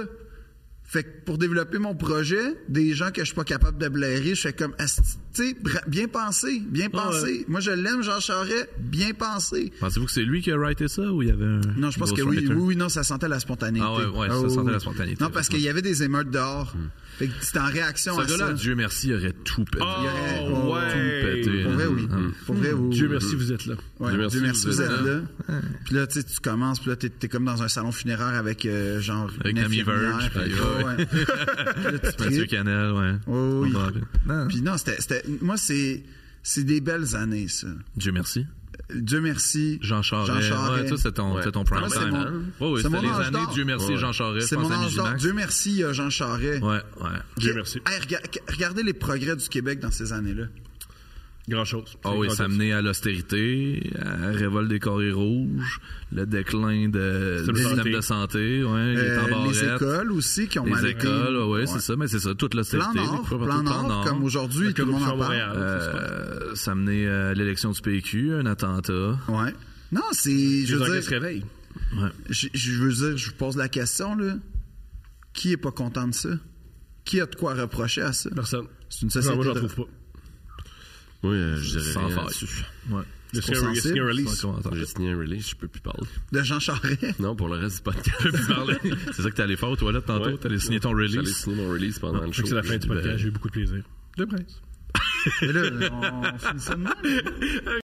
[SPEAKER 5] Fait que pour développer mon projet, des gens que je suis pas capable de blairer, je fais comme, Asti, tu sais, bra- bien pensé, bien pensé. Moi, je l'aime, Jean Charest, bien pensé.
[SPEAKER 1] Pensez-vous que c'est lui qui a writé ça ou il y avait un.
[SPEAKER 5] Non, je pense que oui, oui, oui, non, ça sentait la spontanéité.
[SPEAKER 1] Ah ouais, ouais, ça sentait la spontanéité. Hmm.
[SPEAKER 5] Non, parce qu'il y avait des émeutes dehors. Fait que c'était en réaction à
[SPEAKER 1] Ce
[SPEAKER 5] ça.
[SPEAKER 1] gars-là, Dieu merci, il aurait tout pété.
[SPEAKER 5] Il y aurait-
[SPEAKER 2] Oh,
[SPEAKER 1] Tout pété.
[SPEAKER 2] ouais.
[SPEAKER 5] Pour vrai, oui.
[SPEAKER 1] hmm.
[SPEAKER 5] Pour vrai, oui.
[SPEAKER 2] Dieu merci, vous êtes là.
[SPEAKER 4] Dieu
[SPEAKER 5] Ouais, Dieu
[SPEAKER 4] merci,
[SPEAKER 5] merci,
[SPEAKER 4] vous
[SPEAKER 5] vous
[SPEAKER 4] êtes
[SPEAKER 5] êtes là. Puis là, tu sais, tu commences, puis là, t'es, t'es comme dans un salon funéraire avec, euh, genre,
[SPEAKER 1] Avec
[SPEAKER 5] une
[SPEAKER 1] Amy
[SPEAKER 5] infirmière,
[SPEAKER 1] Verge,
[SPEAKER 5] puis-
[SPEAKER 1] puis-
[SPEAKER 5] ouais, ouais. Puis là, tu
[SPEAKER 1] Mathieu
[SPEAKER 5] tripes.
[SPEAKER 1] Canel, ouais.
[SPEAKER 5] Oh, oui.
[SPEAKER 1] On va rappeler. Non,
[SPEAKER 5] Puis non, c'était, c'était- moi, c'est, c'est des belles années, ça.
[SPEAKER 1] Dieu merci.
[SPEAKER 5] Dieu merci.
[SPEAKER 1] Jean Charest.
[SPEAKER 5] Jean Charest.
[SPEAKER 1] Ouais, toi, c'est ton,
[SPEAKER 4] Ouais.
[SPEAKER 1] c'est ton prime
[SPEAKER 5] Moi, c'est
[SPEAKER 1] time,
[SPEAKER 5] mon-
[SPEAKER 1] hein? Ouais, ouais,
[SPEAKER 5] c'est
[SPEAKER 1] c'était
[SPEAKER 5] mon
[SPEAKER 1] les
[SPEAKER 5] âge
[SPEAKER 1] années
[SPEAKER 5] d'or.
[SPEAKER 1] Dieu merci,
[SPEAKER 4] Ouais.
[SPEAKER 1] Jean Charest.
[SPEAKER 5] c'est
[SPEAKER 1] je pense
[SPEAKER 5] mon
[SPEAKER 1] à
[SPEAKER 5] âge d'or.
[SPEAKER 1] Muginac.
[SPEAKER 5] Dieu merci, il y a Jean Charest.
[SPEAKER 1] Ouais, ouais.
[SPEAKER 2] Dieu merci.
[SPEAKER 5] Hey, rega- regardez les progrès du Québec dans ces années-là.
[SPEAKER 2] Grand chose.
[SPEAKER 1] Ah oui, ça a mené à l'austérité, à la révolte des carrés rouges, le déclin de, du
[SPEAKER 2] Système de
[SPEAKER 1] système
[SPEAKER 2] santé.
[SPEAKER 1] de santé, ouais, les
[SPEAKER 5] Euh,
[SPEAKER 1] temps
[SPEAKER 5] les
[SPEAKER 1] barrettes,
[SPEAKER 5] écoles aussi qui ont mal
[SPEAKER 1] les
[SPEAKER 5] été.
[SPEAKER 1] écoles, ouais, ouais,
[SPEAKER 5] Ouais.
[SPEAKER 1] c'est ça, mais c'est ça, toute l'austérité.
[SPEAKER 5] Plan Nord,
[SPEAKER 1] les-
[SPEAKER 5] plan
[SPEAKER 1] plan
[SPEAKER 5] Nord, comme aujourd'hui, tout le monde en parle.
[SPEAKER 1] Euh, ça a mené à l'élection du PQ, un attentat.
[SPEAKER 5] Ouais. Non, c'est, je
[SPEAKER 2] Les
[SPEAKER 5] veux
[SPEAKER 2] Anglais se
[SPEAKER 5] dire,
[SPEAKER 2] réveillent.
[SPEAKER 5] je, je veux dire, je vous pose la question, là. Qui est pas content de ça? Qui a de quoi reprocher à ça?
[SPEAKER 2] Personne.
[SPEAKER 5] C'est une
[SPEAKER 2] Non,
[SPEAKER 5] société.
[SPEAKER 2] moi, je
[SPEAKER 5] de-
[SPEAKER 2] trouve pas.
[SPEAKER 4] Oui, euh, je dirais
[SPEAKER 1] Sans
[SPEAKER 4] rien
[SPEAKER 1] faille.
[SPEAKER 4] là-dessus.
[SPEAKER 1] Ouais.
[SPEAKER 2] Le Skin
[SPEAKER 5] trop
[SPEAKER 2] le
[SPEAKER 5] sensible,
[SPEAKER 2] Skin
[SPEAKER 1] Sans
[SPEAKER 2] Release.
[SPEAKER 1] commentaire.
[SPEAKER 4] J'ai signé un release, je peux plus parler.
[SPEAKER 5] de Jean Charest.
[SPEAKER 4] Non, pour le reste du podcast.
[SPEAKER 1] Plus parler. C'est ça que t'allais faire aux toilettes tantôt,
[SPEAKER 4] Ouais.
[SPEAKER 1] t'allais signer ton
[SPEAKER 4] J'allais
[SPEAKER 1] release.
[SPEAKER 4] signer mon release pendant le
[SPEAKER 2] Je sais
[SPEAKER 4] show.
[SPEAKER 2] que c'est la fin
[SPEAKER 4] puis
[SPEAKER 2] du
[SPEAKER 4] je
[SPEAKER 2] podcast,
[SPEAKER 4] libérais.
[SPEAKER 2] j'ai eu beaucoup de plaisir. De presse.
[SPEAKER 5] Mais là, on, on finit ça de même.